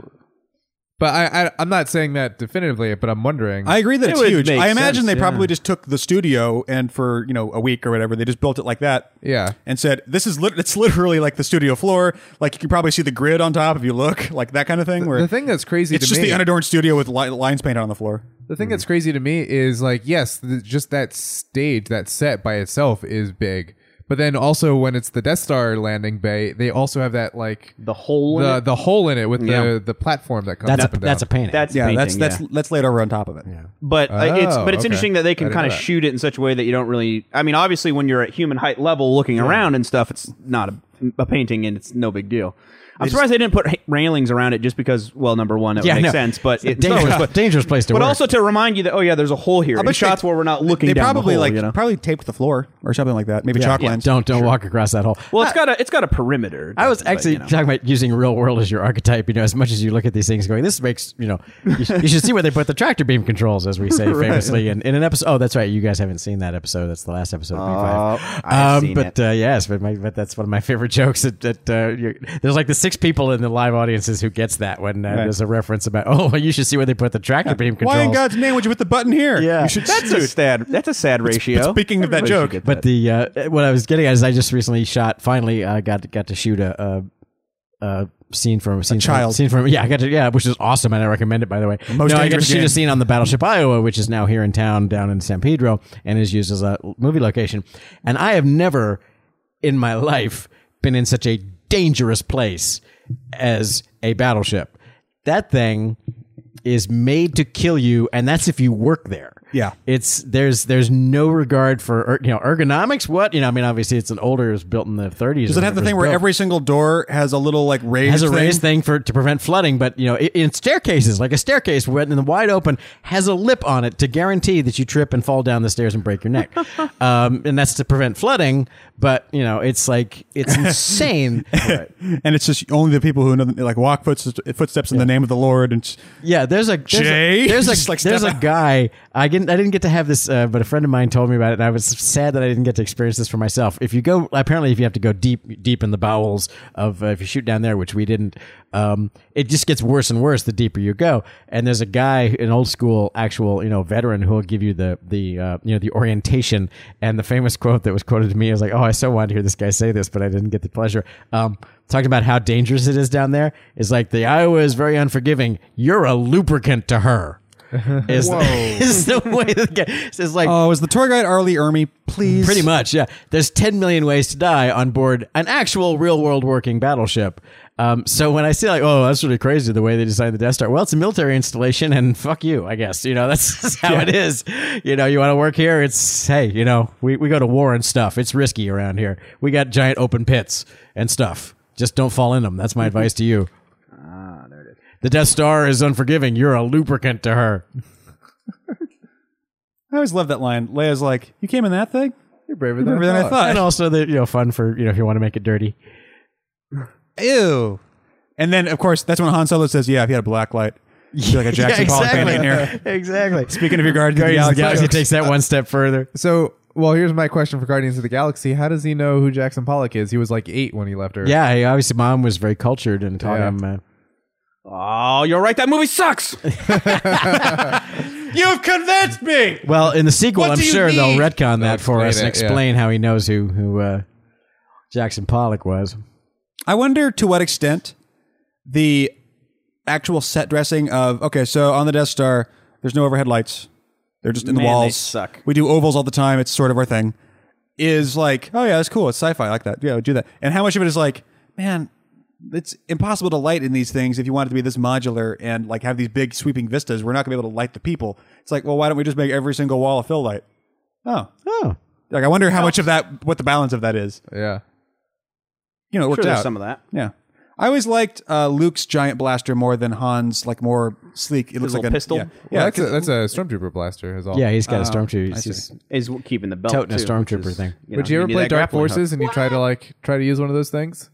Speaker 2: But I, I, I'm not saying that definitively, but I'm wondering.
Speaker 1: I agree that it's
Speaker 4: would
Speaker 1: huge.
Speaker 4: make
Speaker 1: I imagine
Speaker 4: sense,
Speaker 1: they
Speaker 4: yeah.
Speaker 1: probably just took the studio and for you know a week or whatever, they just built it like that.
Speaker 2: Yeah.
Speaker 1: and said this is lit- it's literally like the studio floor. Like you can probably see the grid on top if you look, like that kind of thing. Where
Speaker 2: the thing that's crazy
Speaker 1: it's
Speaker 2: to
Speaker 1: just
Speaker 2: me,
Speaker 1: the unadorned studio with li- lines painted on the floor.
Speaker 2: the thing that's crazy to me is like, yes, the, just that stage, that set by itself is big. But then also when it's the Death Star landing bay, they also have that like
Speaker 4: The hole in
Speaker 2: the,
Speaker 4: it?
Speaker 2: the hole in it with
Speaker 4: Yeah.
Speaker 2: the, the platform that comes
Speaker 3: That's
Speaker 2: up
Speaker 3: a,
Speaker 2: and down.
Speaker 3: that's a painting.
Speaker 4: that's
Speaker 1: Yeah,
Speaker 4: painting,
Speaker 1: that's that's
Speaker 4: yeah.
Speaker 1: that's laid over on top of it. Yeah.
Speaker 4: but uh, it's
Speaker 2: Oh,
Speaker 4: but it's
Speaker 2: okay.
Speaker 4: interesting that they
Speaker 2: I
Speaker 4: can
Speaker 2: didn't
Speaker 4: kind
Speaker 2: know
Speaker 4: of
Speaker 2: that.
Speaker 4: shoot it in such a way that you don't really. I mean, obviously, when you're at human height level, looking around and stuff, it's not a, a painting and it's no big deal. I'm surprised they didn't put ha- railings around it just because, well, number one, it
Speaker 3: yeah,
Speaker 4: would make
Speaker 3: no.
Speaker 4: sense, but
Speaker 3: It's a
Speaker 4: it,
Speaker 3: dangerous,
Speaker 4: but,
Speaker 3: dangerous place to
Speaker 4: but
Speaker 3: work.
Speaker 4: also to remind you that oh yeah, there's a hole here. in shots where we're not looking.
Speaker 1: They
Speaker 4: down the
Speaker 1: probably
Speaker 4: hole,
Speaker 1: like
Speaker 4: you know?
Speaker 1: probably taped the floor or something like that. Maybe chalk
Speaker 3: Yeah,
Speaker 1: lines.
Speaker 3: Don't don't walk across that hole.
Speaker 4: Well, it's got a it's got a perimeter.
Speaker 3: I was
Speaker 4: but,
Speaker 3: actually
Speaker 4: you know.
Speaker 3: talking about using real world as your archetype. You know, as much as you look at these things, going, "This makes you know," you, sh- you should see where they put the tractor beam controls, as we say famously, in, in an episode. Oh, that's right. You guys haven't seen that episode. That's the last
Speaker 1: Uh,
Speaker 3: episode of
Speaker 4: Oh,
Speaker 3: P5.
Speaker 4: I've seen
Speaker 3: but Uh, yes, but, my, but that's one of my favorite jokes. That, that uh, you, there's like the six people in the live audiences who gets that when uh, there's a reference about, "Oh, well, you should see where they put the tractor beam controls."
Speaker 1: Why in God's name would you put the button here?
Speaker 3: Yeah.
Speaker 1: you should.
Speaker 4: that's a sad that's a sad ratio.
Speaker 1: speaking of that
Speaker 4: Everybody
Speaker 1: joke,
Speaker 4: should get
Speaker 3: But the uh, what I was getting at is I just recently shot. Finally, I got got to shoot a. a, a Scene from scene
Speaker 1: child.
Speaker 3: From, scene from yeah, I got to yeah, which is awesome, and I recommend it by the way.
Speaker 1: Most
Speaker 3: no, I got to
Speaker 1: dangerous
Speaker 3: shoot
Speaker 1: game.
Speaker 3: a scene on the battleship Iowa, which is now here in town, down in San Pedro, and is used as a movie location. And I have never in my life been in such a dangerous place as a battleship. That thing is made to kill you, and that's if you work there.
Speaker 1: Yeah.
Speaker 3: it's there's there's no regard for er- you know ergonomics. What you know, I mean, obviously it's an older, it was built in the 30s.
Speaker 1: Does it have the thing where every single door has a little like raised
Speaker 3: has a
Speaker 1: thing?
Speaker 3: raised thing for to prevent flooding, but you know, i- in staircases, like a staircase when in the wide open has a lip on it to guarantee that you trip and fall down the stairs and break your neck, um, and that's to prevent flooding. But you know, it's like it's insane.
Speaker 1: and it's just only the people who know like walk footsteps, footsteps in the name of the Lord. And
Speaker 3: Yeah, there's a there's
Speaker 1: Jay?
Speaker 3: a there's
Speaker 1: Just,
Speaker 3: a,
Speaker 1: like,
Speaker 3: there's
Speaker 1: step
Speaker 3: a
Speaker 1: out.
Speaker 3: guy. I didn't I didn't get to have this, uh, but a friend of mine told me about it, and I was sad that I didn't get to experience this for myself. If you go, apparently, if you have to go deep deep in the bowels of uh, if you shoot down there, which we didn't, um, it just gets worse and worse the deeper you go. And there's a guy, an old school actual you know veteran, who will give you the the uh, you know the orientation and the famous quote that was quoted to me. I was like, oh, I so wanted to hear this guy say this, but I didn't get the pleasure. Um, talking about how dangerous it is down there is like the Iowa is very unforgiving. You're a lubricant to her. Is, is the way the guy says like
Speaker 1: oh, is the tour guide Arlie Ermy? Please,
Speaker 3: pretty much yeah. There's 10 million ways to die on board an actual real world working battleship. Um, so when I see like oh that's really crazy the way they designed the Death Star, well it's a military installation and fuck you I guess you know that's just how it is. You know you want to work here it's hey you know we we go to war and stuff it's risky around here. We got giant open pits and stuff. Just don't fall in them. That's my advice to you. The Death Star is unforgiving. You're a lubricant to her.
Speaker 1: I always love that line. Leia's like, "You came in that thing."
Speaker 2: You're braver than,
Speaker 1: Braver than I thought.
Speaker 3: and also the you know fun for you know if you want to make it dirty.
Speaker 1: Ew. And then, of course, that's when Han Solo says, "Yeah, if you had a black light, it'd be like a Jackson Pollock painting in here."
Speaker 3: exactly.
Speaker 1: Speaking of your Guardians,
Speaker 3: Guardians
Speaker 1: of the Galaxy,
Speaker 3: takes that one step further.
Speaker 2: So, well, here's my question for Guardians of the Galaxy: How does he know who Jackson Pollock is? He was like eight when he left Earth.
Speaker 3: Yeah, he- obviously, mom was very cultured and taught
Speaker 2: Yeah.
Speaker 3: him. Uh,
Speaker 4: Oh, you're right. That movie sucks.
Speaker 1: You've convinced me.
Speaker 3: well, in the sequel,
Speaker 1: What
Speaker 3: I'm
Speaker 1: do you
Speaker 3: sure they'll
Speaker 1: mean?
Speaker 3: retcon that for
Speaker 2: explain
Speaker 3: us and
Speaker 2: it, yeah.
Speaker 3: explain how he knows who who uh, Jackson Pollock was.
Speaker 1: I wonder to what extent the actual set dressing of okay, so on the Death Star, there's no overhead lights. They're just in the
Speaker 4: Man, they
Speaker 1: walls.
Speaker 4: suck.
Speaker 1: We do ovals all the time. It's sort of our thing. Is like, oh yeah, that's cool. It's sci-fi I like that. Yeah, we do that. And how much of it is like, man, it's impossible to light in these things if you want it to be this modular and like have these big sweeping vistas. We're not gonna be able to light the people. It's like, well, why don't we just make every single wall a fill light? Oh,
Speaker 3: Oh,
Speaker 1: like I wonder how much of that, what the balance of that is.
Speaker 2: yeah.
Speaker 1: You know, it worked
Speaker 4: Sure, there's
Speaker 1: out.
Speaker 4: some of that.
Speaker 1: Yeah. I always liked uh, Luke's giant blaster more than Han's, like more sleek. It looks like
Speaker 4: little
Speaker 1: a
Speaker 4: pistol?
Speaker 1: Yeah,
Speaker 2: Yeah,
Speaker 1: yeah
Speaker 2: that's a, that's a stormtrooper blaster. Is all.
Speaker 3: yeah, he's got a stormtrooper. He's just-
Speaker 4: Is keeping the belt.
Speaker 3: Toting a
Speaker 4: too,
Speaker 3: stormtrooper
Speaker 4: which is,
Speaker 3: thing.
Speaker 4: You
Speaker 2: Would you ever
Speaker 4: need
Speaker 2: play
Speaker 4: that
Speaker 2: Dark
Speaker 4: grappling hook.
Speaker 2: Forces and you try to like try to use one of those things?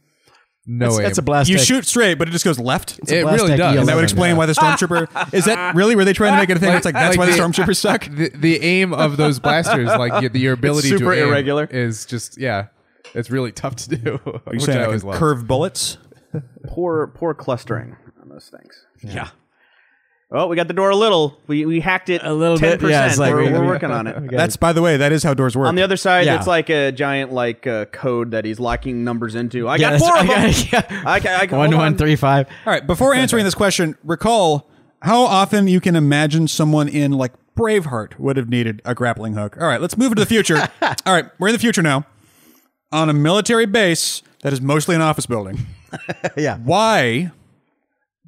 Speaker 2: No way.
Speaker 3: that's a blast.
Speaker 1: you
Speaker 3: tech.
Speaker 1: shoot straight, but it just goes left.
Speaker 2: It
Speaker 3: blast
Speaker 2: really
Speaker 3: tech
Speaker 2: does.
Speaker 3: E11.
Speaker 1: that would explain why the stormtrooper is that really? Were they trying to make it a thing? It's like that's
Speaker 2: Like
Speaker 1: why the
Speaker 2: the-
Speaker 1: stormtroopers suck.
Speaker 2: the, the aim of those blasters, like your, your ability to
Speaker 4: super
Speaker 2: aim
Speaker 4: irregular.
Speaker 2: is just yeah. It's really tough to do.
Speaker 1: Are you saying like curved bullets?
Speaker 4: poor poor clustering on those things. Yeah. Oh, we got the door a little. We we hacked it
Speaker 3: A little
Speaker 4: 10%.
Speaker 3: bit, yeah, it's like
Speaker 4: we're,
Speaker 3: we-
Speaker 4: we're
Speaker 3: we-
Speaker 4: working on it.
Speaker 1: That's by the way, that is how doors work.
Speaker 4: On the other side,
Speaker 3: Yeah.
Speaker 4: it's like a giant like uh, code that he's locking numbers into. I
Speaker 3: Yeah,
Speaker 4: got four of them.
Speaker 3: that's- yeah.
Speaker 4: I ca- I ca-
Speaker 3: One,
Speaker 4: hold
Speaker 3: one,
Speaker 4: on.
Speaker 3: three, five.
Speaker 1: All right, before answering this question, recall how often you can imagine someone in like Braveheart would have needed a grappling hook. All right, let's move into the future. All right, we're in the future now. On a military base that is mostly an office building.
Speaker 3: Yeah.
Speaker 1: Why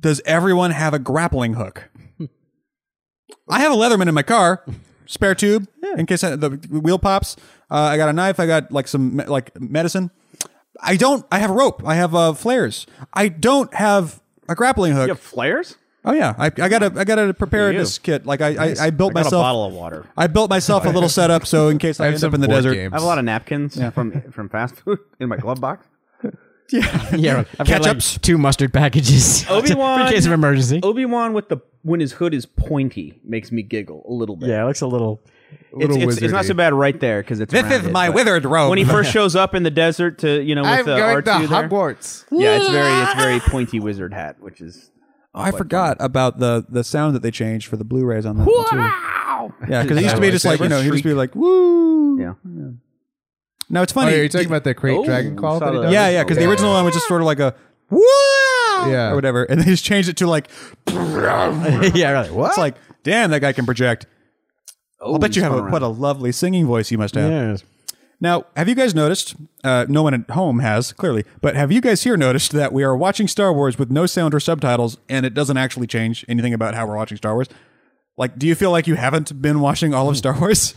Speaker 1: does everyone have a grappling hook? I have a Leatherman in my car, spare tube in case I, the wheel pops. Uh, I got a knife. I got like some me- like medicine. I don't. I have rope. I have uh, flares. I don't have a grappling hook.
Speaker 4: You have flares?
Speaker 1: Oh yeah, I, I got a I got a preparedness kit. Like I I, I built
Speaker 4: I got
Speaker 1: myself
Speaker 4: a bottle of water.
Speaker 1: I built myself a little setup so in case I,
Speaker 2: have
Speaker 1: end
Speaker 2: some
Speaker 1: up in the
Speaker 2: board
Speaker 1: desert.
Speaker 2: games.
Speaker 4: I have a lot of napkins from from fast food in my glove box.
Speaker 3: Yeah, I've got like
Speaker 1: Ketchups.
Speaker 3: two mustard packages.
Speaker 4: Obi-Wan.
Speaker 3: in case of emergency.
Speaker 4: Obi Wan with the when his hood is pointy makes me giggle a little bit.
Speaker 3: Yeah, it looks a little.
Speaker 4: it's,
Speaker 2: little
Speaker 4: it's, it's not
Speaker 2: wizardy.
Speaker 4: so bad right there because it's
Speaker 1: This is
Speaker 4: rounded,
Speaker 1: my
Speaker 4: but
Speaker 1: withered robe.
Speaker 4: When he first shows up in the desert to you know with the R2 there.
Speaker 2: Hogwarts.
Speaker 4: Yeah, it's very it's very pointy wizard hat, which is
Speaker 1: Oh, I forgot
Speaker 2: um,
Speaker 1: about the the sound that they changed for the Blu-rays on that one, too. Yeah, because it used to be just like you know, he'd just be like woo.
Speaker 4: yeah.
Speaker 1: No, it's
Speaker 2: Oh,
Speaker 1: funny.
Speaker 2: are you talking about the Crate
Speaker 4: Oh,
Speaker 2: Dragon Call? That he
Speaker 4: solid.
Speaker 2: does?
Speaker 1: yeah, yeah, because the original one was just sort of like a woo
Speaker 2: Yeah.
Speaker 1: or whatever, and they just changed it to like it's
Speaker 3: yeah, really. What?
Speaker 1: like damn that guy can project. I'll bet you have a, what a lovely singing voice you must have.
Speaker 3: Yes.
Speaker 1: Now, have you guys noticed? Uh, no one at home has clearly, but have you guys here noticed that we are watching Star Wars with no sound or subtitles, and it doesn't actually change anything about how we're watching Star Wars? Like, do you feel like you haven't been watching all of Star Wars?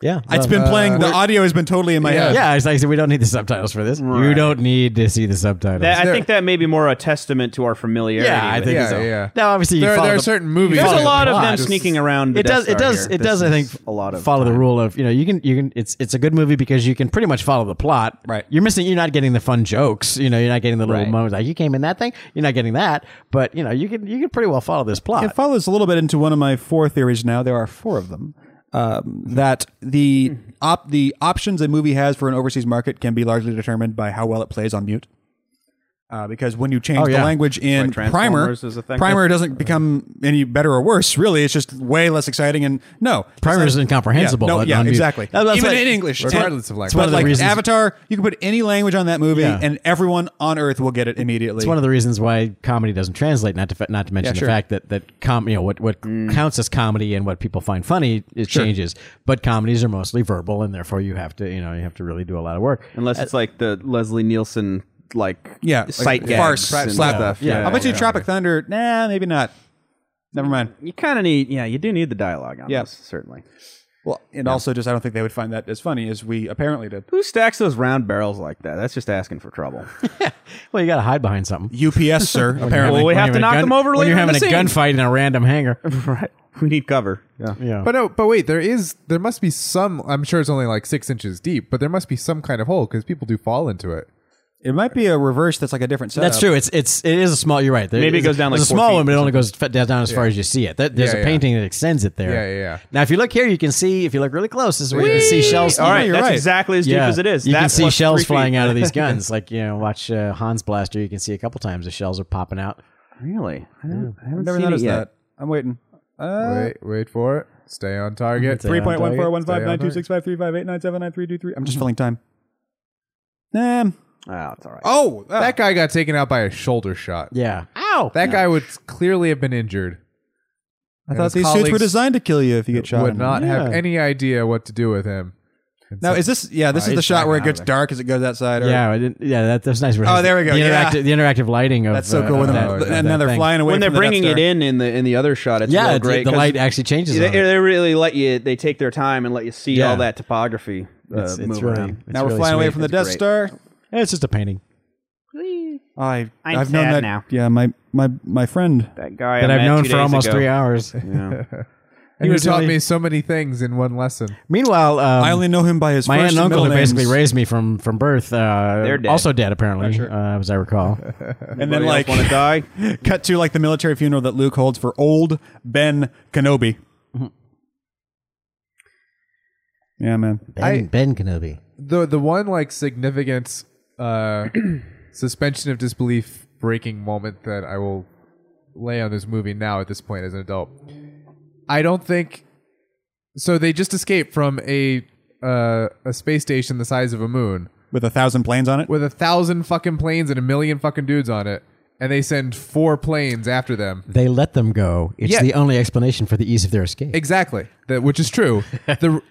Speaker 3: Yeah.
Speaker 1: It's been playing. The audio has been totally in my head.
Speaker 3: Uh, Yeah, it's like so we don't need the subtitles for this. You don't need to see the subtitles.
Speaker 4: That, I think that may be more a testament to our familiarity.
Speaker 3: yeah, I
Speaker 4: with
Speaker 3: think
Speaker 4: it.
Speaker 2: Yeah,
Speaker 3: so.
Speaker 2: yeah.
Speaker 3: Now, obviously, you
Speaker 2: There,
Speaker 3: follow
Speaker 2: there are
Speaker 3: the-
Speaker 2: certain movies.
Speaker 4: there's
Speaker 3: follow
Speaker 4: a
Speaker 3: the
Speaker 4: lot of them
Speaker 3: plot.
Speaker 4: sneaking around. The
Speaker 3: it
Speaker 4: Death
Speaker 3: does. It
Speaker 4: Star
Speaker 3: does.
Speaker 4: here.
Speaker 3: It does.
Speaker 4: This
Speaker 3: I think
Speaker 4: is a lot of
Speaker 3: follow the rule of you know you can you can it's it's a good movie because you can pretty much follow the plot.
Speaker 1: Right.
Speaker 3: You're missing. You're not getting the fun jokes. You know. You're not getting the little moments like you came in that thing. You're not getting that. But you know you can you can pretty well follow this plot.
Speaker 1: It follows a little bit into one of my four theories now. There are four of them. Um, that the op- the options a movie has for an overseas market can be largely determined by how well it plays on mute. Uh, because when you change
Speaker 3: Oh, yeah.
Speaker 1: the language in
Speaker 4: That's
Speaker 1: Primer,
Speaker 4: why Transformers is a thing.
Speaker 1: Primer doesn't become any better or worse. Really, it's just way less exciting. And no,
Speaker 3: Primer is incomprehensible.
Speaker 1: Yeah, no,
Speaker 3: on-
Speaker 1: yeah
Speaker 3: on mute.
Speaker 1: exactly.
Speaker 3: That- that's
Speaker 1: Even
Speaker 3: what-
Speaker 1: in English,
Speaker 2: regardless of language.
Speaker 1: But
Speaker 3: the
Speaker 1: like
Speaker 3: reasons-
Speaker 1: Avatar, you can put any language on that movie,
Speaker 3: Yeah.
Speaker 1: and everyone on Earth will get it immediately.
Speaker 3: It's one of the reasons why comedy doesn't translate. Not to fa- not to mention
Speaker 1: Yeah, sure.
Speaker 3: the fact that that com- you know what what
Speaker 4: Mm.
Speaker 3: counts as comedy and what people find funny it changes. But comedies are mostly verbal, and therefore you have to you know you have to really do a lot of work.
Speaker 4: unless it's like the Leslie Nielsen like
Speaker 1: yeah, like
Speaker 4: sight gags
Speaker 1: farce,
Speaker 4: and
Speaker 1: slap.
Speaker 4: stuff.
Speaker 1: Yeah,
Speaker 4: Yeah,
Speaker 1: I'll bet you
Speaker 4: yeah.
Speaker 1: Tropic Thunder. Nah, maybe not. Never mind.
Speaker 4: You kind of need. Yeah, you do need the dialogue on
Speaker 1: Yeah.
Speaker 4: this certainly.
Speaker 1: Well, and also just I don't think they would find that as funny as we apparently did.
Speaker 4: Who stacks those round barrels like that? That's just asking for trouble.
Speaker 3: Well, you got to hide behind something.
Speaker 1: UPS, sir.
Speaker 4: Well,
Speaker 1: apparently,
Speaker 4: we
Speaker 3: When
Speaker 4: have
Speaker 3: you're
Speaker 4: to
Speaker 3: in a
Speaker 4: knock
Speaker 3: gun-
Speaker 4: them over
Speaker 3: when
Speaker 4: later
Speaker 3: You're
Speaker 4: in
Speaker 3: having
Speaker 4: the
Speaker 3: a
Speaker 4: scene.
Speaker 3: gunfight in a random hangar.
Speaker 4: right. We need cover. Yeah.
Speaker 3: Yeah.
Speaker 2: But no, but wait, there is there must be some. I'm sure it's only like six inches deep, but there must be some kind of hole because people do fall into it.
Speaker 1: it might be a reverse. That's like a different setup.
Speaker 3: That's true. It's it's it is a small. You're right. There
Speaker 4: uh, Maybe it
Speaker 3: is a-
Speaker 4: goes down like
Speaker 3: there's a
Speaker 4: four
Speaker 3: small
Speaker 4: feet
Speaker 3: one, but
Speaker 4: or
Speaker 3: it only goes fa- down as far as you see it. That, there's
Speaker 2: Yeah,
Speaker 3: a
Speaker 2: yeah.
Speaker 3: painting that extends it there.
Speaker 2: Yeah, yeah, yeah.
Speaker 3: Now, if you look here, you can see if you look really close, this is where you can see shells.
Speaker 4: All right,
Speaker 1: you're
Speaker 4: that's
Speaker 1: right.
Speaker 4: exactly as deep
Speaker 3: Yeah.
Speaker 4: as it is.
Speaker 3: You
Speaker 4: that
Speaker 3: can see
Speaker 4: plus
Speaker 3: shells
Speaker 4: three
Speaker 3: flying
Speaker 4: feet.
Speaker 3: out of these guns. Like you know, watch uh, Hans Blaster. You can see a couple times the shells are popping out.
Speaker 4: Really? I, don't, I haven't
Speaker 1: Never
Speaker 4: seen it
Speaker 1: noticed
Speaker 4: yet.
Speaker 1: that. I'm waiting. Uh,
Speaker 2: Wait, wait for it. Stay on target.
Speaker 3: Stay on target.
Speaker 1: I'm just filling time. Nah.
Speaker 4: Oh, it's all right.
Speaker 1: Oh, uh,
Speaker 2: That guy got taken out by a shoulder shot.
Speaker 3: ah. Yeah. Ow.
Speaker 2: That guy would clearly have been injured.
Speaker 1: I
Speaker 2: and
Speaker 1: thought
Speaker 2: his
Speaker 1: these suits were
Speaker 2: colleagues
Speaker 1: designed to kill you if you get shot.
Speaker 2: Would
Speaker 1: in
Speaker 2: not
Speaker 1: them.
Speaker 2: have any idea what to do with him. And
Speaker 1: Now
Speaker 2: so-
Speaker 1: is this? Yeah, this is
Speaker 2: Oh,
Speaker 1: the
Speaker 2: he's
Speaker 1: shot where it
Speaker 2: back out
Speaker 1: gets
Speaker 2: of
Speaker 1: dark as it goes outside. Or,
Speaker 3: Yeah, I didn't, yeah, that, that's nice.
Speaker 1: Oh, there we go,
Speaker 3: The
Speaker 1: yeah.
Speaker 3: interactive, the interactive lighting of
Speaker 1: that's so cool.
Speaker 3: Uh,
Speaker 1: when
Speaker 3: of
Speaker 1: they're-
Speaker 3: that,
Speaker 1: and
Speaker 3: of that
Speaker 1: then they're
Speaker 3: thing.
Speaker 1: flying away.
Speaker 4: when they're
Speaker 1: from the Death
Speaker 4: bringing it
Speaker 1: Star.
Speaker 4: in in the in the other shot, it's
Speaker 3: Yeah,
Speaker 4: real
Speaker 3: it's-
Speaker 4: great.
Speaker 3: the
Speaker 4: 'cause
Speaker 3: light actually changes.
Speaker 4: They,
Speaker 3: on it.
Speaker 4: they really let you. They take their time and let you see
Speaker 3: Yeah.
Speaker 4: all that topography uh,
Speaker 3: It's- it's
Speaker 4: move
Speaker 3: really-
Speaker 4: around.
Speaker 3: it's
Speaker 1: Now we're
Speaker 3: really
Speaker 1: flying away
Speaker 3: sweet.
Speaker 1: from the
Speaker 4: It's
Speaker 1: Death
Speaker 4: great.
Speaker 1: Star.
Speaker 3: It's just a painting.
Speaker 1: I
Speaker 4: I'm
Speaker 1: I've known
Speaker 4: sad
Speaker 1: that
Speaker 4: now.
Speaker 1: Yeah, my my my friend.
Speaker 4: That guy
Speaker 3: that
Speaker 4: I
Speaker 3: I've
Speaker 4: met
Speaker 3: known
Speaker 4: two
Speaker 3: for
Speaker 4: days
Speaker 3: almost
Speaker 4: ago.
Speaker 3: three hours.
Speaker 4: Yeah.
Speaker 2: And you
Speaker 3: was
Speaker 2: taught
Speaker 3: really-
Speaker 2: me so many things in one lesson.
Speaker 3: Meanwhile, um,
Speaker 1: I only know him by his
Speaker 3: my aunt
Speaker 1: first
Speaker 3: and uncle
Speaker 1: middle
Speaker 3: who basically
Speaker 1: names.
Speaker 3: raised me from from birth. Uh,
Speaker 4: They're dead.
Speaker 3: Also dead, apparently, uh, as I recall.
Speaker 1: and then
Speaker 4: Anybody
Speaker 1: like
Speaker 4: else want to die?
Speaker 1: cut to like the military funeral that Luke holds for old Ben Kenobi. Mm-hmm. Yeah, man.
Speaker 3: Ben, ben Kenobi.
Speaker 2: the the one like significant uh, suspension of disbelief breaking moment that I will lay on this movie now at this point as an adult. I don't think so. They just escaped from a uh, a space station the size of a moon
Speaker 1: With a thousand planes on it.
Speaker 2: with a thousand fucking planes and a million fucking dudes on it, and they send four planes after them.
Speaker 3: They let them go. It's
Speaker 2: Yeah.
Speaker 3: the only explanation for the ease of their escape.
Speaker 2: Exactly, that which is true. the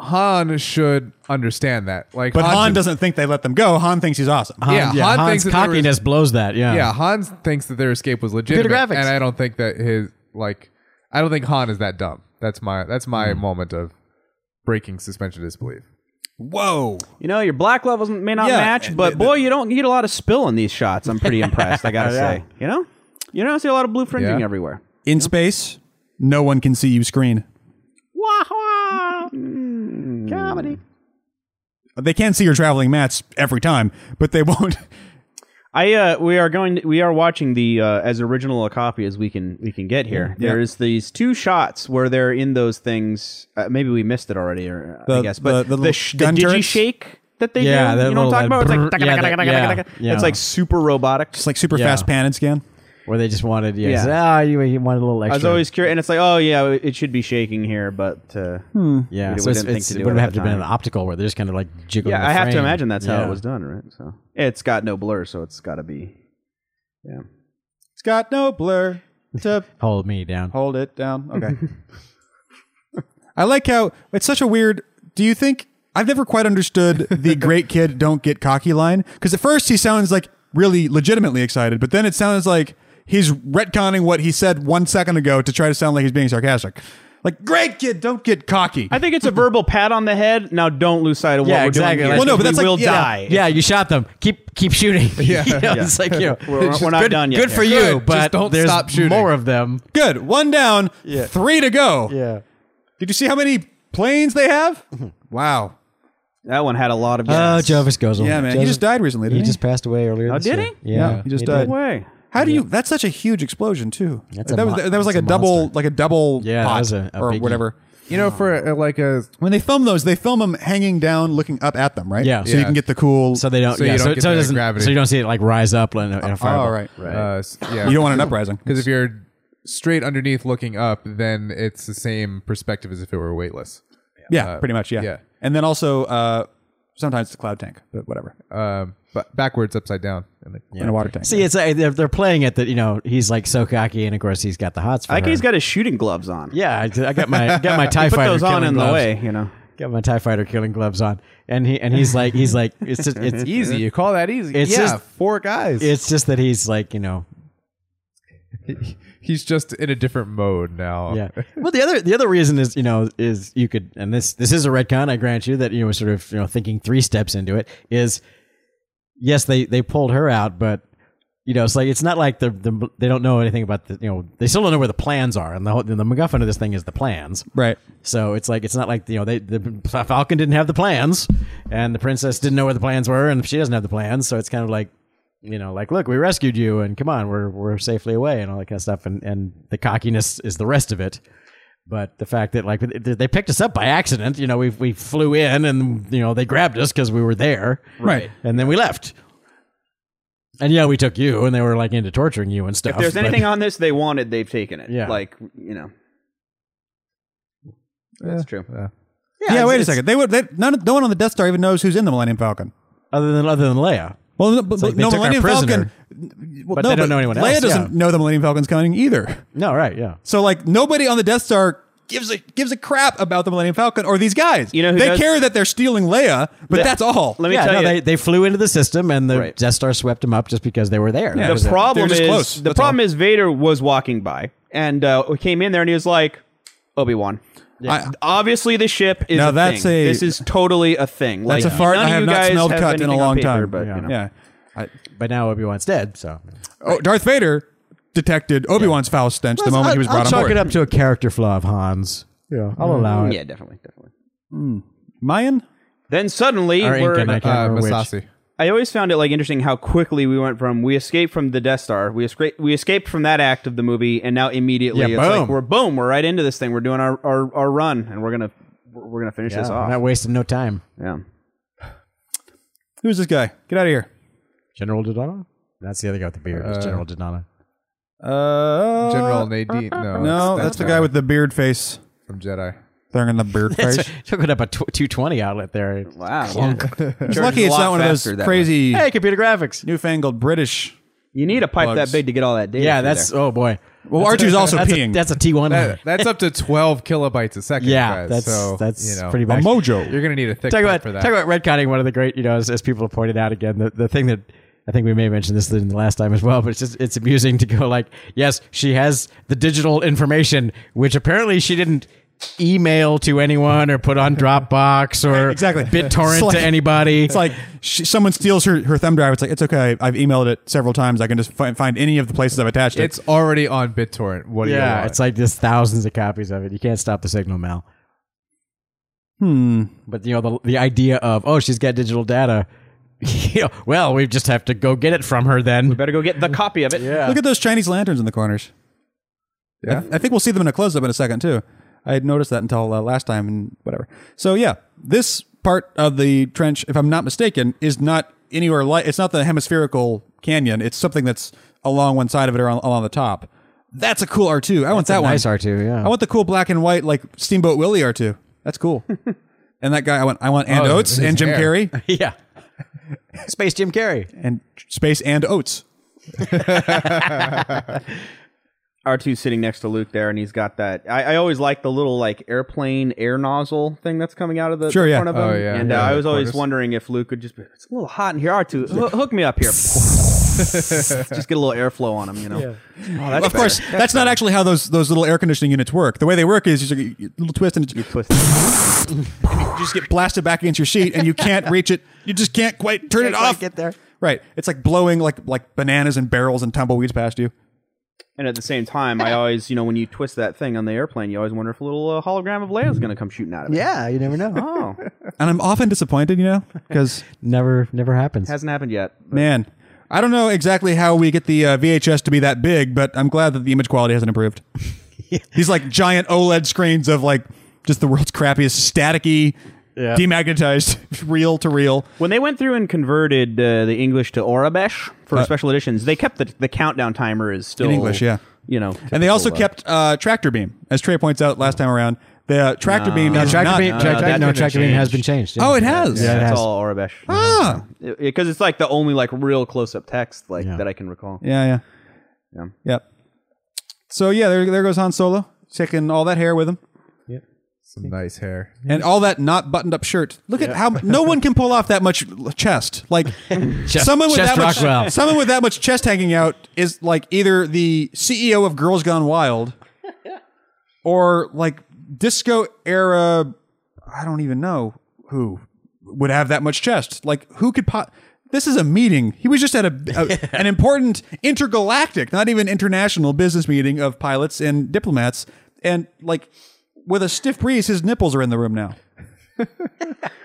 Speaker 2: Han should understand that. Like,
Speaker 1: But Han
Speaker 2: should-
Speaker 1: doesn't think they let them go. Han thinks he's awesome.
Speaker 2: Yeah, Han
Speaker 3: Han's
Speaker 2: thinks that there was-
Speaker 3: cockiness blows that. Yeah.
Speaker 2: Yeah, Han thinks that their escape was legitimate,
Speaker 3: graphics.
Speaker 2: and I don't think that his like, I don't think Han is that dumb. That's my that's my moment of breaking suspension of disbelief.
Speaker 1: Whoa.
Speaker 4: You know, your black levels may not
Speaker 1: Yeah,
Speaker 4: match,
Speaker 1: and
Speaker 4: but
Speaker 1: the-
Speaker 4: boy, you don't get a lot of spill in these shots. I'm pretty impressed, I gotta
Speaker 1: Yeah.
Speaker 4: say. You know, you don't see a lot of blue fringing
Speaker 2: Yeah.
Speaker 4: everywhere.
Speaker 1: In space, no one can see you screen.
Speaker 4: Wah wah! Comedy.
Speaker 1: They can see your traveling mats every time, but they won't.
Speaker 4: I uh, we are going. We are watching the uh, as original a copy as we can we can get here. There's these two shots where they're in those things. Uh, maybe we missed it already, or I
Speaker 1: The-
Speaker 4: guess. But
Speaker 1: the- the
Speaker 4: the,
Speaker 1: little
Speaker 4: sh- the
Speaker 1: gun
Speaker 4: digi
Speaker 1: turrets?
Speaker 4: shake that they
Speaker 3: Yeah,
Speaker 4: do.
Speaker 3: that
Speaker 4: You know what I'm talking
Speaker 3: little,
Speaker 4: about?
Speaker 3: like,
Speaker 4: It's like
Speaker 3: brrr, yeah, that- yeah,
Speaker 4: it's
Speaker 3: yeah.
Speaker 4: like super robotic.
Speaker 1: It's like super
Speaker 3: Yeah.
Speaker 1: fast pan and scan.
Speaker 3: Where they just wanted, yeah.
Speaker 4: Yeah.
Speaker 3: it's, Ah, you, you wanted a little extra.
Speaker 4: I was always curious, and it's like, oh yeah, it should be shaking here, but uh,
Speaker 3: yeah.
Speaker 4: we
Speaker 3: so it's,
Speaker 4: didn't think
Speaker 3: it's,
Speaker 4: to
Speaker 3: it
Speaker 4: do
Speaker 3: would
Speaker 4: it at
Speaker 3: have
Speaker 4: the
Speaker 3: to been an
Speaker 4: time.
Speaker 3: optical where they're just kind of like jiggling.
Speaker 4: yeah,
Speaker 3: the
Speaker 4: I have to
Speaker 3: frame.
Speaker 4: imagine that's how
Speaker 3: Yeah.
Speaker 4: it was done, right? So it's got no blur, so it's got to be, yeah.
Speaker 1: It's got no blur to
Speaker 3: Hold me down.
Speaker 1: hold it down. Okay. I like how it's such a weird. Do you think I've never quite understood the great kid don't get cocky line? Because at first he sounds like really legitimately excited, but then it sounds like he's retconning what he said one second ago to try to sound like he's being sarcastic. Like great kid, don't get cocky.
Speaker 4: I think it's a verbal pat on the head. Now, don't lose sight of what
Speaker 3: Yeah,
Speaker 4: we're
Speaker 3: exactly.
Speaker 4: doing. Here.
Speaker 3: Well,
Speaker 1: no, but
Speaker 4: We
Speaker 1: that's like-
Speaker 4: will
Speaker 1: yeah.
Speaker 4: die.
Speaker 3: Yeah, you shot them. Keep keep shooting. Yeah, it's like you. Know,
Speaker 4: We're-
Speaker 3: it's
Speaker 4: we're not
Speaker 3: good,
Speaker 4: done yet
Speaker 3: Good for
Speaker 4: here.
Speaker 3: you,
Speaker 2: Good,
Speaker 3: but
Speaker 2: just don't
Speaker 3: there's
Speaker 2: stop shooting.
Speaker 3: more of them.
Speaker 1: Good. One down, three to go.
Speaker 3: Yeah.
Speaker 1: Did you see how many planes they have? wow.
Speaker 4: That one had a lot of.
Speaker 3: Oh,
Speaker 2: Uh,
Speaker 4: gas.
Speaker 3: Jovis Gozel.
Speaker 1: Yeah, man.
Speaker 3: Jovis,
Speaker 1: he just died recently,
Speaker 3: He
Speaker 1: didn't he?
Speaker 3: just passed away earlier. Oh,
Speaker 4: did
Speaker 3: he? Yeah,
Speaker 1: Yeah, he just died.
Speaker 3: did.
Speaker 4: No way.
Speaker 1: How do you? That's such a huge explosion too.
Speaker 3: That's a
Speaker 1: that was
Speaker 3: mon-
Speaker 1: that was like a,
Speaker 3: that's a
Speaker 1: double
Speaker 3: monster.
Speaker 1: like a double
Speaker 3: Yeah, that
Speaker 1: pot
Speaker 3: was a- a
Speaker 1: or
Speaker 3: biggie.
Speaker 1: whatever.
Speaker 2: You know, for uh, like a
Speaker 1: When they film those, they film them hanging down, looking up at them, right?
Speaker 3: Yeah.
Speaker 1: So
Speaker 3: Yeah.
Speaker 1: you can get the cool.
Speaker 3: So they don't.
Speaker 2: So you
Speaker 3: yeah,
Speaker 2: don't
Speaker 3: so,
Speaker 2: get
Speaker 3: so it
Speaker 2: the
Speaker 3: doesn't.
Speaker 2: gravity.
Speaker 3: So you don't see it like rise up in a,
Speaker 4: Oh,
Speaker 3: in a fireball.
Speaker 1: Oh, all right.
Speaker 2: uh, s- yeah,
Speaker 1: You don't want an uprising.
Speaker 2: because if you're straight underneath looking up, then it's the same perspective as if it were weightless.
Speaker 1: Yeah, pretty much. Yeah.
Speaker 2: yeah.
Speaker 1: And then also, uh, sometimes it's a cloud tank, but whatever,
Speaker 2: Um, but backwards, upside down, and like,
Speaker 1: and a water tank.
Speaker 3: See, it's like they're, they're playing it that you know he's like so cocky, and of course he's got the hots for
Speaker 4: I think
Speaker 3: her.
Speaker 4: he's got his shooting gloves on.
Speaker 3: yeah, I, I got my got my Tie
Speaker 4: Put
Speaker 3: Fighter
Speaker 4: those on
Speaker 3: killing
Speaker 4: in
Speaker 3: gloves.
Speaker 4: the way, you know.
Speaker 3: Got my Tie Fighter killing gloves on, and he and he's like he's like it's just, it's
Speaker 2: easy. You call that easy?
Speaker 3: It's
Speaker 2: yeah,
Speaker 3: just-
Speaker 2: four guys.
Speaker 3: It's just that he's like you know
Speaker 2: He's just in a different mode now.
Speaker 3: Yeah. Well, the other the other reason is you know is you could and this this is a retcon. I grant you that you know sort of you know thinking three steps into it is yes they they pulled her out, but you know it's like it's not like the, the they don't know anything about the you know they still don't know where the plans are and the whole, the MacGuffin of this thing is the plans.
Speaker 1: right.
Speaker 3: So it's like it's not like you know they the Falcon didn't have the plans and the princess didn't know where the plans were and she doesn't have the plans. So it's kind of like you know like look we rescued you and come on we're we're safely away and all that kind of stuff and and the cockiness is the rest of it. But the fact that like they they picked us up by accident, you know, we we flew in and you know they grabbed us because we were there,
Speaker 1: Right.
Speaker 3: And then we left. And yeah, we took you, and they were like into torturing you and stuff.
Speaker 4: If there's
Speaker 3: but-
Speaker 4: anything on this they wanted, they've taken it.
Speaker 3: Yeah.
Speaker 4: Like, you know. That's true.
Speaker 1: Yeah.
Speaker 3: it's-
Speaker 1: wait a
Speaker 3: it's-
Speaker 1: second. They would. They, none. No one on the Death Star even knows who's in the Millennium Falcon.
Speaker 3: other than other than Leia,
Speaker 1: Well, no, but,
Speaker 3: like they
Speaker 1: no
Speaker 3: took our
Speaker 1: Millennium Falcon.
Speaker 3: prisoner.
Speaker 1: Well,
Speaker 3: But they don't know anyone
Speaker 1: Leia
Speaker 3: else,
Speaker 1: doesn't
Speaker 3: yeah.
Speaker 1: know the Millennium Falcon's coming either.
Speaker 3: no, right? Yeah,
Speaker 1: So like nobody on the Death Star gives a gives a crap about the Millennium Falcon or these guys.
Speaker 4: You know who
Speaker 1: they
Speaker 4: does-
Speaker 1: care that they're stealing Leia, but that's all.
Speaker 4: Let me
Speaker 3: yeah,
Speaker 4: tell
Speaker 3: no,
Speaker 4: you.
Speaker 3: They, they flew into the system and the
Speaker 4: Right.
Speaker 3: Death Star swept them up just because they were there. That was
Speaker 4: the
Speaker 3: it.
Speaker 4: problem
Speaker 1: They're
Speaker 4: is
Speaker 1: just close,
Speaker 4: the
Speaker 1: that's
Speaker 4: problem is Vader was walking by and uh, came in there and he was like, Obi Wan.
Speaker 1: I-
Speaker 4: Obviously, the ship is.
Speaker 1: Now
Speaker 4: a
Speaker 1: that's
Speaker 4: thing.
Speaker 1: a-
Speaker 4: This is totally a thing.
Speaker 1: that's
Speaker 4: like,
Speaker 1: a fart
Speaker 4: none
Speaker 1: I
Speaker 4: of
Speaker 1: have
Speaker 4: you
Speaker 1: not
Speaker 4: guys
Speaker 1: smelled
Speaker 4: have
Speaker 1: cut in
Speaker 4: anything
Speaker 1: a
Speaker 4: on
Speaker 1: long
Speaker 4: paper,
Speaker 1: time.
Speaker 4: But you know.
Speaker 1: yeah. I-
Speaker 3: but now Obi Wan's dead. So
Speaker 1: oh, Darth Vader detected Obi Wan's foul stench the moment
Speaker 3: I'll,
Speaker 1: he was
Speaker 3: I'll
Speaker 1: brought on
Speaker 3: chalk
Speaker 1: board.
Speaker 3: it up to a character flaw of Hans. Yeah, I'll allow it.
Speaker 4: yeah, definitely, definitely.
Speaker 1: Mayan.
Speaker 4: Then suddenly,
Speaker 3: Or
Speaker 4: we're,
Speaker 3: Incan, I
Speaker 2: Uh,
Speaker 3: can't remember which.
Speaker 2: Masasi.
Speaker 4: I always found it like interesting how quickly we went from we escaped from the Death Star, we escaped we escaped from that act of the movie, and now immediately
Speaker 3: Yeah,
Speaker 4: it's
Speaker 3: boom.
Speaker 4: like we're boom, we're right into this thing, we're doing our, our, our run, and we're gonna we're we're gonna finish
Speaker 3: Yeah,
Speaker 4: this
Speaker 3: we're
Speaker 4: off.
Speaker 3: not wasting no time.
Speaker 4: yeah.
Speaker 1: Who's this guy? Get out of here.
Speaker 3: General Dodonna? That's the other guy with the beard. It's General Dodonna.
Speaker 1: Uh,
Speaker 2: General Nadine. No,
Speaker 1: No, that's, the guy with the beard face.
Speaker 2: from Jedi.
Speaker 1: They're in the beard face.
Speaker 3: Took it up a tw 220 outlet there.
Speaker 4: Wow.
Speaker 1: It's
Speaker 4: Jordan's
Speaker 1: lucky
Speaker 4: a
Speaker 1: it's
Speaker 4: lot
Speaker 1: not one of
Speaker 4: faster
Speaker 1: those
Speaker 4: that
Speaker 1: crazy
Speaker 3: Hey, computer graphics.
Speaker 1: newfangled British.
Speaker 4: You need a pipe
Speaker 1: Plugs.
Speaker 4: that big to get all that data.
Speaker 3: Yeah,
Speaker 4: through
Speaker 3: that's
Speaker 4: there.
Speaker 3: oh boy.
Speaker 1: Well,
Speaker 3: That's
Speaker 1: R2's
Speaker 3: a-
Speaker 1: also
Speaker 3: that's
Speaker 1: peeing.
Speaker 3: A, that's a T1.
Speaker 2: That, that's up to twelve kilobytes a second.
Speaker 3: yeah,
Speaker 2: guys.
Speaker 3: that's
Speaker 2: so,
Speaker 3: that's
Speaker 2: you know,
Speaker 3: pretty
Speaker 1: A
Speaker 3: bad.
Speaker 1: mojo.
Speaker 2: You're gonna need a thick
Speaker 3: talk
Speaker 2: pipe
Speaker 3: about
Speaker 2: for that.
Speaker 3: talk about redconning one of the great you know as, as people have pointed out again the, the thing that I think we may have mentioned this in the last time as well, but it's just it's amusing to go like, yes, she has the digital information, which apparently she didn't email to anyone or put on Dropbox or
Speaker 1: Exactly.
Speaker 3: BitTorrent
Speaker 1: It's like-
Speaker 3: to anybody.
Speaker 1: It's like she, someone steals her, her thumb drive. It's like, it's okay. I've emailed it several times. I can just find, find any of the places I've attached it.
Speaker 2: it's already on BitTorrent. What do you
Speaker 3: yeah,
Speaker 2: want?
Speaker 3: it's like there's thousands of copies of it. You can't stop the signal, Mal. Hmm. But you know the the idea of oh she's got digital data. you know, well, we just have to go get it from her then.
Speaker 4: Better go get the copy of it.
Speaker 3: Yeah.
Speaker 1: Look at those Chinese lanterns in the corners.
Speaker 2: Yeah.
Speaker 1: I, I think we'll see them in a close up in a second, too. I had noticed that until uh, last time and whatever. So, yeah, this part of the trench, if I'm not mistaken, is not anywhere like it's not the hemispherical canyon. It's something that's along one side of it or on, along the top. That's a cool R2. I want that one.
Speaker 3: nice R2, yeah.
Speaker 1: I want the cool black and white, like Steamboat Willie R2. That's cool. and that guy, I want, I want and
Speaker 2: Oh,
Speaker 1: Oates
Speaker 2: his
Speaker 1: and Jim
Speaker 2: hair.
Speaker 1: Carrey
Speaker 3: Yeah. Space Jim Carrey.
Speaker 1: and Space and Oates.
Speaker 4: R2's sitting next to Luke there, and he's got that. I, I always like the little like airplane air nozzle thing that's coming out of the,
Speaker 1: Sure,
Speaker 4: the
Speaker 1: yeah.
Speaker 4: front of him.
Speaker 2: Oh, yeah,
Speaker 4: And
Speaker 2: yeah,
Speaker 4: uh, I
Speaker 2: the
Speaker 4: was always
Speaker 2: quarters.
Speaker 4: wondering if Luke would just be, it's a little hot in here. R2, hoo- hook me up here. just get a little airflow on him, you know. Oh, that's
Speaker 1: of course, that's, not actually how those those little air conditioning units work. The way they work is you just you- you little twist and it just,
Speaker 4: better. Twist.
Speaker 1: you just get blasted back against your sheet, and you can't reach it. You just can't quite turn it
Speaker 3: quite
Speaker 1: off.
Speaker 3: get there.
Speaker 1: Right. It's like blowing like like bananas and barrels and tumbleweeds past you.
Speaker 4: And at the same time, I always, you know, when you twist that thing on the airplane, you always wonder if a little uh, hologram of Leia's going to come shooting out of it.
Speaker 3: Yeah, you never know.
Speaker 4: Oh,
Speaker 1: And I'm often disappointed, you know, because
Speaker 3: never never happens.
Speaker 4: hasn't happened yet.
Speaker 1: man, I don't know exactly how we get the uh, VHS to be that big, but I'm glad that the image quality hasn't improved. These like giant OLED screens of like just the world's crappiest staticky,
Speaker 3: Yeah.
Speaker 1: demagnetized, reel to reel.
Speaker 4: When they went through and converted uh, the English to Orabesh for special editions, they kept the, the countdown timer is still
Speaker 1: Uh, In English, yeah.
Speaker 4: You know,
Speaker 1: And they
Speaker 4: kept
Speaker 1: also
Speaker 4: still low.
Speaker 1: kept uh, tractor beam, as Trey points out last time around. The uh, tractor beam
Speaker 3: no,
Speaker 1: is
Speaker 3: tractor
Speaker 1: not.
Speaker 3: beam,
Speaker 4: no,
Speaker 3: tractor,
Speaker 4: that's
Speaker 3: no,
Speaker 4: been
Speaker 3: tractor beam has been changed. yeah.
Speaker 1: Oh, it has?
Speaker 3: Yeah, it
Speaker 4: That's
Speaker 3: has.
Speaker 4: all Orabesh.
Speaker 1: Ah,
Speaker 4: Because it's like the only like real close up text like
Speaker 3: Yeah.
Speaker 4: that I can recall.
Speaker 1: yeah, yeah,
Speaker 4: Yeah.
Speaker 1: Yep. So yeah, there, there goes Han Solo taking all that hair with him
Speaker 2: Some nice hair.
Speaker 1: and all that not buttoned up shirt. Look at how no one can pull off that much l- chest. Like someone with
Speaker 3: chest
Speaker 1: that much,
Speaker 3: Rockwell.
Speaker 1: someone with that much chest hanging out is like either the CEO of Girls Gone Wild or like disco era. I don't even know who would have that much chest. Like who could pot? This is a meeting. He was just at a, a an important intergalactic, not even international business meeting of pilots and diplomats, and like with a stiff breeze, his nipples are in the room now.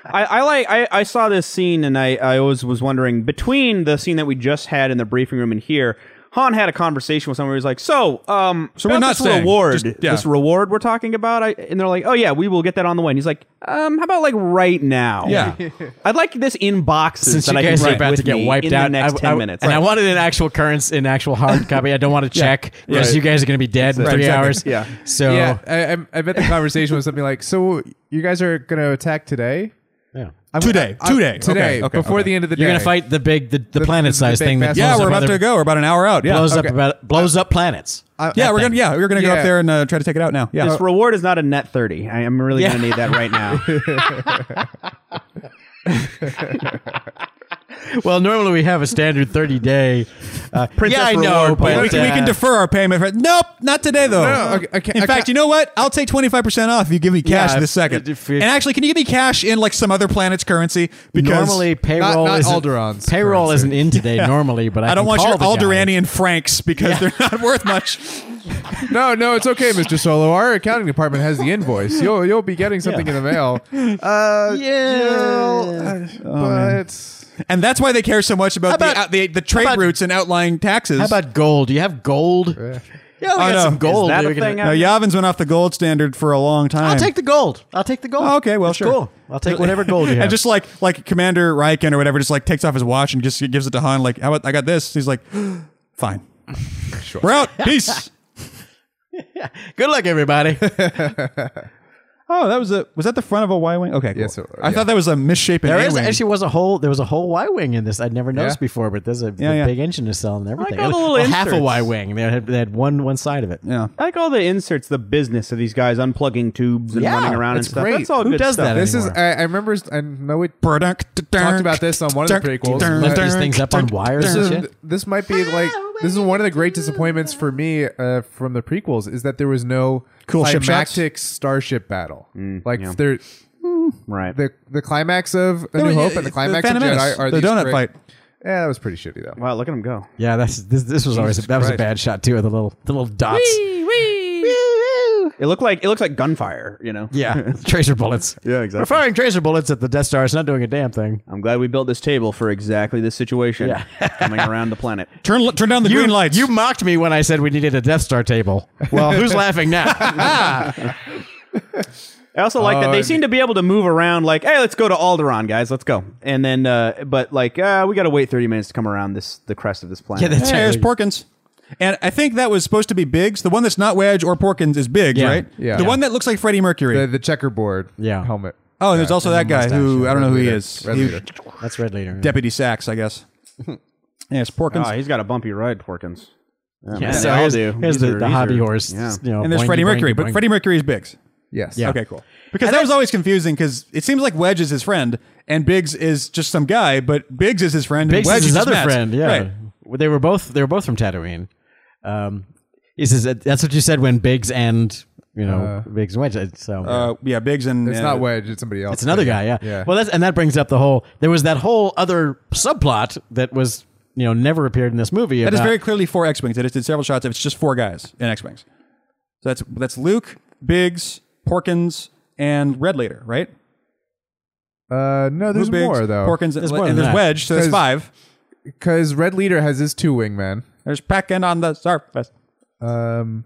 Speaker 4: I, I like I, I saw this scene and I, I always was wondering between the scene that we just had in the briefing room and here, Han had a conversation with someone who was like, So, um so
Speaker 1: we're not
Speaker 4: this
Speaker 1: staying.
Speaker 4: reward
Speaker 1: Just- yeah.
Speaker 4: this reward we're talking about, I, and they're like, Oh yeah, we will get that on the way. And he's like, Um, how about like right now?
Speaker 1: Yeah.
Speaker 4: I'd like this in boxes
Speaker 3: Since
Speaker 4: that
Speaker 3: you
Speaker 4: I can
Speaker 3: guys are
Speaker 4: take
Speaker 3: about
Speaker 4: with
Speaker 3: to get
Speaker 4: me
Speaker 3: wiped
Speaker 4: in
Speaker 3: out,
Speaker 4: the next
Speaker 3: I-
Speaker 4: ten
Speaker 3: I-
Speaker 4: minutes.
Speaker 3: and I
Speaker 4: Right.
Speaker 3: wanted an actual currents in actual hard copy. I don't want to check because you guys are going to be dead in
Speaker 1: Exactly.
Speaker 3: three hours.
Speaker 4: Yeah.
Speaker 3: So
Speaker 2: Yeah, I, I, I bet the conversation was something like, "So you guys are going to attack today?
Speaker 3: Yeah.
Speaker 2: I'm-
Speaker 1: Today. Today.
Speaker 2: today,
Speaker 1: Okay, okay,
Speaker 2: before
Speaker 1: okay.
Speaker 2: the end of the
Speaker 3: you're
Speaker 2: day,
Speaker 3: going to fight the big the, the, planet size
Speaker 2: the big
Speaker 3: thing that
Speaker 2: fast-
Speaker 1: Yeah,
Speaker 2: Blows
Speaker 1: we're
Speaker 2: up
Speaker 1: about
Speaker 3: other-
Speaker 1: to go. We're about an hour out. Yeah, Uh,
Speaker 3: blows
Speaker 2: okay.
Speaker 3: up about blows up planets.
Speaker 2: I-
Speaker 1: yeah,
Speaker 2: I-
Speaker 1: we're gonna yeah we're gonna go
Speaker 2: Yeah.
Speaker 1: up there and uh, try to take it out now. Yeah,
Speaker 4: This reward is not a net thirty. I am really gonna need that right now.
Speaker 3: Well, normally we have a standard 30 day. Uh,
Speaker 4: Princess
Speaker 3: yeah, I know,
Speaker 4: reward
Speaker 3: but
Speaker 4: plan.
Speaker 1: we, can, we
Speaker 3: uh,
Speaker 1: can defer our payment. For, nope, not today though.
Speaker 2: No, no, okay, okay,
Speaker 1: in
Speaker 2: I
Speaker 1: fact,
Speaker 2: ca-
Speaker 1: you know what? I'll take twenty five percent off if you give me cash
Speaker 3: Yeah,
Speaker 1: this second.
Speaker 3: if- if-
Speaker 1: and actually, can you give me cash in like some other planet's currency? Because
Speaker 3: Normally, payroll
Speaker 2: Not- not
Speaker 3: isn't
Speaker 2: Alderon's
Speaker 3: payroll
Speaker 2: currency.
Speaker 3: isn't in today. Normally, but I,
Speaker 1: I don't
Speaker 3: can
Speaker 1: want
Speaker 3: call
Speaker 1: your
Speaker 3: the guy.
Speaker 1: Alderanian francs because they're not worth much.
Speaker 2: No, no, it's okay, Mr. Solo. Our accounting department has the invoice. You'll you'll be getting something in the mail.
Speaker 1: Oh,
Speaker 2: Uh,
Speaker 3: Yeah.
Speaker 2: Jill, but
Speaker 1: And that's why they care so much about, uh,
Speaker 3: How about-
Speaker 1: the, out the the trade
Speaker 3: how about-
Speaker 1: routes and outlying taxes.
Speaker 3: How about gold? Do you have gold? Yeah, we
Speaker 1: Oh,
Speaker 3: got
Speaker 1: no.
Speaker 3: some
Speaker 1: Is
Speaker 3: gold.
Speaker 4: that
Speaker 3: here
Speaker 4: a
Speaker 3: we can-
Speaker 4: thing out
Speaker 1: Now, Yavins went off the gold standard for a long time.
Speaker 3: I'll take the gold. I'll take the gold.
Speaker 1: Oh, okay, well,
Speaker 3: It's
Speaker 1: sure.
Speaker 3: Cool. I'll take whatever gold you have.
Speaker 1: And just like like Commander Riken or whatever, just like takes off his watch and just gives it to Han. Like, how about I got this? He's like, fine. We're out. Peace.
Speaker 3: Good luck, everybody.
Speaker 1: oh, that was a was that the front of a Y wing? Okay, cool.
Speaker 2: Yes, it-
Speaker 1: I
Speaker 2: yeah.
Speaker 1: thought that was a misshapen.
Speaker 3: There is
Speaker 1: A-wing.
Speaker 3: actually was a whole there was a whole Y wing in this I'd never noticed
Speaker 2: Yeah.
Speaker 3: before, but there's a
Speaker 1: yeah.
Speaker 3: big engine nacelle and everything.
Speaker 4: all the little
Speaker 3: Well, half a
Speaker 4: inserts.
Speaker 3: Y wing. They had, they had one one side of it.
Speaker 1: yeah.
Speaker 4: I like all the inserts, the business of these guys unplugging tubes and
Speaker 3: Yeah,
Speaker 4: running around and
Speaker 3: it's
Speaker 4: stuff.
Speaker 3: great.
Speaker 4: That's all
Speaker 3: Who
Speaker 4: good
Speaker 3: does
Speaker 4: stuff.
Speaker 3: that?
Speaker 2: This is
Speaker 3: anymore.
Speaker 2: I, I remember I know it
Speaker 1: Talked
Speaker 2: about this on one of the prequels. Left
Speaker 3: these things up on wires
Speaker 2: this
Speaker 3: and
Speaker 2: is,
Speaker 3: shit.
Speaker 2: this might be like this is one of the great disappointments for me uh, from the prequels is that there was no
Speaker 1: Cool ship shots? Mm,
Speaker 2: climactic starship battle. like there,
Speaker 4: Right.
Speaker 2: the the climax of A New Hope and the climax of
Speaker 1: Phantom
Speaker 2: Jedi
Speaker 1: Menace,
Speaker 2: are
Speaker 1: Oh, the
Speaker 2: these
Speaker 1: donut
Speaker 2: great-
Speaker 1: fight.
Speaker 2: Yeah, that was pretty shitty though.
Speaker 4: Wow, look at him go.
Speaker 3: Yeah, that's this, this was always that was a
Speaker 2: Christ.
Speaker 3: bad shot too. The little the little dots.
Speaker 4: It looked like it looks like gunfire, you know.
Speaker 3: Yeah, tracer bullets.
Speaker 4: Yeah, exactly.
Speaker 3: We're firing tracer bullets at the Death Star. It's not doing a damn thing.
Speaker 4: I'm glad we built this table for exactly this situation.
Speaker 3: Yeah.
Speaker 4: coming around the planet.
Speaker 1: Turn turn down the green lights.
Speaker 3: You mocked me when I said we needed a Death Star table. Well, who's laughing now?
Speaker 4: I also like
Speaker 3: Oh,
Speaker 4: that they seem to be able to move around. Like, hey, let's go to Alderaan, guys. Let's go. And then, uh, but like, uh, we got to wait 30 minutes to come around this the crest of this planet.
Speaker 3: Yeah, that's
Speaker 1: Hey, there's Porkins. And I think that was supposed to be Biggs. The one that's not Wedge or Porkins is Biggs,
Speaker 3: Yeah.
Speaker 1: right?
Speaker 2: Yeah.
Speaker 1: The
Speaker 2: Yeah.
Speaker 1: one that looks like Freddie Mercury.
Speaker 2: The, the checkerboard
Speaker 3: Yeah.
Speaker 2: helmet.
Speaker 1: oh, and there's also that guy who I don't know who he
Speaker 2: Leader.
Speaker 1: is.
Speaker 2: Red
Speaker 1: He-
Speaker 2: Leader.
Speaker 3: That's Red Leader.
Speaker 1: Deputy Sachs, I guess. yeah, it's Porkins.
Speaker 4: Ah, he's got a bumpy ride, Porkins. Yeah,
Speaker 3: Yeah,
Speaker 4: man,
Speaker 3: so
Speaker 4: they all
Speaker 3: here's,
Speaker 4: do.
Speaker 3: here's
Speaker 4: These
Speaker 3: the,
Speaker 4: are-
Speaker 3: the
Speaker 4: these
Speaker 3: hobby
Speaker 4: are-
Speaker 3: horse.
Speaker 4: yeah.
Speaker 3: you know,
Speaker 1: and there's
Speaker 3: boingy,
Speaker 1: Freddie
Speaker 3: boingy,
Speaker 1: Mercury, but
Speaker 3: boingy.
Speaker 1: Freddie Mercury is Biggs.
Speaker 2: Yes.
Speaker 3: Yeah.
Speaker 1: Okay, cool. Because that was always confusing because it seems like Wedge is his friend and Biggs is just some guy, but Biggs is his friend.
Speaker 3: Biggs
Speaker 1: and Wedge
Speaker 3: is his
Speaker 1: just
Speaker 3: other
Speaker 1: Matt's.
Speaker 3: friend. Yeah,
Speaker 1: Right.
Speaker 3: Well, they were both they were both from Tatooine. Um, he says that- that's what you said when Biggs and you know Biggs and Wedge. uh, So
Speaker 1: Uh, yeah, Biggs and
Speaker 2: It's
Speaker 1: uh,
Speaker 2: not Wedge. It's somebody else.
Speaker 3: it's another guy. Yeah.
Speaker 2: Yeah.
Speaker 3: Well, that's and that brings up the whole. There was that whole other subplot that was you know never appeared in this movie.
Speaker 1: That is
Speaker 3: about-
Speaker 1: very clearly four X wings. I just did several shots of it's just four guys in X wings. So that's that's Luke, Biggs, Porkins, and Red Leader, right?
Speaker 2: Uh, no, there's
Speaker 1: Luke, Biggs,
Speaker 2: more though.
Speaker 1: Porkins,
Speaker 3: There's
Speaker 1: and,
Speaker 3: more than
Speaker 1: and there's
Speaker 3: that.
Speaker 1: Wedge. So there's
Speaker 2: There's-
Speaker 1: five.
Speaker 2: Because Red Leader has his two wingmen.
Speaker 1: There's Peckin on the surface.
Speaker 2: Um,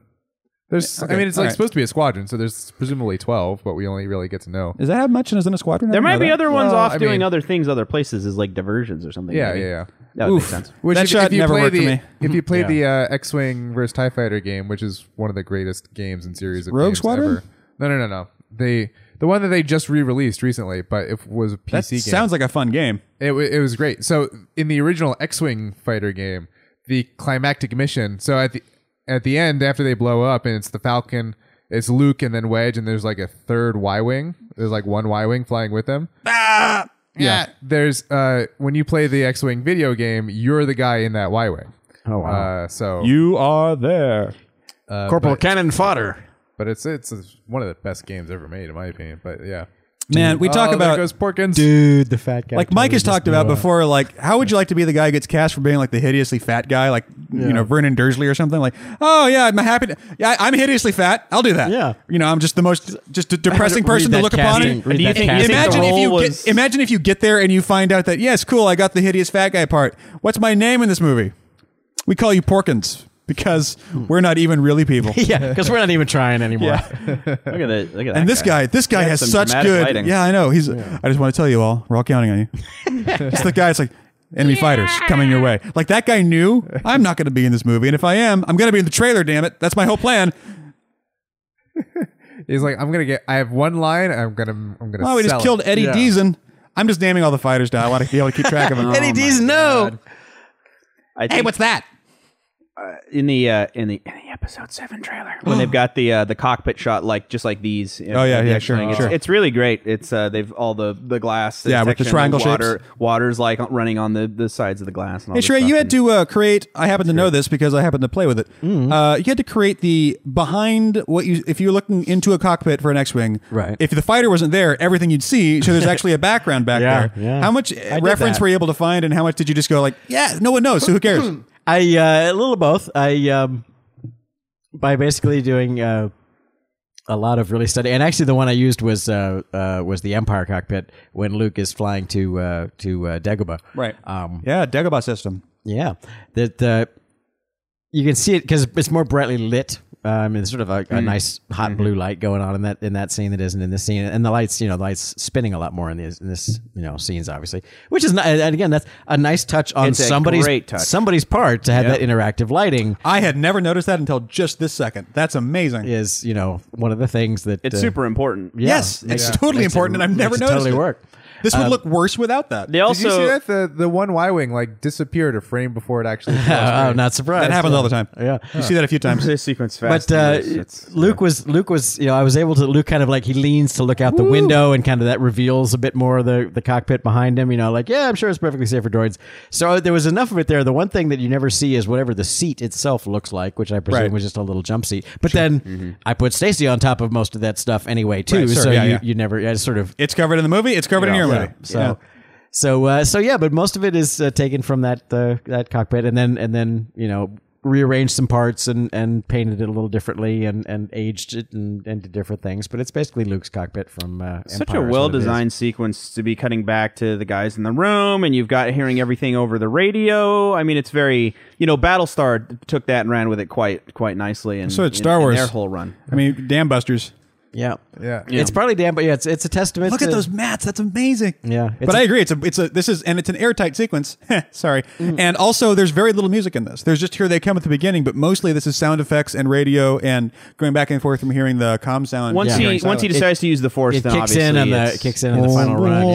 Speaker 2: there's. I
Speaker 1: okay,
Speaker 2: mean, it's like
Speaker 1: alright.
Speaker 2: supposed to be a squadron, so there's presumably twelve, but we only really get to know.
Speaker 1: Does that have much in a squadron?
Speaker 4: There might be other ones
Speaker 2: Well,
Speaker 4: off
Speaker 2: I
Speaker 4: doing
Speaker 2: mean-
Speaker 4: other things, other places, is like diversions or something.
Speaker 2: Yeah,
Speaker 4: maybe.
Speaker 2: yeah, yeah.
Speaker 4: That would make
Speaker 1: Oof.
Speaker 4: sense.
Speaker 2: Which
Speaker 1: That
Speaker 2: if,
Speaker 1: shot
Speaker 2: if you
Speaker 1: never
Speaker 2: play
Speaker 1: worked
Speaker 2: the,
Speaker 1: for me.
Speaker 2: If you played the uh, X-wing versus Tie Fighter game, which is one of the greatest games in series of
Speaker 1: Rogue
Speaker 2: games
Speaker 1: Squadron?
Speaker 2: ever. No, no, no, no. They the one that they just re-released recently, but it was a PC
Speaker 1: That
Speaker 2: game.
Speaker 1: sounds like a fun game.
Speaker 2: It, wa- it was great. So in the original X-wing fighter game, the climactic mission. So at the at the end, after they blow up, and it's the Falcon, it's Luke, and then Wedge, and there's like a third Y-wing. There's like one Y-wing flying with them.
Speaker 1: Ah!
Speaker 2: Yeah. There's uh when you play the X-wing video game, you're the guy in that Y-wing.
Speaker 3: Oh, wow.
Speaker 2: Uh, so
Speaker 1: You are there.
Speaker 3: Corporal Cannon fodder.
Speaker 2: but it's it's it's one of the best games ever made in my opinion. But yeah,
Speaker 1: Man, we talk
Speaker 2: Oh, there
Speaker 1: about
Speaker 2: goes Porkins.
Speaker 3: Dude, the fat guy.
Speaker 1: like Mike has talked about before, like how would you like to be the guy who gets cast for being like the hideously fat guy, like you know Vernon Dursley or something? Like, oh yeah, I'm happy. To, yeah, I'm hideously fat. I'll do that.
Speaker 3: Yeah.
Speaker 1: you know, I'm just the most just a depressing
Speaker 3: read
Speaker 1: person to
Speaker 3: that
Speaker 1: look
Speaker 3: casting-
Speaker 1: upon.
Speaker 3: read that
Speaker 1: And
Speaker 3: casting
Speaker 1: imagine if
Speaker 4: role
Speaker 1: you
Speaker 4: was-
Speaker 1: get, imagine if you get there and you find out that yes, cool, I got the hideous fat guy part. What's my name in this movie? We call you Porkins because we're not even really people.
Speaker 3: Yeah, because we're not even trying anymore.
Speaker 4: Look at that. Look at that.
Speaker 1: And this guy, this guy
Speaker 4: He had
Speaker 1: has
Speaker 4: some
Speaker 1: such
Speaker 4: dramatic
Speaker 1: good.
Speaker 4: lighting.
Speaker 1: Yeah, I know. He's. I just want to tell you all, we're all counting on you. it's the guy. that's like enemy fighters coming your way. Like that guy knew I'm not going to be in this movie, and if I am, I'm going to be in the trailer. Damn it, that's my whole plan.
Speaker 2: He's like, I'm gonna get. I have one line. I'm gonna I'm gonna.
Speaker 1: Oh, we just
Speaker 2: sell it."
Speaker 1: killed Eddie
Speaker 3: Yeah.
Speaker 1: Deason. I'm just naming all the fighters now. I want to be able to keep track of them.
Speaker 3: Eddie D's no.
Speaker 4: I think
Speaker 1: that?
Speaker 4: in the uh, in the in the episode seven trailer when they've got the uh, the cockpit shot like just like these.
Speaker 1: Oh, yeah, yeah, sure,
Speaker 4: It's,
Speaker 1: sure.
Speaker 4: it's really great. It's uh, they've all the the glass.
Speaker 1: Yeah, with the
Speaker 4: section,
Speaker 1: triangle
Speaker 4: water, Water's like running on the the sides of the glass. And all
Speaker 1: Hey,
Speaker 4: this
Speaker 1: Shrey,
Speaker 4: stuff.
Speaker 1: you had
Speaker 4: And-
Speaker 1: to uh, create. I happen to know this because I happen to play with it.
Speaker 3: Mm-hmm.
Speaker 1: Uh, you had to create the behind what you if you're looking into a cockpit for an X-wing.
Speaker 3: Right.
Speaker 1: If the fighter wasn't there, everything you'd see. So there's actually a background back
Speaker 3: Yeah,
Speaker 1: there.
Speaker 3: yeah.
Speaker 1: How much uh,
Speaker 3: I did
Speaker 1: reference
Speaker 3: that.
Speaker 1: were you able to find, and how much did you just go like, yeah, no one knows, so who cares?
Speaker 3: I uh, a little of both. I um, by basically doing uh, a lot of really study, and actually the one I used was uh, uh, was the Empire cockpit when Luke is flying to uh, to uh, Dagobah.
Speaker 1: right.
Speaker 3: Um,
Speaker 1: yeah, Dagobah system.
Speaker 3: yeah. That uh, you can see it because it's more brightly lit. Um, it's sort of a,
Speaker 1: Mm.
Speaker 3: a nice hot
Speaker 1: Mm-hmm.
Speaker 3: blue light going on in that in that scene that isn't in this scene, and the lights, you know, the lights spinning a lot more in this in this you know scenes, obviously, which is not, and again that's a nice touch on
Speaker 4: It's a
Speaker 3: somebody's
Speaker 4: great touch.
Speaker 3: somebody's part to have that interactive lighting
Speaker 1: I had never noticed that until just this second. That's amazing.
Speaker 3: is you know one of the things that
Speaker 4: It's
Speaker 3: uh,
Speaker 4: super important.
Speaker 3: yeah,
Speaker 1: Yes,
Speaker 3: makes
Speaker 1: it's
Speaker 3: it-
Speaker 1: totally
Speaker 3: makes it-
Speaker 1: important, and I've never
Speaker 3: makes it
Speaker 1: noticed
Speaker 3: totally
Speaker 1: it.
Speaker 3: work.
Speaker 1: This
Speaker 3: Um,
Speaker 1: would look worse without that.
Speaker 4: They
Speaker 2: Did you see
Speaker 4: also
Speaker 2: that the the one Y wing like disappeared a frame before it actually?
Speaker 3: Oh, not surprised.
Speaker 1: that happens all the time.
Speaker 3: Yeah.
Speaker 1: you see that a few times.
Speaker 4: this sequence fast.
Speaker 3: But uh, Luke was Luke was you know I was able to Luke kind of like he leans to look out the window and kind of that reveals a bit more of the the cockpit behind him you know like yeah I'm sure it's perfectly safe for droids so uh, there was enough of it there the one thing that you never see is whatever the seat itself looks like which I presume
Speaker 1: Right. Mm-hmm.
Speaker 3: was just a little jump seat but then I put Stacy on top of most of that stuff anyway too
Speaker 1: Right, sure,
Speaker 3: so
Speaker 1: yeah,
Speaker 3: you,
Speaker 1: yeah.
Speaker 3: you never yeah, it's sort of
Speaker 1: It's covered in the movie. It's covered in your movie.
Speaker 3: so,
Speaker 1: Yeah.
Speaker 3: so, uh, so yeah, but most of it is uh, taken from that uh, that cockpit, and then and then you know rearranged some parts and and painted it a little differently and and aged it and, and did different things. But it's basically Luke's cockpit from uh,
Speaker 4: such a
Speaker 3: Empire is what it is.
Speaker 4: well-designed sequence to be cutting back to the guys in the room and you've got hearing everything over the radio i mean it's very you know battlestar took that and ran with it quite quite nicely and
Speaker 1: So it's Star
Speaker 4: in,
Speaker 1: Wars.
Speaker 4: their whole run
Speaker 1: I mean, damn busters.
Speaker 3: Yeah.
Speaker 2: Yeah.
Speaker 3: it's probably damn, but yeah, it's it's a testament.
Speaker 1: Look
Speaker 3: to,
Speaker 1: at those mats. That's amazing.
Speaker 3: Yeah. It's
Speaker 1: but
Speaker 3: a-
Speaker 1: I agree. It's a, it's a, this is, and it's an airtight sequence. Sorry. And also, there's very little music in this. There's just here they come at the beginning, but mostly this is sound effects and radio and going back and forth from hearing the comm sound.
Speaker 4: once
Speaker 1: to
Speaker 4: he
Speaker 1: hearing
Speaker 4: once he
Speaker 1: silence.
Speaker 4: decides to use the force
Speaker 3: It
Speaker 4: then
Speaker 3: kicks
Speaker 4: obviously
Speaker 3: in on the
Speaker 4: it's-
Speaker 3: it kicks in on the final run.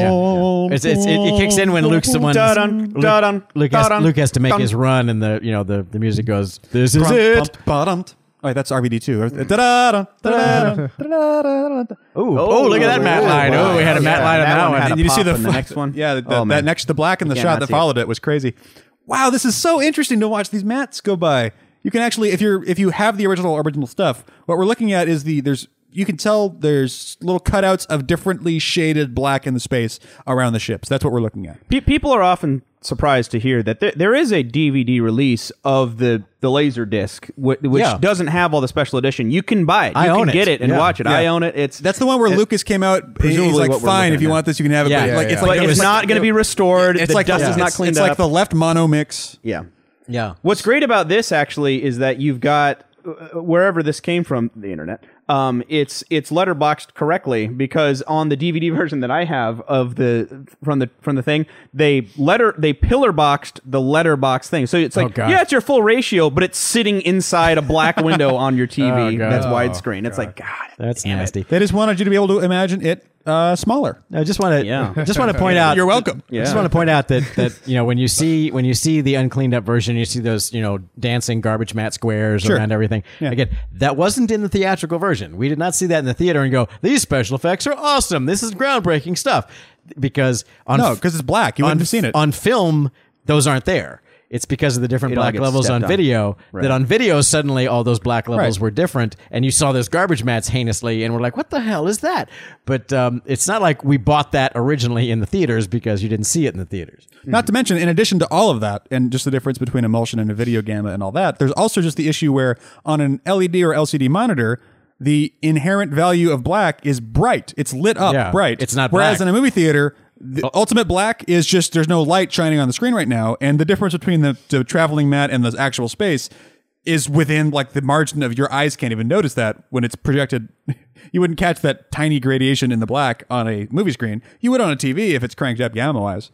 Speaker 3: Yeah, It's, it's, it, it kicks in when Luke's the one.
Speaker 4: Dun-dun,
Speaker 3: Luke-
Speaker 4: dun-dun,
Speaker 3: Luke, has,
Speaker 4: dun-dun,
Speaker 3: Luke has to make
Speaker 4: dun.
Speaker 3: his run, and the you know the, the music goes. This is
Speaker 1: Brum,
Speaker 3: it.
Speaker 1: bump, ba-dum. All right, Oh, that's RBD2. Da-da-da, da-da-da, da-da-da.
Speaker 3: Ooh, oh, look at that Matt
Speaker 4: oh,
Speaker 3: line.
Speaker 4: wow.
Speaker 3: Oh, we had a Matt
Speaker 4: Yeah,
Speaker 3: line on
Speaker 4: that
Speaker 3: that
Speaker 4: one
Speaker 3: one.
Speaker 4: had
Speaker 1: And
Speaker 4: a
Speaker 1: you see
Speaker 4: pop
Speaker 1: the
Speaker 4: in the
Speaker 1: f-
Speaker 4: next one?
Speaker 1: Yeah, the, the,
Speaker 4: Oh,
Speaker 1: that
Speaker 4: man.
Speaker 1: next the black and the
Speaker 4: You
Speaker 1: shot
Speaker 4: cannot
Speaker 1: that
Speaker 4: see it.
Speaker 1: followed it. was crazy. Wow, this is so interesting to watch these mats go by. You can actually, if you're if you have the original original stuff, what we're looking at is the there's you can tell there's little cutouts of differently shaded black in the space around the ships. That's what we're looking at.
Speaker 4: Pe- people are often surprised to hear that there, there is a DVD release of the the laser disc, wh- which
Speaker 3: Yeah.
Speaker 4: doesn't have all the special edition. You can buy it.
Speaker 3: I
Speaker 4: you
Speaker 3: own
Speaker 4: can
Speaker 3: it.
Speaker 4: get it and
Speaker 3: Yeah.
Speaker 4: watch it. I
Speaker 1: Yeah.
Speaker 4: own it. It's
Speaker 1: That's the one where Lucas came out. He's
Speaker 4: presumably
Speaker 1: like,
Speaker 4: what we're
Speaker 1: "Fine,
Speaker 4: looking
Speaker 1: if you
Speaker 4: at.
Speaker 1: want this, you can have it."
Speaker 3: Yeah,
Speaker 1: but like,
Speaker 3: yeah,
Speaker 1: it's like
Speaker 3: yeah.
Speaker 4: but
Speaker 1: it
Speaker 4: it's
Speaker 1: was-
Speaker 4: not going to be restored.
Speaker 1: It's
Speaker 4: the
Speaker 1: like
Speaker 4: dust
Speaker 1: the,
Speaker 4: is not
Speaker 1: it's-
Speaker 4: cleaned
Speaker 1: It's
Speaker 4: up.
Speaker 1: like the left mono mix.
Speaker 4: yeah.
Speaker 3: Yeah.
Speaker 4: What's great about this actually is that you've got uh, wherever this came from the internet. Um, it's it's letterboxed correctly because on the DVD version that I have of the from the from the thing they letter they pillar boxed the letterbox thing so it's like
Speaker 2: Oh, God.
Speaker 4: yeah it's your full ratio but it's sitting inside a black window on your TV
Speaker 2: Oh, God.
Speaker 4: that's
Speaker 2: Oh,
Speaker 4: widescreen it's like God
Speaker 3: That's nasty.
Speaker 1: They just wanted you to be able to imagine it uh, smaller.
Speaker 3: I just want to
Speaker 4: Yeah.
Speaker 3: just want to point out.
Speaker 1: You're welcome.
Speaker 3: I just want to point out that that you know when you see when you see the uncleaned up version, you see those you know dancing garbage mat squares around everything. Again, that wasn't in the theatrical version. We did not see that in the theater and go, "These special effects are awesome. This is groundbreaking stuff." Because on
Speaker 1: No, because it's black. You
Speaker 3: on,
Speaker 1: wouldn't have seen it.
Speaker 3: on film. Those aren't there. It's because of the different
Speaker 4: all
Speaker 3: black
Speaker 4: gets
Speaker 3: levels on
Speaker 4: stepped on.
Speaker 3: video that on video suddenly all those black levels
Speaker 1: Right.
Speaker 3: were different, and you saw those garbage mats heinously, and we're like, "What the hell is that?" But um, it's not like we bought that originally in the theaters because you didn't see it in the theaters.
Speaker 1: Not to mention, in addition to all of that, and just the difference between emulsion and a video gamma and all that, there's also just the issue where on an LED or LCD monitor, the inherent value of black is bright. It's lit up
Speaker 3: Yeah,
Speaker 1: bright.
Speaker 3: it's not
Speaker 1: Whereas
Speaker 3: black. Oh.
Speaker 1: in a movie theater, the ultimate black is just there's no light shining on the screen right now, and the difference between the, the traveling mat and the actual space is within like the margin of your eyes can't even notice that when it's projected. You wouldn't catch that tiny gradation in the black on a movie screen. You would on a TV if it's cranked up gamma wise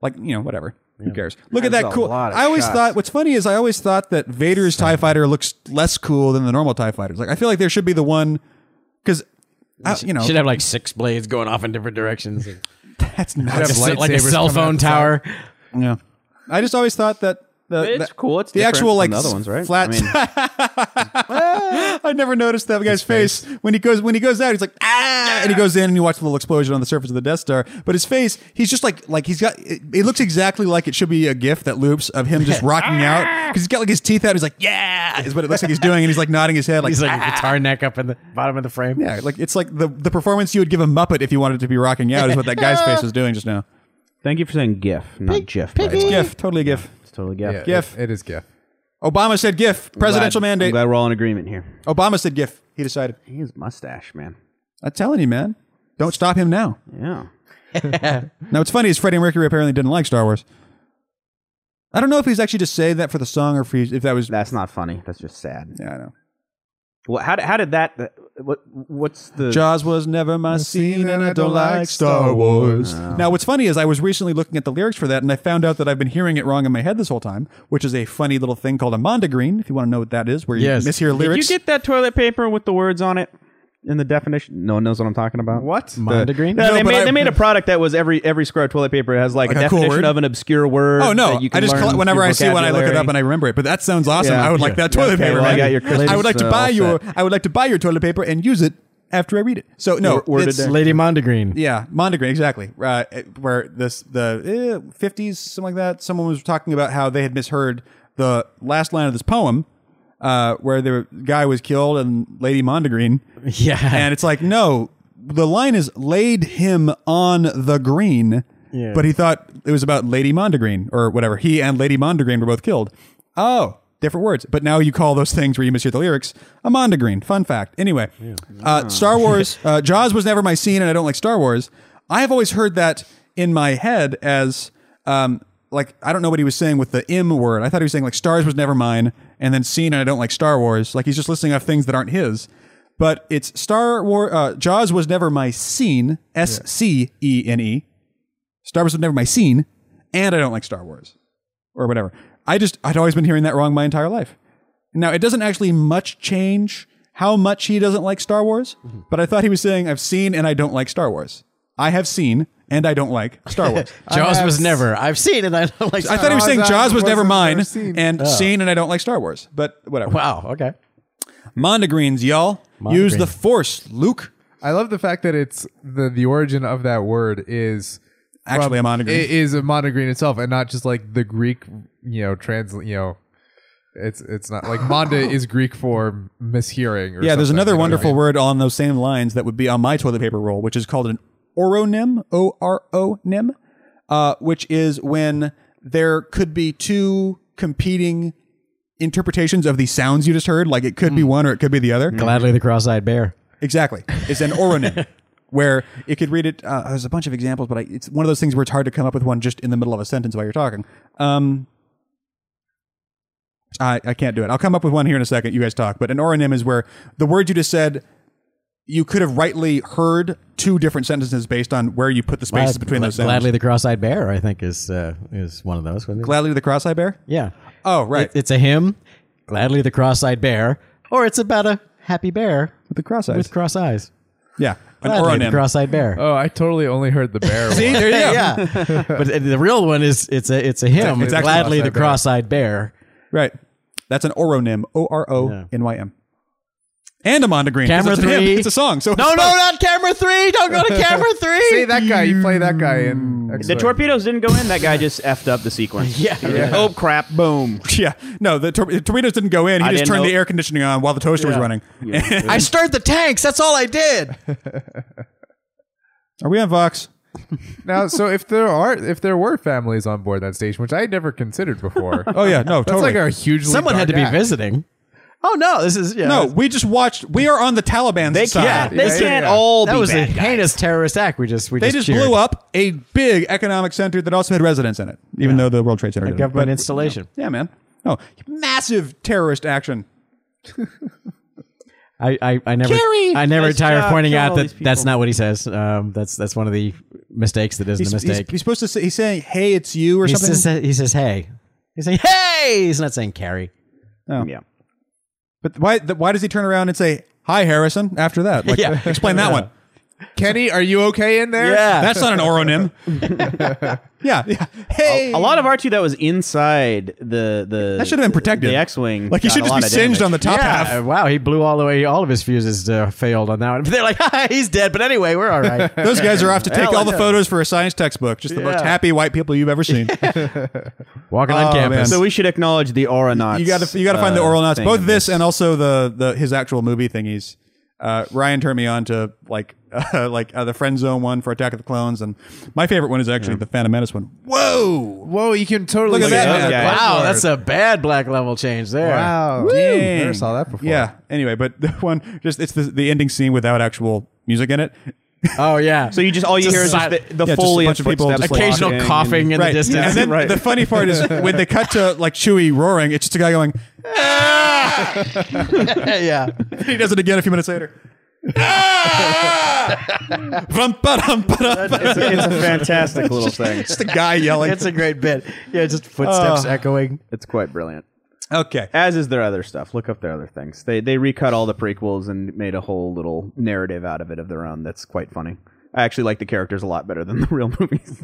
Speaker 1: like you know whatever who cares look at
Speaker 4: That's
Speaker 1: that
Speaker 4: a
Speaker 1: cool
Speaker 4: lot of
Speaker 1: i always
Speaker 4: shots.
Speaker 1: thought what's funny is i always thought that vader's tie fighter looks less cool than the normal tie fighters like i feel like there should be the one because you know
Speaker 3: Should have like six blades going off in different directions,
Speaker 1: that's not
Speaker 2: have
Speaker 3: like a
Speaker 2: lightsabers
Speaker 3: cell
Speaker 2: coming out
Speaker 3: phone
Speaker 2: the side.
Speaker 3: tower.
Speaker 1: yeah i just always thought that the,
Speaker 4: it's
Speaker 1: the-
Speaker 4: cool it's
Speaker 1: the
Speaker 4: different
Speaker 1: actual
Speaker 4: from
Speaker 1: like
Speaker 4: the other ones right
Speaker 1: flat
Speaker 4: I mean,
Speaker 1: I never noticed that guy's face. when he goes when he goes out. He's like ah, and he goes in and you watch the little explosion on the surface of the Death Star. But his face, he's just like like he's got. It, it looks exactly like it should be a GIF that loops of him just rocking out because he's got like his teeth out. He's like yeah, is what it looks like he's doing, and he's like nodding his head like.
Speaker 3: He's like
Speaker 1: "Ah."
Speaker 3: a guitar neck up in the bottom of the frame.
Speaker 1: Yeah, like it's like the, the performance you would give a Muppet if you wanted to be rocking out is what that guy's face was doing just now.
Speaker 4: thank you for saying GIF not GIF by the way.
Speaker 1: GIF, totally a GIF.
Speaker 4: it's totally GIF
Speaker 2: Yeah,
Speaker 1: GIF.
Speaker 2: it- it is GIF.
Speaker 1: Obama said GIF, presidential
Speaker 4: Glad- I'm
Speaker 1: mandate.
Speaker 4: glad we're all in agreement here
Speaker 1: Obama said GIF. He decided.
Speaker 4: his mustache man
Speaker 1: I'm telling you, man, don't stop him now.
Speaker 4: yeah.
Speaker 1: Now, what's funny is Freddie Mercury apparently didn't like Star Wars. I don't know if he's actually just saying that for the song or if, he's, if that was.
Speaker 4: That's not funny. That's just sad.
Speaker 1: Yeah, I know.
Speaker 4: Well, how, did- how did that? uh, What what's the
Speaker 1: Jaws was never my scene, and I don't like Star Wars. Now, what's funny is I was recently looking at the lyrics for that, and I found out that I've been hearing it wrong in my head this whole time, which is a funny little thing called a mondegreen. If you want to know what that is, where you
Speaker 3: Yes.
Speaker 1: mishear
Speaker 4: Did you
Speaker 1: lyrics.
Speaker 4: get that toilet paper with the words on it in the definition? No one knows what I'm talking about.
Speaker 2: What?
Speaker 3: Mondegreen?
Speaker 4: No,
Speaker 1: No,
Speaker 4: they,
Speaker 1: but
Speaker 4: made,
Speaker 1: I-
Speaker 4: they made a product that was every every square of toilet paper has like,
Speaker 1: Like
Speaker 4: a
Speaker 1: a cool
Speaker 4: definition
Speaker 1: word?
Speaker 4: of an obscure word.
Speaker 1: Oh no!
Speaker 4: that you
Speaker 1: I
Speaker 4: can
Speaker 1: just
Speaker 4: learn
Speaker 1: call it
Speaker 4: through
Speaker 1: whenever I see one, I look it up and I remember it. But that sounds awesome.
Speaker 4: Yeah.
Speaker 1: I would like
Speaker 4: Yeah.
Speaker 1: that toilet
Speaker 4: Okay,
Speaker 1: paper.
Speaker 4: well, I
Speaker 1: again.
Speaker 4: got your Christmas,
Speaker 1: I would like to
Speaker 4: uh,
Speaker 1: buy
Speaker 4: all
Speaker 1: your. I would like to buy your toilet paper and use it after I read it. So no,
Speaker 4: Wor- worded
Speaker 1: it's-
Speaker 4: down.
Speaker 3: Lady Mondegreen.
Speaker 1: Yeah, Mondegreen, exactly. Uh, it- where this the eh, fifties, something like that. Someone was talking about how they had misheard the last line of this poem, uh, where the guy was killed and Lady Mondegreen,
Speaker 3: Yeah.
Speaker 1: and it's like no, the line is laid him on the green,
Speaker 3: Yeah.
Speaker 1: but he thought it was about Lady Mondegreen or whatever. He and Lady Mondegreen were both killed. Oh. Different words, but now you call those things where you mishear the lyrics a mondegreen. Fun fact. Anyway, uh, Star Wars, uh, Jaws was never my scene, and I don't like Star Wars. I have always heard that in my head as um, like I don't know what he was saying with the M word. I thought he was saying like stars was never mine, and then scene, and I don't like Star Wars. Like he's just listing off things that aren't his. But it's Star War. Uh, Jaws was never my scene. S C E N E. Star Wars was never my scene, and I don't like Star Wars or whatever. I just I'd always been hearing that wrong my entire life. Now it doesn't actually much change how much he doesn't like Star Wars,
Speaker 2: Mm-hmm.
Speaker 1: but I thought he was saying I've seen and I don't like Star Wars. I have seen and I don't like Star Wars.
Speaker 3: Jaws
Speaker 2: have
Speaker 3: was
Speaker 2: s-
Speaker 3: never. I've seen it. I don't like.
Speaker 1: I thought he was saying
Speaker 2: Jaws
Speaker 1: Jaws was
Speaker 2: wasn't
Speaker 1: never
Speaker 2: never
Speaker 1: mine
Speaker 2: seen. Oh.
Speaker 1: and seen and I don't like Star Wars, but whatever.
Speaker 3: Wow. Okay.
Speaker 1: Mondegreens, y'all. Use
Speaker 3: Mondegreen.
Speaker 1: the Force, Luke.
Speaker 2: I love the fact that it's the the origin of that word is from-
Speaker 1: Actually, a mondegreen.
Speaker 2: It is a mondegreen itself, and not just like the Greek, you know, trans, you know. It's it's not like monda is Greek for mishearing. Or
Speaker 1: Yeah, there's
Speaker 2: something, you know what
Speaker 1: another
Speaker 2: I
Speaker 1: wonderful
Speaker 2: mean?
Speaker 1: word on those same lines that would be on my toilet paper roll, which is called an oronym, O R O nym, uh, which is when there could be two competing interpretations of the sounds you just heard. Like it could
Speaker 2: Hmm.
Speaker 1: be one or it could be the other.
Speaker 3: Gladly the cross-eyed bear.
Speaker 1: Exactly. It's an oronym. Where you could read it, uh, there's a bunch of examples, but I, it's one of those things where it's hard to come up with one just in the middle of a sentence while you're talking. Um, I, I can't do it. I'll come up with one here in a second. You guys talk. But an oronym is where the word you just said, you could have rightly heard two different sentences based on where you put the spaces between those sounds.
Speaker 3: Gladly the cross-eyed bear. I think is uh, is one of those. Wouldn't it?
Speaker 1: Gladly the cross I bear?
Speaker 3: yeah.
Speaker 1: Oh, right.
Speaker 3: It- it's a hymn. Gladly the cross-eyed bear, or it's about a happy bear
Speaker 1: the cross eyes.
Speaker 3: with cross eyes.
Speaker 1: yeah. An
Speaker 3: Gladly the
Speaker 1: oronym.
Speaker 3: cross-eyed bear.
Speaker 2: Oh, I totally only heard the bear.
Speaker 1: See, there you go.
Speaker 3: yeah. but the real one is it's a it's a hymn.
Speaker 1: It's actually
Speaker 3: Gladly the
Speaker 2: cross-eyed bear.
Speaker 3: cross-eyed bear.
Speaker 1: Right. That's an oronym. O R O N Y M. And a mondegreen. 'cause
Speaker 3: Camera
Speaker 1: it's an hymn.
Speaker 3: three.
Speaker 1: It's a song. So
Speaker 3: No, no, not camera three. Don't go to camera three.
Speaker 2: Say that guy. You play that guy in.
Speaker 4: The
Speaker 2: Excellent.
Speaker 4: torpedoes didn't go in. That guy just effed up the sequence.
Speaker 3: Yeah.
Speaker 4: He was like, Oh crap! Boom.
Speaker 1: Yeah. No, the, tor- the torpedoes didn't go in. He
Speaker 4: I
Speaker 1: just
Speaker 4: didn't
Speaker 1: turned
Speaker 4: know-
Speaker 1: the air conditioning on while the toaster was running.
Speaker 3: I stirred the tanks. That's all I did.
Speaker 1: Are we on Vox?
Speaker 2: now, so if there are if there were families on board that station, which I had never considered before,
Speaker 1: Oh, yeah. No,
Speaker 2: that's
Speaker 1: totally.
Speaker 2: like a hugely
Speaker 3: Someone had to
Speaker 2: dark
Speaker 3: be
Speaker 2: act.
Speaker 3: visiting. Oh no, this is yeah.
Speaker 1: no, we just watched. We are on the Taliban
Speaker 4: They
Speaker 1: side.
Speaker 4: can't.
Speaker 2: Yeah,
Speaker 4: They
Speaker 2: yeah,
Speaker 4: can't
Speaker 2: yeah.
Speaker 4: all
Speaker 3: that
Speaker 4: be
Speaker 3: was a
Speaker 4: bad guys.
Speaker 3: heinous terrorist act. We just we
Speaker 1: They
Speaker 3: just,
Speaker 1: just blew up a big economic center that also had residents in it, even though the World Trade Center. didn't.
Speaker 3: government
Speaker 1: But-
Speaker 3: installation.
Speaker 1: Yeah, man. Oh, massive terrorist action.
Speaker 3: I, I, I never
Speaker 1: Gary!
Speaker 3: I never
Speaker 4: Nice
Speaker 3: tire of
Speaker 4: job,
Speaker 3: pointing
Speaker 4: kill
Speaker 3: out
Speaker 4: all
Speaker 3: that
Speaker 4: these people.
Speaker 3: that's not what he says. Um, that's that's one of the mistakes that isn't
Speaker 1: He's,
Speaker 3: a
Speaker 1: he's,
Speaker 3: mistake.
Speaker 1: he's supposed to say, he's saying, hey, it's you or
Speaker 3: He
Speaker 1: something.
Speaker 3: says, he says hey. He's saying hey. He's not saying carry.
Speaker 4: Yeah.
Speaker 1: but why, th- why does he turn around and say, hi, Harrison, after that? Like,
Speaker 3: Yeah.
Speaker 1: Explain that one.
Speaker 2: Kenny, are you okay in there?
Speaker 1: That's not an oronym. yeah, yeah. Hey.
Speaker 4: A lot of R two that was inside the the
Speaker 1: That should have been protected.
Speaker 4: The X wing.
Speaker 1: Like he should just be singed on the top
Speaker 3: yeah.
Speaker 1: half.
Speaker 3: uh, Wow, he blew all the way. All of his fuses uh, failed on that one. They're like, "Ha, he's dead. But anyway, we're all right.
Speaker 1: Those guys are off to take
Speaker 3: Hell,
Speaker 1: all the
Speaker 3: yeah.
Speaker 1: photos for a science textbook. Just the most
Speaker 3: Yeah.
Speaker 1: happy white people you've ever seen.
Speaker 3: Walking on
Speaker 1: Oh,
Speaker 3: campus.
Speaker 1: man.
Speaker 4: So we should acknowledge the Oronauts.
Speaker 1: you got to you got to find the
Speaker 4: uh,
Speaker 1: oral knots.
Speaker 4: thing
Speaker 1: Both
Speaker 4: in
Speaker 1: this and also the the his actual movie thingies. Uh, Ryan turned me on to like uh, like uh, the Friend Zone one for Attack of the Clones, and my favorite one is actually the Phantom Menace one. Whoa!
Speaker 2: Whoa, you can totally
Speaker 1: Look at that man.
Speaker 2: those guys.
Speaker 3: Wow, that's a bad black level change there.
Speaker 2: wow.
Speaker 1: Dang.
Speaker 2: Never saw that before.
Speaker 1: Yeah. Anyway, but the one just it's the, the ending scene without actual music in it.
Speaker 3: Oh yeah.
Speaker 4: So you just all you
Speaker 3: Just
Speaker 4: hear is just
Speaker 3: sil-
Speaker 4: the, the
Speaker 1: Yeah, just a
Speaker 4: foliage
Speaker 1: bunch of people
Speaker 4: footsteps,
Speaker 1: just, like,
Speaker 3: occasional
Speaker 4: walking and-
Speaker 3: coughing in
Speaker 1: right.
Speaker 3: the distance.
Speaker 1: And then
Speaker 4: Right.
Speaker 1: the funny part is when they cut to like Chewie roaring, it's just a guy going,
Speaker 3: yeah.
Speaker 1: he does it again a few minutes later. Ah! Rum-pa-dum-pa-dum.
Speaker 4: It's a, it's a fantastic little thing.
Speaker 1: Just a guy yelling.
Speaker 3: It's a great bit. Yeah, just footsteps
Speaker 1: Oh.
Speaker 3: echoing.
Speaker 4: It's quite brilliant.
Speaker 1: okay.
Speaker 4: As is their other stuff. Look up their other things. They they recut all the prequels and made a whole little narrative out of it of their own. That's quite funny. I actually like the characters a lot better than the real movies.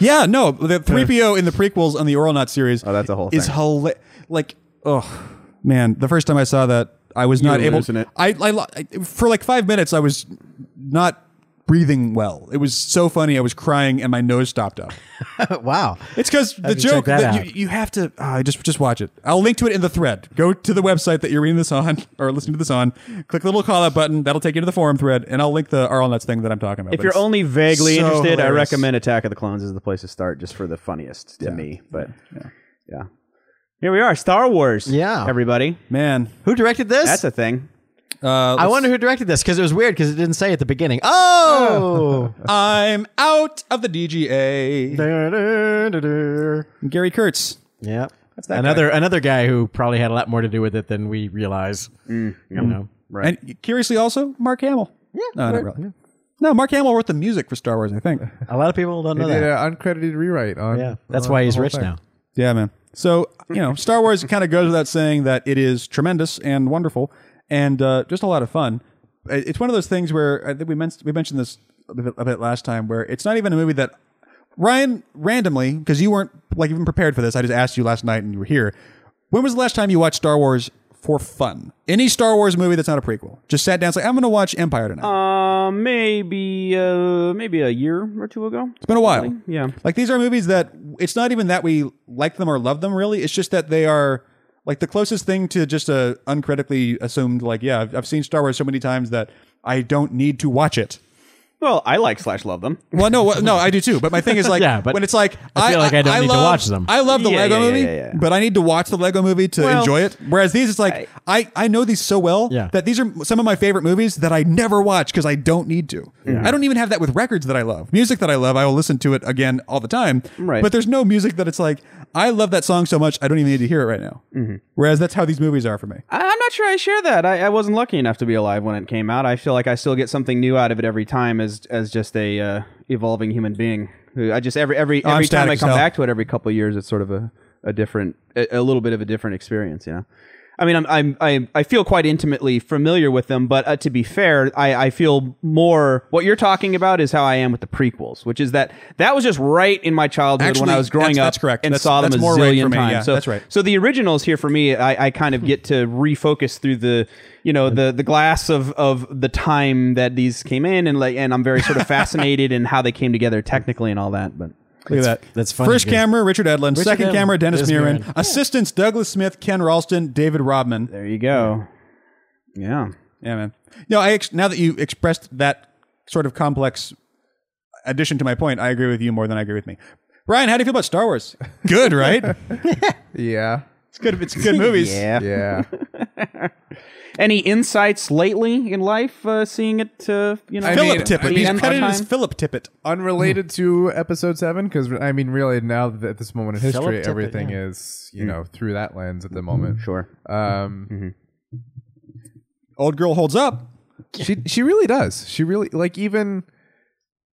Speaker 1: Yeah, no, the 3PO in the prequels on the Oral Not series.
Speaker 4: Oh, that's a whole
Speaker 1: is
Speaker 4: thing.
Speaker 1: hila- like oh man, the first time I saw that, I was not
Speaker 4: were
Speaker 1: able
Speaker 4: losing it.
Speaker 1: I, I lo- I for like 5 minutes I was not breathing well. It was so funny. I was crying and my nose stopped up.
Speaker 3: wow.
Speaker 1: It's because the
Speaker 3: to check
Speaker 1: joke
Speaker 3: that
Speaker 1: that,
Speaker 3: out.
Speaker 1: you, you have to ah, just just watch it. I'll link to it in the thread. Go to the website that you're reading this on or listening to this on. Click the little call out button. That'll take you to the forum thread, and I'll link the RL Nuts thing that I'm talking about.
Speaker 4: if
Speaker 1: But
Speaker 4: you're
Speaker 1: it's-
Speaker 4: only vaguely
Speaker 1: so
Speaker 4: interested, I
Speaker 1: hilarious.
Speaker 4: recommend Attack of the Clones is the place to start just for the funniest to me. But yeah. Here we are, Star Wars.
Speaker 3: Yeah.
Speaker 4: Everybody.
Speaker 1: man,
Speaker 3: Who directed this?
Speaker 4: That's a thing.
Speaker 3: I wonder who directed this because it was weird because it didn't say at the beginning. Oh,
Speaker 1: I'm out of the DGA. Gary Kurtz.
Speaker 3: yeah. another another guy who probably had a lot more to do with it than we realize. You know,
Speaker 4: Right.
Speaker 1: And curiously, also Mark Hamill. Yeah, no, not really. No, Mark Hamill wrote the music for Star Wars, I think.
Speaker 3: a lot of people don't know
Speaker 2: They did
Speaker 3: that.
Speaker 2: an uncredited rewrite on.
Speaker 3: Yeah, that's
Speaker 2: on
Speaker 3: why
Speaker 2: the
Speaker 3: he's
Speaker 2: whole
Speaker 3: rich
Speaker 2: thing.
Speaker 3: now.
Speaker 1: Yeah, man. So you know, Star Wars kind of goes without saying that it is tremendous and wonderful and uh, just a lot of fun. It- It's one of those things where I think we mentioned we mentioned this a bit, a bit last time, where it's not even a movie that Ryan randomly because you weren't like even prepared for this. I just asked you last night and you were here. When was the last time you watched Star Wars for fun? Any Star Wars movie that's not a prequel? Just sat down, and said, "I'm going to watch Empire tonight."
Speaker 4: Uh, maybe uh, maybe a year or two ago.
Speaker 1: It's been a while.
Speaker 4: Yeah.
Speaker 1: Like these are movies that it's not even that we like them or love them really. It's just that they are like the closest thing to just a uncritically assumed like yeah, I've, I've seen Star Wars so many times that I don't need to watch it.
Speaker 4: Well, I like slash love them.
Speaker 1: Well, no, well, no, I do too. But my thing is like
Speaker 3: Yeah, but
Speaker 1: when it's like
Speaker 3: I feel like I don't need to
Speaker 1: love-
Speaker 3: watch them.
Speaker 1: I love the
Speaker 4: Yeah,
Speaker 1: Lego
Speaker 4: yeah, yeah,
Speaker 1: movie,
Speaker 4: yeah, yeah.
Speaker 1: but I need to watch the Lego movie to
Speaker 4: Well,
Speaker 1: enjoy it. Whereas these, it's like I, I, know these so well
Speaker 3: Yeah.
Speaker 1: that these are some of my favorite movies that I never watch because I don't need to. I don't even have that with records that I love, music that I love. I will listen to it again all the time.
Speaker 4: Right.
Speaker 1: But there's no music that it's like I love that song so much I don't even need to hear it right now.
Speaker 4: Mm-hmm.
Speaker 1: Whereas that's how these movies are for me.
Speaker 4: I- I'm not sure I share that. I, I wasn't lucky enough to be alive when it came out. I feel like I still get something new out of it every time as as just a uh, evolving human being. Who I just every every
Speaker 1: Oh, I'm
Speaker 4: every time
Speaker 1: static
Speaker 4: I
Speaker 1: as
Speaker 4: come
Speaker 1: hell.
Speaker 4: back to it every couple of years, it's sort of a, a different, a, a little bit of a different experience. You know, I mean, I'm, I'm I I feel quite intimately familiar with them, but uh, to be fair, I I feel more what you're talking about is how I am with the prequels, which is that that was just right in my childhood when
Speaker 1: Actually,
Speaker 4: I was growing
Speaker 1: that's-
Speaker 4: up
Speaker 1: that's correct.
Speaker 4: and
Speaker 1: That's-
Speaker 4: saw them
Speaker 1: that's
Speaker 4: a
Speaker 1: more right for
Speaker 4: zillion
Speaker 1: me.
Speaker 4: times.
Speaker 1: Yeah,
Speaker 4: so
Speaker 1: that's right.
Speaker 4: so the originals here for me, I, I kind of get to refocus through the you know the the glass of of the time that these came in, and like and I'm very sort of fascinated in how they came together technically and all that. But
Speaker 1: Look at that.
Speaker 3: that's funny,
Speaker 1: First
Speaker 3: because-
Speaker 1: camera, Richard Edlund. Second
Speaker 3: Edlund,
Speaker 1: camera, Dennis
Speaker 3: Dennis
Speaker 1: Muren.
Speaker 3: Muren.
Speaker 1: Assistants, Douglas Smith, Ken Ralston, David Rodman.
Speaker 4: there you go. Yeah.
Speaker 1: Yeah, man. No, I ex- now that you expressed that sort of complex addition to my point, I agree with you more than I agree with me. Ryan, how do you feel about Star Wars? Good, right?
Speaker 2: Yeah.
Speaker 1: it's good. It's good movies.
Speaker 4: Yeah.
Speaker 2: Yeah.
Speaker 4: Any insights lately in life? Uh, seeing it, uh, you know,
Speaker 2: I
Speaker 1: Philip
Speaker 2: mean,
Speaker 1: Tippett.
Speaker 4: being
Speaker 1: He's
Speaker 4: on
Speaker 1: credited
Speaker 4: time?
Speaker 1: as Philip Tippett.
Speaker 2: Unrelated to episode seven, because I mean, really, now that at this moment in history,
Speaker 3: Tippett,
Speaker 2: everything
Speaker 3: yeah.
Speaker 2: is you know through that lens at the moment.
Speaker 4: Sure.
Speaker 2: Um,
Speaker 1: Old girl holds up.
Speaker 2: she she really does. She really like even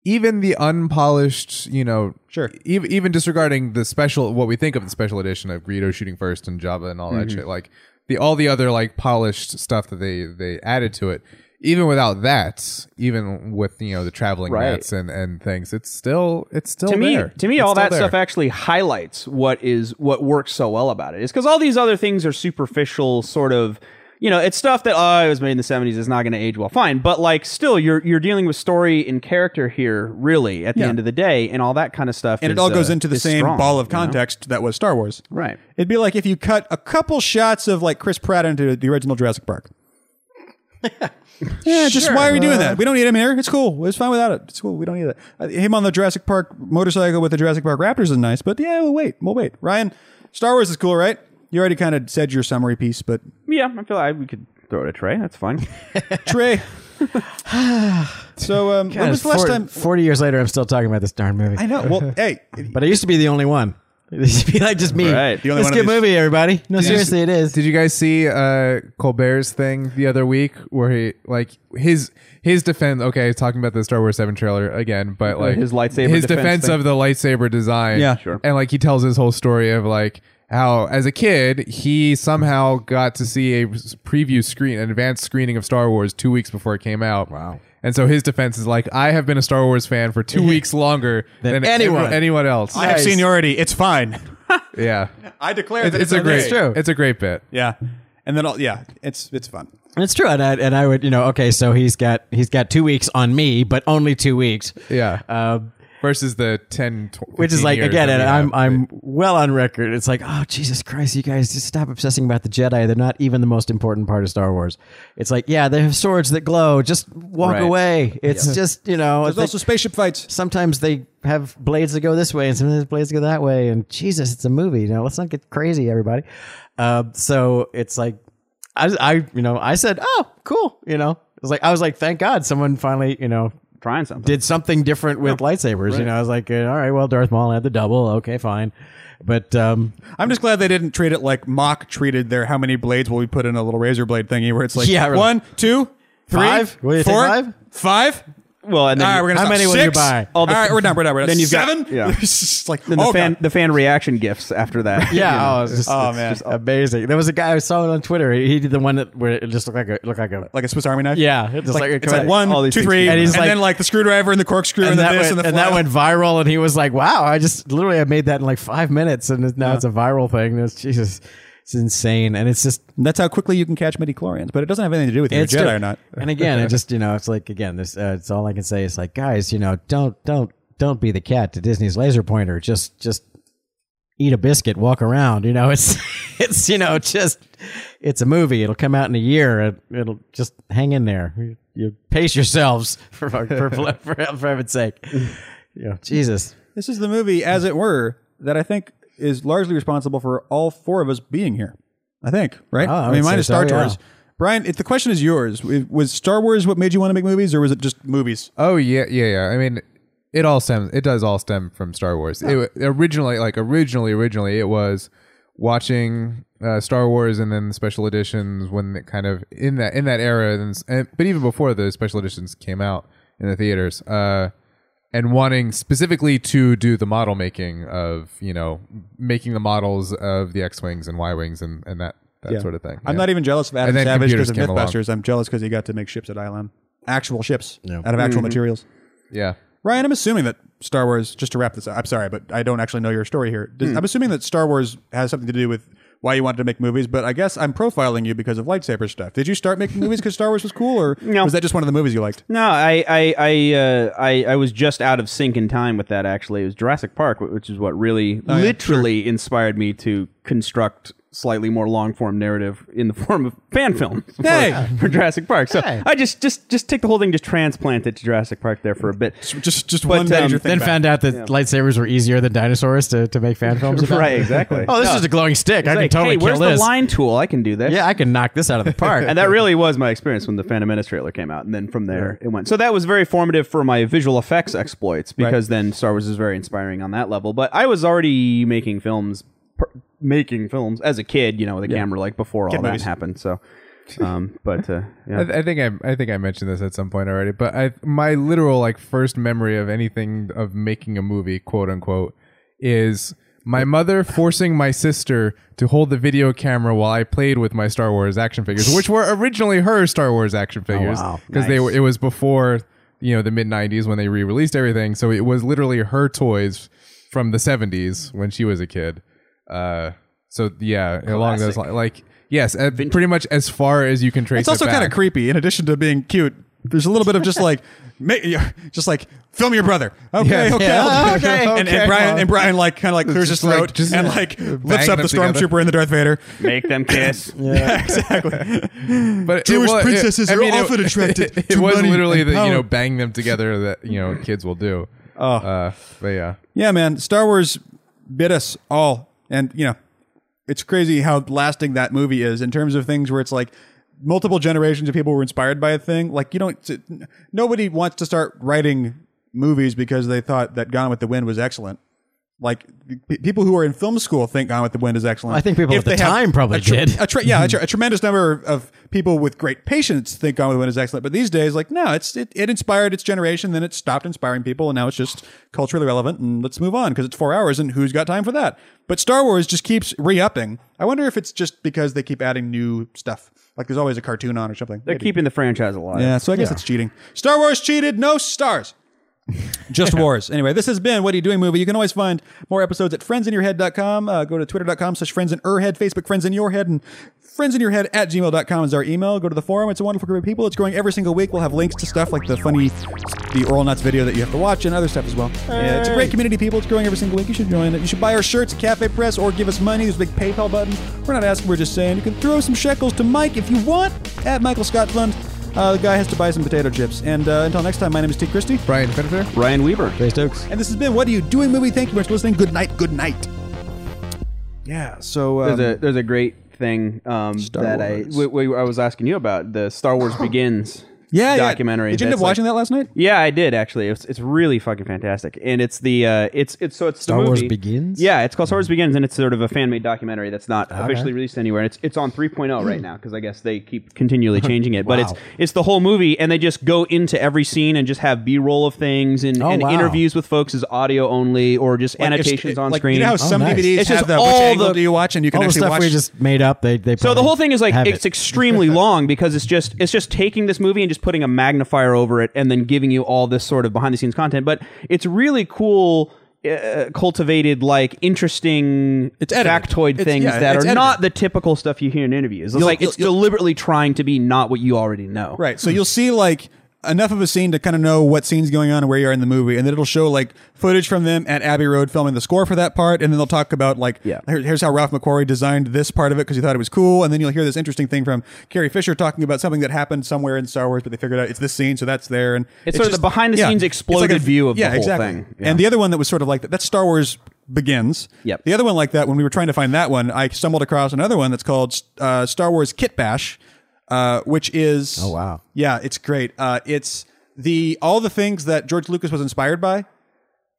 Speaker 2: even the unpolished, you know,
Speaker 1: Sure.
Speaker 2: Even, even disregarding the special, what we think of the special edition of Greedo shooting first and Java and all that
Speaker 4: Mm-hmm.
Speaker 2: shit, like the all the other like polished stuff that they they added to it. Even without that, even with you know the traveling
Speaker 4: Right.
Speaker 2: mats and and things, it's still it's still
Speaker 4: to me
Speaker 2: there.
Speaker 4: to me
Speaker 2: It's
Speaker 4: all
Speaker 2: still
Speaker 4: that
Speaker 2: there.
Speaker 4: stuff actually highlights what is what works so well about it is because all these other things are superficial sort of you know it's stuff that oh it was made in the 70s it's not going to age well fine but like still you're you're dealing with story and character here really at the end of the day and all that kind of stuff uh,
Speaker 1: And it all goes into the same ball of context that was Star Wars.
Speaker 4: right
Speaker 1: It'd be like if you cut a couple shots of like Chris Pratt into the original Jurassic Park. yeah, just why are we doing that? We don't need him here. It's cool. It's fine without it. It's cool. We don't need it. Uh, Him on the Jurassic Park motorcycle with the Jurassic Park Raptors is nice, but yeah, we'll wait. We'll wait. Ryan, Star Wars is cool, right? You already kind of said your summary piece, but
Speaker 4: yeah i feel like we could throw it a tray that's fine
Speaker 1: Trey, So um, when was the last
Speaker 3: Four-
Speaker 1: time?
Speaker 3: Forty years later, I'm still talking about this darn movie.
Speaker 1: I know. Well, hey,
Speaker 3: But I used to be the only one. It used to be like just me.
Speaker 4: Right.
Speaker 1: The only
Speaker 3: it's
Speaker 1: one
Speaker 3: a
Speaker 1: of
Speaker 3: good
Speaker 1: these-
Speaker 3: movie, everybody. No, seriously, it is.
Speaker 2: Did you guys see uh, Colbert's thing the other week where he like his his defense? Okay, talking about the Star Wars Seven trailer again, but like
Speaker 4: his lightsaber
Speaker 2: his
Speaker 4: defense
Speaker 2: defense,
Speaker 4: thing.
Speaker 2: of the lightsaber design.
Speaker 1: Yeah. Sure.
Speaker 2: And like he tells his whole story of like how as a kid he somehow got to see a preview screen, an advanced screening of Star Wars two weeks before it came out.
Speaker 3: Wow.
Speaker 2: And so his defense is like, I have been a Star Wars fan for two weeks longer than,
Speaker 3: anyone.
Speaker 2: anyone anyone else.
Speaker 1: I have seniority. It's fine.
Speaker 2: yeah,
Speaker 1: I declare
Speaker 2: it's,
Speaker 1: that
Speaker 2: it's a great,
Speaker 1: okay.
Speaker 3: true.
Speaker 2: it's a great bit.
Speaker 1: Yeah, and then all, yeah, it's it's fun.
Speaker 3: And it's true. And I, and I would, you know, okay, so he's got he's got two weeks on me, but only two weeks.
Speaker 2: Yeah.
Speaker 3: Um,
Speaker 2: versus the 10 tw-
Speaker 3: which is
Speaker 2: 15
Speaker 3: like
Speaker 2: years
Speaker 3: again,
Speaker 2: that
Speaker 3: and
Speaker 2: we
Speaker 3: I'm
Speaker 2: have.
Speaker 3: I'm well on record. It's like, oh Jesus Christ, you guys just stop obsessing about the Jedi. They're not even the most important part of Star Wars. It's like, yeah, they have swords that glow. Just walk
Speaker 2: Right.
Speaker 3: away. It's just you know.
Speaker 1: There's
Speaker 3: they-
Speaker 1: also spaceship fights.
Speaker 3: sometimes they have blades that go this way and sometimes blades go that way. And Jesus, it's a movie. You know, let's not get crazy, everybody. Uh, so it's like, I, I, you know, I said, oh, cool. You know, it was like, I was like, thank God someone finally, you know,
Speaker 4: Trying something.
Speaker 3: did something different with lightsabers. You know, I was like, uh, all right, well, Darth Maul had the double. Okay, fine. But, um,
Speaker 1: I'm just glad they didn't treat it like Mock treated their how many blades will we put in a little razor blade thingy where it's like
Speaker 3: Yeah, really.
Speaker 1: one, two, three,
Speaker 3: Five? Will you take
Speaker 1: four,
Speaker 3: five?
Speaker 1: five?
Speaker 4: well, and
Speaker 1: All
Speaker 4: then
Speaker 1: right, we're gonna
Speaker 3: How
Speaker 1: stop.
Speaker 3: many will you
Speaker 1: Six?
Speaker 3: buy?
Speaker 1: All
Speaker 4: the-
Speaker 1: right, we're done. We're done. We're done.
Speaker 4: Then you've got-
Speaker 1: seven.
Speaker 4: yeah.
Speaker 1: it's just like
Speaker 4: then the
Speaker 1: oh,
Speaker 4: fan
Speaker 1: God.
Speaker 4: the fan reaction gifs after that.
Speaker 3: Yeah,
Speaker 4: You know.
Speaker 3: oh, it's just,
Speaker 1: Oh,
Speaker 3: it's
Speaker 1: man.
Speaker 3: just amazing. There was a guy I saw it on Twitter. He, he did the one that where it just looked like a looked like a
Speaker 1: like a Swiss Army knife.
Speaker 3: yeah, it just
Speaker 1: Like,
Speaker 3: like, a-
Speaker 1: it's like
Speaker 4: all
Speaker 1: one,
Speaker 4: these
Speaker 1: two,
Speaker 4: things
Speaker 1: three,
Speaker 4: together.
Speaker 1: and,
Speaker 3: And he's like-
Speaker 1: then like the screwdriver and the corkscrew and,
Speaker 3: and,
Speaker 1: the
Speaker 3: that,
Speaker 1: this
Speaker 3: went,
Speaker 1: and the
Speaker 3: and that
Speaker 1: flap.
Speaker 3: went viral and he was like wow i just literally i made that in like five minutes and now it's a viral thing it's jesus it's insane and it's just
Speaker 1: That's how quickly you can catch midi chlorians, but it doesn't have anything to do with if
Speaker 3: it's
Speaker 1: you're Jedi
Speaker 3: still-
Speaker 1: or not.
Speaker 3: and again it just you know it's like again this uh, it's all i can say is like guys you know don't don't don't be the cat to disney's laser pointer just just eat a biscuit walk around you know it's it's you know just it's a movie it'll come out in a year it, it'll just hang in there you, you pace yourselves for for, for, for heaven's sake yeah jesus
Speaker 1: This is the movie, as it were, that I think is largely responsible for all four of us being here. I think, right?
Speaker 3: Oh, I
Speaker 1: I mean,
Speaker 3: would
Speaker 1: mine
Speaker 3: say
Speaker 1: is Star
Speaker 3: so, yeah.
Speaker 1: Wars. Brian, if the question is yours, It- was Star Wars what made you want to make movies, or was it just movies?
Speaker 2: oh yeah yeah yeah i mean it all stems it does all stem from star wars
Speaker 3: Oh.
Speaker 2: it originally like originally originally it was watching uh, star wars and then the special editions when it kind of in that in that era and, and but even before the special editions came out in the theaters uh and wanting specifically to do the model making of you know making the models of the x-wings and y-wings and and that that
Speaker 1: Yeah.
Speaker 2: sort of thing
Speaker 1: I'm
Speaker 2: Yeah.
Speaker 1: not even jealous of Adam
Speaker 2: then
Speaker 1: Savage because
Speaker 2: computers
Speaker 1: of
Speaker 2: came along.
Speaker 1: Mythbusters. I'm jealous because he got to make ships at ILM, actual ships out of actual materials.
Speaker 2: yeah
Speaker 1: Ryan, I'm assuming that Star Wars. Just to wrap this up, I'm sorry, but I don't actually know your story here. Does,
Speaker 2: Hmm.
Speaker 1: I'm assuming that Star Wars has something to do with why you wanted to make movies, but I guess I'm profiling you because of lightsaber stuff. Did you start making movies because Star Wars was cool, or
Speaker 4: No.
Speaker 1: was that just one of the movies you liked?
Speaker 4: No, I I I, uh, I I was just out of sync in time with that. Actually, it was Jurassic Park, wh- which is what really
Speaker 3: Oh,
Speaker 4: literally inspired me to construct slightly more long form narrative in the form of fan film for,
Speaker 1: Hey!
Speaker 4: for Jurassic Park. So
Speaker 3: Hey.
Speaker 4: I just just just take the whole thing, just transplant it to Jurassic Park there for a bit.
Speaker 1: Just, just
Speaker 4: But,
Speaker 1: one
Speaker 4: um,
Speaker 1: major thing.
Speaker 3: then
Speaker 1: back.
Speaker 3: found out that lightsabers were easier than dinosaurs to, to make fan films about.
Speaker 4: Right, exactly.
Speaker 3: Oh, this
Speaker 4: No.
Speaker 3: is a glowing stick.
Speaker 4: It's
Speaker 3: I can
Speaker 4: like,
Speaker 3: totally
Speaker 4: hey,
Speaker 3: kill
Speaker 4: where's
Speaker 3: this.
Speaker 4: the line tool? I can do this.
Speaker 3: Yeah, I can knock this out of the park.
Speaker 4: and that really was my experience when the Phantom Menace trailer came out, and then from there it went. So that was very formative for my visual effects exploits because then Star Wars is very inspiring on that level. But I was already making films, per, making films as a kid, you know, with a camera like before all that
Speaker 1: movies.
Speaker 4: happened. So, um, but uh,
Speaker 2: I,
Speaker 4: yeah.
Speaker 2: I think I, I think I mentioned this at some point already, but I my literal like first memory of anything of making a movie, quote unquote, is my mother forcing my sister to hold the video camera while I played with my Star Wars action figures, which were originally her Star Wars action figures
Speaker 3: wow.
Speaker 2: because they were it was before you know the mid '90s when they re-released everything, so it was literally her toys from the '70s when she was a kid. Uh, so yeah, along those lines, like yes, uh, pretty much as far as you can trace.
Speaker 1: It's also
Speaker 2: it back.
Speaker 1: kind of creepy. In addition to being cute, there's a little bit of just like, ma- just like film your brother. Okay,
Speaker 2: Yeah.
Speaker 1: okay,
Speaker 3: Yeah.
Speaker 1: I'll do it.
Speaker 3: Okay.
Speaker 1: And, and
Speaker 2: Okay,
Speaker 1: Brian
Speaker 2: Mom.
Speaker 1: and Brian like kind of like clears his
Speaker 2: Just like-
Speaker 1: throat
Speaker 2: just
Speaker 1: and like lifts
Speaker 2: bang
Speaker 1: up the
Speaker 2: them together.
Speaker 1: stormtrooper and the Darth Vader.
Speaker 4: make them kiss.
Speaker 2: but it
Speaker 1: Jewish
Speaker 2: wa- it-
Speaker 1: princesses
Speaker 2: I
Speaker 1: are
Speaker 2: mean, it-
Speaker 1: often attracted
Speaker 2: It,
Speaker 1: to
Speaker 2: was
Speaker 1: money
Speaker 2: literally
Speaker 1: and
Speaker 2: the you
Speaker 1: power.
Speaker 2: know bang them together that you know kids will do. Oh, uh, but yeah,
Speaker 1: Yeah, man. Star Wars bit us all. And, you know, it's crazy how lasting that movie is in terms of things where it's like multiple generations of people were inspired by a thing. Like you don't. t- n- Nobody wants to start writing movies because they thought that Gone with the Wind was excellent. Like p- people who are in film school think Gone with the Wind is excellent.
Speaker 3: I think people
Speaker 1: If
Speaker 3: at the
Speaker 1: they have
Speaker 3: time probably
Speaker 1: a tre-
Speaker 3: did.
Speaker 1: A tre- yeah, a, tre- a tremendous number of, of people with great patience think Gone with the Wind is excellent. But these days, like no, it's it, it inspired its generation, then it stopped inspiring people, and now it's just culturally relevant. And let's move on because it's four hours, and who's got time for that? But Star Wars just keeps re-upping. I wonder if it's just because they keep adding new stuff. Like there's always a cartoon on or something.
Speaker 4: They're keeping the franchise alive.
Speaker 1: Yeah, so I guess it's cheating. Star Wars cheated, no stars. Just wars. Anyway, this has been What Are You Doing Movie. You can always find more episodes at friendsinyourhead.com. Uh, go to twitter.com slash friends in your head, Facebook friends in your head, and friends in your head at gmail.com is our email. Go to the forum. It's a wonderful group of people. It's growing every single week. We'll have links to stuff like the funny, the oral nuts video that you have to watch and other stuff as well. Yeah, it's a great community, people. It's growing every single week. You should join it. You should buy our shirts at Cafe Press or give us money. There's a big PayPal button. We're not asking, we're just saying. You can throw some shekels to Mike if you want at Michael Scott Fund. Uh, the guy has to buy some potato chips. And uh, until next time, my name is T. Christie.
Speaker 2: Brian Fenfer.
Speaker 4: Ryan Weaver.
Speaker 3: Ray Stokes.
Speaker 1: And this has been What Are You Doing Movie? Thank you much for listening. Good night. Good night. Yeah. So um,
Speaker 4: there's a there's a great thing um, that
Speaker 1: Wars.
Speaker 4: I we, we, I was asking you about the Star Wars Begins
Speaker 1: yeah, yeah.
Speaker 4: documentary.
Speaker 1: Did you end up
Speaker 4: that's like-
Speaker 1: watching that last night?
Speaker 4: Yeah, I did actually. It's it's really fucking fantastic, and it's the uh, it's it's so it's the
Speaker 3: Star Wars
Speaker 4: movie-
Speaker 3: Begins? Hmm.
Speaker 4: Yeah, it's called Star Wars Begins, and it's sort of a fan made documentary that's not officially released anywhere. It's it's on 3.0 right now because I guess they keep continually changing it. But it's
Speaker 3: Hmm. Wow.
Speaker 4: it's the whole movie, and they just go into every scene and just have B roll of things and,
Speaker 3: Oh,
Speaker 4: and
Speaker 3: wow.
Speaker 4: interviews with folks is audio only or just annotations
Speaker 1: If-
Speaker 4: on
Speaker 1: like,
Speaker 4: screen. Oh,
Speaker 1: You know how some
Speaker 3: nice.
Speaker 1: DVDs
Speaker 4: It's
Speaker 1: have
Speaker 4: just
Speaker 1: the which
Speaker 4: all
Speaker 1: angle
Speaker 4: the-
Speaker 1: do you watch, and you can
Speaker 3: All the
Speaker 1: actually
Speaker 3: stuff
Speaker 1: watch.
Speaker 3: we just made up. They they
Speaker 4: So the whole thing is like
Speaker 3: have
Speaker 4: it's
Speaker 3: it.
Speaker 4: extremely long because it's just it's just taking this movie and just putting a magnifier over it and then giving you all this sort of behind the scenes content. But it's really cool. Uh, cultivated like interesting
Speaker 1: edited.
Speaker 4: factoid
Speaker 1: It's-
Speaker 4: things
Speaker 1: yeah,
Speaker 4: that are
Speaker 1: it's
Speaker 4: not the typical stuff you hear in interviews. It's
Speaker 1: You'll-
Speaker 4: like it's
Speaker 1: you'll-
Speaker 4: deliberately trying to be not what you already know.
Speaker 1: Right. So you'll see like enough of a scene to kind of know what scene's going on and where you are in the movie, and then it'll show like footage from them at Abbey Road filming the score for that part, and then they'll talk about like
Speaker 4: Yeah.
Speaker 1: here- here's how Ralph McQuarrie designed this part of it because he thought it was cool, and then you'll hear this interesting thing from Carrie Fisher talking about something that happened somewhere in Star Wars, but they figured out it's this scene, so that's there, and
Speaker 4: It's sort of the behind the
Speaker 1: It's
Speaker 4: scenes
Speaker 1: like
Speaker 4: exploded view of the
Speaker 1: yeah,
Speaker 4: whole
Speaker 1: exactly.
Speaker 4: thing. Yeah.
Speaker 1: And the other one that was sort of like that, that's Star Wars Begins.
Speaker 4: Yep.
Speaker 1: The other one like that, when we were trying to find that one, I stumbled across another one that's called uh, Star Wars Kit Bash, uh, which is
Speaker 3: Oh, wow.
Speaker 1: yeah, it's great. Uh, it's the all the things that George Lucas was inspired by.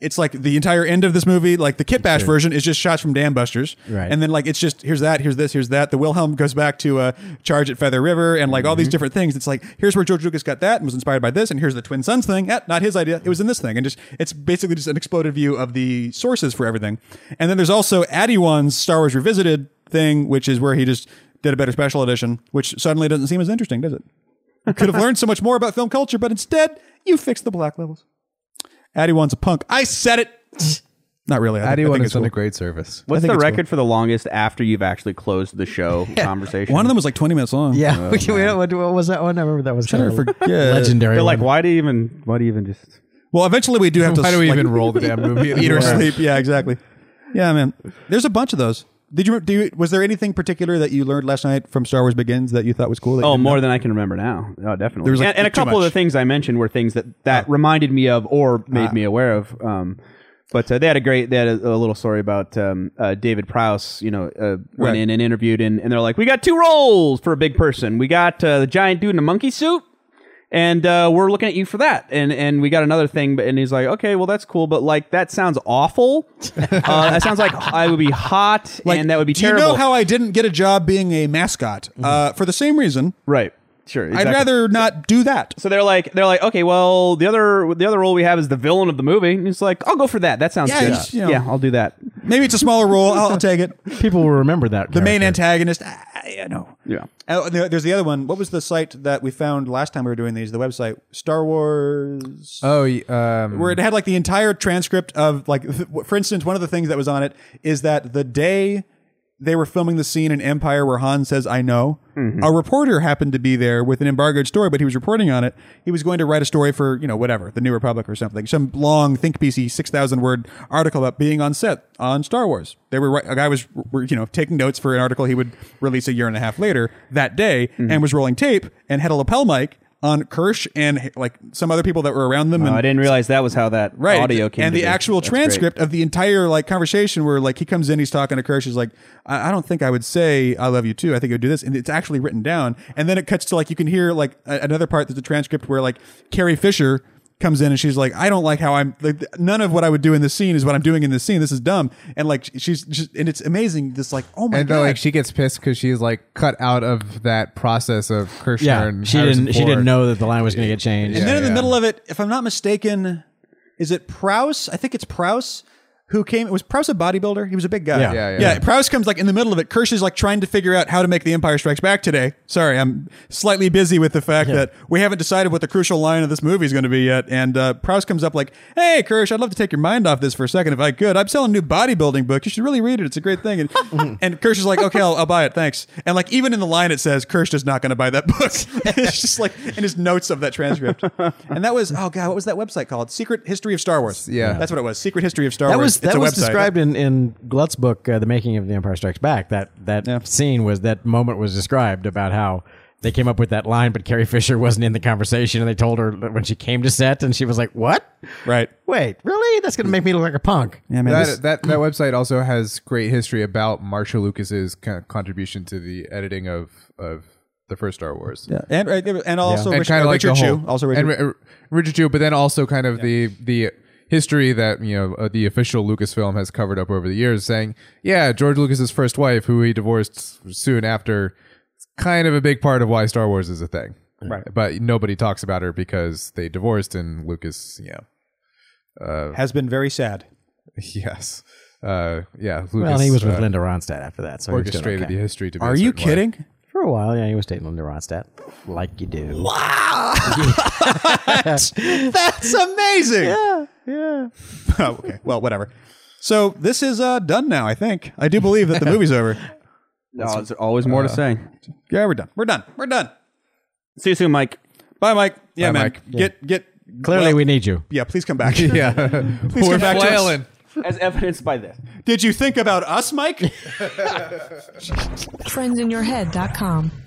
Speaker 1: It's like the entire end of this movie, like the Kit Bash version, is just shots from Dam Busters,
Speaker 3: Right.
Speaker 1: and then like it's just here's that, here's this, here's that. The Wilhelm goes back to uh, charge at Feather River, and like all these different things. It's like here's where George Lucas got that and was inspired by this, and here's the Twin Sons thing. Eh, not his idea; it was in this thing, and just it's basically just an exploded view of the sources for everything. And then there's also Addy One's Star Wars Revisited thing, which is where he just did a better special edition, which suddenly doesn't seem as interesting, does it? could have learned so much more about film culture, but instead you fixed the black levels. Addy one's a punk. I said it. Not really. I think,
Speaker 2: I
Speaker 1: I
Speaker 2: do
Speaker 1: think
Speaker 2: want to
Speaker 1: it's cool.
Speaker 2: send a great service.
Speaker 4: What's
Speaker 1: think
Speaker 4: the
Speaker 1: it's
Speaker 4: record for the longest after you've actually closed the show conversation?
Speaker 1: One of them was like 20 minutes long.
Speaker 3: Yeah, we- we- what, what was that one? I remember that was kind
Speaker 1: I
Speaker 3: of
Speaker 1: forget.
Speaker 3: legendary.
Speaker 4: They're like,
Speaker 3: one.
Speaker 4: why do you even? Why do you even just?
Speaker 1: Well, eventually we do have to.
Speaker 2: Why do we
Speaker 1: like,
Speaker 2: even roll the damn movie?
Speaker 1: eat or
Speaker 2: anymore?
Speaker 1: sleep? Yeah, exactly. Yeah, man. There's a bunch of those. Did you? Do you, was there anything particular that you learned last night from Star Wars Begins that you thought was cool? that you
Speaker 4: Oh,
Speaker 1: didn't
Speaker 4: more
Speaker 1: know?
Speaker 4: than I can remember now. Oh, definitely.
Speaker 1: was, like,
Speaker 4: and, and a
Speaker 1: too
Speaker 4: couple of the
Speaker 1: much. Oh. Ah.
Speaker 4: things I mentioned were things that that reminded me of or made me aware of. Um, but uh, they had a great, they had a, a little story about um, uh, David Prouse. You know, uh, went
Speaker 1: Right.
Speaker 4: in and interviewed, and, and they're like, "We got two roles for a big person. We got uh, the giant dude in a monkey suit." And uh, we're looking at you for that, and and we got another thing, but and he's like, okay, well that's cool, but like that sounds awful. uh, that sounds like I would be hot, and that would be
Speaker 1: do
Speaker 4: terrible.
Speaker 1: You know how I didn't get a job being a mascot
Speaker 2: Mm-hmm.
Speaker 1: uh, for the same reason.
Speaker 4: right? Sure.
Speaker 1: I'd
Speaker 4: exactly.
Speaker 1: rather not do that.
Speaker 4: So they're like, they're like, okay, well, the other the other role we have is the villain of the movie. And it's like, I'll go for that. That sounds
Speaker 1: Yeah,
Speaker 4: good.
Speaker 1: it's, you know-
Speaker 4: yeah, I'll do that.
Speaker 1: Maybe it's a smaller role. I'll, I'll take it.
Speaker 3: people will remember that.
Speaker 1: The main antagonist. I, I know.
Speaker 4: Yeah.
Speaker 1: Oh, and there- there's the other one. What was the site that we found last time we were doing these? The website Star Wars,
Speaker 2: Oh, y- um,
Speaker 1: where it had like the entire transcript of like, for instance, one of the things that was on it is that the day they were filming the scene in Empire where Han says "I know,"
Speaker 4: Mm-hmm.
Speaker 1: a reporter happened to be there with an embargoed story, but he was reporting on it. He was going to write a story for you know whatever the New Republic or something, some long think piecey six thousand word article about being on set on Star Wars. They were ri- a guy was were, you know taking notes
Speaker 4: Mm-hmm.
Speaker 1: for an article he would release a year and a half later that day, and was rolling tape and had a lapel mic on Kirsch and like some other people that were around them. and,
Speaker 4: Oh, I didn't realize that was how that
Speaker 1: right.
Speaker 4: audio came.
Speaker 1: And
Speaker 4: to
Speaker 1: the
Speaker 4: be.
Speaker 1: actual
Speaker 4: That's great.
Speaker 1: transcript of the entire like conversation where like he comes in, he's talking to Kirsch, he's like, I, I don't think I would say I love you too. I think I would do this. And it's actually written down. And then it cuts to like you can hear like a- another part that's a transcript where like Carrie Fisher comes in and she's like, I don't like how I'm like th- none of what I would do in this scene is what I'm doing in this scene. This is dumb. And like she's just and it's amazing. This like, oh my
Speaker 2: And
Speaker 1: god.
Speaker 2: then, like she gets pissed because she's like cut out of that process of Kirshner
Speaker 3: Yeah,
Speaker 2: and
Speaker 3: she
Speaker 2: Harrison
Speaker 3: didn't. She didn't
Speaker 2: Ford.
Speaker 3: know that the line was going to get changed.
Speaker 1: And then in the
Speaker 2: yeah.
Speaker 1: middle of it, if I'm not mistaken, is it Prouse? I think it's Prouse who came. It was Prouse a bodybuilder? He was a big guy.
Speaker 3: Yeah.
Speaker 2: Yeah, yeah.
Speaker 1: Prouse comes like in the middle of it. Kirsch is like trying to figure out how to make The Empire Strikes Back today. Sorry, I'm slightly busy with the fact that we haven't decided what the crucial line of this movie is going to be yet. And uh, Prouse comes up like, "Hey, Kirsch, I'd love to take your mind off this for a second if I could. I'm selling a new bodybuilding book. You should really read it. It's a great thing." And, and Kirsch is like, "Okay, I'll, I'll buy it. Thanks." And like even in the line it says, "Kirsch is not going to buy that book." it's just like in his notes of that transcript. And that was oh god, what was that website called? Secret History of Star Wars.
Speaker 2: Yeah.
Speaker 1: that's what it was. Secret History of Star
Speaker 3: That
Speaker 1: Wars.
Speaker 3: was
Speaker 1: it's
Speaker 3: that
Speaker 1: a
Speaker 3: was
Speaker 1: website.
Speaker 3: described in in Glut's book, uh, The Making of the Empire Strikes Back. That that scene was that moment was described about how they came up with that line, but Carrie Fisher wasn't in the conversation, and they told her that when she came to set, and she was like, "What?
Speaker 1: Right.
Speaker 3: Wait, really? That's going to make me look like a punk."
Speaker 1: Yeah, man. this-
Speaker 2: That, that that website also has great history about Marshall Lucas's kind of contribution to the editing of of the first Star Wars. Yeah.
Speaker 1: and right, and also
Speaker 2: and
Speaker 1: Richard,
Speaker 2: kind of like
Speaker 1: Richard
Speaker 2: the whole,
Speaker 1: Chu. Also Richard.
Speaker 2: and Ri- Richard Chu, but then also kind of the the history that you know uh, the official Lucasfilm has covered up over the years, saying yeah, George Lucas's first wife, who he divorced soon after, is kind of a big part of why Star Wars is a thing, right? But nobody talks about her because they divorced and Lucas, yeah,
Speaker 1: has been very sad.
Speaker 2: yes, uh, yeah, Lucas.
Speaker 3: Well, he was with
Speaker 2: uh,
Speaker 3: Linda Ronstadt after that, so he was doing
Speaker 2: orchestrated
Speaker 3: okay.
Speaker 2: the history to. Be a
Speaker 1: Are you
Speaker 2: certain way.
Speaker 1: kidding?
Speaker 3: for a while. Yeah, he was dating Linda Ronstadt, like you do.
Speaker 1: That's amazing. Yeah, yeah. Oh, okay. Well, whatever. So this is uh, done now. I think I do believe that the movie's over.
Speaker 4: Oh, there's always more to say.
Speaker 1: Yeah, we're done. We're done. We're done.
Speaker 4: See you soon, Mike.
Speaker 1: Bye, Mike. Yeah,
Speaker 2: Bye,
Speaker 1: man.
Speaker 2: Mike.
Speaker 1: Get get.
Speaker 3: Clearly,
Speaker 1: well,
Speaker 3: we need you.
Speaker 1: Yeah, please come back.
Speaker 2: Yeah,
Speaker 1: Please come back to us.
Speaker 2: flailing.
Speaker 4: As evidenced by this.
Speaker 1: Did you think about us, Mike?
Speaker 5: friendsinyourhead.com.